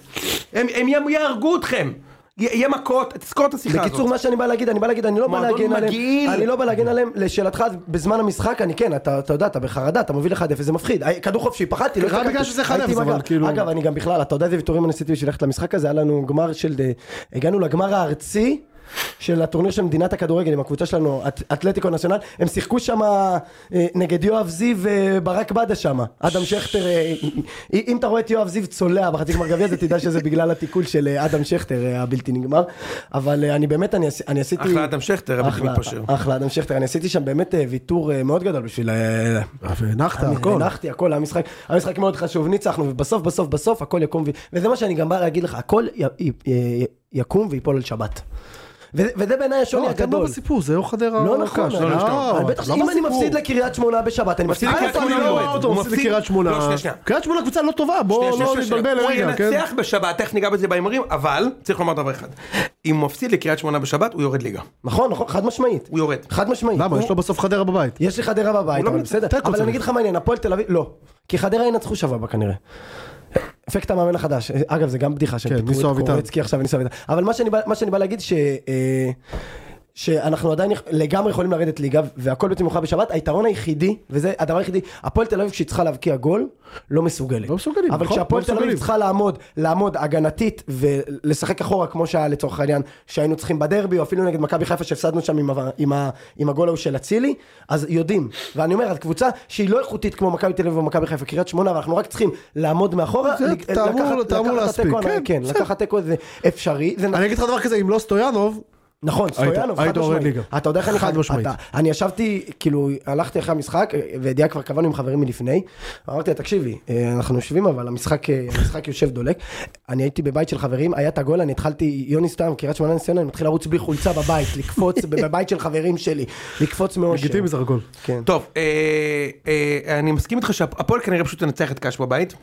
[SPEAKER 1] הם הם י- יהרגו אתכם. י- יהיה מכות, תזכור את השיחה הזאת.
[SPEAKER 4] בקיצור, מה שאני בא להגיד, אני בא להגיד, אני לא בא
[SPEAKER 1] מועדון
[SPEAKER 4] להגן
[SPEAKER 1] מגעיל.
[SPEAKER 4] עליהם, אני לא בא להגן עליהם, לשאלתך, בזמן המשחק, אני כן, אתה אתה יודע, אתה בחרדה, אתה מוביל 1-0, זה מפחיד, הי- כדור חופשי, פחדתי, לא
[SPEAKER 3] רק בגלל שזה 1-0,
[SPEAKER 4] הייתי עם
[SPEAKER 3] אבל
[SPEAKER 4] הגב.
[SPEAKER 3] כאילו-
[SPEAKER 4] אגב, אני גם בכלל, אתה יודע איזה ויתורים אני עשיתי בשביל ללכת למשחק הזה, היה לנו גמר של, אה, הגענו לגמר הארצי. של הטורניר של מדינת הכדורגל עם הקבוצה שלנו, אט- אתלטיקו נציונל, הם שיחקו שם נגד יואב זיו וברק בדה שם, אדם שכטר, אה, אה, אם אתה רואה את יואב זיו צולע בחצי גמר גביע, זה תדע שזה בגלל התיקול של אה, אדם שכטר אה, הבלתי נגמר, אבל אה, אני באמת, אני עשי- אני עשיתי...
[SPEAKER 1] אחלה אדם שכטר, הבלתי
[SPEAKER 4] אחלה-
[SPEAKER 1] מתפשר.
[SPEAKER 4] אחלה אדם שכטר, אני עשיתי שם באמת אה, ויתור אה, מאוד גדול בשביל... אה,
[SPEAKER 3] והנחת הכל.
[SPEAKER 4] הנחתי הכל, היה משחק, היה משחק מאוד חשוב, ניצחנו, ובסוף בסוף בסוף הכל יקום, ו... וזה מה שאני גם בא להגיד לך, הכל י... י... י... יקום ויפול על שבת. וזה, וזה בעיני השוני
[SPEAKER 3] לא, אתם לא
[SPEAKER 4] הגדול.
[SPEAKER 3] בסיפור, זה או חדרה
[SPEAKER 4] לא
[SPEAKER 3] או
[SPEAKER 4] נכון,
[SPEAKER 3] קש.
[SPEAKER 4] אני-
[SPEAKER 3] לא,
[SPEAKER 4] אבל בטח שאם אני מפסיד לקריית שמונה בשבת, אני מפסיד
[SPEAKER 1] מפסיד
[SPEAKER 4] לקריית
[SPEAKER 1] לקריית
[SPEAKER 3] אני
[SPEAKER 4] שמונה.
[SPEAKER 1] שמונה.
[SPEAKER 3] לא רואה
[SPEAKER 1] הוא
[SPEAKER 3] אותו, הוא מפסיד
[SPEAKER 1] מפסיד-
[SPEAKER 3] לקריית שמונה.
[SPEAKER 1] לא, שנייה, שנייה.
[SPEAKER 3] קריית שמונה קבוצה לא טובה, בואו
[SPEAKER 1] שנייה,
[SPEAKER 3] לא
[SPEAKER 1] שנייה, שנייה.
[SPEAKER 3] נתבלבל רגע,
[SPEAKER 1] הוא
[SPEAKER 3] כן?
[SPEAKER 1] ינצח בשבת, תכף ניגע בזה בהימורים, אבל צריך לומר דבר אחד. אם הוא מפסיד לקריית שמונה בשבת, הוא יורד ליגה.
[SPEAKER 4] נכון, נכון, חד משמעית.
[SPEAKER 1] הוא יורד.
[SPEAKER 4] חד משמעית.
[SPEAKER 3] כן? למה? יש לו בסוף חדרה בבית.
[SPEAKER 4] יש לי חדרה בבית,
[SPEAKER 3] לא
[SPEAKER 4] אבל
[SPEAKER 3] מנצח,
[SPEAKER 4] בסדר.
[SPEAKER 3] תיקו
[SPEAKER 4] אבל
[SPEAKER 3] צריך.
[SPEAKER 4] אני אגיד לך מה העניין, הפועל תל אביב, לא. כי חדרה ינצחו שבוע הבא כנראה. אפקט המאמן החדש, אגב זה גם בדיחה
[SPEAKER 3] כן,
[SPEAKER 4] שהם
[SPEAKER 3] ניסו
[SPEAKER 4] פיטרו את
[SPEAKER 3] אביטן.
[SPEAKER 4] קורצקי עכשיו וניסו אביטן, אבל מה שאני בא- מה שאני בא להגיד ש... אה, שאנחנו עדיין יכ- לגמרי יכולים לרדת ליגה והכל בעצם יוכרע בשבת, היתרון היחידי, וזה הדבר היחידי, הפועל תל אביב כשהיא צריכה להבקיע גול, לא מסוגלת.
[SPEAKER 3] לא מסוגלים,
[SPEAKER 4] אבל
[SPEAKER 3] נכון,
[SPEAKER 4] כשהפועל
[SPEAKER 3] לא
[SPEAKER 4] תל אביב
[SPEAKER 3] מסוגלים.
[SPEAKER 4] צריכה לעמוד, לעמוד הגנתית ולשחק אחורה כמו שהיה לצורך העניין שהיינו צריכים בדרבי או אפילו נגד מכבי חיפה שהפסדנו שם עם, ה, עם, ה, עם הגול ההוא של אצילי, אז יודעים. ואני אומר, אז קבוצה שהיא לא איכותית כמו מכבי תל אביב ומכבי חיפה קריית שמונה ואנחנו רק צריכים לעמוד מאחורה,
[SPEAKER 3] זה,
[SPEAKER 4] לק-
[SPEAKER 3] אתה אמור-
[SPEAKER 4] לקחת-
[SPEAKER 3] אתה אמור
[SPEAKER 4] לקחת
[SPEAKER 3] להספיק,
[SPEAKER 4] תיקו,
[SPEAKER 3] כן,
[SPEAKER 4] כן,
[SPEAKER 3] בסדר.
[SPEAKER 4] לקחת תיקו זה אפשרי, זה
[SPEAKER 3] אני אגיד לך דבר כזה, אם לא סטויאנוב,
[SPEAKER 4] נכון, סטויאנוב, חד
[SPEAKER 3] היית יורד
[SPEAKER 4] משמעית.
[SPEAKER 3] ליגה.
[SPEAKER 4] אתה יודע איך אני
[SPEAKER 3] חד משמעית.
[SPEAKER 4] אתה- אני ישבתי, כאילו, הלכתי אחרי המשחק, וידיעה כבר קבענו עם חברים מלפני, אמרתי לה, תקשיבי, אה, אנחנו יושבים אבל המשחק, אה, המשחק יושב דולק, אני הייתי בבית של חברים, היה את הגול, אני התחלתי, יוני סתם, קריית שמונה נס ציונה, אני מתחיל לרוץ בלי חולצה בבית, לקפוץ, בבית של חברים שלי, לקפוץ מאושר.
[SPEAKER 3] לגיטימי זה הכל.
[SPEAKER 4] כן.
[SPEAKER 1] טוב, אה, אה, אני מסכים איתך שהפועל כנראה פשוט תנצח את קאש בבית.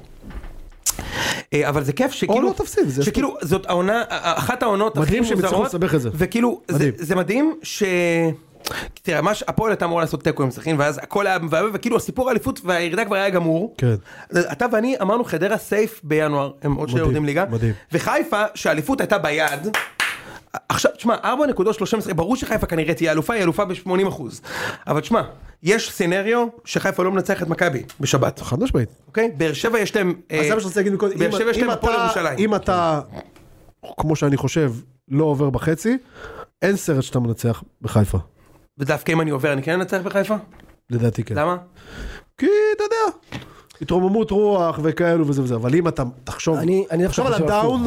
[SPEAKER 1] אה, אבל זה כיף שכאילו,
[SPEAKER 3] לא תפסיד, זה-
[SPEAKER 1] שכאילו זאת העונה, אחת העונות הכי
[SPEAKER 3] מדהים שהם הצליחו
[SPEAKER 1] מוזרות,
[SPEAKER 3] לסבך את זה.
[SPEAKER 1] וכאילו זה,
[SPEAKER 3] מדהים.
[SPEAKER 1] זה מדהים ש... תראה, מה שהפועל הייתה אמורה לעשות תיקו עם סכין, ואז הכל היה מבעבע, וכאילו הסיפור האליפות והירידה כבר היה גמור.
[SPEAKER 3] כן.
[SPEAKER 1] אתה ואני אמרנו חדרה סייף בינואר, הם עוד שנייה
[SPEAKER 3] מדהים,
[SPEAKER 1] יורדים ליגה.
[SPEAKER 3] מדהים.
[SPEAKER 1] וחיפה, שהאליפות הייתה ביד, עכשיו, תשמע, 4 נקודות 13, ברור שחיפה כנראה תהיה אלופה, היא אלופה ב-80 אחוז. אבל תשמע, יש סצנריו שחיפה לא מנצח את מכבי בשבת,
[SPEAKER 3] חד משמעית.
[SPEAKER 1] אוקיי? באר שבע יש להם...
[SPEAKER 3] אז
[SPEAKER 1] אה,
[SPEAKER 3] זה מה שאני רוצה להגיד מקודם.
[SPEAKER 1] באר
[SPEAKER 3] אם-
[SPEAKER 1] שבע יש
[SPEAKER 3] אם
[SPEAKER 1] להם הפועל
[SPEAKER 3] אתה-
[SPEAKER 1] ירושלים.
[SPEAKER 3] אם אתה, כמו שאני חושב, לא עובר בחצי, אין סרט שאתה מנצח בחיפה.
[SPEAKER 1] ודווקא אם אני עובר, אני כן אנצח בחיפה?
[SPEAKER 3] לדעתי כן.
[SPEAKER 1] למה?
[SPEAKER 3] כי אתה יודע, התרוממות רוח וכאלו וזה וזה, אבל אם אתה, תחשוב,
[SPEAKER 4] אני- אני דווקא
[SPEAKER 3] תחשוב על
[SPEAKER 4] חושב
[SPEAKER 3] הדאון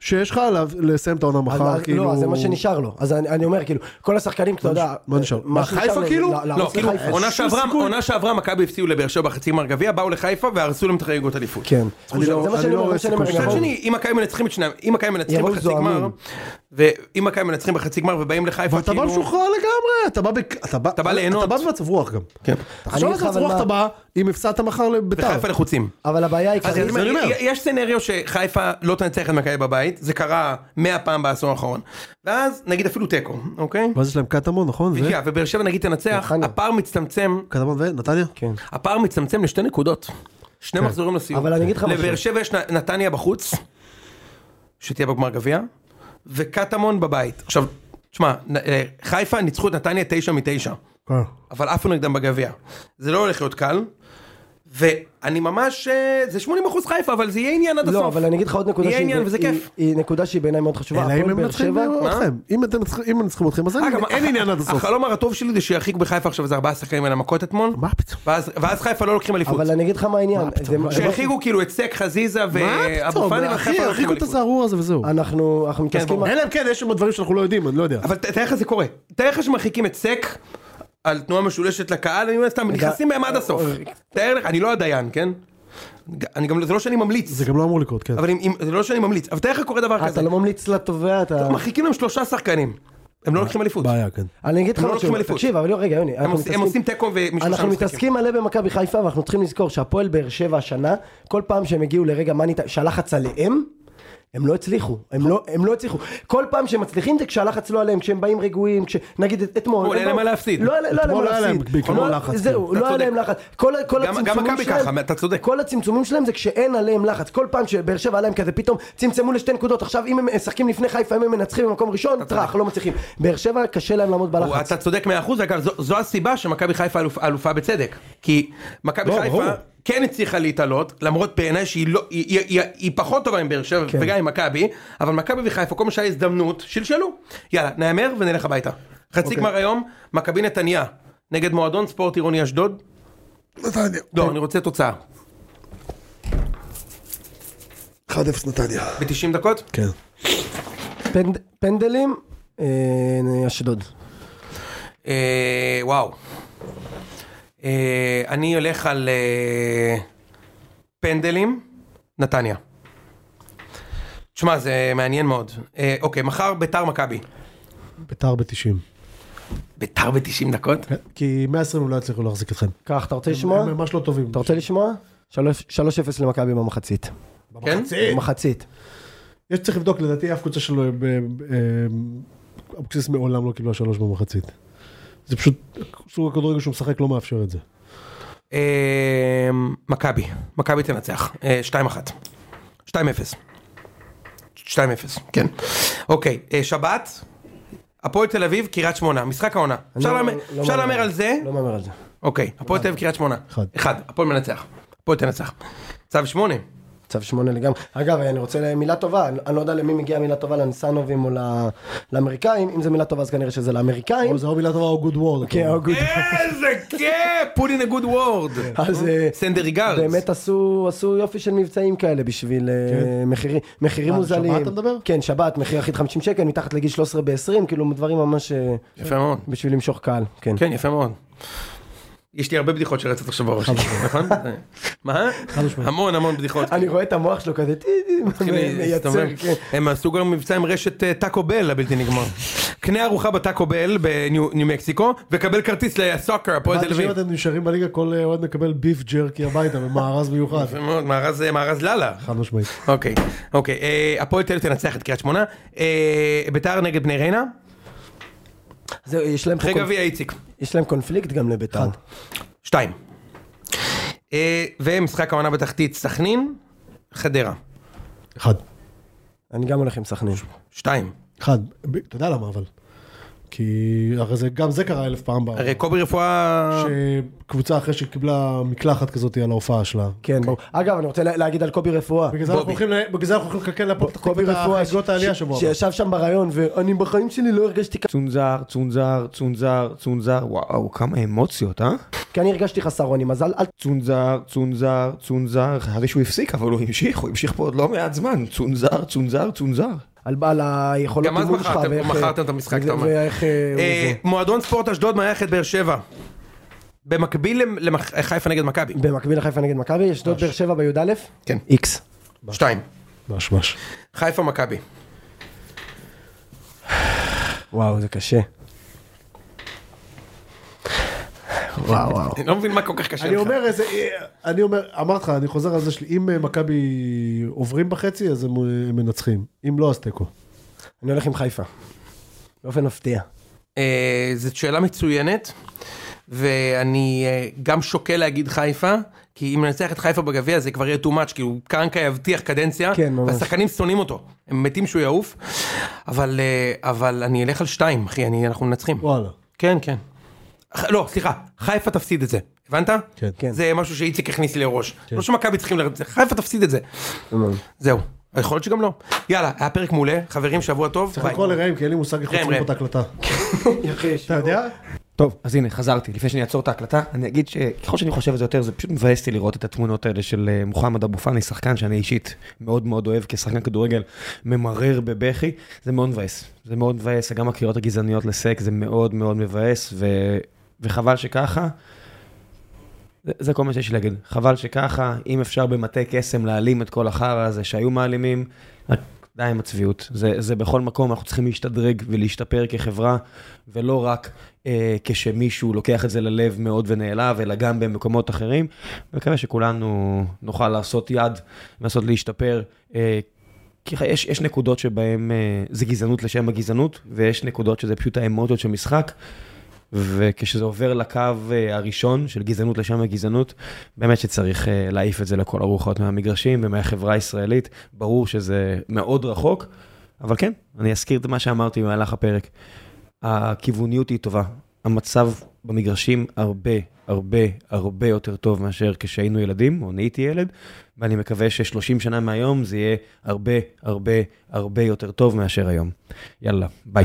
[SPEAKER 3] שיש לך עליו לסיים את העונה
[SPEAKER 4] אז-
[SPEAKER 3] מחר,
[SPEAKER 4] אז-
[SPEAKER 3] כאילו,
[SPEAKER 4] לא, אז זה מה שנשאר לו, אז אני, אני אומר, כאילו, כל השחקנים, אתה יודע,
[SPEAKER 3] מה נשאר?
[SPEAKER 4] שנשאר
[SPEAKER 3] חיפה
[SPEAKER 4] לו זה
[SPEAKER 3] כאילו?
[SPEAKER 4] ל-
[SPEAKER 3] לא,
[SPEAKER 1] לא,
[SPEAKER 4] לערוץ
[SPEAKER 1] כאילו,
[SPEAKER 4] לחיפה.
[SPEAKER 1] עונה
[SPEAKER 4] שום
[SPEAKER 1] שעברה,
[SPEAKER 4] סיכוי.
[SPEAKER 1] עונה שעברה מכבי הפסיעו לבאר שבע בחצי גמר גביע, באו לחיפה והרסו להם את חגיגות אליפות.
[SPEAKER 4] כן,
[SPEAKER 3] אני
[SPEAKER 4] זה
[SPEAKER 3] לא-
[SPEAKER 4] מה
[SPEAKER 3] אני
[SPEAKER 4] שאני
[SPEAKER 3] לא
[SPEAKER 4] אומר,
[SPEAKER 3] רואה
[SPEAKER 4] מה שאני אומר,
[SPEAKER 3] סיכוי
[SPEAKER 1] מצד
[SPEAKER 4] ירון.
[SPEAKER 1] שני, אם מכבי מנצחים את שניהם, אם מכבי מנצחים
[SPEAKER 4] יבואו
[SPEAKER 1] בחצי
[SPEAKER 4] זועמים.
[SPEAKER 1] גמר, ואם מכבי מנצחים בחצי גמר ובאים לחיפה,
[SPEAKER 3] ואתה בא משוחרר לגמרי, אתה בא בק- אתה בא-
[SPEAKER 1] כאילו- אתה בא ליהנות.
[SPEAKER 3] אתה בא במצב רוח גם.
[SPEAKER 1] כן.
[SPEAKER 3] תחשוב
[SPEAKER 4] אני
[SPEAKER 3] איזה
[SPEAKER 4] חייב
[SPEAKER 3] מצב רוח
[SPEAKER 4] לומר-
[SPEAKER 3] אתה בא, אם הפסדת מחר לביתר.
[SPEAKER 1] וחיפה לחוצים.
[SPEAKER 4] אבל הבעיה
[SPEAKER 1] אז אני
[SPEAKER 4] העיקרית...
[SPEAKER 1] אומר,
[SPEAKER 3] אני אומר.
[SPEAKER 1] יש סצנריו שחיפה לא תנצח את מכבי בבית, זה קרה 100 פעם בעשור האחרון. ואז נגיד אפילו תיקו, אוקיי?
[SPEAKER 3] ואז יש להם קטמון, נכון? זה?
[SPEAKER 1] בדיוק, ובאר שבע נגיד תנצח,
[SPEAKER 4] נתניה.
[SPEAKER 1] הפער מצטמצם,
[SPEAKER 3] קטמון ונתניה?
[SPEAKER 4] כן.
[SPEAKER 1] הפער מצטמצם לשתי נקודות. שני מחזורים לסיום.
[SPEAKER 4] אבל אני אגיד לך משהו.
[SPEAKER 1] לבאר שבע יש נ- נתניה בחוץ, שתהיה בגמר גביע, וקטמון בבית. עכשיו, תשמע, נ- אה, חיפה ניצחו את נתניה 9 מתשע.
[SPEAKER 3] אה.
[SPEAKER 1] אבל עפנו נגדם בגביע. זה לא הולך להיות קל, ואני ממש... אה, זה 80 אחוז חיפה, אבל זה יהיה עניין עד הסוף.
[SPEAKER 4] לא, אבל אני אגיד לך עוד נקודה
[SPEAKER 1] יהיה
[SPEAKER 4] שהיא
[SPEAKER 1] עניין וזה
[SPEAKER 4] היא-
[SPEAKER 1] כיף.
[SPEAKER 4] היא נקודה שהיא בעיניי מאוד חשובה.
[SPEAKER 3] אלא אם
[SPEAKER 4] הפועל
[SPEAKER 3] הם
[SPEAKER 4] באר
[SPEAKER 3] מנצחים
[SPEAKER 4] שבע-
[SPEAKER 3] אתכם. אם אתם מנצחים- אם הם מנצחים אתכם, אז אין-
[SPEAKER 1] אגב,
[SPEAKER 3] אין
[SPEAKER 1] הח-
[SPEAKER 3] עניין עד הסוף.
[SPEAKER 1] החלום הרטוב שלי זה שירחיק בחיפה עכשיו איזה ארבעה שחקנים על המכות אתמול,
[SPEAKER 3] מה פתאום?
[SPEAKER 1] ואז ואז חיפה לא לוקחים אליפות.
[SPEAKER 4] אבל אני אגיד לך מה העניין.
[SPEAKER 3] מה
[SPEAKER 4] זה-
[SPEAKER 3] פתאום?
[SPEAKER 4] זה-
[SPEAKER 1] שהרחיקו כאילו את סק חזיזה
[SPEAKER 3] מה
[SPEAKER 1] ואבו
[SPEAKER 3] פתאום?
[SPEAKER 1] פאני
[SPEAKER 3] אחי,
[SPEAKER 1] וחיפה לא לוקחים
[SPEAKER 3] הרחיקו את
[SPEAKER 1] אליפות.
[SPEAKER 3] הזערור הזה וזהו.
[SPEAKER 4] אנחנו אנחנו מתעסקים...
[SPEAKER 1] ברור.
[SPEAKER 3] אלא אם כן, יש שם דברים שאנחנו לא יודעים, אני לא יודע.
[SPEAKER 1] אבל ת- תאר לך זה קורה. תאר לך שמרחיקים את סק על תנועה משולשת לקהל, אני אומר סתם, נכנסים בהם עד הסוף.
[SPEAKER 3] אוקיי.
[SPEAKER 1] תאר לך, אני לא הדיין, כן? אני גם, זה לא שאני ממליץ,
[SPEAKER 3] זה גם לא אמור לקרות, כן.
[SPEAKER 1] אבל אם- אם- זה לא שאני ממליץ, אבל תאר לך קורה דבר
[SPEAKER 4] אה,
[SPEAKER 1] כזה.
[SPEAKER 4] אתה לא ממליץ לתובע,
[SPEAKER 3] כן,
[SPEAKER 4] אתה...
[SPEAKER 1] מרחיקים להם שלושה שחקנים. הם לא לוקחים אליפות.
[SPEAKER 3] לא- בעיה, כן.
[SPEAKER 4] אני אגיד לך
[SPEAKER 1] הם לא לוקחים
[SPEAKER 4] משהו,
[SPEAKER 1] אליפות.
[SPEAKER 4] תקשיב, אבל לא, רגע, יוני,
[SPEAKER 1] הם
[SPEAKER 4] אנחנו
[SPEAKER 1] עושים- הם עושים תיקו
[SPEAKER 4] מתעסקים...
[SPEAKER 1] ומשלושה
[SPEAKER 4] אנחנו
[SPEAKER 1] משחקים.
[SPEAKER 4] מתעסקים מלא במכבי חיפה, ואנחנו צריכים לזכור שהפועל באר שבע השנה, כל פעם שהם הגיעו לרגע מניטה, שהלחץ עליהם, הם לא הצליחו, הם לא, הם לא הצליחו. כל פעם שהם מצליחים זה כשהלחץ לא עליהם, כשהם באים רגועים, כש... נגיד את- אתמול.
[SPEAKER 1] אתמול,
[SPEAKER 4] הם
[SPEAKER 1] אין להם
[SPEAKER 4] באו-
[SPEAKER 1] מה להפסיד.
[SPEAKER 4] לא, היה- לא היה להם
[SPEAKER 3] אתמול
[SPEAKER 4] מה
[SPEAKER 3] לא היה להם
[SPEAKER 4] להפסיד.
[SPEAKER 3] בעיקרון
[SPEAKER 4] לא-
[SPEAKER 3] לחץ,
[SPEAKER 4] זהו,
[SPEAKER 1] כן.
[SPEAKER 4] לא
[SPEAKER 1] אתה
[SPEAKER 4] היה להם
[SPEAKER 1] צודק.
[SPEAKER 4] לחץ. כל ה- כל
[SPEAKER 1] גם- גם
[SPEAKER 4] הצמצומים
[SPEAKER 1] מכבי
[SPEAKER 4] שלהם-
[SPEAKER 1] ככה, אתה צודק.
[SPEAKER 4] כל הצמצומים שלהם זה כשאין עליהם לחץ. כל פעם שבאר שבע עליהם כזה, פתאום צמצמו לשתי נקודות. עכשיו אם הם משחקים לפני חיפה, אם הם מנצחים במקום ראשון, טראח, לא מצליחים. באר שבע קשה להם לעמוד
[SPEAKER 1] הוא-
[SPEAKER 4] בלחץ.
[SPEAKER 1] אתה צודק מאה אחוז, אגב, זו- זו הסיבה שמכבי חיפה אלופ- אלופה בצדק. כי מכבי
[SPEAKER 3] לא, ברור.
[SPEAKER 1] חיפה כן הצליחה להתעלות, למרות בעיניי שהיא לא, היא- היא- היא- היא פחות טובה עם באר שבע
[SPEAKER 4] כן.
[SPEAKER 1] וגם עם מכבי, אבל מכבי וחיפה, כל מה שהיה הזדמנות, שלשלו. יאללה, נהמר ונלך הביתה. חצי
[SPEAKER 3] אוקיי.
[SPEAKER 1] גמר היום, מכבי נתניה, נגד מועדון ספורט עירוני אשדוד.
[SPEAKER 3] נתניה.
[SPEAKER 1] לא, אני רוצה תוצאה.
[SPEAKER 3] 1-0 נתניה.
[SPEAKER 1] ב-90 דקות?
[SPEAKER 3] כן.
[SPEAKER 4] פנד- פנדלים, אה, אשדוד.
[SPEAKER 1] אה, וואו. אה, אני הולך על אה, פנדלים, נתניה. תשמע, זה מעניין מאוד. אה, אוקיי, מחר ביתר מכבי.
[SPEAKER 3] ביתר ב-90.
[SPEAKER 1] ביתר ב-90 דקות?
[SPEAKER 3] כן. כי 120 הם לא יצליחו להחזיק אתכם.
[SPEAKER 4] כך, אתה רוצה לשמוע?
[SPEAKER 3] הם ממש לא טובים.
[SPEAKER 4] אתה רוצה לשמוע? 3-0 למכבי במחצית.
[SPEAKER 1] כן?
[SPEAKER 4] במחצית.
[SPEAKER 3] יש צריך לבדוק, לדעתי אף קבוצה שלו, ב- אה, אבוקסיס מעולם לא קיבלה שלוש במחצית. זה פשוט, סוג הכדורגל שהוא משחק לא מאפשר את זה.
[SPEAKER 1] אה, מכבי. מכבי תנצח. אה, 2-1. 2-0. 2-0, כן. אוקיי, אה, שבת, הפועל תל אביב, קריית שמונה, משחק העונה. אפשר
[SPEAKER 4] אני לא-
[SPEAKER 1] להמר-
[SPEAKER 4] לא
[SPEAKER 1] אפשר
[SPEAKER 4] מהמר
[SPEAKER 1] להמר על זה?
[SPEAKER 4] לא מהמר על זה.
[SPEAKER 1] אוקיי, הפועל תל אביב קריית שמונה.
[SPEAKER 3] אחד.
[SPEAKER 1] אחד. הפועל מנצח. הפועל תנצח. צו שמונה.
[SPEAKER 4] צו שמונה לגמרי. אגב, אני רוצה לה- מילה טובה, אני- אני לא יודע למי מגיעה מילה טובה, לניסנובים או ל- לאמריקאים, אם זה מילה טובה אז כנראה שזה לאמריקאים.
[SPEAKER 3] או זה או מילה טובה או גוד וורד.
[SPEAKER 4] כן, או גוד.
[SPEAKER 1] איזה כיף! put in a good word.
[SPEAKER 4] אז אה,
[SPEAKER 1] סנדר ריגארדס.
[SPEAKER 4] באמת עשו עשו יופי של מבצעים כאלה בשביל אה,
[SPEAKER 3] כן.
[SPEAKER 4] מחירים- מחירים
[SPEAKER 3] מה,
[SPEAKER 4] מוזלים.
[SPEAKER 3] שבת אתה מדבר?
[SPEAKER 4] כן, שבת, מחיר אחיד 50 שקל, מתחת לגיל 13 ב-20, כאילו דברים ממש אה,
[SPEAKER 3] כן.
[SPEAKER 1] יפה מאוד.
[SPEAKER 4] בשביל למשוך קהל. כן.
[SPEAKER 1] כן, יפה מאוד. יש לי הרבה בדיחות שרצות עכשיו בראש, נכון? מה? המון המון בדיחות.
[SPEAKER 4] אני רואה את המוח שלו כזה, טי, טי,
[SPEAKER 1] מתחיל להסתובב.
[SPEAKER 4] מייצר, כן.
[SPEAKER 1] הם עשו גם מבצע עם רשת אה, טאקו בל הבלתי נגמר. קנה ארוחה בטאקו בל בניו מקסיקו וקבל כרטיס לסוקר הפועל תל אביב.
[SPEAKER 3] אם אתם נשארים בליגה, כל אה, אוהד מקבל ביף ג'רקי הביתה במארז מיוחד.
[SPEAKER 1] יפה מאוד, מארז אה, מארז לאללה.
[SPEAKER 3] חד משמעית.
[SPEAKER 1] אוקיי, אוקיי, אה, הפועל תל אביב תנצח את קריית שמונה, אה, ביתר נגד בני ריינה,
[SPEAKER 4] זהו, יש להם פה
[SPEAKER 1] אחרי
[SPEAKER 4] קונפ-
[SPEAKER 1] גביע איציק,
[SPEAKER 4] יש להם קונפליקט גם לביתר.
[SPEAKER 1] שתיים. אה, ומשחק העונה בתחתית, סכנין, חדרה,
[SPEAKER 3] אחד.
[SPEAKER 4] אני גם הולך עם סכנין.
[SPEAKER 1] שתיים.
[SPEAKER 3] אחד. ב- אתה יודע למה אבל. כי הרי זה, גם זה קרה אלף פעם. בעבר.
[SPEAKER 1] הרי קובי רפואה...
[SPEAKER 3] שקבוצה אחרי שקיבלה מקלחת כזאת על ההופעה שלה.
[SPEAKER 4] כן, ברור.
[SPEAKER 1] אוקיי.
[SPEAKER 4] אגב, אני רוצה לה- להגיד על קובי רפואה.
[SPEAKER 3] בגלל זה אנחנו
[SPEAKER 1] בובי.
[SPEAKER 3] הולכים ל- בגלל זה אנחנו הולכים לקלקל להפועל פתח
[SPEAKER 4] קובי
[SPEAKER 3] תקווה
[SPEAKER 4] רפואה,
[SPEAKER 3] את חגיגות
[SPEAKER 4] ש-
[SPEAKER 3] העלייה
[SPEAKER 4] ש-
[SPEAKER 3] שבוע הבא.
[SPEAKER 4] שישב שם בריאיון, ואני בחיים שלי לא הרגשתי ככה,
[SPEAKER 2] צונזר, צונזר, צונזר, צונזר, וואו, כמה אמוציות, אה?
[SPEAKER 4] כי אני הרגשתי חסר אונים, אז אל אל
[SPEAKER 2] צונזר, צונזר, צונזר, חשבתי שהוא הפסיק, אבל הוא המשיך, הוא המשיך פה עוד לא מעט זמן. צונזר, צונזר, צונזר.
[SPEAKER 4] על על היכולות
[SPEAKER 1] גם אז
[SPEAKER 4] אימון שלך,
[SPEAKER 1] מכרתם-
[SPEAKER 4] ואיך... אה,
[SPEAKER 1] מכרתם את המשחק, אתה אומר.
[SPEAKER 4] ואיך... אה, הוא
[SPEAKER 1] אה, מועדון ספורט אשדוד מארח את באר שבע. במקביל לחיפה נגד מכבי.
[SPEAKER 4] זה. במקביל לחיפה נגד מכבי, אשדוד באר שבע בי"א?
[SPEAKER 1] כן.
[SPEAKER 4] איקס.
[SPEAKER 1] שתיים.
[SPEAKER 3] מש מש.
[SPEAKER 1] חיפה מכבי.
[SPEAKER 4] וואו, זה קשה.
[SPEAKER 3] וואו וואו.
[SPEAKER 1] אני לא מבין מה כל כך קשה
[SPEAKER 3] אני
[SPEAKER 1] לך.
[SPEAKER 3] אומר איזה, אה, אני אומר, אמרתי לך, אני חוזר על זה שלי, אם אה, מכבי עוברים בחצי, אז הם אה, מנצחים. אם לא, אז תיקו.
[SPEAKER 4] אני הולך עם חיפה. באופן מפתיע.
[SPEAKER 1] אה, זאת שאלה מצוינת, ואני אה, גם שוקל להגיד חיפה, כי אם ננצח את חיפה בגביע זה כבר יהיה too much, כאילו קרנקה יבטיח קדנציה,
[SPEAKER 4] כן, ממש.
[SPEAKER 1] והשחקנים שונאים אותו, הם מתים שהוא יעוף, אבל, אה, אבל אני אלך על שתיים, אחי, אני, אנחנו מנצחים.
[SPEAKER 3] וואלה.
[SPEAKER 1] כן, כן. ח- לא, סליחה, חיפה תפסיד את זה, הבנת?
[SPEAKER 3] כן.
[SPEAKER 4] כן.
[SPEAKER 1] זה משהו שאיציק הכניס לי לראש. לא שמכבי צריכים לרדת, את זה, חיפה תפסיד את זה. זהו, יכול להיות שגם לא. יאללה, היה פרק מעולה, חברים, שבוע טוב.
[SPEAKER 3] צריך
[SPEAKER 1] ביי.
[SPEAKER 3] לקרוא לראם, כי אין לי מושג איך
[SPEAKER 1] ראם,
[SPEAKER 3] עוצרים פה
[SPEAKER 1] ראם.
[SPEAKER 3] את ההקלטה. אתה יודע?
[SPEAKER 7] טוב, אז הנה, חזרתי. לפני שאני אעצור את ההקלטה, אני אגיד שככל שאני חושב על זה יותר, זה פשוט מבאס אותי לראות את התמונות האלה של אה, מוחמד אבו פאני, שחקן שאני אישית מאוד מאוד אוהב כשחקן כדורגל, ממרר בבכי. זה מאוד מבאס. זה מאוד מבאס, גם הקריאות הגזעניות לסק, זה מאוד מאוד מבאס, ו... וחבל שככה. זה, זה כל מה שיש לי להגיד. חבל שככה, אם אפשר במטה קסם להעלים את כל החרא הזה שהיו מעלימים, רק די עם הצביעות. זה, זה בכל מקום, אנחנו צריכים להשתדרג ולהשתפר כחברה, ולא רק אה, כשמישהו לוקח את זה ללב מאוד ונעלב, אלא גם במקומות אחרים. אני מקווה שכולנו נוכל לעשות יד, לנסות להשתפר. אה, כי יש, יש נקודות שבהן אה, זה גזענות לשם הגזענות, ויש נקודות שזה פשוט האמוציות של משחק. וכשזה עובר לקו אה, הראשון של גזענות לשם הגזענות, באמת שצריך אה, להעיף את זה לכל הרוחות מהמגרשים ומהחברה הישראלית. ברור שזה מאוד רחוק, אבל כן, אני אזכיר את מה שאמרתי במהלך הפרק. הכיווניות היא טובה. המצב במגרשים הרבה, הרבה, הרבה יותר טוב מאשר כשהיינו ילדים, או נהייתי ילד, ואני מקווה ש-30 שנה מהיום זה יהיה הרבה, הרבה, הרבה יותר טוב מאשר היום. יאללה, ביי.